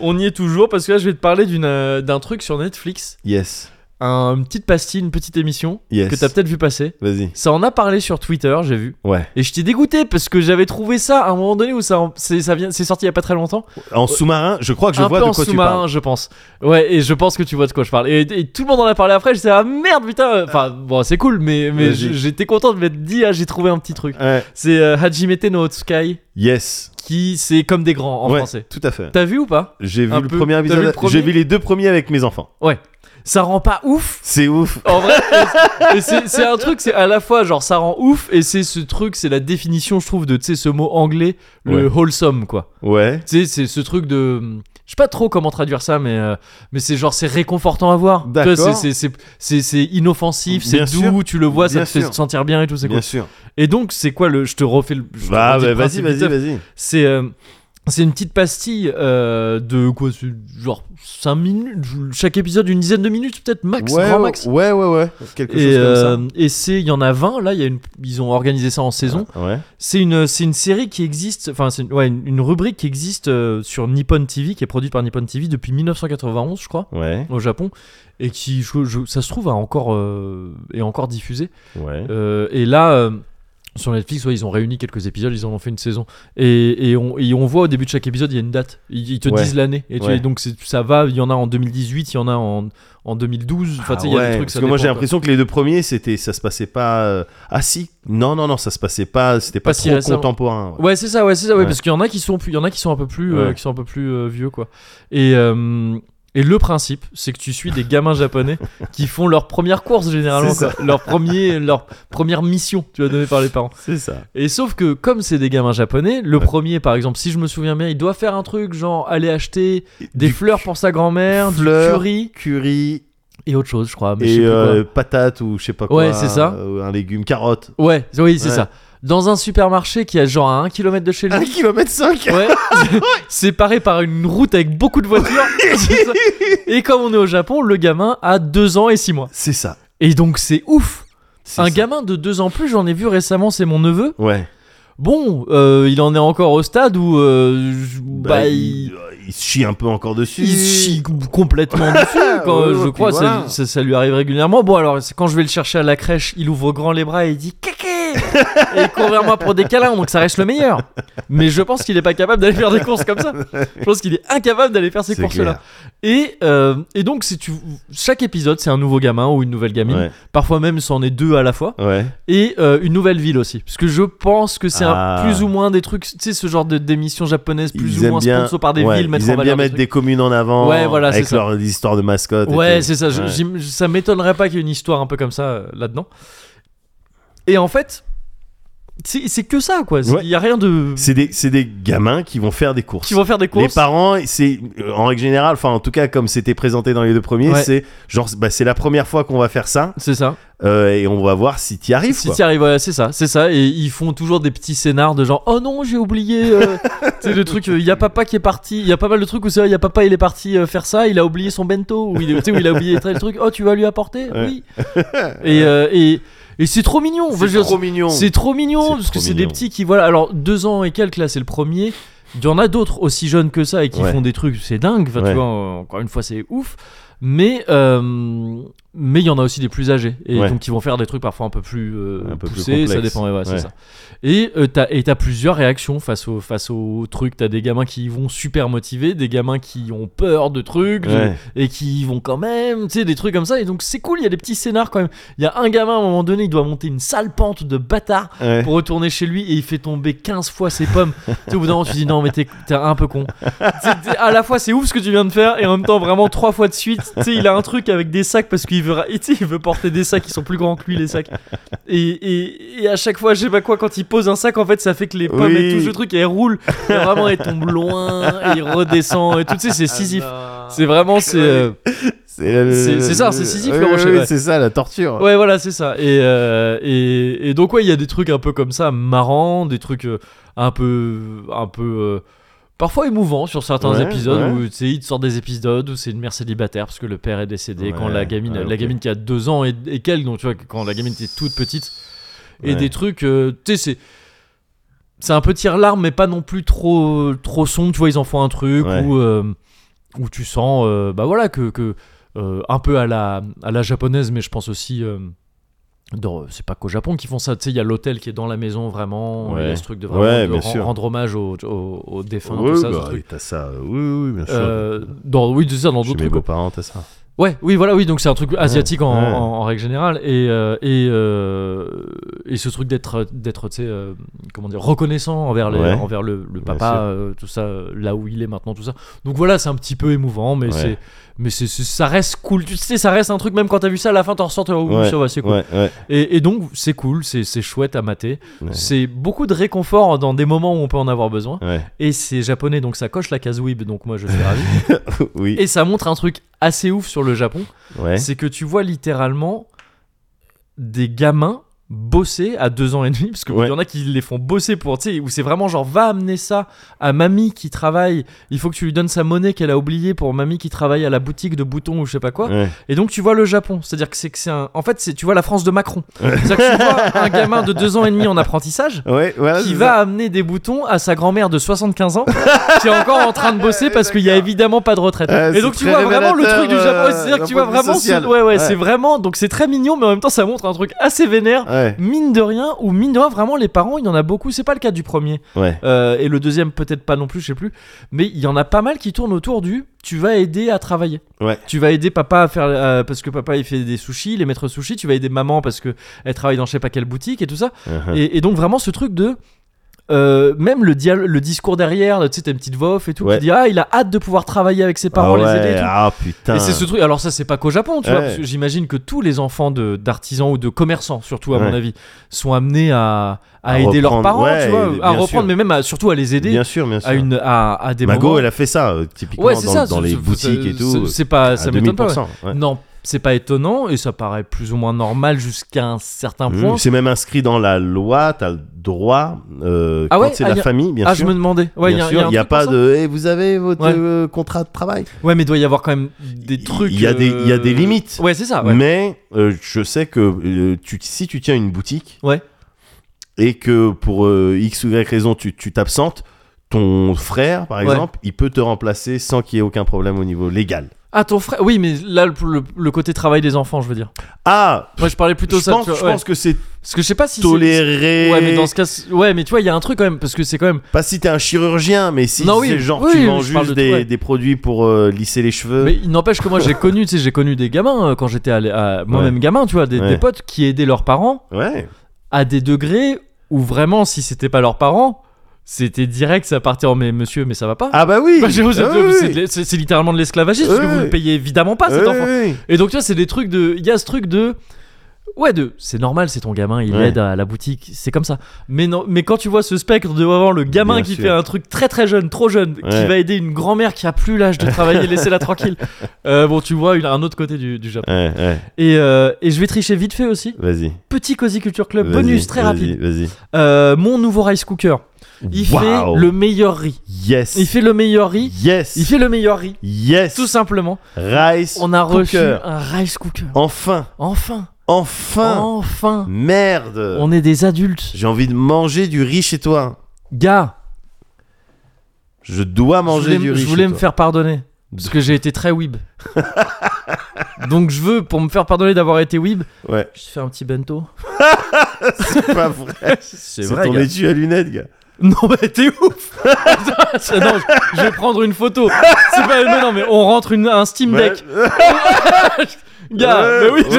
A: on y est toujours parce que là, je vais te parler d'une, euh, d'un truc sur Netflix.
B: Yes,
A: Un- une petite pastille, une petite émission
B: yes.
A: que t'as peut-être vu passer.
B: Vas-y.
A: Ça en a parlé sur Twitter, j'ai vu.
B: Ouais.
A: Et j'étais dégoûté parce que j'avais trouvé ça à un moment donné où ça, en- c'est, ça vient, c'est sorti il y a pas très longtemps.
B: En sous-marin, je crois que je
A: un
B: vois
A: peu
B: de
A: en
B: quoi tu
A: sous-marin,
B: parles.
A: je pense. Ouais, et je pense que tu vois de quoi je parle. Et, et tout le monde en a parlé après. J'étais ah merde putain. Enfin bon, c'est cool, mais, mais
B: Vas-y.
A: j- j'étais content de m'être dit ah j'ai trouvé un petit truc.
B: Ouais.
A: C'est euh, Hajime no Otsukai
B: Yes.
A: qui c'est comme des grands en
B: Ouais,
A: français.
B: Tout à fait.
A: T'as vu ou pas
B: J'ai vu
A: Un
B: le
A: peu.
B: premier
A: T'as vu le
B: épisode.
A: premier
B: J'ai vu les deux premiers avec mes enfants.
A: Ouais. Ça rend pas ouf.
B: C'est ouf.
A: En vrai, et c'est c'est un truc, c'est à la fois genre ça rend ouf et c'est ce truc, c'est la définition je trouve de tu sais ce mot anglais, le wholesome quoi.
B: Ouais.
A: Tu sais, c'est ce truc de. Je sais pas trop comment traduire ça, mais, euh, mais c'est genre, c'est réconfortant à voir. Tu vois,
B: D'accord.
A: C'est, c'est, c'est, c'est inoffensif, c'est
B: Bien
A: doux,
B: sûr.
A: tu le vois, ça
B: Bien
A: te fait
B: sûr.
A: te sentir bien et tout, c'est
B: Bien
A: cool.
B: sûr.
A: Et donc, c'est quoi le. Je te refais le. je te
B: Bah,
A: redis
B: bah,
A: le
B: vas-y,
A: principe
B: vas-y,
A: vite fait.
B: vas-y.
A: C'est. euh, c'est une petite pastille euh, de quoi c'est Genre 5 minutes Chaque épisode, une dizaine de minutes, peut-être max,
B: ouais,
A: grand
B: ouais,
A: max.
B: Ouais, ouais, ouais. Quelque chose
A: Et, euh,
B: comme
A: et c'est, il y en a 20, là, il y a une, ils ont organisé ça en saison.
B: ça. Ah Ouais.
A: C'est une, c'est une série qui existe, enfin, c'est une, ouais, une, une rubrique qui existe euh, sur Nippon TV, qui est produite par Nippon TV depuis 1991, je crois,
B: Ouais.
A: au Japon, et qui, je- je- ça se trouve, a encore, euh, est encore diffusée.
B: Ouais.
A: Euh, et là, euh, sur Netflix, ouais, ils ont réuni quelques épisodes, ils en ont fait une saison. Et, et on, et on voit au début de chaque épisode, il y a une date. Ils, ils te
B: Ouais.
A: disent l'année. Et tu-
B: Ouais.
A: et donc, c'est- ça va, il y en a en 2018, il y en a en, en 2012. Enfin, tu sais, il y a
B: Ah ouais,
A: des trucs,
B: parce
A: ça
B: que moi j'ai
A: dépend, quoi.
B: l'impression que les deux premiers c'était ça se passait pas euh, ah si non non non ça se passait pas c'était pas,
A: Pas si
B: trop
A: récemment.
B: contemporain ouais.
A: Ouais, c'est ça, ouais, c'est ça, ouais,
B: Ouais.
A: parce qu'il y en a qui sont plus, il y en a qui sont un peu plus, euh,
B: Ouais.
A: qui sont un peu plus euh, vieux, quoi. Et euh, et le principe, c'est que tu suis des gamins [laughs] japonais qui font leur première course généralement,
B: C'est
A: quoi. leur premier, leur première mission, tu vois, donnée par les parents.
B: c'est ça
A: Et sauf que comme c'est des gamins japonais, le premier, par exemple, si je me souviens bien, il doit faire un truc genre aller acheter des
B: Du
A: fleurs pour sa grand-mère, du
B: fleurs,
A: curry
B: curry
A: et autre chose, je crois. Mais je sais
B: et
A: plus quoi.
B: euh, patate ou je sais pas quoi
A: Ouais, c'est ça.
B: euh, un légume [laughs] carotte
A: Ouais, oui, c'est
B: Ouais.
A: ça. Dans un supermarché qui est genre à 1 km de chez [laughs] lui.
B: 1 km 5
A: Ouais, [laughs] séparé par une route avec beaucoup de
B: [laughs]
A: voitures. C'est ça. et comme on est au Japon, le gamin a 2 ans et 6 mois.
B: c'est ça
A: Et donc c'est ouf.
B: C'est
A: Un
B: ça.
A: gamin de 2 ans plus, j'en ai vu récemment, c'est mon neveu.
B: ouais
A: Bon, euh, il en est encore au stade où euh, je- bah,
B: Bah,
A: il,
B: il, euh, il se chie un peu encore dessus
A: il se chie complètement
B: [laughs]
A: dessus. Quand,
B: Ouais, ouais,
A: je
B: puis
A: crois, ça-
B: voilà.
A: ça, ça lui arrive régulièrement. Bon, alors c'est quand je vais le chercher à la crèche, il ouvre grand les bras et il dit kéké et il court vers moi pour des câlins, donc ça reste le meilleur. Mais je pense qu'il est pas capable d'aller faire des courses comme ça. Je pense qu'il est incapable d'aller faire ces
B: C'est
A: courses-là.
B: clair.
A: Et, euh, et donc, si tu, chaque épisode, c'est un nouveau gamin ou une nouvelle gamine.
B: ouais
A: Parfois même, c'en est deux à la fois.
B: ouais
A: Et euh, une nouvelle ville aussi. Parce que je pense que c'est un-
B: Ah.
A: plus ou moins des trucs, tu sais, ce genre de- d'émissions japonaises, plus
B: Ils
A: ou
B: aiment
A: moins
B: bien-
A: sponsor par des
B: ouais,
A: villes, mettre
B: ils
A: en
B: aiment
A: valeur
B: bien
A: des
B: mettre des
A: trucs.
B: communes en avant
A: Ouais, voilà,
B: avec
A: c'est ça.
B: leur histoire de mascotte et
A: Ouais,
B: tout.
A: c'est ça. je-
B: Ouais.
A: j'im- Ça m'étonnerait pas qu'il y ait une histoire un peu comme ça euh, là-dedans. Et en fait, c'est c'est que ça, quoi. Il
B: Ouais.
A: y a rien de.
B: c'est des c'est des gamins qui vont faire des courses
A: Qui vont faire des courses.
B: Les parents, c'est euh, en règle générale, enfin en tout cas comme c'était présenté dans les deux premiers,
A: Ouais.
B: c'est genre bah, c'est la première fois qu'on va faire ça
A: C'est ça.
B: euh, et on va voir si t'y arrives.
A: Si
B: quoi.
A: t'y arrives, voilà, c'est ça, c'est ça. Et ils font toujours des petits scénars de genre, oh non, j'ai oublié.
B: [laughs]
A: euh, tu sais, le truc, il y a papa qui est parti. Il y a pas mal de trucs où c'est vrai, il y a papa, il est parti euh, faire ça, il a oublié son bento. Ou il, est- tu sais, où il a oublié tel truc, oh, tu vas lui apporter
B: Ouais. [laughs]
A: Oui. Et, euh, et, et c'est trop mignon. Enfin, je veux
B: C'est
A: dire,
B: trop mignon.
A: c'est trop mignon
B: C'est
A: parce que
B: trop
A: c'est des
B: mignon.
A: petits qui voilà. Alors deux ans et quelques là, c'est le premier. Il y en a d'autres aussi jeunes que ça et qui
B: Ouais.
A: font des trucs, c'est dingue. Enfin, tu
B: Ouais.
A: vois, euh, encore une fois, c'est ouf. Mais euh, mais il y en a aussi des plus âgés et
B: Ouais.
A: donc ils vont faire des trucs parfois un peu plus euh,
B: Un peu plus
A: poussés. ça
B: complexes.
A: dépend. ouais, ouais, c'est
B: Ouais.
A: ça. Et euh, t'as et t'as plusieurs réactions face au face au truc. T'as des gamins qui y vont super motivés, des gamins qui ont peur de trucs
B: Ouais.
A: et qui y vont quand même, tu sais, des trucs comme ça. Et donc c'est cool, il y a des petits scénars quand même. Il y a un gamin à un moment donné, il doit monter une sale pente de bâtard
B: Ouais.
A: pour retourner chez lui et il fait tomber 15 fois ses pommes.
B: [laughs]
A: tu sais, au bout d'un moment, tu dis non, mais t'es t'es un peu con. C'est- c'est- à la fois, c'est ouf ce que tu viens de faire et en même temps, vraiment trois fois de suite, tu sais, il a un truc avec des sacs parce qu'il il veut, ra- [laughs] tu sais, il veut porter des sacs qui sont plus grands que lui, les sacs. Et, et, et à chaque fois, je sais pas quoi, quand il pose un sac, en fait, ça fait que les pommes,
B: Oui.
A: elles touchent le truc et elles roulent. Et vraiment, elles tombent loin, et il redescend, et tout, tu sais, c'est Sisyphe. C'est vraiment, c'est. euh,
B: C'est le-
A: C'est- c'est ça,
B: le-
A: c'est Sisyphe,
B: oui,
A: le
B: oui,
A: rocher,
B: oui,
A: ouais.
B: C'est ça, la torture.
A: Ouais, voilà, c'est ça. Et, euh, et, et donc, ouais, il y a des trucs un peu comme ça, marrants, des trucs euh, un peu. Un peu euh, parfois émouvants sur certains
B: Ouais,
A: épisodes
B: ouais.
A: où tu sais, ils te sortent des épisodes où c'est une mère célibataire parce que le père est décédé quand
B: Ouais,
A: la gamine,
B: ouais,
A: la
B: ok.
A: gamine qui a deux ans et, et qu'elle, donc tu vois, quand la gamine était toute petite. Et
B: Ouais.
A: des trucs. euh, tu sais, c'est. C'est un peu tire-larme, mais pas non plus trop, trop sombre. Tu vois, ils en font un truc
B: Ouais.
A: où, euh, où tu sens. euh, bah voilà, que. que euh, un peu à la, à la japonaise, mais je pense aussi. euh, dans- c'est pas qu'au Japon qu'ils font ça, tu sais, il y a l'hôtel qui est dans la maison vraiment, il y a
B: Ouais.
A: ce truc de vraiment
B: Ouais,
A: de
B: bien
A: ren-
B: sûr.
A: rendre hommage aux, aux, aux défunts,
B: Oui,
A: tout ça, ce
B: bah,
A: truc.
B: oui, t'as ça. euh, Oui, oui, bien sûr.
A: Euh, dans, oui, c'est ça, dans
B: Chez
A: d'autres
B: mes
A: trucs.
B: beaux-parents, t'as ça.
A: Ouais, oui, voilà, oui, donc c'est un truc asiatique en,
B: ouais.
A: en- en règle générale. Et, euh, et, euh, et ce truc d'être, d'être tu sais, euh, comment dire, reconnaissant envers, les,
B: Ouais.
A: envers le, le
B: Bien
A: papa,
B: sûr.
A: euh, tout ça, euh, là où il est maintenant, tout ça. Donc voilà, c'est un petit peu émouvant, mais,
B: Ouais.
A: c'est, mais c'est, c'est- ça reste cool. Tu sais, ça reste un truc, même quand t'as vu ça, à la fin, t'en ressors, t'es, oh, oui,
B: Ouais,
A: ça va, c'est cool.
B: Ouais, ouais.
A: Et, et donc, c'est cool, c'est, c'est chouette à mater.
B: Ouais.
A: C'est beaucoup de réconfort dans des moments où on peut en avoir besoin.
B: ouais. [laughs]
A: Et c'est japonais, donc ça coche la case weeb, donc moi je suis ravi.
B: oui.
A: Et ça montre un truc assez ouf sur le Japon
B: Ouais.
A: c'est que tu vois littéralement des gamins bosser à deux ans et demi, parce qu'il
B: Ouais.
A: y en a qui les font bosser pour, tu sais, où c'est vraiment genre, va amener ça à mamie qui travaille, il faut que tu lui donnes sa monnaie qu'elle a oubliée pour mamie qui travaille à la boutique de boutons ou je sais pas quoi.
B: Ouais.
A: Et donc tu vois le Japon, c'est-à-dire que c'est que c'est un... En fait, c'est tu vois la France de Macron. C'est-à-dire que tu vois un gamin de deux ans et demi en apprentissage
B: Ouais, voilà,
A: qui
B: Ah, c'est
A: va
B: ça.
A: amener des boutons à sa grand-mère de 75
B: [laughs]
A: ans qui est encore en train de bosser parce qu'il y a évidemment pas de retraite.
B: Ouais,
A: et
B: c'est
A: donc tu
B: très
A: vois vraiment le
B: révélateur,
A: truc du Japon,
B: euh,
A: c'est-à-dire que
B: d'un
A: tu vois
B: point de vue
A: vraiment ce-
B: social.
A: ouais ouais,
B: Ouais.
A: c'est vraiment donc c'est très mignon mais en même temps ça montre un truc assez vénère.
B: Ouais.
A: Mine de rien, ou mine de rien, vraiment les parents, il y en a beaucoup, c'est pas le cas du premier.
B: Ouais.
A: Euh, et le deuxième peut-être pas non plus, je sais plus. Mais il y en a pas mal qui tournent autour du tu vas aider à travailler.
B: Ouais.
A: Tu vas aider papa à faire euh, parce que papa il fait des sushis, les maîtres sushis. Tu vas aider maman parce que elle travaille dans je sais pas quelle boutique et tout ça.
B: Uh-huh.
A: Et, et donc vraiment ce truc de euh, même le, dial- le discours derrière, tu sais, t'as une petite voix off et tout,
B: Ouais.
A: qui dit Ah, il a hâte de pouvoir travailler avec ses parents,
B: ah ouais,
A: les aider et tout.
B: Ah putain.
A: Et c'est ce truc, alors ça c'est pas qu'au Japon, tu vois,
B: Ouais.
A: parce que j'imagine que tous les enfants de- d'artisans ou de commerçants, surtout à
B: Ouais.
A: mon avis, sont amenés à, à
B: À
A: aider leurs
B: reprendre,
A: parents,
B: ouais,
A: tu vois,
B: bien
A: à
B: sûr.
A: reprendre, mais même à- surtout à les aider
B: Bien sûr, bien sûr.
A: à, une, à, à des
B: Mago,
A: moments.
B: elle a fait ça, euh, typiquement,
A: ouais,
B: dans,
A: c'est ça,
B: dans
A: c'est-
B: les
A: c'est-
B: boutiques
A: c'est-
B: et tout.
A: C'est pas,
B: à
A: ça m'étonne pas. ouais.
B: 2000%, ouais.
A: Non, c'est pas étonnant et ça paraît plus ou moins normal jusqu'à un certain
B: Mmh,
A: point.
B: C'est même inscrit dans la loi, t'as le droit, euh,
A: Ah
B: quand
A: ouais,
B: c'est
A: ah,
B: la
A: y a-
B: famille, bien
A: ah,
B: sûr.
A: je me demandais. Ouais,
B: bien
A: y a,
B: sûr,
A: y a un
B: il n'y a
A: truc
B: pas
A: comme ça.
B: de eh, vous avez votre
A: Ouais.
B: euh, contrat de travail.
A: Ouais, mais il doit y avoir quand même des trucs. euh,
B: Il y a des- il y a des limites.
A: Ouais, c'est ça. Ah, ouais.
B: Mais euh, je sais que euh, tu, si tu tiens une boutique
A: Ouais.
B: et que pour euh, X ou Y raison tu tu t'absentes, ton frère, par
A: Ouais.
B: exemple, il peut te remplacer sans qu'il y ait aucun problème au niveau légal.
A: Ah, ton frère. Oui, mais là, le, le- le côté travail des enfants, je veux dire.
B: Ah
A: Moi, je parlais plutôt
B: je
A: ça.
B: pense,
A: tu vois,
B: je
A: ouais.
B: pense que c'est
A: Parce que je sais pas si. c'est-
B: toléré.
A: Ouais, mais dans ce cas. c'est- Ouais, mais tu vois, il y a un truc quand même. Parce que c'est quand même.
B: Pas si t'es un chirurgien, mais si
A: Non, oui,
B: c'est genre
A: oui,
B: tu
A: oui,
B: vends
A: je parle
B: juste
A: de-
B: des,
A: ouais.
B: des produits pour euh, lisser les cheveux.
A: Mais il n'empêche que moi, j'ai connu, tu sais, j'ai connu des gamins euh, quand j'étais à l'é- à moi-même gamin, tu vois, des, des
B: Ouais.
A: potes qui aidaient leurs parents
B: Ouais.
A: à des degrés où vraiment, si c'était pas leurs parents, c'était direct, ça partait en mais monsieur, mais ça va pas.
B: Ah bah oui.
A: Enfin, [laughs] j'ai-
B: Ah
A: c'est-
B: oui,
A: c'est de l'es- C'est c'est littéralement de l'esclavagisme parce que
B: Ouais.
A: vous ne payez évidemment pas cet
B: oui,
A: enfant.
B: oui.
A: Et donc, tu vois, c'est des trucs de. Il y a ce truc de. Ouais, de. C'est normal, c'est ton gamin, il
B: Ouais.
A: aide à la boutique, c'est comme ça. Mais, non, mais quand tu vois ce spectre de voir le gamin
B: Bien
A: qui
B: sûr.
A: fait un truc très très jeune, trop jeune, qui
B: Ouais.
A: va aider une grand-mère qui a plus l'âge de
B: [laughs]
A: travailler, laissez-la tranquille. Euh, bon, tu vois, il a un autre côté du, du Japon.
B: Ouais, ouais,
A: Et, euh, et je vais tricher vite fait aussi.
B: vas-y.
A: Petit Cozy Culture Club,
B: Vas-y,
A: bonus très
B: vas-y,
A: rapide.
B: Vas-y.
A: Euh, mon nouveau rice cooker. Il
B: Waouh.
A: fait le meilleur riz.
B: Yes.
A: Il fait le meilleur riz.
B: Yes.
A: Il fait le meilleur riz.
B: Yes.
A: Tout simplement.
B: Rice.
A: On a reçu
B: cooker.
A: un rice cooker.
B: Enfin.
A: Enfin.
B: Enfin.
A: Enfin.
B: Merde.
A: On est des adultes.
B: J'ai envie de manger du riz chez toi.
A: Gars,
B: Je dois
A: je
B: manger
A: voulais,
B: du riz.
A: je voulais
B: chez
A: me
B: toi.
A: faire pardonner. Parce que j'ai été très
B: [laughs]
A: weeb. Donc je veux, pour me faire pardonner d'avoir été weeb, [laughs]
B: Ouais.
A: je fais un petit
B: [laughs]
A: bento.
B: C'est pas vrai.
A: C'est
B: C'est ton étui à lunettes, gars.
A: Non mais t'es ouf [laughs] Ça, non, je, je vais prendre une photo. C'est pas... Mais non mais on rentre une, un Steam Deck.
B: Ouais.
A: Gars,
B: Ouais,
A: mais oui, je-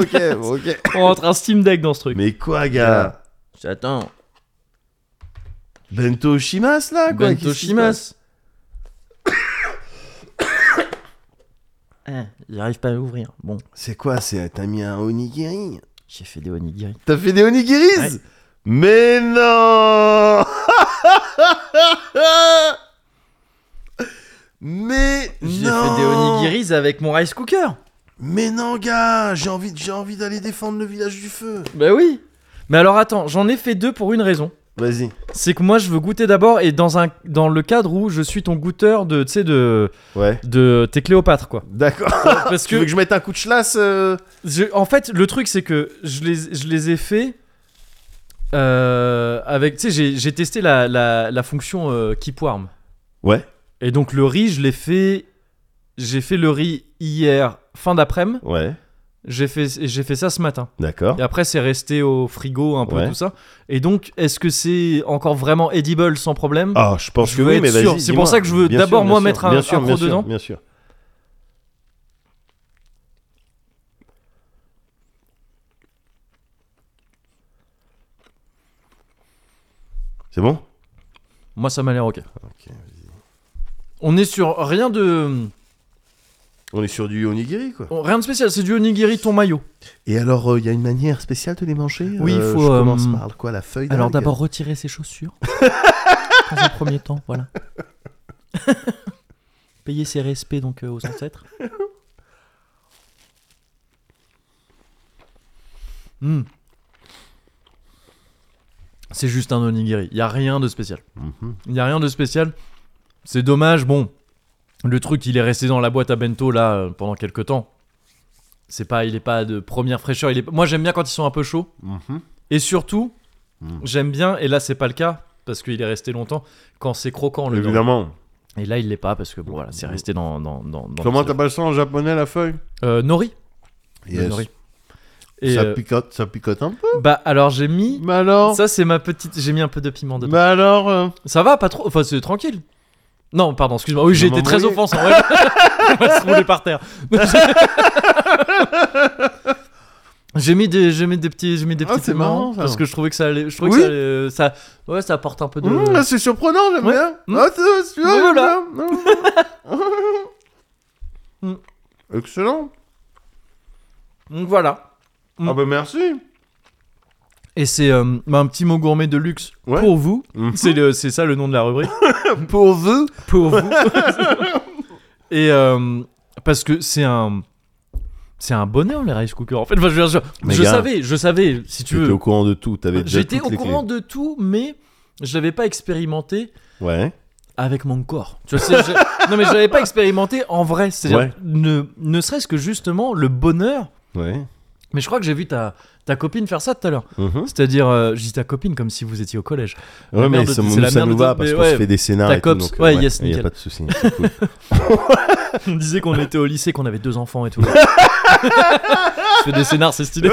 B: ouais, ok, ok.
A: [laughs] on rentre un Steam Deck dans ce truc.
B: Mais quoi, gars
A: J'attends.
B: Bento Shimas, là, quoi
A: Bento
B: qu'est-ce qui se
A: Shimas. [coughs] Eh, J'arrive pas à ouvrir. Bon,
B: C'est quoi c'est- euh, T'as mis un onigiri
A: j'ai fait des onigiri.
B: T'as fait des onigiris
A: Ouais.
B: Mais non [laughs] Mais
A: J'ai fait des
B: non
A: onigiris avec mon rice cooker.
B: Mais non, gars J'ai envie, j'ai envie d'aller défendre le village du feu
A: Bah oui. Mais alors attends, j'en ai fait deux pour une raison.
B: Vas-y.
A: C'est que moi je veux goûter d'abord et dans un dans le cadre où je suis ton goûteur de tu sais de
B: Ouais.
A: de t'es Cléopâtre quoi.
B: D'accord.
A: Parce
B: Tu veux
A: que
B: que je mette un coup de chlasse euh
A: je- en fait le truc c'est que je les je les ai fait euh, avec tu sais j'ai- j'ai testé la, la, la fonction euh, keep warm.
B: Ouais.
A: Et donc le riz je l'ai fait j'ai fait le riz hier fin d'après-midi.
B: Ouais.
A: J'ai fait j'ai fait ça ce matin.
B: D'accord.
A: Et après, c'est resté au frigo, un peu
B: Ouais.
A: tout ça. Et donc, est-ce que c'est encore vraiment edible sans problème
B: Ah, je pense
A: Je
B: que
A: veux
B: oui,
A: être
B: mais
A: sûr.
B: vas-y.
A: C'est
B: dis-moi.
A: pour ça que je veux
B: Bien
A: d'abord,
B: sûr,
A: moi,
B: bien
A: mettre
B: sûr,
A: un-
B: bien
A: un
B: sûr,
A: croc
B: bien sûr,
A: dedans.
B: Bien sûr. C'est bon
A: Moi, ça m'a l'air ok. On est sur rien de
B: On est sur du onigiri, quoi.
A: rien de spécial. C'est du onigiri ton maillot.
B: Et alors, euh, il y a une manière spéciale de les manger
A: Oui, il
B: Euh,
A: faut,
B: Je
A: euh,
B: commence par quoi La feuille
A: Alors
B: d'algue
A: d'abord retirer ses chaussures. [laughs] dans un premier temps, voilà. [laughs] Payer ses respects donc euh, aux
B: [laughs]
A: ancêtres. Hmm. C'est juste un onigiri. Il y a rien de spécial.
B: Mhm.
A: Il y a rien de spécial. C'est dommage. Bon, le truc il est resté dans la boîte à bento là euh, pendant quelques temps. C'est pas, il est pas de première fraîcheur. Il est... Moi j'aime bien quand ils sont un peu chauds.
B: Mhm.
A: Et surtout,
B: Mm.
A: j'aime bien, et là c'est pas le cas, parce qu'il est resté longtemps, quand c'est croquant le dedans.
B: Évidemment.
A: Et là il l'est pas, parce que bon voilà, c'est resté dans. dans, dans, dans-
B: Comment t'appelles ça en japonais, la feuille
A: euh, Nori. le
B: Yes.
A: nori. Et
B: ça
A: euh,
B: picote, ça picote un peu.
A: bah alors j'ai mis.
B: Mais alors
A: Ça c'est ma petite. J'ai mis un peu de piment dedans.
B: Mais alors euh,
A: Ça va, pas trop. Enfin c'est tranquille. Non, pardon, excuse-moi. Oui, j'ai
B: Non,
A: été
B: mais
A: très
B: oui.
A: offensant. ouais. [laughs] On va se rouler par terre. [laughs] J'ai mis des, j'ai mis des petits, j'ai mis des
B: Ah,
A: petits
B: c'est
A: piments,
B: marrant, ça.
A: parce que je trouvais que ça allait, je trouvais
B: Oui.
A: que ça, allait- ça, ouais, ça apporte un peu de.
B: Mmh, c'est surprenant, j'aime
A: Ouais.
B: bien.
A: Mmh.
B: Ah, c'est- c'est-
A: Ouais, voilà. [laughs]
B: Mmh. Excellent.
A: Donc voilà. Mmh.
B: Ah bah merci.
A: Et c'est euh, bah, un petit mot gourmet de luxe
B: Ouais.
A: pour vous.
B: Mhm.
A: C'est le- c'est ça le nom de la rubrique.
B: [laughs] Pour vous.
A: pour
B: [laughs]
A: vous. Et euh, parce que c'est un c'est un bonheur les rice cookers. En fait, Enfin, je, veux dire, je,
B: Mais
A: je
B: gars,
A: savais, je savais. Si tu
B: Tu étais au
A: veux,
B: courant de tout. T'avais déjà
A: j'étais
B: toutes
A: au
B: les
A: courant de tout, mais je l'avais pas expérimenté
B: clés. Ouais.
A: avec mon corps. Tu vois, c'est- je- non mais je l'avais pas expérimenté en vrai. C'est-à-dire
B: Ouais.
A: ne ne serait-ce que justement le bonheur.
B: Ouais.
A: Mais je crois que j'ai vu ta ta copine faire ça tout à l'heure.
B: Mhm.
A: C'est-à-dire, euh, je dis ta copine comme si vous étiez au
B: [laughs]
A: collège. La
B: Ouais, mais
A: merde de-
B: ça,
A: c'est
B: nous,
A: la
B: ça
A: merde
B: nous
A: de-
B: va parce
A: mais
B: qu'on
A: ouais.
B: se fait des scénarios.
A: Ta
B: et tout,
A: cops,
B: donc, euh,
A: ouais, yes,
B: y a
A: nickel.
B: pas de souci.
A: [laughs]
B: c'est cool.
A: On disait qu'on était au lycée, qu'on avait deux enfants
B: [laughs]
A: et tout. Je fais des scénars, c'est stylé.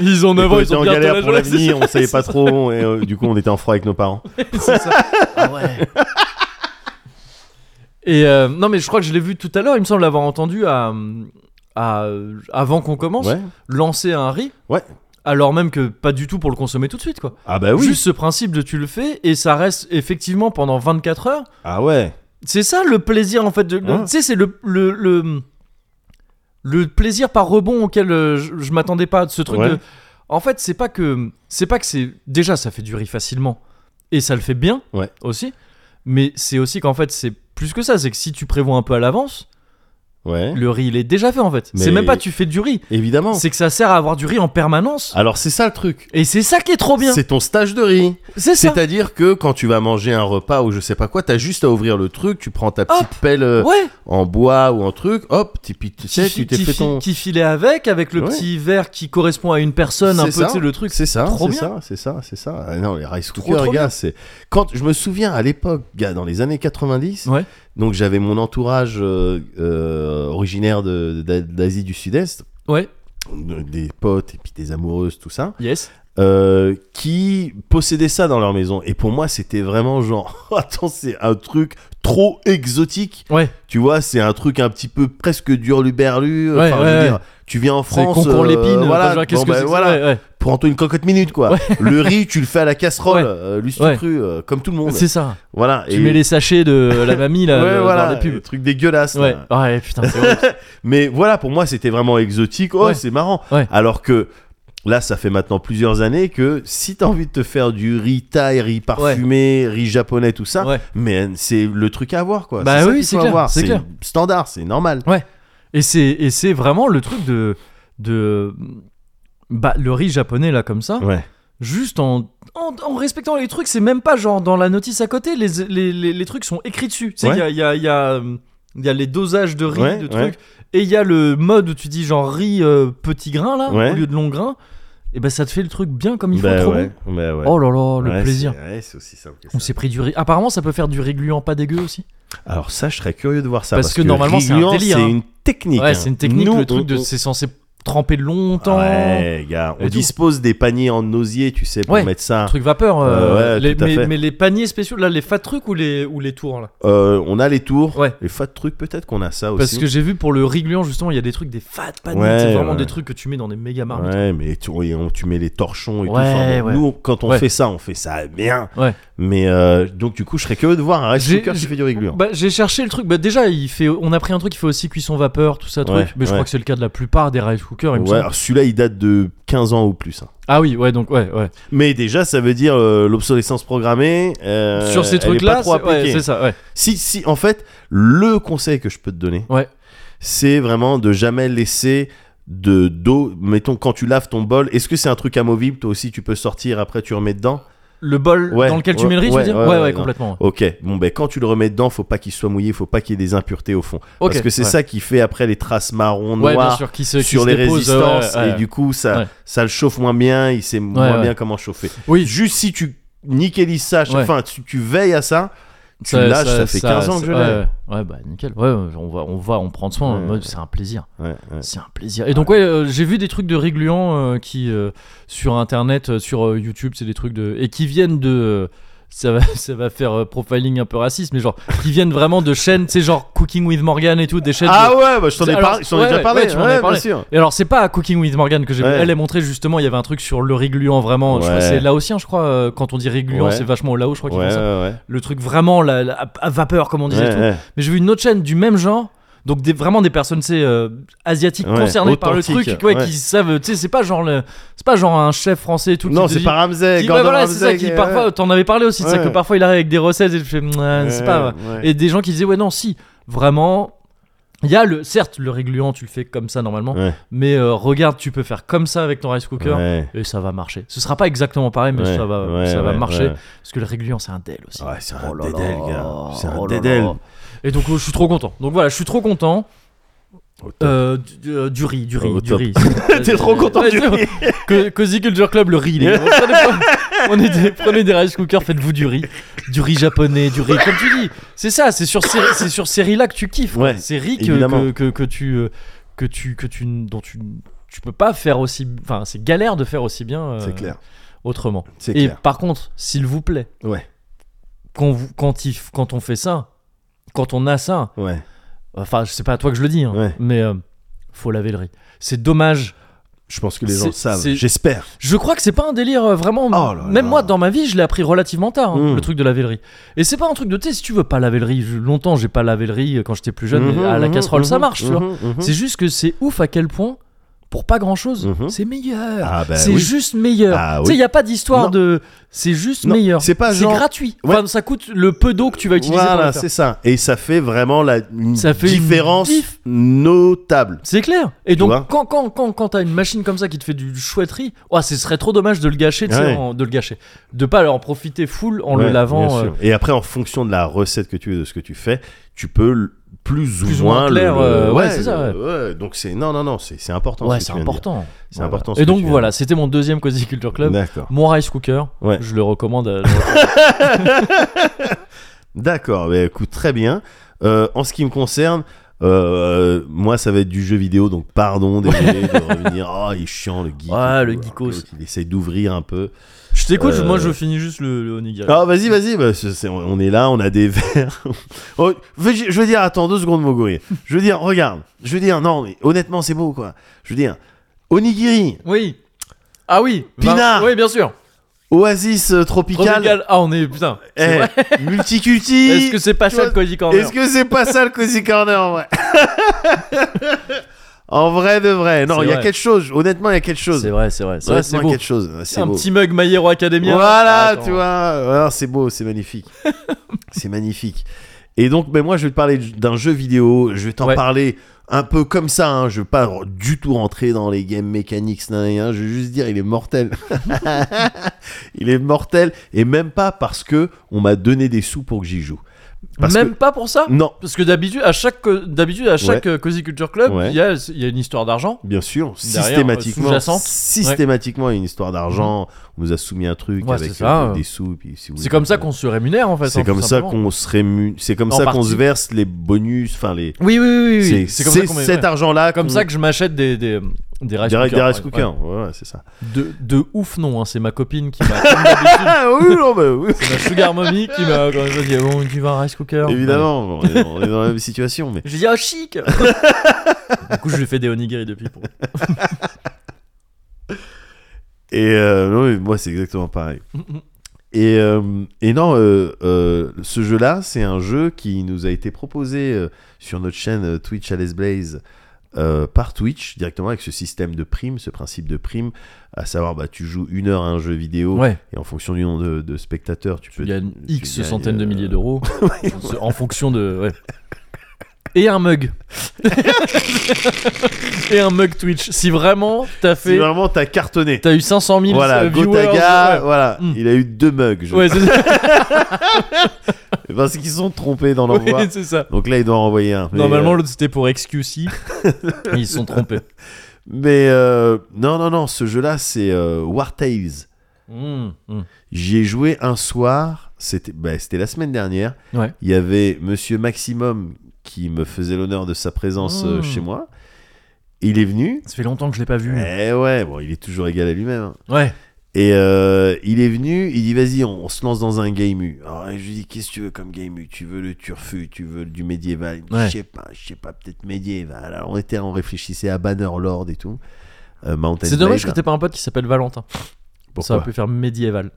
A: ils ont
B: On
A: 9 ans, ils
B: était
A: ont
B: en
A: bientôt
B: galère
A: l'âge
B: pour
A: de la-
B: l'avenir, on
A: [laughs]
B: savait pas trop, et euh, du coup on était en froid avec nos parents.
A: C'est ça. Ah ouais. Et euh, non, mais je crois que je l'ai vu tout à l'heure, il me semble l'avoir entendu à, à- avant qu'on commence,
B: Ouais.
A: lancer un riz.
B: Ouais.
A: Alors même que pas du tout pour le consommer tout de suite, quoi.
B: Ah bah oui.
A: Juste ce principe de tu le fais et ça reste effectivement pendant 24 heures.
B: Ah ouais.
A: C'est ça le plaisir en fait. de- de-
B: Ouais.
A: Tu sais, c'est le, le, le, le plaisir par rebond auquel euh, je, je m'attendais pas. Ce truc
B: Ouais.
A: de. En fait, c'est pas que. C'est pas que c'est. Déjà, ça fait du riz facilement. Et ça le fait bien
B: Ouais.
A: aussi. Mais c'est aussi qu'en fait, c'est plus que ça. C'est que si tu prévois un peu à l'avance,
B: Ouais.
A: le riz, il est déjà fait en fait. C'est
B: Mais-
A: même pas tu fais du riz.
B: Évidemment.
A: C'est que ça sert à avoir du riz en permanence.
B: Alors c'est ça le truc.
A: Et c'est ça qui est trop bien.
B: C'est ton stage de riz.
A: C'est ça.
B: C'est-à-dire que quand tu vas manger un repas ou je sais pas quoi, t'as juste à ouvrir le truc, tu prends ta petite
A: Hop.
B: pelle euh,
A: Ouais.
B: en bois ou en truc, hop, tu, puis tu sais,
A: Qui
B: tu t'es fait ton.
A: filet avec, avec le
B: Ouais.
A: petit verre qui correspond à une personne, un
B: C'est
A: peu,
B: ça.
A: tu sais, le truc.
B: C'est ça,
A: trop
B: c'est
A: bien.
B: ça, c'est ça, c'est ça. Ah non, les rice
A: Trop,
B: cookers,
A: trop
B: gars, c'est. Quand je me souviens à l'époque, gars, dans les années 90,
A: Ouais.
B: donc j'avais mon entourage euh, euh, originaire de- d'A- d'Asie du Sud-Est,
A: Ouais,
B: des potes et puis des amoureuses, tout ça.
A: yes.
B: euh, qui possédaient ça dans leur maison. Et pour moi, c'était vraiment genre, [laughs] attends, c'est un truc trop exotique.
A: Ouais.
B: Tu vois, c'est un truc un petit peu presque dur luberlu.
A: Ouais,
B: Enfin, je veux
A: ouais,
B: dire, tu viens en
A: C'est
B: France
A: con pour
B: euh,
A: l'épine.
B: voilà,
A: enfin, genre, Qu'est-ce
B: bon,
A: que
B: bah,
A: c'est que ça
B: voilà.
A: Ouais, ouais.
B: prends-toi une cocotte minute quoi.
A: Ouais.
B: [laughs] Le riz, tu le fais à la
A: Ouais.
B: casserole, euh, lustre
A: Ouais.
B: cru, euh, comme tout le monde.
A: C'est ça.
B: Voilà.
A: Tu mets les sachets [laughs] de la mamie là,
B: Ouais,
A: dans
B: voilà,
A: les pubs.
B: truc dégueulasse.
A: Ouais.
B: là.
A: ouais, putain, c'est horrible.
B: Mais voilà, pour moi, c'était vraiment exotique. Oh,
A: Ouais.
B: c'est marrant.
A: Ouais.
B: Alors que là, ça fait maintenant plusieurs années que si t'as envie de te faire du riz thaï, riz parfumé, riz japonais, tout ça,
A: Ouais.
B: mais euh, c'est le truc à avoir quoi.
A: Bah
B: ça
A: oui,
B: qu'il
A: c'est
B: faut
A: clair,
B: avoir.
A: c'est clair.
B: standard, c'est normal.
A: [laughs] Et c'est et c'est vraiment le truc de de bah le riz japonais là comme ça.
B: Ouais.
A: Juste en, en, en respectant les trucs, c'est même pas genre dans la notice à côté, les, les, les, les trucs sont écrits dessus. Tu sais, il y a, il y, a, il y, a, euh, il y a les dosages de riz,
B: Ouais,
A: de
B: ouais.
A: trucs, et il y a le mode où tu dis genre riz euh, petit grain là,
B: Ouais.
A: au lieu de long grain, et ben ça te fait le truc bien comme il faut,
B: Bah
A: trop
B: ouais,
A: bon.
B: bah ouais.
A: Oh là là, le
B: Ouais,
A: plaisir.
B: c'est- ouais, c'est aussi simple que ça.
A: On s'est pris du riz. Apparemment, ça peut faire du riz gluant pas dégueu aussi.
B: Alors ça, je serais curieux de voir ça.
A: Parce
B: Parce,
A: que normalement, c'est un
B: Rignan,
A: délire,
B: C'est
A: hein.
B: une technique.
A: ouais,
B: hein.
A: c'est une technique,
B: Nous,
A: le truc de.
B: on-
A: C'est censé tremper longtemps.
B: Ouais, gars,
A: Et
B: on
A: tout.
B: dispose des paniers en osier, tu sais, pour
A: Ouais.
B: mettre ça.
A: Truc vapeur. euh,
B: Euh, ouais,
A: les-
B: tout à
A: mais,
B: fait.
A: mais les paniers spéciaux, là, les fat trucs ou les, ou les tours, là
B: Euh, on a les tours,
A: Ouais.
B: les fat trucs, peut-être qu'on a ça aussi.
A: Parce que j'ai vu pour le rigluant, justement, il y a des trucs, des fat paniers.
B: Ouais,
A: c'est vraiment
B: ouais.
A: des trucs que tu mets dans des méga marmites.
B: Ouais, mais tu, et on- tu mets les torchons et tout.
A: Ouais,
B: Enfin, bon,
A: ouais.
B: Nous, quand on
A: Ouais.
B: fait ça, on fait ça bien.
A: Ouais.
B: Mais euh, donc, du coup, je serais curieux de voir un rice
A: J'ai-
B: cooker qui
A: j'ai-
B: fait du hein. riz gluant.
A: Bah, j'ai cherché le truc. Bah, déjà, il fait, on a pris un truc qui fait aussi cuisson vapeur, tout ça, truc.
B: Ouais,
A: mais je
B: ouais.
A: crois que c'est le cas de la plupart des rice cookers. il me
B: Ouais,
A: semble.
B: alors celui-là, il date de 15 ans ou plus. hein.
A: Ah oui, ouais, donc, ouais, ouais.
B: Mais déjà, ça veut dire euh, l'obsolescence programmée. euh,
A: Sur
B: elle
A: ces
B: est
A: trucs-là,
B: pas trop
A: c'est ouais,
B: appliquée.
A: c'est ça, ouais.
B: Si, si, en fait, le conseil que je peux te donner,
A: Ouais.
B: c'est vraiment de jamais laisser de d'eau. Mettons, quand tu laves ton bol, est-ce que c'est un truc amovible Toi aussi, tu peux sortir, après tu remets dedans
A: Le bol
B: Ouais,
A: dans lequel tu
B: ouais,
A: mets le riz, tu veux
B: ouais,
A: dire
B: ouais,
A: Ouais,
B: ouais,
A: ouais,
B: non.
A: complètement. ouais.
B: Ok, bon, ben quand tu le remets dedans, faut pas qu'il soit mouillé, faut pas qu'il y ait des impuretés au fond.
A: Ok,
B: Parce que c'est
A: ouais.
B: ça qui fait après les traces marron,
A: Ouais, bien
B: noires.
A: sûr, qui se, qui
B: sur
A: se
B: les
A: dépose, ouais,
B: résistances
A: ouais, ouais.
B: et du coup ça
A: Ouais.
B: ça le chauffe moins bien il sait moins
A: ouais.
B: bien comment chauffer
A: Oui,
B: juste si tu nickélises ça
A: Ouais.
B: enfin tu, tu veilles à ça tu lâches, ça fait 15 ans que je
A: ouais,
B: l'ai.
A: ouais. Ouais, bah nickel. Ouais, ouais, on va, on va, on prend soin.
B: Ouais,
A: Moi,
B: ouais.
A: C'est un plaisir.
B: Ouais, ouais.
A: C'est un plaisir. Et donc ouais, euh, j'ai vu des trucs de régluants euh, qui euh, sur internet, euh, sur euh, YouTube, c'est des trucs de et qui viennent de euh, ça va, [laughs] ça va faire euh, profiling un peu raciste, mais genre qui viennent vraiment de chaînes, c'est genre Cooking with Morgan et tout, des chaînes.
B: ah
A: de-
B: ouais bah, je t'en ai,
A: Alors,
B: parlé- je t'en ai
A: ouais,
B: déjà
A: ouais,
B: parlé
A: ouais, tu m'en as
B: bien
A: parlé.
B: sûr.
A: Et alors c'est pas à Cooking with Morgan que j'ai vu.
B: Ouais.
A: Elle a montré justement, il y avait un truc sur le régluant vraiment. je crois
B: Ouais.
A: que c'est laotien, je crois. euh, quand on dit régluant,
B: Ouais.
A: c'est vachement au Lao, je crois. qu'ils
B: ouais,
A: font ça.
B: ouais, ouais.
A: Le truc vraiment la, la- à- à vapeur, comme on disait.
B: Ouais,
A: et tout.
B: ouais.
A: Mais j'ai vu une autre chaîne du même genre. Donc des, vraiment des personnes c'est asiatiques
B: Ouais,
A: concernées par le truc
B: authentiques,
A: ouais,
B: ouais.
A: qui savent tu sais c'est pas genre le- c'est pas genre un chef français et tout
B: Non,
A: qui te
B: c'est
A: dit-
B: pas Ramsey.
A: qui- ouais,
B: Gordon
A: voilà
B: Ramsay
A: c'est ça qui
B: est-
A: parfois t'en avais parlé aussi de ça
B: Ouais.
A: que parfois il arrive avec des recettes et tu fais Mouah,
B: ouais,
A: c'est pas
B: ouais.
A: et des gens qui disaient ouais non si vraiment il y a le certes le régluant tu le fais comme ça normalement
B: Ouais.
A: mais euh, regarde tu peux faire comme ça avec ton rice cooker
B: Ouais,
A: et ça va marcher ce sera pas exactement pareil euh, mais
B: ouais,
A: ça va
B: ouais,
A: ça va
B: ouais,
A: marcher
B: ouais.
A: parce que le régluant c'est un DEL aussi
B: Ouais, c'est un
A: Oh là
B: dédel,
A: là.
B: gars. C'est un
A: Oh là
B: dédel.
A: là. Et donc euh, je suis trop content. Donc voilà, je suis trop content.
B: Au top.
A: Euh, du, du- euh, du riz, du riz,
B: Au
A: du
B: top.
A: riz.
B: [laughs] T'es trop content
A: Ouais,
B: du
A: c'est-
B: riz.
A: [laughs] Que, Cozy Culture Club, le riz, les gars. Prenez pas- prenez des, prenez des rice cookers, faites-vous du riz. Du riz japonais, du riz, comme tu dis. C'est ça, c'est sur, ces- c'est sur ces riz-là que tu kiffes. quoi.
B: Ouais,
A: Ces riz que,
B: évidemment.
A: que, que, que tu, euh, que tu, que tu, dont tu, tu peux pas faire aussi, enfin c'est galère de faire aussi bien euh,
B: C'est clair.
A: autrement.
B: C'est
A: Et
B: clair.
A: par contre, s'il vous plaît,
B: Ouais.
A: quand, vous- quand, il- quand on fait ça, quand on a ça,
B: Ouais.
A: Enfin, je sais pas à toi que je le dis, hein,
B: Ouais.
A: mais euh, faut laver le riz. C'est dommage.
B: Je pense que les gens
A: C'est-
B: le savent.
A: c'est-
B: J'espère.
A: Je crois que c'est pas un délire euh, vraiment.
B: Oh là
A: même
B: là.
A: moi, dans ma vie, je l'ai appris relativement tard, hein,
B: Mm.
A: le truc de laver le riz. Et c'est pas un truc de, tu sais, si tu veux pas laver le riz, je- longtemps j'ai pas lavé le riz euh, quand j'étais plus jeune,
B: Mhm,
A: mais à la
B: mhm,
A: casserole ça
B: mhm,
A: marche, tu vois.
B: mhm, mhm.
A: C'est juste que c'est ouf à quel point, pour pas grand chose,
B: Mhm.
A: c'est meilleur.
B: Ah, bah
A: c'est
B: oui.
A: juste meilleur.
B: Ah,
A: Tu sais,
B: oui.
A: y a pas d'histoire
B: Non.
A: de. C'est juste
B: Non,
A: meilleur.
B: c'est pas genre-
A: gratuit.
B: Ouais.
A: Enfin, ça coûte le peu d'eau que tu vas utiliser pour
B: Voilà,
A: le faire.
B: c'est ça. Et ça fait vraiment la une
A: Ça fait une
B: différence
A: diff.
B: notable.
A: C'est clair. Et donc,
B: vois
A: quand, quand, quand, quand t'as une machine comme ça qui te fait du chouetterie, oh, ce serait trop dommage de le gâcher, tu sais,
B: Ouais.
A: en- de le gâcher. De pas en profiter full en le
B: Ouais,
A: lavant
B: bien
A: euh,
B: sûr. Et après, en fonction de la recette que tu veux, de ce que tu fais, tu peux l- plus,
A: Plus
B: ou
A: ou moins
B: moins. le-
A: clair,
B: le-
A: euh, ouais, c'est ça,
B: ouais, Donc c'est non, non, non, c'est c'est important.
A: Ouais,
B: ce que
A: c'est
B: tu viens de
A: important.
B: C'est
A: Voilà.
B: important ce
A: Et
B: que
A: donc,
B: tu viens de
A: voilà, c'était mon deuxième Cozy Culture
B: dire.
A: Club.
B: D'accord.
A: Mon rice cooker,
B: Ouais.
A: je le recommande. à- [laughs]
B: D'accord. bah, écoute, très bien. Euh, en ce qui me concerne. euh, moi, ça va être du jeu vidéo, donc
A: [laughs]
B: pardon, désolé de revenir. Oh, il est chiant le geek.
A: Ouais,
B: et
A: le
B: tout, alors que
A: geekos.
B: l'autre, Il essaye d'ouvrir un peu.
A: je Je t'écoute,
B: Euh,
A: moi je finis juste le, le onigiri.
B: Ah vas-y vas-y, bah, c'est- c'est- on est là, on a des [laughs] verres. Oh, veux- je veux dire, attends deux secondes Moguri. Je veux dire, regarde, je veux dire, non mais honnêtement c'est beau quoi. Je veux dire, onigiri,
A: Oui. Ah oui.
B: Pinard.
A: Vin- Oui, bien sûr.
B: oasis euh, tropicale,
A: Tropical. Ah, on est putain.
B: eh,
A: c'est vrai.
B: multiculti.
A: [laughs] Est-ce que c'est pas
B: tu
A: ça
B: vois-
A: le Koji Corner
B: Est-ce que c'est pas ça le cozy corner en vrai [laughs] En vrai de vrai, non,
A: C'est
B: il y a
A: vrai.
B: quelque chose. Honnêtement, il y a quelque chose.
A: C'est vrai, c'est vrai. C'est vrai, c'est
B: Honnêtement,
A: beau.
B: quelque chose. C'est
A: Un
B: beau.
A: petit mug My Hero Academia.
B: Voilà,
A: Attends.
B: tu vois. Alors, c'est beau,
A: [laughs]
B: c'est magnifique. c'est magnifique. Et donc, ben, moi, je vais te parler d'un jeu vidéo. Je vais t'en
A: Ouais.
B: parler un peu comme ça. hein. Je vais pas du tout rentrer dans les game mechanics. nan, nan, nan. Je vais juste dire, il
A: [laughs]
B: est mortel. [laughs] il est mortel. Et même pas parce que on m'a donné des sous pour que j'y joue. Parce
A: Même pas pour ça
B: que... Non,
A: Parce que d'habitude, à chaque, co- d'habitude, à chaque euh, Cozy Culture Club, il
B: Ouais.
A: y, a, il y a une histoire d'argent.
B: Bien sûr,
A: Derrière,
B: systématiquement,
A: euh, sous-jacente.
B: systématiquement il y a une histoire d'argent. On nous a soumis un truc
A: Ouais,
B: avec
A: c'est ça,
B: euh,
A: euh.
B: des sous. Puis si vous
A: C'est
B: voulez-
A: comme ça qu'on se rémunère en fait.
B: C'est
A: hein,
B: comme
A: tout
B: ça
A: simplement.
B: qu'on se rému... C'est comme
A: En
B: ça qu'on
A: partie.
B: se verse les bonus, enfin les.
A: Oui, oui, oui. oui, oui.
B: C'est
A: comme ça
B: c'est
A: qu'on met-
B: cet
A: ouais.
B: argent-là.
A: Comme
B: qu'on-
A: ça que je m'achète des, des, des rice
B: des rice-
A: cookers.
B: des rice
A: ouais,
B: cookers. Ouais, ouais, c'est ça. [laughs]
A: ouais. De, de ouf, non, hein, c'est ma copine qui m'a. [laughs] comme d'habitude,
B: Ah oui, non, mais oui.
A: c'est ma sugar mommy qui m'a euh, quand même dit Bon, tu vas un rice cooker
B: Évidemment, on est, on est dans la même situation, mais.
A: J'ai dit, ah
B: [laughs]
A: chic Du coup, je lui ai fait des onigiri depuis. Pour...
B: Et euh, non, mais moi, c'est exactement pareil. Et, euh, et non, euh, euh, ce jeu-là, c'est un jeu qui nous a été proposé euh, sur notre chaîne euh, Twitch Alice Blaze euh, par Twitch directement avec ce système de primes, ce principe de prime, à savoir bah, tu joues une heure à un jeu vidéo
A: Ouais,
B: et en fonction du nombre de, de spectateurs, tu, peux.
A: tu gagnes
B: tu
A: X
B: gagnes,
A: centaines de
B: euh,
A: milliers
B: [laughs]
A: d'euros. en fonction de. Ouais. Et un
B: [laughs]
A: mug. Et un mug Twitch. Si vraiment t'as
B: Si
A: fait.
B: vraiment t'as cartonné.
A: T'as eu 500 000
B: Voilà,
A: viewers.
B: Gotaga,
A: ouais.
B: voilà,
A: Mm.
B: il a eu deux mugs. je
A: Ouais, c'est ça.
B: crois. Parce qu'ils sont trompés
A: [laughs]
B: dans
A: Oui,
B: l'envoi.
A: c'est ça.
B: Donc là, il doit en envoyer un. Mais,
A: Normalement,
B: euh,
A: l'autre c'était pour XQC.
B: [laughs]
A: Et ils se sont trompés.
B: Mais euh, non, non, non, ce jeu-là, c'est euh, War Tales.
A: Mm, mm.
B: J'y ai joué un soir, c'était bah, c'était la semaine dernière.
A: Ouais.
B: Il y avait Monsieur Maximum qui me faisait l'honneur de sa présence euh,
A: Mm.
B: chez moi. Il est venu.
A: Ça fait longtemps que je l'ai pas vu.
B: Eh ouais, bon, il est toujours égal à lui-même. hein.
A: Ouais.
B: Et euh, il est venu, il dit vas-y, on, on se lance dans un game U. Alors, je lui dis qu'est-ce que tu veux comme game U Tu veux le turfu, tu veux du médiéval Il me dit,
A: Ouais.
B: Je sais pas, je sais pas, peut-être médiéval. Alors on était, on réfléchissait à Bannerlord et tout. Euh, Mountain
A: C'est dommage que
B: Blade.
A: t'aies pas un pote qui s'appelle Valentin. ça
B: Pourquoi
A: aurait pu faire médiéval.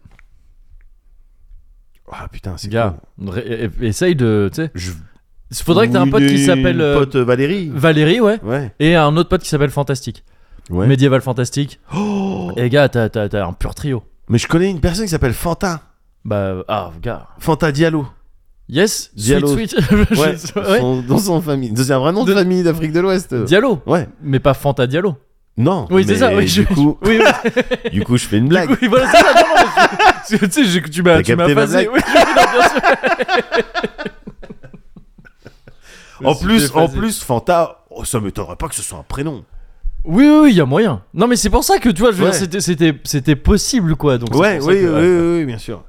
B: Ah putain, c'est
A: Gars,
B: con.
A: ré- é- é- essaye de. tu sais.
B: Je-
A: Faudrait que t'aies un pote qui
B: Une
A: s'appelle euh,
B: pote Valérie.
A: Valérie, ouais.
B: Ouais.
A: Et un autre pote qui s'appelle Fantastique.
B: ouais. Oh Mais...
A: Médiéval
B: [gasps]
A: Fantastique. Et gars, t'as, t'as- t'as un pur trio.
B: je connais une personne qui s'appelle Fanta.
A: Bah, ah, gars.
B: Fanta Diallo.
A: Yes,
B: Diallo.
A: sweet, [laughs] sweet. [laughs] Je-
B: Ouais.
A: ouais.
B: Son- dans son famille. C'est un vrai nom de famille d'Afrique de l'Ouest.
A: Diallo.
B: Ouais.
A: Mais pas Fanta
B: [laughs]
A: Diallo.
B: Non.
A: Oui, c'est
B: mais
A: ça. Oui,
B: du,
A: je-
B: coup,
A: oui, oui.
B: du coup, je fais une blague.
A: [laughs] Oui, voilà, c'est ça. Non, non, mais je- tu sais, j'ai- tu m'as,
B: T'as
A: tu m'as
B: capté ma
A: phasé.
B: blague
A: Oui, je- non, bien sûr.
B: En
A: C'était
B: plus, en
A: phasé.
B: plus, Fanta, oh, ça m'étonnerait pas que ce soit un prénom.
A: Oui, oui, il y a moyen. Non, mais c'est pour ça que tu vois, je veux
B: Ouais.
A: dire, c'était, c'était, c'était possible, quoi. Donc, c'est
B: Ouais,
A: pour ça
B: oui,
A: que-
B: oui, oui, oui, bien sûr.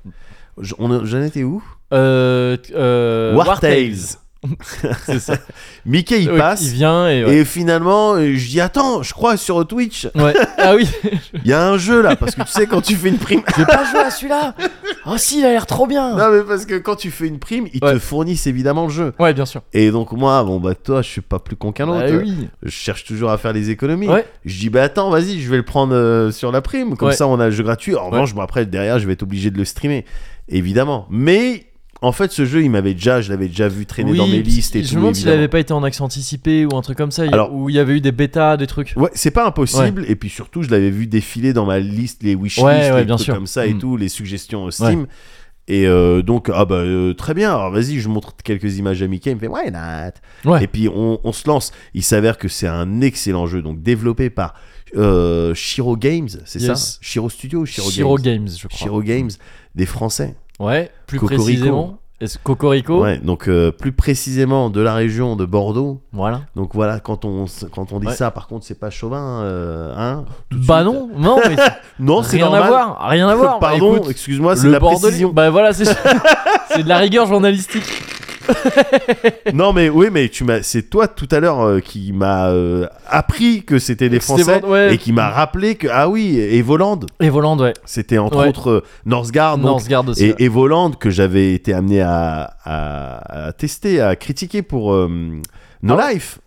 B: Je- on a- J'en étais où
A: Euh, euh,
B: War Tales.
A: c'est ça.
B: Mickey, il
A: Oui,
B: passe.
A: Il vient et. ouais.
B: Et finalement, euh, je dis attends, je crois sur Twitch,
A: Ouais. Ah oui.
B: il y a un jeu là, parce que tu sais quand tu fais
A: [laughs]
B: une prime,
A: J'ai pas joué à Ah, celui-là. Oh si, il a l'air trop bien.
B: non mais parce que quand tu fais une prime, ils te
A: Ouais.
B: fournissent évidemment le jeu.
A: Ouais, bien sûr.
B: Et donc moi, bon bah toi, je suis pas plus con qu'un autre.
A: Bah oui.
B: Je cherche toujours à faire les économies.
A: Ouais.
B: Je dis bah attends, vas-y, je vais le prendre euh, sur la prime, comme
A: Ouais.
B: ça on a le jeu gratuit. En
A: Ouais.
B: revanche, bon, après derrière, je vais être obligé de le streamer, évidemment. Mais en fait, ce jeu, il m'avait déjà, je l'avais déjà vu traîner
A: Oui,
B: dans mes listes et
A: je
B: tout.
A: me demande s'il
B: évidemment.
A: avait pas été en accès anticipé ou un truc comme ça, il-
B: Alors-
A: où il y avait eu des bêtas, des trucs.
B: Ouais, c'est pas impossible. Et puis surtout, je l'avais vu défiler dans ma liste, les wishlists,
A: Ouais, ouais,
B: les
A: bien
B: trucs
A: sûr.
B: comme ça et
A: Mm.
B: tout, les suggestions euh, Steam. Et euh, donc, ah bah euh, très bien, alors vas-y, je montre quelques images à Mickey, il me fait ouais, not
A: Ouais.
B: Et puis on, on se lance. Il s'avère que c'est un excellent jeu, donc développé par euh, Shiro Games, c'est
A: Yes.
B: ça Shiro Studio, Shiro,
A: Shiro
B: Games.
A: Games, je crois.
B: Shiro Games, des Français.
A: Ouais, plus
B: Cocorico.
A: précisément. Est-ce Cocorico
B: Ouais, donc euh, plus précisément de la région de Bordeaux.
A: Voilà.
B: Donc voilà, quand on, s- quand on dit
A: Ouais.
B: ça, par contre, c'est pas chauvin, euh, hein tout de
A: Bah
B: suite.
A: non, non, mais
B: [laughs] Non, c'est
A: rien à
B: normal.
A: voir, rien à voir. Bah,
B: Pardon,
A: écoute,
B: excuse-moi, c'est de
A: le
B: la
A: bordelais.
B: [laughs] précision.
A: Bah voilà, c'est c'est de la rigueur journalistique.
B: non, mais oui, mais tu m'as, c'est toi tout à l'heure euh, qui m'a euh, appris que c'était des
A: Que c'était
B: Français
A: Vand- ouais.
B: et qui m'a rappelé que ah oui, et Volande,
A: Et Voland, ouais.
B: c'était entre
A: Ouais.
B: autres euh, Northgard, donc,
A: Northgard aussi. ouais.
B: et, et Voland que j'avais été amené à, à- à tester, à critiquer pour euh, No Life.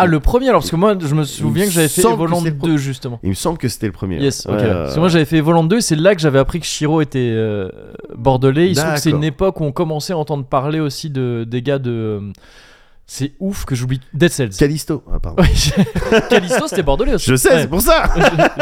A: Ah, le premier, alors parce que moi, je me souviens que j'avais fait
B: semble que
A: Voland
B: c'est le pro-
A: 2, justement.
B: Il me semble que c'était le premier.
A: Yes, ok.
B: Ouais, euh, ouais,
A: Parce que moi, j'avais fait Voland 2, et c'est là que j'avais appris que Shiro était euh, bordelais. Il se trouve que c'est
B: D'accord.
A: une époque où on commençait à entendre parler aussi de, des gars de. euh, C'est ouf que j'oublie. Dead Cells.
B: Callisto, ah, pardon.
A: [laughs] Ouais, Callisto, c'était bordelais aussi.
B: Je sais,
A: Ouais.
B: c'est pour ça.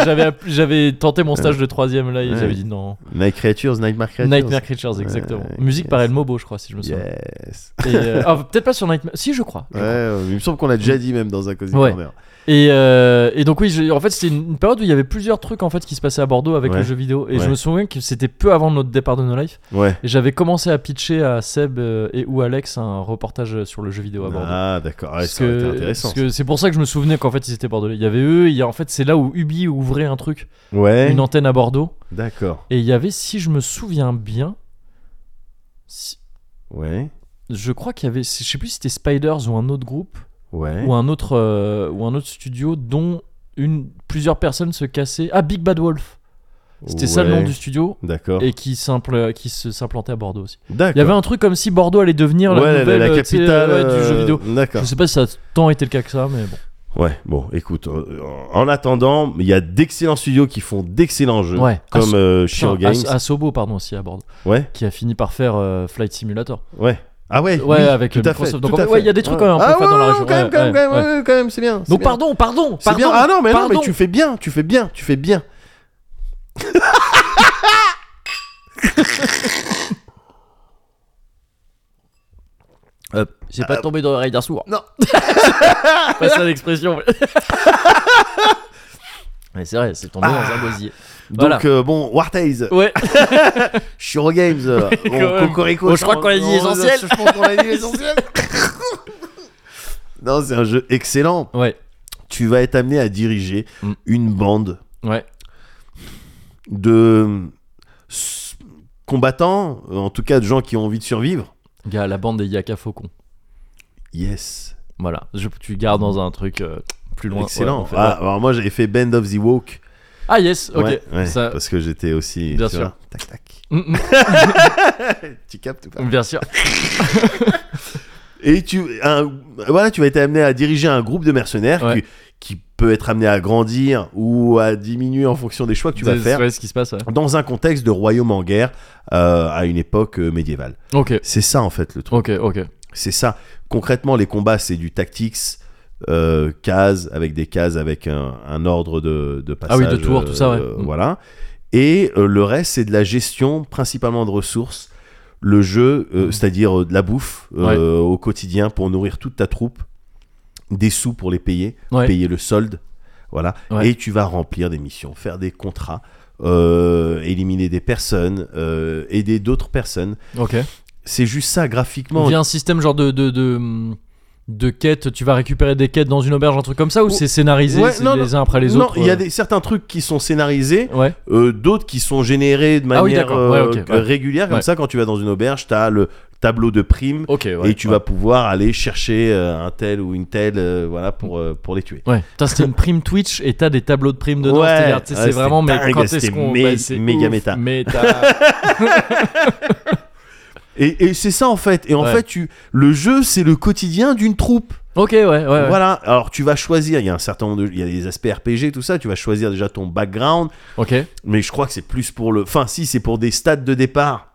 A: j'avais, app- j'avais tenté mon stage de troisième là, ils
B: Ouais.
A: avaient dit non.
B: Night Creatures, Nightmare Creatures.
A: Nightmare Creatures, exactement.
B: Ouais,
A: Musique
B: yes.
A: par El Mobo, je crois, si je me souviens.
B: Yes.
A: Et, euh, ah, peut-être pas sur Nightmare. Si, je crois.
B: Ouais, euh, il me semble qu'on l'a déjà dit même dans un Cozy
A: Mm. Ouais.
B: Corner.
A: Et, euh, et donc oui, j'ai- en fait c'était une une période où il y avait plusieurs trucs en fait qui se passaient à Bordeaux avec
B: Ouais.
A: le jeu vidéo. Et
B: Ouais.
A: je me souviens que c'était peu avant notre départ de No Life.
B: Ouais.
A: Et j'avais commencé à pitcher à Seb euh, et ou Alex un reportage sur le jeu vidéo à Bordeaux.
B: Ah d'accord, ouais,
A: Parce
B: ça aurait été
A: que-
B: intéressant.
A: parce que c'est pour ça que je me souvenais qu'en fait ils étaient bordelais. Il y avait eux, il y a, en fait c'est là où Ubi ouvrait un truc,
B: Ouais.
A: une antenne à Bordeaux.
B: D'accord.
A: Et il y avait, si je me souviens bien, si-
B: Ouais.
A: je crois qu'il y avait, je sais plus si c'était Spiders ou un autre groupe
B: Ouais.
A: ou un autre euh, ou un autre studio dont une plusieurs personnes se cassaient. Ah, Big Bad Wolf. C'était ça le
B: Ouais. Oh.
A: nom du studio
B: D'accord.
A: et qui s'imple- qui se s'implantait à Bordeaux aussi. Il y avait
B: D'accord.
A: un truc comme si Bordeaux allait devenir la
B: Ouais, la,
A: nouvelle
B: la
A: euh, tu sais,
B: capitale
A: ouais, du jeu
B: euh,
A: vidéo. Je
B: D'accord.
A: sais pas si ça a tant été le cas que ça, mais bon.
B: Ouais, bon, écoute, euh, en attendant, il y a d'excellents studios qui font d'excellents jeux.
A: Ouais. Ah,
B: Comme euh,
A: Putain,
B: Shiro
A: As-
B: Games.
A: Asobo, pardon, aussi à Bordeaux,
B: Ouais,
A: qui a fini par faire euh, Flight Simulator.
B: ouais. Ah ouais,
A: Ouais,
B: oui,
A: avec le
B: tout à fait.
A: Microsoft. Donc,
B: tout
A: en fait,
B: à
A: ouais, il y a des trucs
B: Ouais.
A: quand même, on peut
B: Ah
A: faire dans la
B: ouais,
A: région.
B: quand même,
A: Ouais,
B: quand
A: ouais,
B: même, quand même, ouais, quand même, c'est bien. c'est
A: Donc
B: bien.
A: pardon, pardon,
B: C'est
A: pardon.
B: bien. Ah non, mais non, mais
A: pardon.
B: tu fais bien, tu fais bien, tu fais bien.
A: Hop, Euh, j'ai pas tombé dans l'oreille d'un sourd.
B: Euh, Non.
A: [laughs]
B: [laughs]
A: pas ça l'expression. mais c'est vrai, c'est tombé dans un gosier. Voilà.
B: Donc euh, bon, Wartays,
A: Ouais,
B: Shiro Games,
A: [laughs]
B: euh, bon,
A: même.
B: Cocorico.
A: Bon, je crois
B: on-
A: qu'on a dit
B: on-
A: l'essentiel.
B: Je pense qu'on a dit l'essentiel.
A: [laughs]
B: [laughs] non, c'est un jeu excellent.
A: ouais,
B: Tu vas être amené à diriger
A: Mm.
B: une bande
A: ouais.
B: de s- combattants, euh, en tout cas de gens qui ont envie de survivre.
A: Gars, la bande des Yaka Faucons.
B: Yes,
A: Voilà, je, tu gardes dans un truc euh, plus loin.
B: excellent.
A: Ouais, on fait-
B: ah, alors moi j'avais fait Band of the Woke.
A: Ah, yes, ok.
B: Ouais, ouais,
A: Ça-
B: Parce que j'étais aussi.
A: Bien
B: tu
A: sûr.
B: vois, tac tac. [laughs]
A: Mm,
B: Tu captes ou pas
A: mm, Bien sûr.
B: Et tu, un- voilà, tu vas être amené à diriger un groupe de mercenaires
A: Ouais.
B: qui, qui peut être amené à grandir ou à diminuer en fonction des choix que tu vas
A: C'est-
B: faire
A: Ouais, ce qui se passe. ouais.
B: dans un contexte de royaume en guerre euh, à une époque euh, médiévale.
A: Ok,
B: C'est ça en fait le truc.
A: ok, ok.
B: C'est ça. Concrètement, les combats, c'est du tactics, euh, cases avec des cases avec un, un ordre de, de
A: Ah
B: passage.
A: oui, de tours, tout ça, ouais.
B: euh,
A: Mm.
B: Voilà. Et euh, le reste, c'est de la gestion, principalement de ressources. Le jeu,
A: Mmh.
B: euh, c'est-à-dire euh, de la bouffe euh, au quotidien pour nourrir toute ta troupe, des sous pour les payer,
A: Ouais.
B: payer le solde, voilà.
A: Ouais.
B: Et tu vas remplir des missions, faire des contrats, euh, éliminer des personnes, euh, aider d'autres personnes.
A: Ok.
B: C'est juste ça graphiquement.
A: Via un système genre de. de, de de quêtes, tu vas récupérer des quêtes dans une auberge, un truc comme ça, ou
B: Ouais,
A: c'est scénarisé
B: ouais,
A: c'est
B: non,
A: les uns après les
B: non,
A: autres
B: il y a
A: euh,
B: des, certains trucs qui sont scénarisés,
A: Ouais,
B: euh, d'autres qui sont générés de
A: Ah oui,
B: manière
A: d'accord.
B: euh,
A: Ouais, ok,
B: que-
A: ouais.
B: régulière. Comme
A: Ouais.
B: ça, quand tu vas dans une auberge, tu as le tableau de primes
A: ok, ouais.
B: et tu vas pouvoir aller chercher euh, un tel ou une telle euh, voilà, pour, euh, pour les tuer.
A: Ouais. Putain, c'était une prime Twitch et t'as des tableaux de primes dedans.
B: Ouais,
A: c'est-à-dire, tu sais,
B: ouais,
A: c'est
B: c'était
A: vraiment, mais
B: dingue,
A: quand est-ce
B: c'était
A: qu'on.
B: mé-
A: bah, c'est
B: méga
A: ouf,
B: méta. [laughs]
A: méta.
B: Et, et c'est ça en fait. Et en
A: Ouais.
B: fait, tu, le jeu, c'est le quotidien d'une troupe.
A: ok, ouais, ouais. ouais.
B: Voilà. Alors tu vas choisir, il y a un certain nombre de. Il y a des aspects RPG, tout ça. Tu vas choisir déjà ton background.
A: Ok.
B: mais je crois que c'est plus pour le. Enfin, si, c'est pour des stades de départ,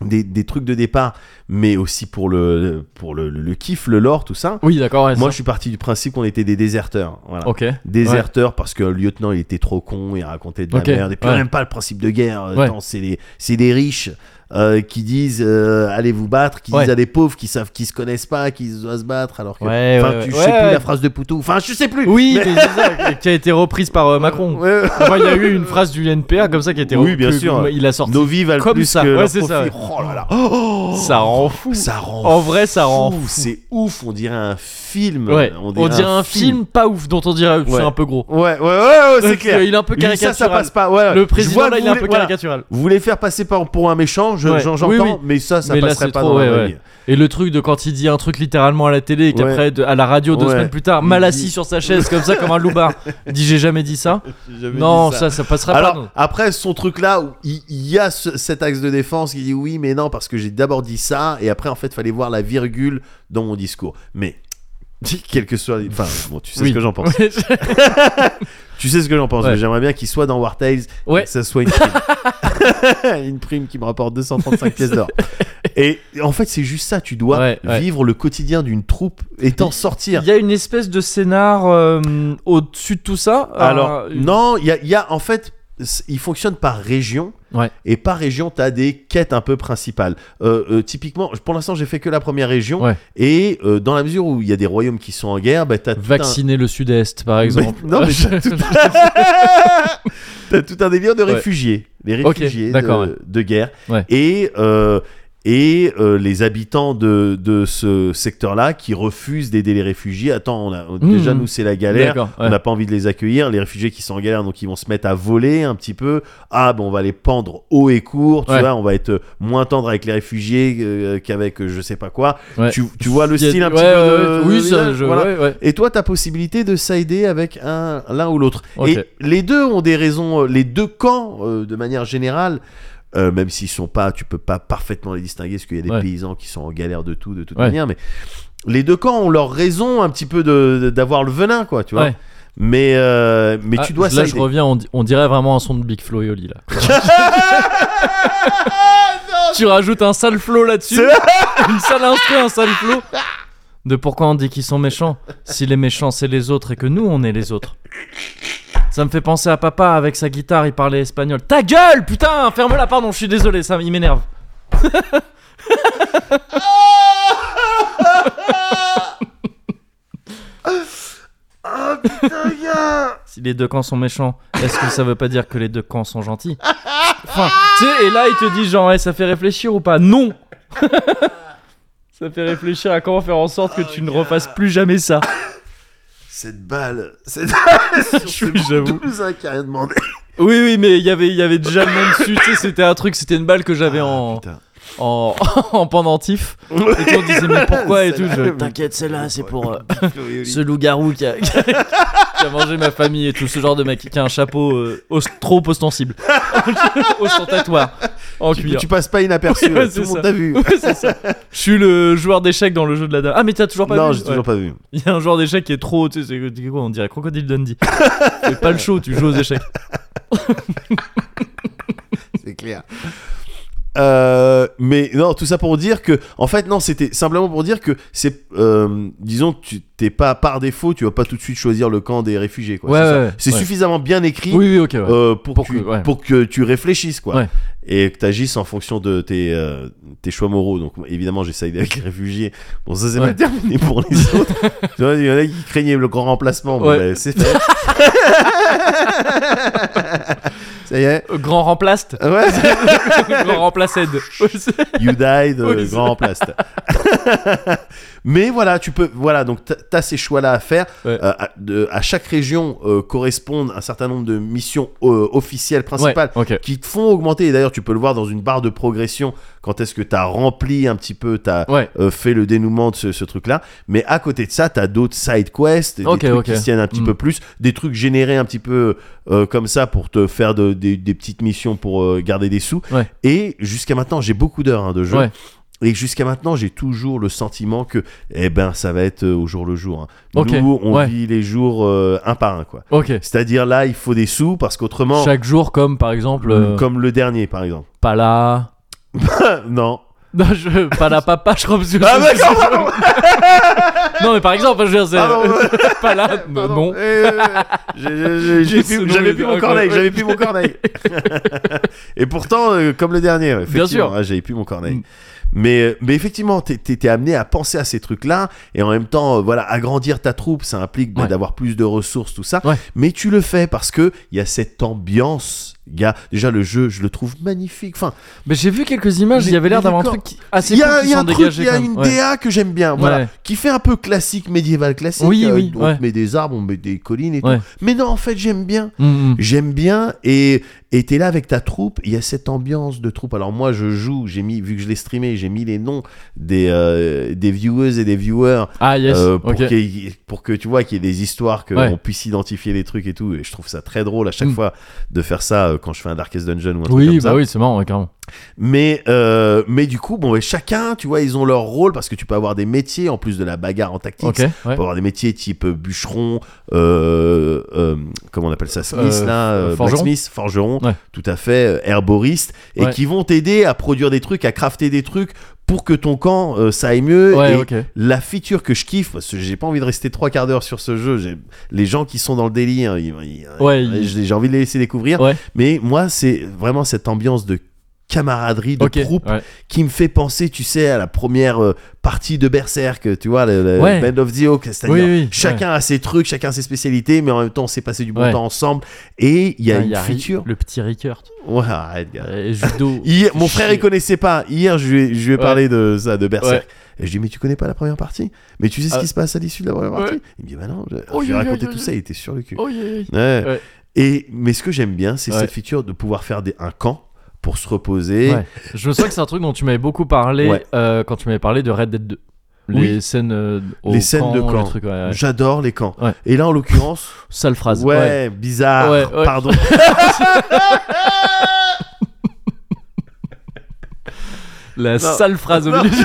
B: des, des trucs de départ, mais aussi pour le, pour le, le, le kiff, le lore, tout ça.
A: Oui, d'accord. ouais,
B: Moi, je
A: ça.
B: suis parti du principe qu'on était des déserteurs. Voilà.
A: Ok.
B: Déserteurs parce que le lieutenant il était trop con, il racontait de la
A: Ok,
B: merde. Et puis,
A: ouais.
B: même pas le principe de guerre. euh,
A: Ouais.
B: tant c'est les- c'est des riches euh, qui disent euh, allez vous battre, qui
A: Ouais.
B: disent à des pauvres qui savent qui se connaissent pas, qui doivent se battre alors que.
A: Ouais,
B: enfin,
A: ouais,
B: tu
A: ouais.
B: je sais
A: Ouais,
B: plus
A: ouais.
B: la phrase de Poutou. Enfin, je sais plus. [laughs]
A: Oui, mais c'est ça, qui a été reprise par euh, Macron.
B: Ouais.
A: Moi, il y a eu une phrase du NPA comme ça qui a été
B: Oui,
A: reprise.
B: bien sûr.
A: Il a sorti.
B: Nos vies valent
A: Comme
B: plus
A: ça,
B: que
A: ouais,
B: leur
A: c'est ça,
B: profit. Oh là là. Oh
A: ça rend fou.
B: Ça rend
A: En vrai, ça rend
B: fou,
A: fou.
B: C'est ouf, on dirait un film.
A: Ouais, on dirait, un, film. pas ouf dont on dirait que
B: Ouais.
A: c'est un peu gros.
B: Ouais, ouais, ouais, ouais, c'est
A: Donc, euh, [laughs]
B: clair.
A: Il est un peu
B: Lui, ça,
A: caricatural.
B: ça passe pas. Ouais, je
A: Le président
B: vois
A: là,
B: que
A: il est un
B: vous
A: peu
B: voulez- voilà.
A: caricatural.
B: Vous voulez faire passer par- pour un méchant, je-
A: Ouais.
B: j'en-
A: Oui,
B: j'entends,
A: oui.
B: mais ça, ça
A: Mais là,
B: passerait
A: c'est
B: pas
A: trop,
B: dans la
A: ouais,
B: vraie
A: ouais.
B: vie.
A: Et le truc de quand il dit un truc littéralement à la télé et qu'après
B: Ouais.
A: de- à la radio deux
B: Ouais.
A: semaines plus tard, mal
B: Il
A: assis
B: dit-
A: sur sa chaise comme ça comme un
B: [laughs]
A: loupard, il dit j'ai jamais dit ça. Non, ça. ça passera pas.
B: Alors
A: non.
B: après son truc là, où il il y a ce- cet axe de défense qui dit oui mais non parce que j'ai d'abord dit ça et après en fait fallait voir la virgule dans mon discours. Mais [laughs] quel que soit, enfin bon tu sais
A: Oui.
B: ce que j'en pense. Tu sais ce que j'en pense.
A: Ouais.
B: mais J'aimerais bien qu'il soit dans War Tales.
A: Ouais.
B: et que ça soit une prime. [laughs] une prime qui me rapporte 235
A: [laughs]
B: pièces d'or. Et en fait c'est juste ça. Tu dois
A: Ouais, ouais.
B: vivre le quotidien d'une troupe et t'en sortir.
A: Il y a une espèce de scénar euh, au-dessus de tout ça. euh,
B: Alors,
A: une-
B: non, il y a, il y a- en fait, c- il fonctionne par région.
A: Ouais.
B: Et par région, tu as des quêtes un peu principales. Euh, euh, typiquement, pour l'instant, j'ai fait que la première région.
A: Ouais.
B: Et euh, dans la mesure où il y a des royaumes qui sont en guerre, bah, tu as
A: Vacciner le sud-est, par exemple.
B: [laughs]
A: [laughs]
B: non, mais t'as tout... t'as tout un délire de
A: Ouais.
B: réfugiés. Les
A: Ok,
B: réfugiés de,
A: d'accord, ouais.
B: de guerre.
A: Ouais.
B: Et. euh, et euh, les habitants de, de ce secteur-là qui refusent d'aider les réfugiés. Attends, on a, déjà
A: Mhm.
B: nous c'est la galère.
A: D'accord.
B: On
A: ouais.
B: n'a pas envie de les accueillir. Les réfugiés qui sont en galère, donc ils vont se mettre à voler un petit peu. Ah, bon, on va les pendre haut et court. Tu
A: Ouais.
B: vois, on va être moins tendre avec les réfugiés euh, qu'avec euh, je sais pas quoi.
A: Ouais.
B: Tu, tu vois le
A: Il y a-
B: style un
A: ouais,
B: petit peu.
A: ouais,
B: de-
A: oui,
B: de
A: ça,
B: village,
A: je-
B: voilà.
A: ouais, ouais.
B: Et toi, t'as possibilité de s'aider avec un l'un ou l'autre.
A: Ok.
B: Et les deux ont des raisons. euh, Les deux camps, euh, de manière générale. euh, même s'ils sont pas, tu peux pas parfaitement les distinguer parce qu'il y a des
A: Ouais.
B: paysans qui sont en galère de tout, de toute
A: Ouais.
B: manière. Mais les deux camps ont leur raison un petit peu de- de- d'avoir le venin, quoi, tu vois.
A: Ouais.
B: Mais, euh, mais
A: Ah,
B: tu dois
A: Là, je
B: s'aider.
A: reviens, on, di- on dirait vraiment un son de Big Flo et Oli,
B: [laughs]
A: là. tu rajoutes un sale flow là-dessus. [laughs] une sale instru, un sale flow. De pourquoi on dit qu'ils sont méchants Si les méchants, c'est les autres et que nous, on est les autres. Ça me fait penser à papa avec sa guitare, il parlait espagnol. Ta gueule, putain Ferme-la, pardon, je suis désolé, ça il m'énerve. Si les deux camps sont méchants, est-ce que ça veut pas dire que les deux camps sont gentils Enfin, tu sais, et là il te dit genre, Eh, ça fait réfléchir ou pas Non [laughs] Ça fait réfléchir à comment faire en sorte
B: Oh,
A: que tu ne refasses plus jamais ça.
B: Cette balle, cette balle [laughs] sur ce
A: Oui, j'avoue.
B: bousin qui a rien demandé.
A: Oui, oui, mais il y avait- il y avait déjà le même dessus, tu sais, c'était un truc, c'était une balle que j'avais en,
B: Ah, Putain.
A: en, [laughs] en pendentif. Et tout, on disait, mais pourquoi et tout
B: Celle-là,
A: je-
B: elle me-
A: T'inquiète, celle-là, c'est pour
B: [laughs]
A: euh,
B: Flo et Oli.
A: ce loup-garou qui a, [laughs] qui a mangé ma famille et tout, ce genre de mec qui a un chapeau euh, os- trop ostensible. [laughs] Ostentatoire. En
B: tu,
A: cuir.
B: tu passes pas inaperçu,
A: Oui, ouais,
B: tout
A: c'est
B: le monde
A: ça.
B: t'a
A: [laughs]
B: vu.
A: Ouais, c'est ça. Je suis le joueur d'échecs dans le jeu de la dame. Ah, mais t'as toujours pas
B: non,
A: vu
B: j'ai toujours
A: Ouais.
B: pas vu.
A: Il y a un joueur d'échecs qui est trop. Tu sais, c'est- c'est quoi, on dirait Crocodile
B: [laughs]
A: Dundee. Fais pas le show, tu joues aux échecs.
B: C'est clair. Euh, mais non, tout ça pour dire que, en fait, non, c'était simplement pour dire que c'est, euh, disons, que tu t'es pas par défaut, tu vas pas tout de suite choisir le camp des réfugiés. quoi.
A: Ouais,
B: c'est ça.
A: ouais,
B: C'est
A: ouais.
B: suffisamment bien écrit
A: Oui, oui, ok. ouais.
B: euh, pour,
A: Pour
B: que,
A: que- ouais.
B: pour que tu réfléchisses quoi
A: Ouais.
B: et que tu agisses en fonction de tes, euh, tes choix moraux donc évidemment j'essaye avec les réfugiés bon ça c'est
A: Ouais.
B: mal terminé pour les autres [laughs] Tu vois, il y en a qui craignaient le grand remplacement bon,
A: Ouais.
B: bah, c'est fait [laughs] ça y est
A: Euh, Grand remplaste.
B: Ouais.
A: Grand remplaced. Ouais, c'est-
B: You died, euh,
A: Oui, c'est-
B: grand remplace. [laughs] Mais voilà, tu peux, voilà, donc t'as- t'as ces choix-là à faire.
A: Ouais.
B: Euh, à, de- à chaque région euh, correspondent un certain nombre de missions euh, officielles principales.
A: Ouais, ok.
B: qui te font augmenter. Et d'ailleurs, tu peux le voir dans une barre de progression quand est-ce que tu as rempli un petit peu, tu as
A: Ouais.
B: fait le dénouement de ce, ce truc-là. Mais à côté de ça, tu as d'autres side quests,
A: Ok,
B: des trucs
A: ok.
B: qui se tiennent un petit
A: Mm.
B: peu plus, des trucs générés un petit peu euh, comme ça pour te faire de- des, des petites missions pour euh, garder des sous.
A: Ouais.
B: Et jusqu'à maintenant, j'ai beaucoup d'heures hein, de jeu.
A: Ouais.
B: Et jusqu'à maintenant, j'ai toujours le sentiment que, eh ben, ça va être euh, au jour le jour. hein.
A: Ok,
B: Nous, on
A: ouais.
B: vit les jours euh, un par un, quoi.
A: Ok.
B: C'est-à-dire là, il faut des sous parce qu'autrement,
A: Chaque jour, comme par exemple. euh,
B: Mmh. comme le dernier, par exemple.
A: Pas là.
B: Euh, Non.
A: Non, je. Pas la papa, je crois. parce que-
B: Ah, d'accord, pardon.
A: [laughs] Non, mais par exemple, je veux dire, c'est-
B: Ah, Pardon.
A: pas là. [laughs]
B: Pardon.
A: Non.
B: Eh, eh, eh, j'ai-
A: [laughs]
B: j'ai- j'ai
A: Ce nom
B: plus- J'avais
A: est
B: plus mon
A: incroyable.
B: corneille, j'avais plus mon corneille.
A: [laughs]
B: Et pourtant, euh, comme le dernier, ouais, effectivement,
A: sûr.
B: hein, j'avais plus mon corneille.
A: Mm.
B: Mais, euh, mais effectivement, t'es- t'es t'es amené à penser à ces trucs-là et en même temps, euh, voilà, agrandir ta troupe, ça implique bah,
A: Ouais.
B: d'avoir plus de ressources, tout ça.
A: Ouais.
B: Mais tu le fais parce que il y a cette ambiance gars. Déjà, le jeu, je le trouve magnifique. Enfin,
A: Mais j'ai vu quelques images, il y avait l'air
B: Mais
A: d'avoir un
B: d'accord.
A: truc qui- assez
B: il y a,
A: cool qui
B: il y a
A: s'en
B: un truc,
A: dégageait
B: il y a
A: quand même.
B: une
A: Ouais.
B: DA que j'aime bien, voilà,
A: Ouais.
B: qui fait un peu classique, médiéval classique. hein.
A: Oui, oui,
B: on
A: ouais.
B: met des arbres, on met des collines et
A: Ouais.
B: tout. Mais non, en fait, j'aime bien.
A: Mm, mm.
B: J'aime bien et et t'es là avec ta troupe. Il y a cette ambiance de troupe. Alors moi, je joue. J'ai mis, vu que je l'ai streamé, j'ai mis les noms des euh, des viewers et des viewers
A: Ah, yes.
B: euh, pour,
A: ok.
B: qu'il y ait- pour que tu vois qu'il y ait des histoires que
A: Ouais.
B: on puisse identifier les trucs et tout. Et je trouve ça très drôle à chaque
A: Mm.
B: fois de faire ça euh, quand je fais un Darkest Dungeon ou un truc
A: Oui,
B: comme ça.
A: bah oui, c'est marrant, ouais, carrément.
B: Mais, euh, mais du coup, bon, ouais, chacun, tu vois, ils ont leur rôle parce que tu peux avoir des métiers en plus de la bagarre en tactique.
A: Ok,
B: Tu
A: ouais.
B: peux avoir des métiers type euh, bûcheron, euh, euh, comment on appelle ça, Smith,
A: Euh,
B: là,
A: euh,
B: euh,
A: forgeron.
B: blacksmith, forgeron,
A: Ouais.
B: tout à fait, euh, herboriste, et
A: Ouais.
B: qui vont t'aider à produire des trucs, à crafter des trucs pour que ton camp, euh, ça aille mieux.
A: Ouais,
B: et
A: ok.
B: la feature que je kiffe, parce que j'ai pas envie de rester trois quarts d'heure sur ce jeu, j'ai- les gens qui sont dans le délire, ils- ils-
A: Ouais,
B: ils-
A: ils-
B: j'ai j'ai envie de les laisser découvrir.
A: Ouais.
B: Mais moi, c'est vraiment cette ambiance de camaraderie, de
A: Ok,
B: troupe,
A: ouais.
B: qui me fait penser, tu sais, à la première euh, partie de Berserk, tu vois, le, le
A: Ouais.
B: Band of the Hawk, c'est-à-dire
A: Oui, oui,
B: chacun a ses trucs, chacun a ses spécialités, mais en même temps, on s'est passé du bon
A: Ouais.
B: temps ensemble, et il y a
A: Ah,
B: une
A: Ri-
B: feature.
A: Le petit Rickert.
B: [laughs] Ouais, arrête, gars.
A: Et judo.
B: Hier, mon frère, [laughs] il
A: Chier.
B: connaissait pas. Hier, je lui ai, je lui ai
A: Ouais.
B: parlé de ça, de Berserk. Et je lui ai dit, mais tu connais pas la première partie Mais tu sais ce
A: Ah.
B: qui se passe à l'issue de la première
A: Ouais.
B: partie Il me dit, bah non, je,
A: Oh,
B: je lui ai
A: yeah, yeah,
B: raconté
A: yeah,
B: tout
A: yeah.
B: ça, il était sur le cul.
A: Oh, yeah, yeah.
B: Ouais.
A: Ouais.
B: Et, mais ce que j'aime bien, c'est
A: Ouais.
B: cette feature de pouvoir faire des, un camp pour se reposer.
A: Ouais. Je me souviens que c'est un truc dont tu m'avais beaucoup parlé
B: Ouais.
A: euh, quand tu m'avais parlé de Red Dead 2. Les
B: Oui.
A: scènes euh, au
B: Les scènes de
A: le
B: camp.
A: truc, ouais, ouais.
B: J'adore les camps.
A: Ouais.
B: Et là, en l'occurrence,
A: Sale phrase.
B: ouais, bizarre,
A: Ouais, ouais. [laughs]
B: pardon.
A: La sale phrase
B: Non.
A: au
B: [laughs]
A: milieu.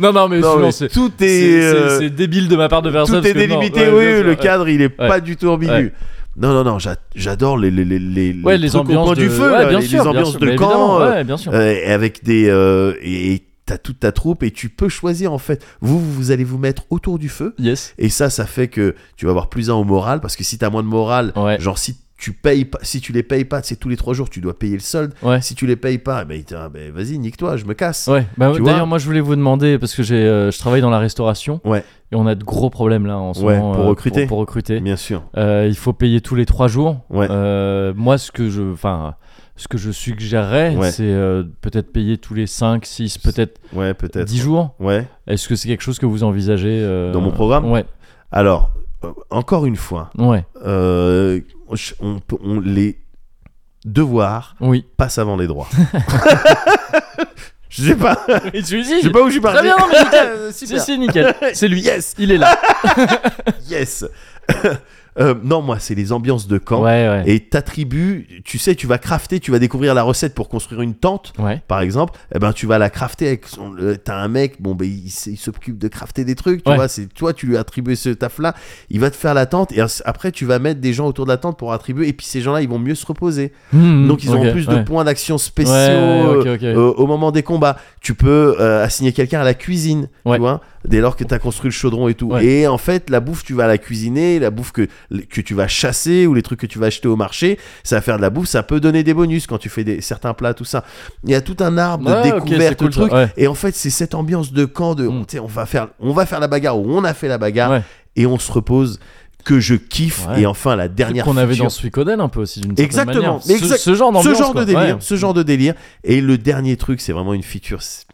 A: non, non, mais,
B: Non,
A: sinon,
B: mais
A: c'est.
B: tout est,
A: C'est
B: euh,
A: c'est- c'est débile de ma part de faire ça.
B: tout
A: parce
B: est
A: que non,
B: délimité.
A: ouais,
B: oui,
A: bien sûr,
B: le
A: ouais.
B: cadre, il est
A: Ouais.
B: pas du tout ambigu.
A: Ouais.
B: Non, non, non, j'a- j'adore les, les, les, les,
A: Ouais, les
B: trucs au
A: ambiances
B: coin
A: de...
B: du feu,
A: ouais,
B: là,
A: bien
B: les,
A: sûr,
B: les
A: bien
B: ambiances
A: sûr,
B: de
A: mais
B: camp.
A: évidemment,
B: euh,
A: ouais, bien sûr.
B: Euh, et avec des euh, et et t'as toute ta troupe et tu peux choisir en fait vous vous allez vous mettre autour du feu
A: Yes.
B: et ça ça fait que tu vas avoir plus un au moral parce que si t'as moins de morale
A: Ouais.
B: genre si tu payes pas si tu les payes pas c'est tous les trois jours tu dois payer le solde
A: Ouais.
B: si tu les payes pas eh ben, il te- ah, ben, vas-y nique-toi je me casse
A: Ouais, bah,
B: Tu vois
A: d'ailleurs, moi je voulais vous demander, parce que j'ai, euh, je travaille dans la restauration,
B: Ouais.
A: et on a de gros problèmes là en ce
B: Ouais,
A: moment. euh,
B: pour recruter.
A: Pour, recruter.
B: bien sûr
A: Euh, il faut payer tous les trois jours.
B: Ouais.
A: Euh, moi, ce que je, enfin, ce que je suggérerais,
B: Ouais.
A: c'est euh, peut-être payer tous les 5, 6, peut-être
B: ouais peut-être
A: 10 jours.
B: ouais
A: Est-ce que c'est quelque chose que vous envisagez euh,
B: Dans mon programme
A: Ouais,
B: alors euh, encore une fois
A: ouais,
B: euh, je- on, peut- on les devoirs
A: oui.
B: passent avant les droits [laughs] je sais pas
A: [laughs] Et tu lui dis,
B: je sais pas où je suis parti
A: Très bien, non, mais nickel.
B: [laughs] Super.
A: Si, si, [laughs] nickel. C'est lui.
B: Yes.
A: Il est là.
B: Yes. [laughs] Euh, non, moi, c'est les ambiances de camp.
A: Ouais, ouais.
B: Et t'attribues, tu sais, tu vas crafter, tu vas découvrir la recette pour construire une tente,
A: Ouais.
B: par exemple. Eh ben, tu vas la crafter avec son. le- T'as un mec, bon, ben, il, s- il s'occupe de crafter des trucs, tu
A: Ouais.
B: vois. C'est toi, tu lui attribues ce taf-là. Il va te faire la tente, et as- après, tu vas mettre des gens autour de la tente pour attribuer. Et puis, ces gens-là, ils vont mieux se reposer.
A: Hmm,
B: Donc, ils
A: ok,
B: ont plus de
A: ouais.
B: points d'action
A: Ouais,
B: spéciaux.
A: ouais,
B: euh,
A: ok, ok.
B: euh, au moment des combats. Tu peux euh, assigner quelqu'un à la cuisine,
A: Ouais.
B: tu vois, dès lors que tu as construit le chaudron et tout.
A: Ouais.
B: Et en fait, la bouffe, tu vas la cuisiner, la bouffe que, que tu vas chasser ou les trucs que tu vas acheter au marché, ça va faire de la bouffe, ça peut donner des bonus quand tu fais des, certains plats, tout ça. Il y a tout un arbre
A: Ouais,
B: de
A: Ah, ok,
B: découverte,
A: c'est cool,
B: de trucs.
A: ça, ouais.
B: Et en fait, c'est cette ambiance de camp de,
A: Mm.
B: tu sais, on, va faire, on va faire la bagarre ou on a fait la bagarre
A: Ouais.
B: et on se repose que je kiffe.
A: Ouais.
B: Et enfin, la dernière
A: qu'on avait
B: feature-
A: dans Suikoden un peu aussi d'une certaine
B: Exactement.
A: manière.
B: Mais
A: Ce-
B: exact-
A: ce, genre
B: ce
A: d'ambiance,
B: genre
A: quoi.
B: de délire,
A: Ouais.
B: ce genre de délire. Et le dernier truc, c'est vraiment une feature. c'est-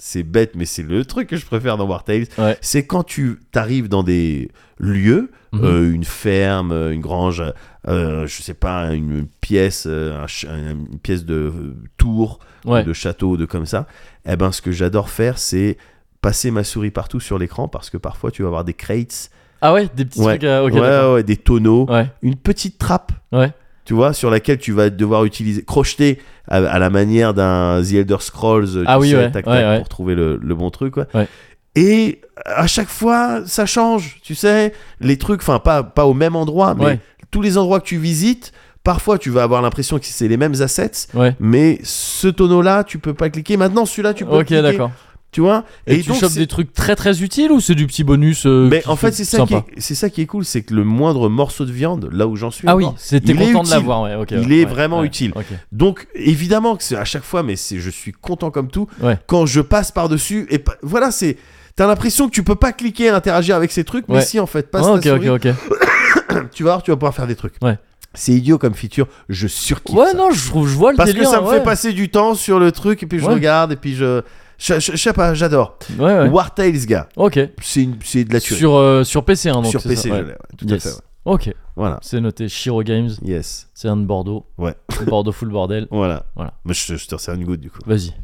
B: C'est bête, mais c'est le truc que je préfère dans War Tales.
A: Ouais.
B: C'est quand tu arrives dans des lieux,
A: Mhm.
B: euh, une ferme, euh, une grange, euh, je sais pas, une pièce, euh, un ch- une pièce de euh, tour,
A: Ouais.
B: de château, de comme ça. Eh ben, ce que j'adore faire, c'est passer ma souris partout sur l'écran parce que parfois tu vas avoir des crates,
A: Ah ouais, des petits
B: Ouais.
A: trucs. euh, ok,
B: ouais,
A: d'accord.
B: ouais, des tonneaux,
A: ouais.
B: une petite trappe
A: Ouais.
B: tu vois, sur laquelle tu vas devoir utiliser, crocheter à, à la manière d'un The Elder Scrolls, tu
A: Ah oui,
B: sais,
A: ouais,
B: tac,
A: ouais,
B: tac,
A: ouais.
B: pour trouver le, le bon truc. Quoi.
A: Ouais.
B: Et à chaque fois, ça change, tu sais, les trucs, enfin pas, pas au même endroit, mais
A: Ouais.
B: tous les endroits que tu visites, parfois tu vas avoir l'impression que c'est les mêmes assets,
A: Ouais.
B: mais ce tonneau-là, tu peux pas cliquer, maintenant celui-là, tu peux
A: Ok,
B: cliquer,
A: d'accord.
B: tu vois,
A: Et, tu
B: donc,
A: chopes
B: c'est-
A: des trucs très très utiles ou c'est du petit bonus euh,
B: mais
A: qui-
B: en fait, c'est ça, qui
A: sympa.
B: est, c'est ça qui est cool, c'est que le moindre morceau de viande, là où j'en suis,
A: Ah oui,
B: encore,
A: c'était
B: il est
A: content de
B: utile.
A: l'avoir. Ouais, ok,
B: Il
A: ouais,
B: est
A: ouais,
B: vraiment
A: ouais,
B: utile.
A: ok.
B: Donc évidemment que c'est à chaque fois, mais c'est je suis content comme tout
A: Ouais.
B: quand je passe par dessus et pa- voilà c'est t'as l'impression que tu peux pas cliquer interagir avec ces trucs, mais
A: Ouais.
B: si en fait passe
A: Ah,
B: ta
A: ok, ok,
B: souris,
A: ok.
B: tu vas voir, tu vas pouvoir faire des trucs.
A: Ouais.
B: C'est idiot comme feature, je surkiffe.
A: Ouais,
B: ça.
A: non, je, trouve- je vois le
B: Parce que
A: délire,
B: ça me
A: ouais.
B: fait passer du temps sur le truc, et puis je
A: Ouais.
B: regarde, et puis je. Je, je- je sais pas, j'adore.
A: Ouais, ouais.
B: War Tales, gars,
A: Ok.
B: c'est une- c'est de la tuerie.
A: Sur, euh, sur PC, hein, donc.
B: Sur
A: c'est
B: PC,
A: ça, ouais.
B: je l'ai, ouais, tout
A: Yes.
B: à fait. ouais.
A: Ok,
B: Voilà,
A: c'est noté. Shiro Games,
B: yes,
A: c'est un de Bordeaux.
B: Ouais.
A: [laughs] Bordeaux full bordel.
B: voilà.
A: Voilà.
B: Mais je, je te resserre une goutte du coup.
A: Vas-y.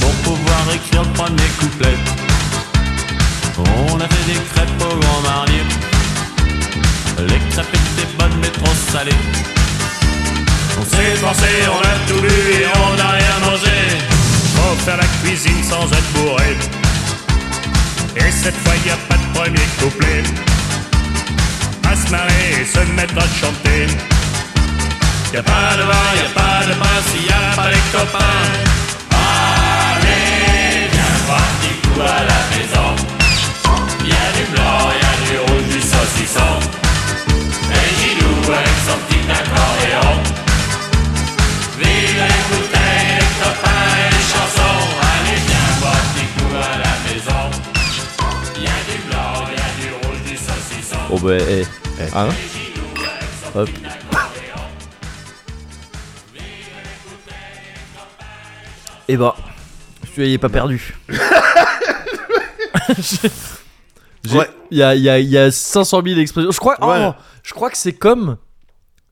H: pour pouvoir écrire le premier couplet. On a fait des crêpes au grand marnier. Les crêpes étaient bonnes mais trop salées. On s'est forcé, on a tout bu et on n'a rien mangé. Faut faire la cuisine sans être bourré. Et cette fois y a pas de premier couplet. À se marrer et se mettre à chanter. Y a pas de vin, y a pas de pain, s'il y a pas les copains. Allez, viens voir petit coup à la maison. Y a du blanc, y a du rouge, du saucisson. Et Gilou avec son petit accordéon. Vive les bouteilles, les copains et les chansons. Allez, viens voir petit coup à la maison. Y a du blanc, y a du rouge, du saucisson.
I: Oh bah, eh. Ah non Hop. Eh
B: ben.
I: bah, tu n'y pas perdu. J'ai-
B: Ouais.
A: Il y a, il y, a, il y a 500 000 expressions. Je crois, oh,
B: Ouais.
A: je crois que c'est comme.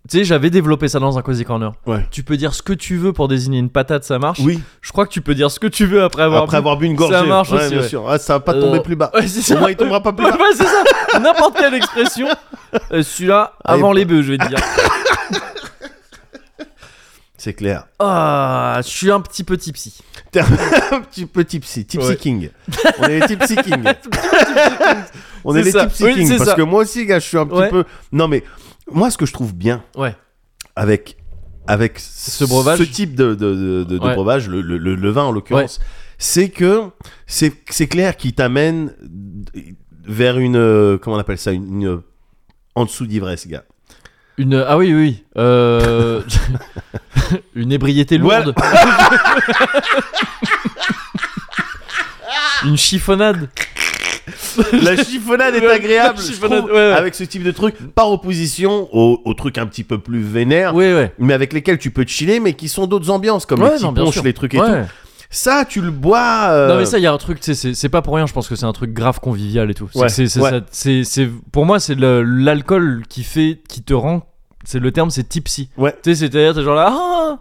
A: Tu sais, j'avais développé ça dans un Cozy Corner.
B: Ouais.
A: Tu peux dire ce que tu veux pour désigner une patate, ça marche.
B: Oui,
A: Je crois que tu peux dire ce que tu veux après avoir.
B: après avoir bu une
A: ça
B: gorgée.
A: marche
B: Ouais,
A: aussi,
B: bien
A: ouais.
B: sûr. Ah, ça va pas tomber
A: Euh,
B: plus bas.
A: [laughs] Ouais, c'est
B: Au
A: ça.
B: moins, il tombera pas
A: [laughs]
B: plus
A: Ouais,
B: bas.
A: ouais, c'est ça. N'importe quelle expression. Euh, Celui-là,
B: Allez,
A: avant
B: bah.
A: les bœufs, je vais te dire.
B: C'est clair.
A: Ah, je suis un petit peu tipsy.
B: T'es [laughs] un petit peu tipsy, tipsy
A: Ouais.
B: king. On est
A: [laughs]
B: les tipsy king. On est,
A: C'est
B: les
A: ça.
B: tipsy
A: Oui,
B: king
A: c'est
B: parce
A: ça.
B: que moi aussi, gars, je suis un petit
A: Ouais.
B: peu. Non mais moi, ce que je trouve bien
A: Ouais.
B: avec avec ce
A: breuvage.
B: ce type de, de, de, de- de
A: Ouais.
B: breuvage, le, le, le- le vin en l'occurrence, c'est que c'est c'est clair qu'il t'amène vers une euh, comment on appelle ça une, une, euh, en dessous d'ivresse, gars.
A: Une. Ah oui, oui, oui. Euh... [laughs] Une ébriété [laughs] lourde. Une chiffonnade.
B: La chiffonnade est
A: La
B: agréable, je
A: chiffonnade,
B: trouve,
A: ouais, ouais.
B: avec ce type de truc, par opposition au, au truc un petit peu plus vénère.
A: Oui, ouais.
B: mais avec lesquels tu peux te chiller, mais qui sont d'autres ambiances, comme
A: Ouais,
B: les petits
A: non, bien
B: punchs,
A: sûr.
B: les trucs et
A: Ouais.
B: tout. Ça, tu le bois. euh,
A: Non mais ça, il y a un truc, tu sais, c'est c'est pas pour rien, je pense que c'est un truc grave convivial et tout. C'est-
B: Ouais,
A: c'est- c'est
B: ouais.
A: ça- c'est- c'est- pour moi, c'est le- l'alcool qui fait, qui te rend, c'est le terme, c'est tipsy.
B: Ouais.
A: Tu sais, c'est-à-dire, t'es genre là, ah,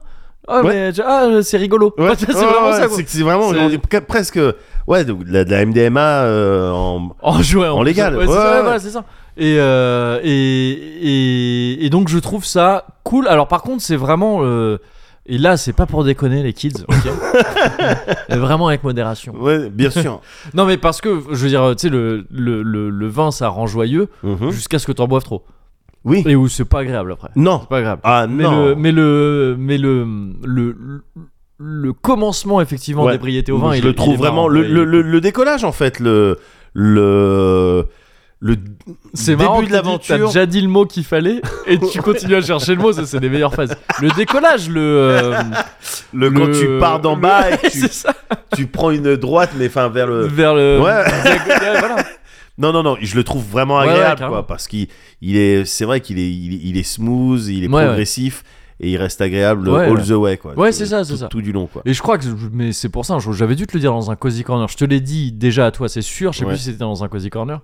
A: ah,
B: Ouais.
A: mais, ah, c'est rigolo.
B: ouais.
A: Enfin, [laughs] c'est
B: Ouais,
A: vraiment
B: ouais,
A: ça, quoi.
B: C'est que c'est vraiment,
A: C'est-
B: on est pre- presque, ouais, de, de la, de la MDMA euh, en.
A: En jouant
B: En légal,
A: Ouais, c'est ça,
B: ouais, ouais.
A: voilà, c'est ça. Et, euh, et, et, et donc je trouve ça cool. Alors par contre, c'est vraiment. euh, et là, c'est pas pour déconner les kids,
B: [laughs]
A: ok Mais Vraiment avec modération.
B: Ouais,
A: [laughs]
B: bien sûr.
A: Non, mais parce que, je veux dire, tu sais, le, le, le, le vin, ça rend joyeux
B: Mhm.
A: jusqu'à ce que t'en boives trop.
B: Oui.
A: Et où c'est pas agréable après.
B: Non.
A: C'est pas agréable.
B: Ah
A: Mais
B: non.
A: le. Mais le. Mais le, le, le le commencement effectivement
B: Ouais.
A: d'ébriété au vin
B: je
A: il-
B: le
A: il
B: trouve
A: est
B: vraiment
A: marrant,
B: le,
A: ouais, il
B: le,
A: est
B: le- le décollage en fait le le le
A: C'est
B: début
A: marrant que
B: de
A: tu dis, T'as
B: l'aventure.
A: déjà dit le mot qu'il fallait et tu
B: [laughs]
A: continues à chercher le mot, ça c'est des meilleures phases. Le décollage, le.
B: [laughs]
A: euh,
B: le,
A: le-
B: quand tu pars d'en
A: le-
B: bas
A: [laughs]
B: et que tu,
A: c'est ça.
B: tu prends une droite mais enfin vers le
A: Vers le. [laughs]
B: Ouais.
A: diagonale, voilà.
B: Non, non, non, je le trouve vraiment
A: Ouais, ouais,
B: agréable,
A: carrément.
B: quoi, parce qu'il il est, c'est vrai qu'il est, il, est- il est smooth, il est
A: Ouais, ouais.
B: progressif, et il reste agréable
A: Ouais,
B: all
A: ouais.
B: the way, quoi.
A: Ouais,
B: Tout-
A: c'est ça, c'est
B: tout-
A: ça.
B: Tout du long, quoi.
A: Et je crois que. Mais c'est pour ça, je- j'avais dû te le dire dans un Cozy Corner. Je te l'ai dit déjà à toi, c'est sûr. Je sais
B: Ouais.
A: plus si c'était dans un Cozy Corner.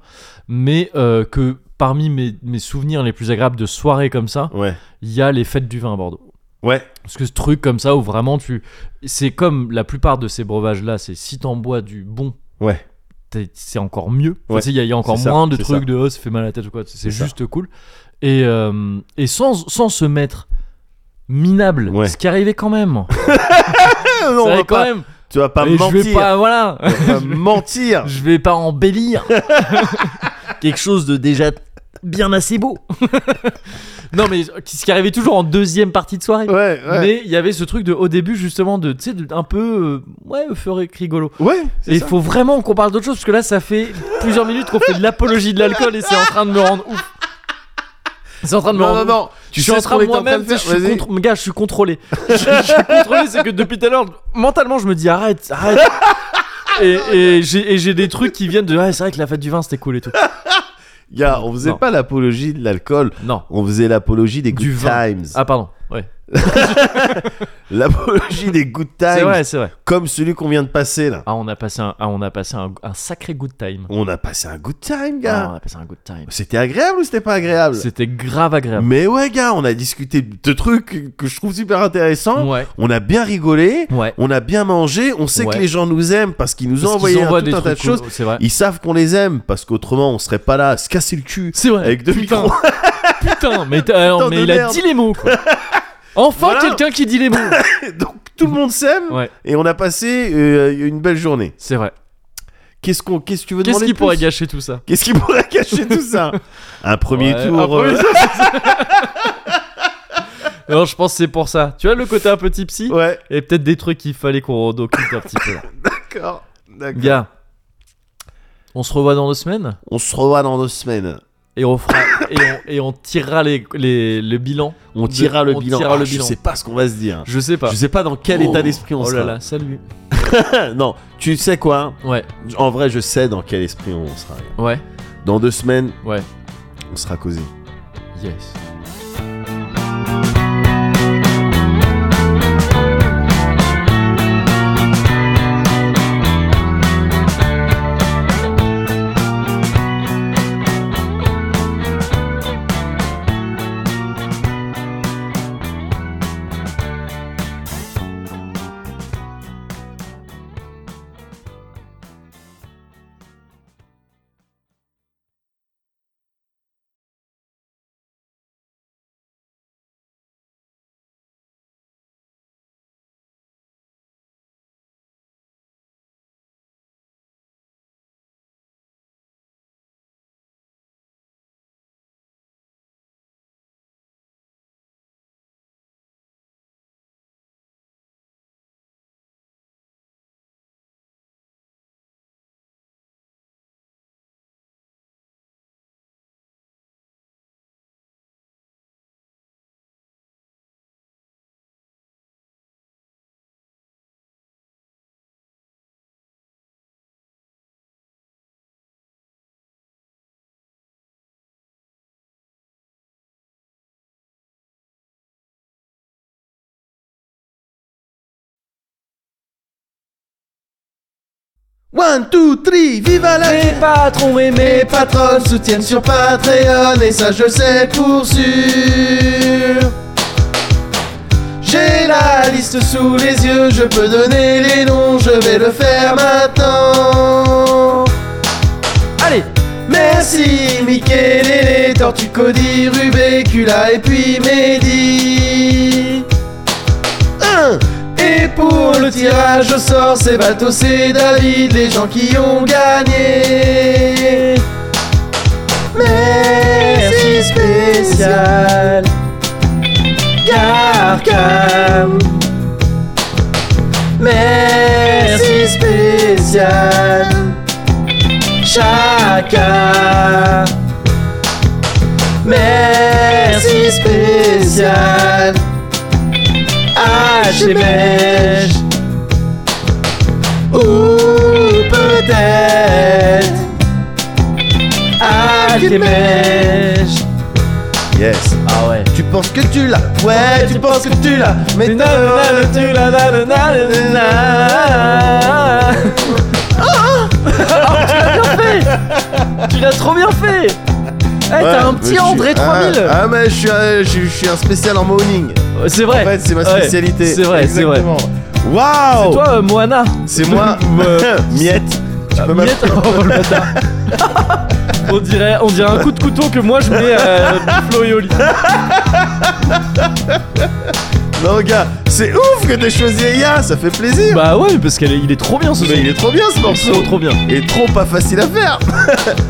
A: Mais euh, que parmi mes, mes souvenirs les plus agréables de soirées comme ça,
B: Ouais,
A: il y a les fêtes du vin à Bordeaux.
B: ouais,
A: Parce que ce truc comme ça où vraiment tu. C'est comme la plupart de ces breuvages là, c'est si t'en bois du bon,
B: ouais,
A: t'es- c'est encore mieux. Enfin,
B: Ouais,
A: tu sais, Il y, a- il y a encore
B: c'est ça,
A: moins de
B: c'est
A: trucs
B: ça.
A: de oh, ça fait mal à la tête ou quoi. C'est
B: ça.
A: juste cool. Et, euh, et sans, sans se mettre minable,
B: Ouais.
A: ce qui arrivait quand même.
B: Ah,
A: Ça
B: non, [laughs] on
A: arrivait
B: va
A: quand
B: pas-
A: même.
B: tu vas pas
A: Et je
B: mentir,
A: vais pas, voilà, [laughs]
B: Tu vas pas mentir.
A: je vais pas embellir quelque chose de déjà
I: bien assez beau.
A: Non, mais ce qui arrivait toujours en deuxième partie de soirée.
B: Ouais, ouais.
A: Mais il y avait ce truc de, au début, justement, de, tu sais, de- un peu, euh, ouais, euphorique, rigolo.
B: Ouais,
A: Et
B: c'est
A: il
B: ça.
A: faut vraiment qu'on parle d'autre chose, parce que là, ça fait plusieurs minutes qu'on fait de l'apologie de l'alcool et c'est en train de me rendre ouf. C'est en train de me
B: Non,
A: rendre
B: non,
A: ouf.
B: non.
A: je suis en train
B: de
A: moi-même,
B: de
A: je suis
B: Vas-y.
A: contre, gars, je suis contrôlé. [laughs] je, je suis contrôlé, c'est que depuis tout à l'heure, mentalement, je me dis arrête, arrête. Et, et j'ai et j'ai des trucs qui viennent de ouais, c'est vrai que la fête du vin c'était cool et tout.
B: Gars, on faisait
A: Non.
B: pas l'apologie de l'alcool.
A: Non.
B: On faisait l'apologie des
A: Du
B: good
A: vin.
B: times.
A: Ah pardon. Ouais.
B: L'apologie des good
A: C'est
B: times.
A: vrai, c'est vrai.
B: Comme celui qu'on vient de passer là.
A: Ah on a passé un ah, on a passé un, un sacré good time.
B: On a passé un good time,
A: Ah,
B: gars.
A: on a passé un good time.
B: C'était agréable ou c'était pas agréable
A: C'était grave agréable.
B: Mais ouais, gars, on a discuté de trucs que je trouve super intéressants.
A: Ouais.
B: On a bien rigolé.
A: Ouais.
B: On a bien mangé. On sait que
A: Ouais.
B: les gens nous aiment parce qu'ils nous
A: Parce
B: ont
A: qu'ils
B: envoyé un-
A: envoient
B: tout un tas de
A: trucs cool,
B: choses.
A: C'est vrai.
B: Ils savent qu'on les aime parce qu'autrement on serait pas là à se casser le cul.
A: C'est vrai.
B: Avec deux
A: Putain.
B: micros.
A: [laughs] Putain, mais, t'as- alors,
B: Putain de
A: mais il
B: merde.
A: a dit les mots
B: [laughs]
A: quoi. Enfin
B: Voilà.
A: quelqu'un qui dit les
B: [laughs]
A: mots.
B: Donc tout le monde s'aime
A: Ouais.
B: et on a passé euh, une belle journée.
A: C'est vrai.
B: Qu'est-ce qu'on, qu'est-ce que tu veux
A: Qu'est-ce
B: demander
A: qui
B: de
A: pourrait
B: plus
A: gâcher tout ça
B: Qu'est-ce qui pourrait cacher
A: [laughs]
B: tout ça Un premier
A: Ouais,
B: tour.
A: un premier [laughs]
B: euh,
A: tour, Alors je pense que c'est pour ça. Tu vois le côté un peu tipsy
B: [laughs] ouais.
A: et peut-être des trucs qu'il fallait qu'on rende occulte un petit peu.
B: [laughs]
A: là.
B: D'accord. D'accord.
A: Gars, on se revoit dans deux semaines
B: On se revoit dans deux semaines.
A: et on fera et on, et on tirera les, les, le bilan.
B: On
A: De-
B: tirera le
A: on
B: bilan.
A: tirera
B: Ah,
A: le
B: je
A: bilan.
B: sais pas ce qu'on va se dire.
A: Je sais pas.
B: Je sais pas dans quel
A: Oh.
B: état d'esprit on
A: Oh
B: sera.
A: là là, salut.
B: non, tu sais quoi
A: Ouais,
B: En vrai, je sais dans quel esprit on sera.
A: ouais,
B: Dans deux semaines,
A: ouais.
B: on sera causé.
A: Yes.
B: One, two, three, viva la
I: Les patrons aimés,
B: patrons soutiennent sur Patreon et ça je sais pour sûr. J'ai la liste sous les yeux, je peux donner les noms, je vais le faire maintenant. Allez, merci Mickey, Lélé, Tortue, Cody, Rubé, Cula et puis Mehdi. Un. Et pour le tirage au sort, c'est Bateau, c'est David, les gens qui ont gagné. Merci spécial. Garcam. Merci spécial. Chaka. Merci spécial. HMH. Ou peut-être Alchemèche. Yes. Ah ouais. Tu penses que tu l'as. Ouais, tu penses que tu l'as. Mais non, tu l'as.
A: Ah, Tu l'as trop bien fait. Eh, t'as un petit André 3000.
B: Ah, mais je suis, un- je, je suis un spécial en morning.
A: Ouais, C'est vrai.
B: En fait, c'est ma
A: Ouais,
B: spécialité.
A: c'est vrai, c'est vrai.
B: Exactement.
A: C'est
B: Waouh
A: toi, euh, Moana.
B: C'est euh, moi, [laughs] Miette. Tu peux m'appeler-
A: Miette. Oh, le
B: [laughs]
A: bâtard. On dirait, on dirait un coup euh,
B: [laughs]
A: de couteau que moi je mets à Flo et Oli.
B: Non, gars, c'est ouf que t'aies choisi Aya, ça fait plaisir.
A: Bah ouais, parce qu'il est, il est trop bien ce
B: Mais il
A: son.
B: est trop bien ce
A: Trop
B: morceau.
A: trop bien.
B: Et trop pas facile à faire.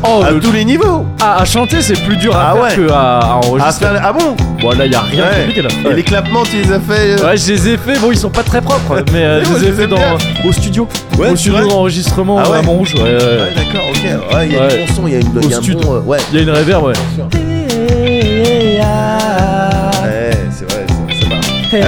A: Oh,
B: à
A: le- Ah,
B: tous les niveaux.
A: à, à chanter, c'est plus dur à
B: Ah
A: faire
B: ouais.
A: que à, à
B: Ah,
A: enregistrer.
B: faire- ah bon
A: Bon, là, y a rien de
B: Ouais.
A: compliqué là.
B: Et les clapements, tu les as fait. euh,
A: Ouais, je les ai fait, bon, ils sont pas très propres, mais euh,
B: Mais
A: je
B: moi,
A: les ai
B: je les
A: fait
B: aime
A: dans, au studio.
B: Ouais,
A: au
B: c'est
A: studio
B: vrai.
A: d'enregistrement euh,
B: Ah ouais.
A: à Montrouge, ouais, ouais, ouais.
B: Ouais, d'accord, ok. Ouais, il y a
A: Ouais.
B: du bon son, il y a une il y a
A: Au
B: un
A: stud.
B: bon, euh, ouais.
A: Il y a une réverb, ouais.
B: Ouais, c'est vrai, ça, ça va. Eh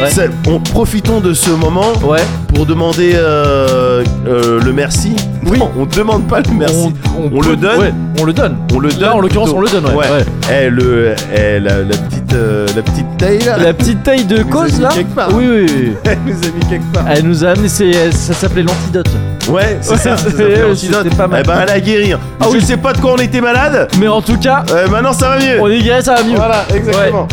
B: ben, c'est- on, profitons de ce moment
A: Ouais,
B: pour demander euh, euh, le merci.
A: Oui.
B: Non, [laughs] on demande pas le merci. On le donne
A: ouais, on le donne.
B: On le donne.
A: Là, en l'occurrence,
B: plutôt.
A: on le donne, ouais. ouais.
B: Eh, le, eh, la, la petite, euh, la petite taille là.
A: La petite taille de
B: nous
A: cause
B: a mis
A: là
B: quelque part.
A: Oui, oui, oui.
B: [laughs] Elle nous a mis quelque part.
A: Elle nous a amené, c'est- ça s'appelait l'antidote.
B: Ouais, c'est
A: Ah. Ouais,
B: ça. ça
A: c'est-
B: s'appelle
A: ouais,
B: l'antidote.
A: c'était pas mal.
B: Eh ben, elle a guéri.
A: Ah
B: je
A: oui.
B: sais pas de quoi on était malade.
A: Mais en tout cas,
B: Euh, maintenant, ça va mieux.
A: on est guéri, ça va mieux.
B: Voilà, exactement.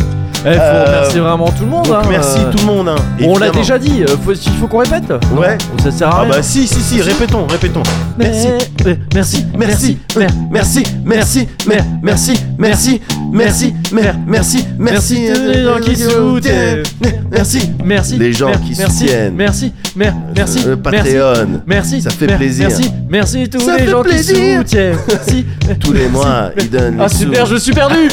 A: Eh, faut
B: Euh,
A: remercier vraiment tout le monde.
B: Donc,
A: hein,
B: merci
A: euh,
B: tout le monde. hein,
A: On l'a
B: évidemment.
A: déjà dit, euh, faut- il faut qu'on répète. Non,
B: Ouais.
A: Ça sert à
B: Ah
A: rien.
B: bah si, si, si, répétons, répétons.
A: Mais-
B: Merci.
A: mais- Merci,
B: Merci,
A: merci,
B: mer-
A: mer-
B: merci, merci, mer- merci, merci, merci, mer- merci, merci,
A: Merci tous les gens qui se foutent, euh,
B: merci.
A: merci.
B: Les gens
A: mer-
B: qui
A: merci,
B: soutiennent.
A: Merci, mer- merci,
B: Euh,
A: merci.
B: Patreon,
A: Merci,
B: Ça fait
A: mer-
B: plaisir.
A: Merci, merci tous
B: Ça fait
A: les gens
B: plaisir.
A: qui soutiennent. Merci.
B: [laughs] tous les mois, ils donnent
A: Ah
B: les sous.
A: super, je suis
B: [laughs]
A: perdu.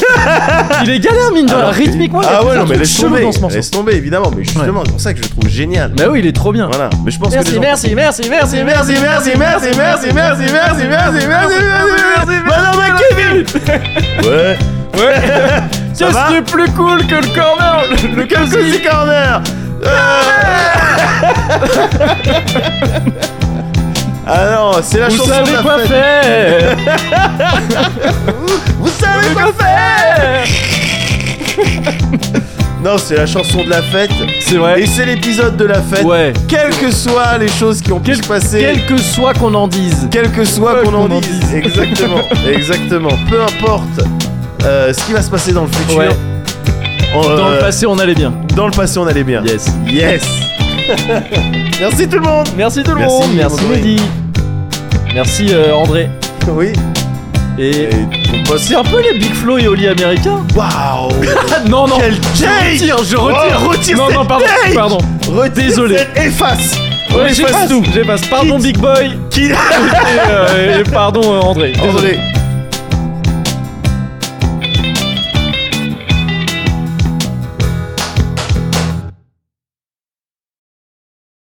A: Il est galère mine de rien.
B: Alors,
A: rythmiquement. il y a
B: Ah ouais,
A: plusieurs
B: non, mais
A: trucs
B: laisse
A: chelous
B: tomber,
A: dans ce morceau.
B: laisse tomber, évidemment, mais justement, c'est pour ça que je le trouve génial.
A: Bah oui, il est trop bien.
B: Voilà, mais je pense que les
A: Merci,
B: gens-
A: merci, merci, merci, merci, merci, merci, merci, merci, merci, merci, merci, merci, merci.
B: Ouais, Ça
A: Qu'est-ce
B: va
A: qui est plus cool que le corner Le, le
B: comme
A: Kelsey.
B: Cozy Corner [laughs] Ah non, c'est la
A: Vous
B: chanson de
A: savez
B: la
A: quoi
B: fête. [laughs]
A: faire
B: Vous savez quoi Non, c'est la chanson de la fête.
A: C'est
B: Et
A: vrai.
B: c'est l'épisode de la fête.
A: Ouais.
B: Quelles que soient les choses qui ont pu
A: Quel-
B: se passer,
A: Quel que soit qu'on en dise.
B: quel que soit
A: Quoi
B: qu'on en
A: qu'on en
B: dise.
A: dise. [laughs]
B: Exactement, exactement. Peu importe euh, ce qui va se passer dans le futur.
A: Ouais.
B: on,
A: Dans
B: euh,
A: le passé, on allait bien.
B: dans le passé, on allait bien.
A: Yes.
B: Yes. [laughs] Merci tout le monde.
A: Merci tout le
B: Merci,
A: monde. Merci
B: André.
A: Mehdi. Merci euh, André.
B: Oui.
A: Et
B: Et ton pote-
A: c'est un peu les Big Flow et Oli américains.
B: Waouh.
A: Ah, [laughs] non, non.
B: Quel
A: Je
B: take
A: retire, je retire.
B: Oh, retire
A: non,
B: cette
A: non, pardon.
B: take
A: Pardon.
B: Retire
A: Désolé.
B: cette- Efface.
A: Ouais,
B: Efface
A: [laughs] j'efface tout. J'efface. Pardon Big Boy.
B: Qui
A: Et, euh, et pardon euh, André. Désolé.
B: Désolé.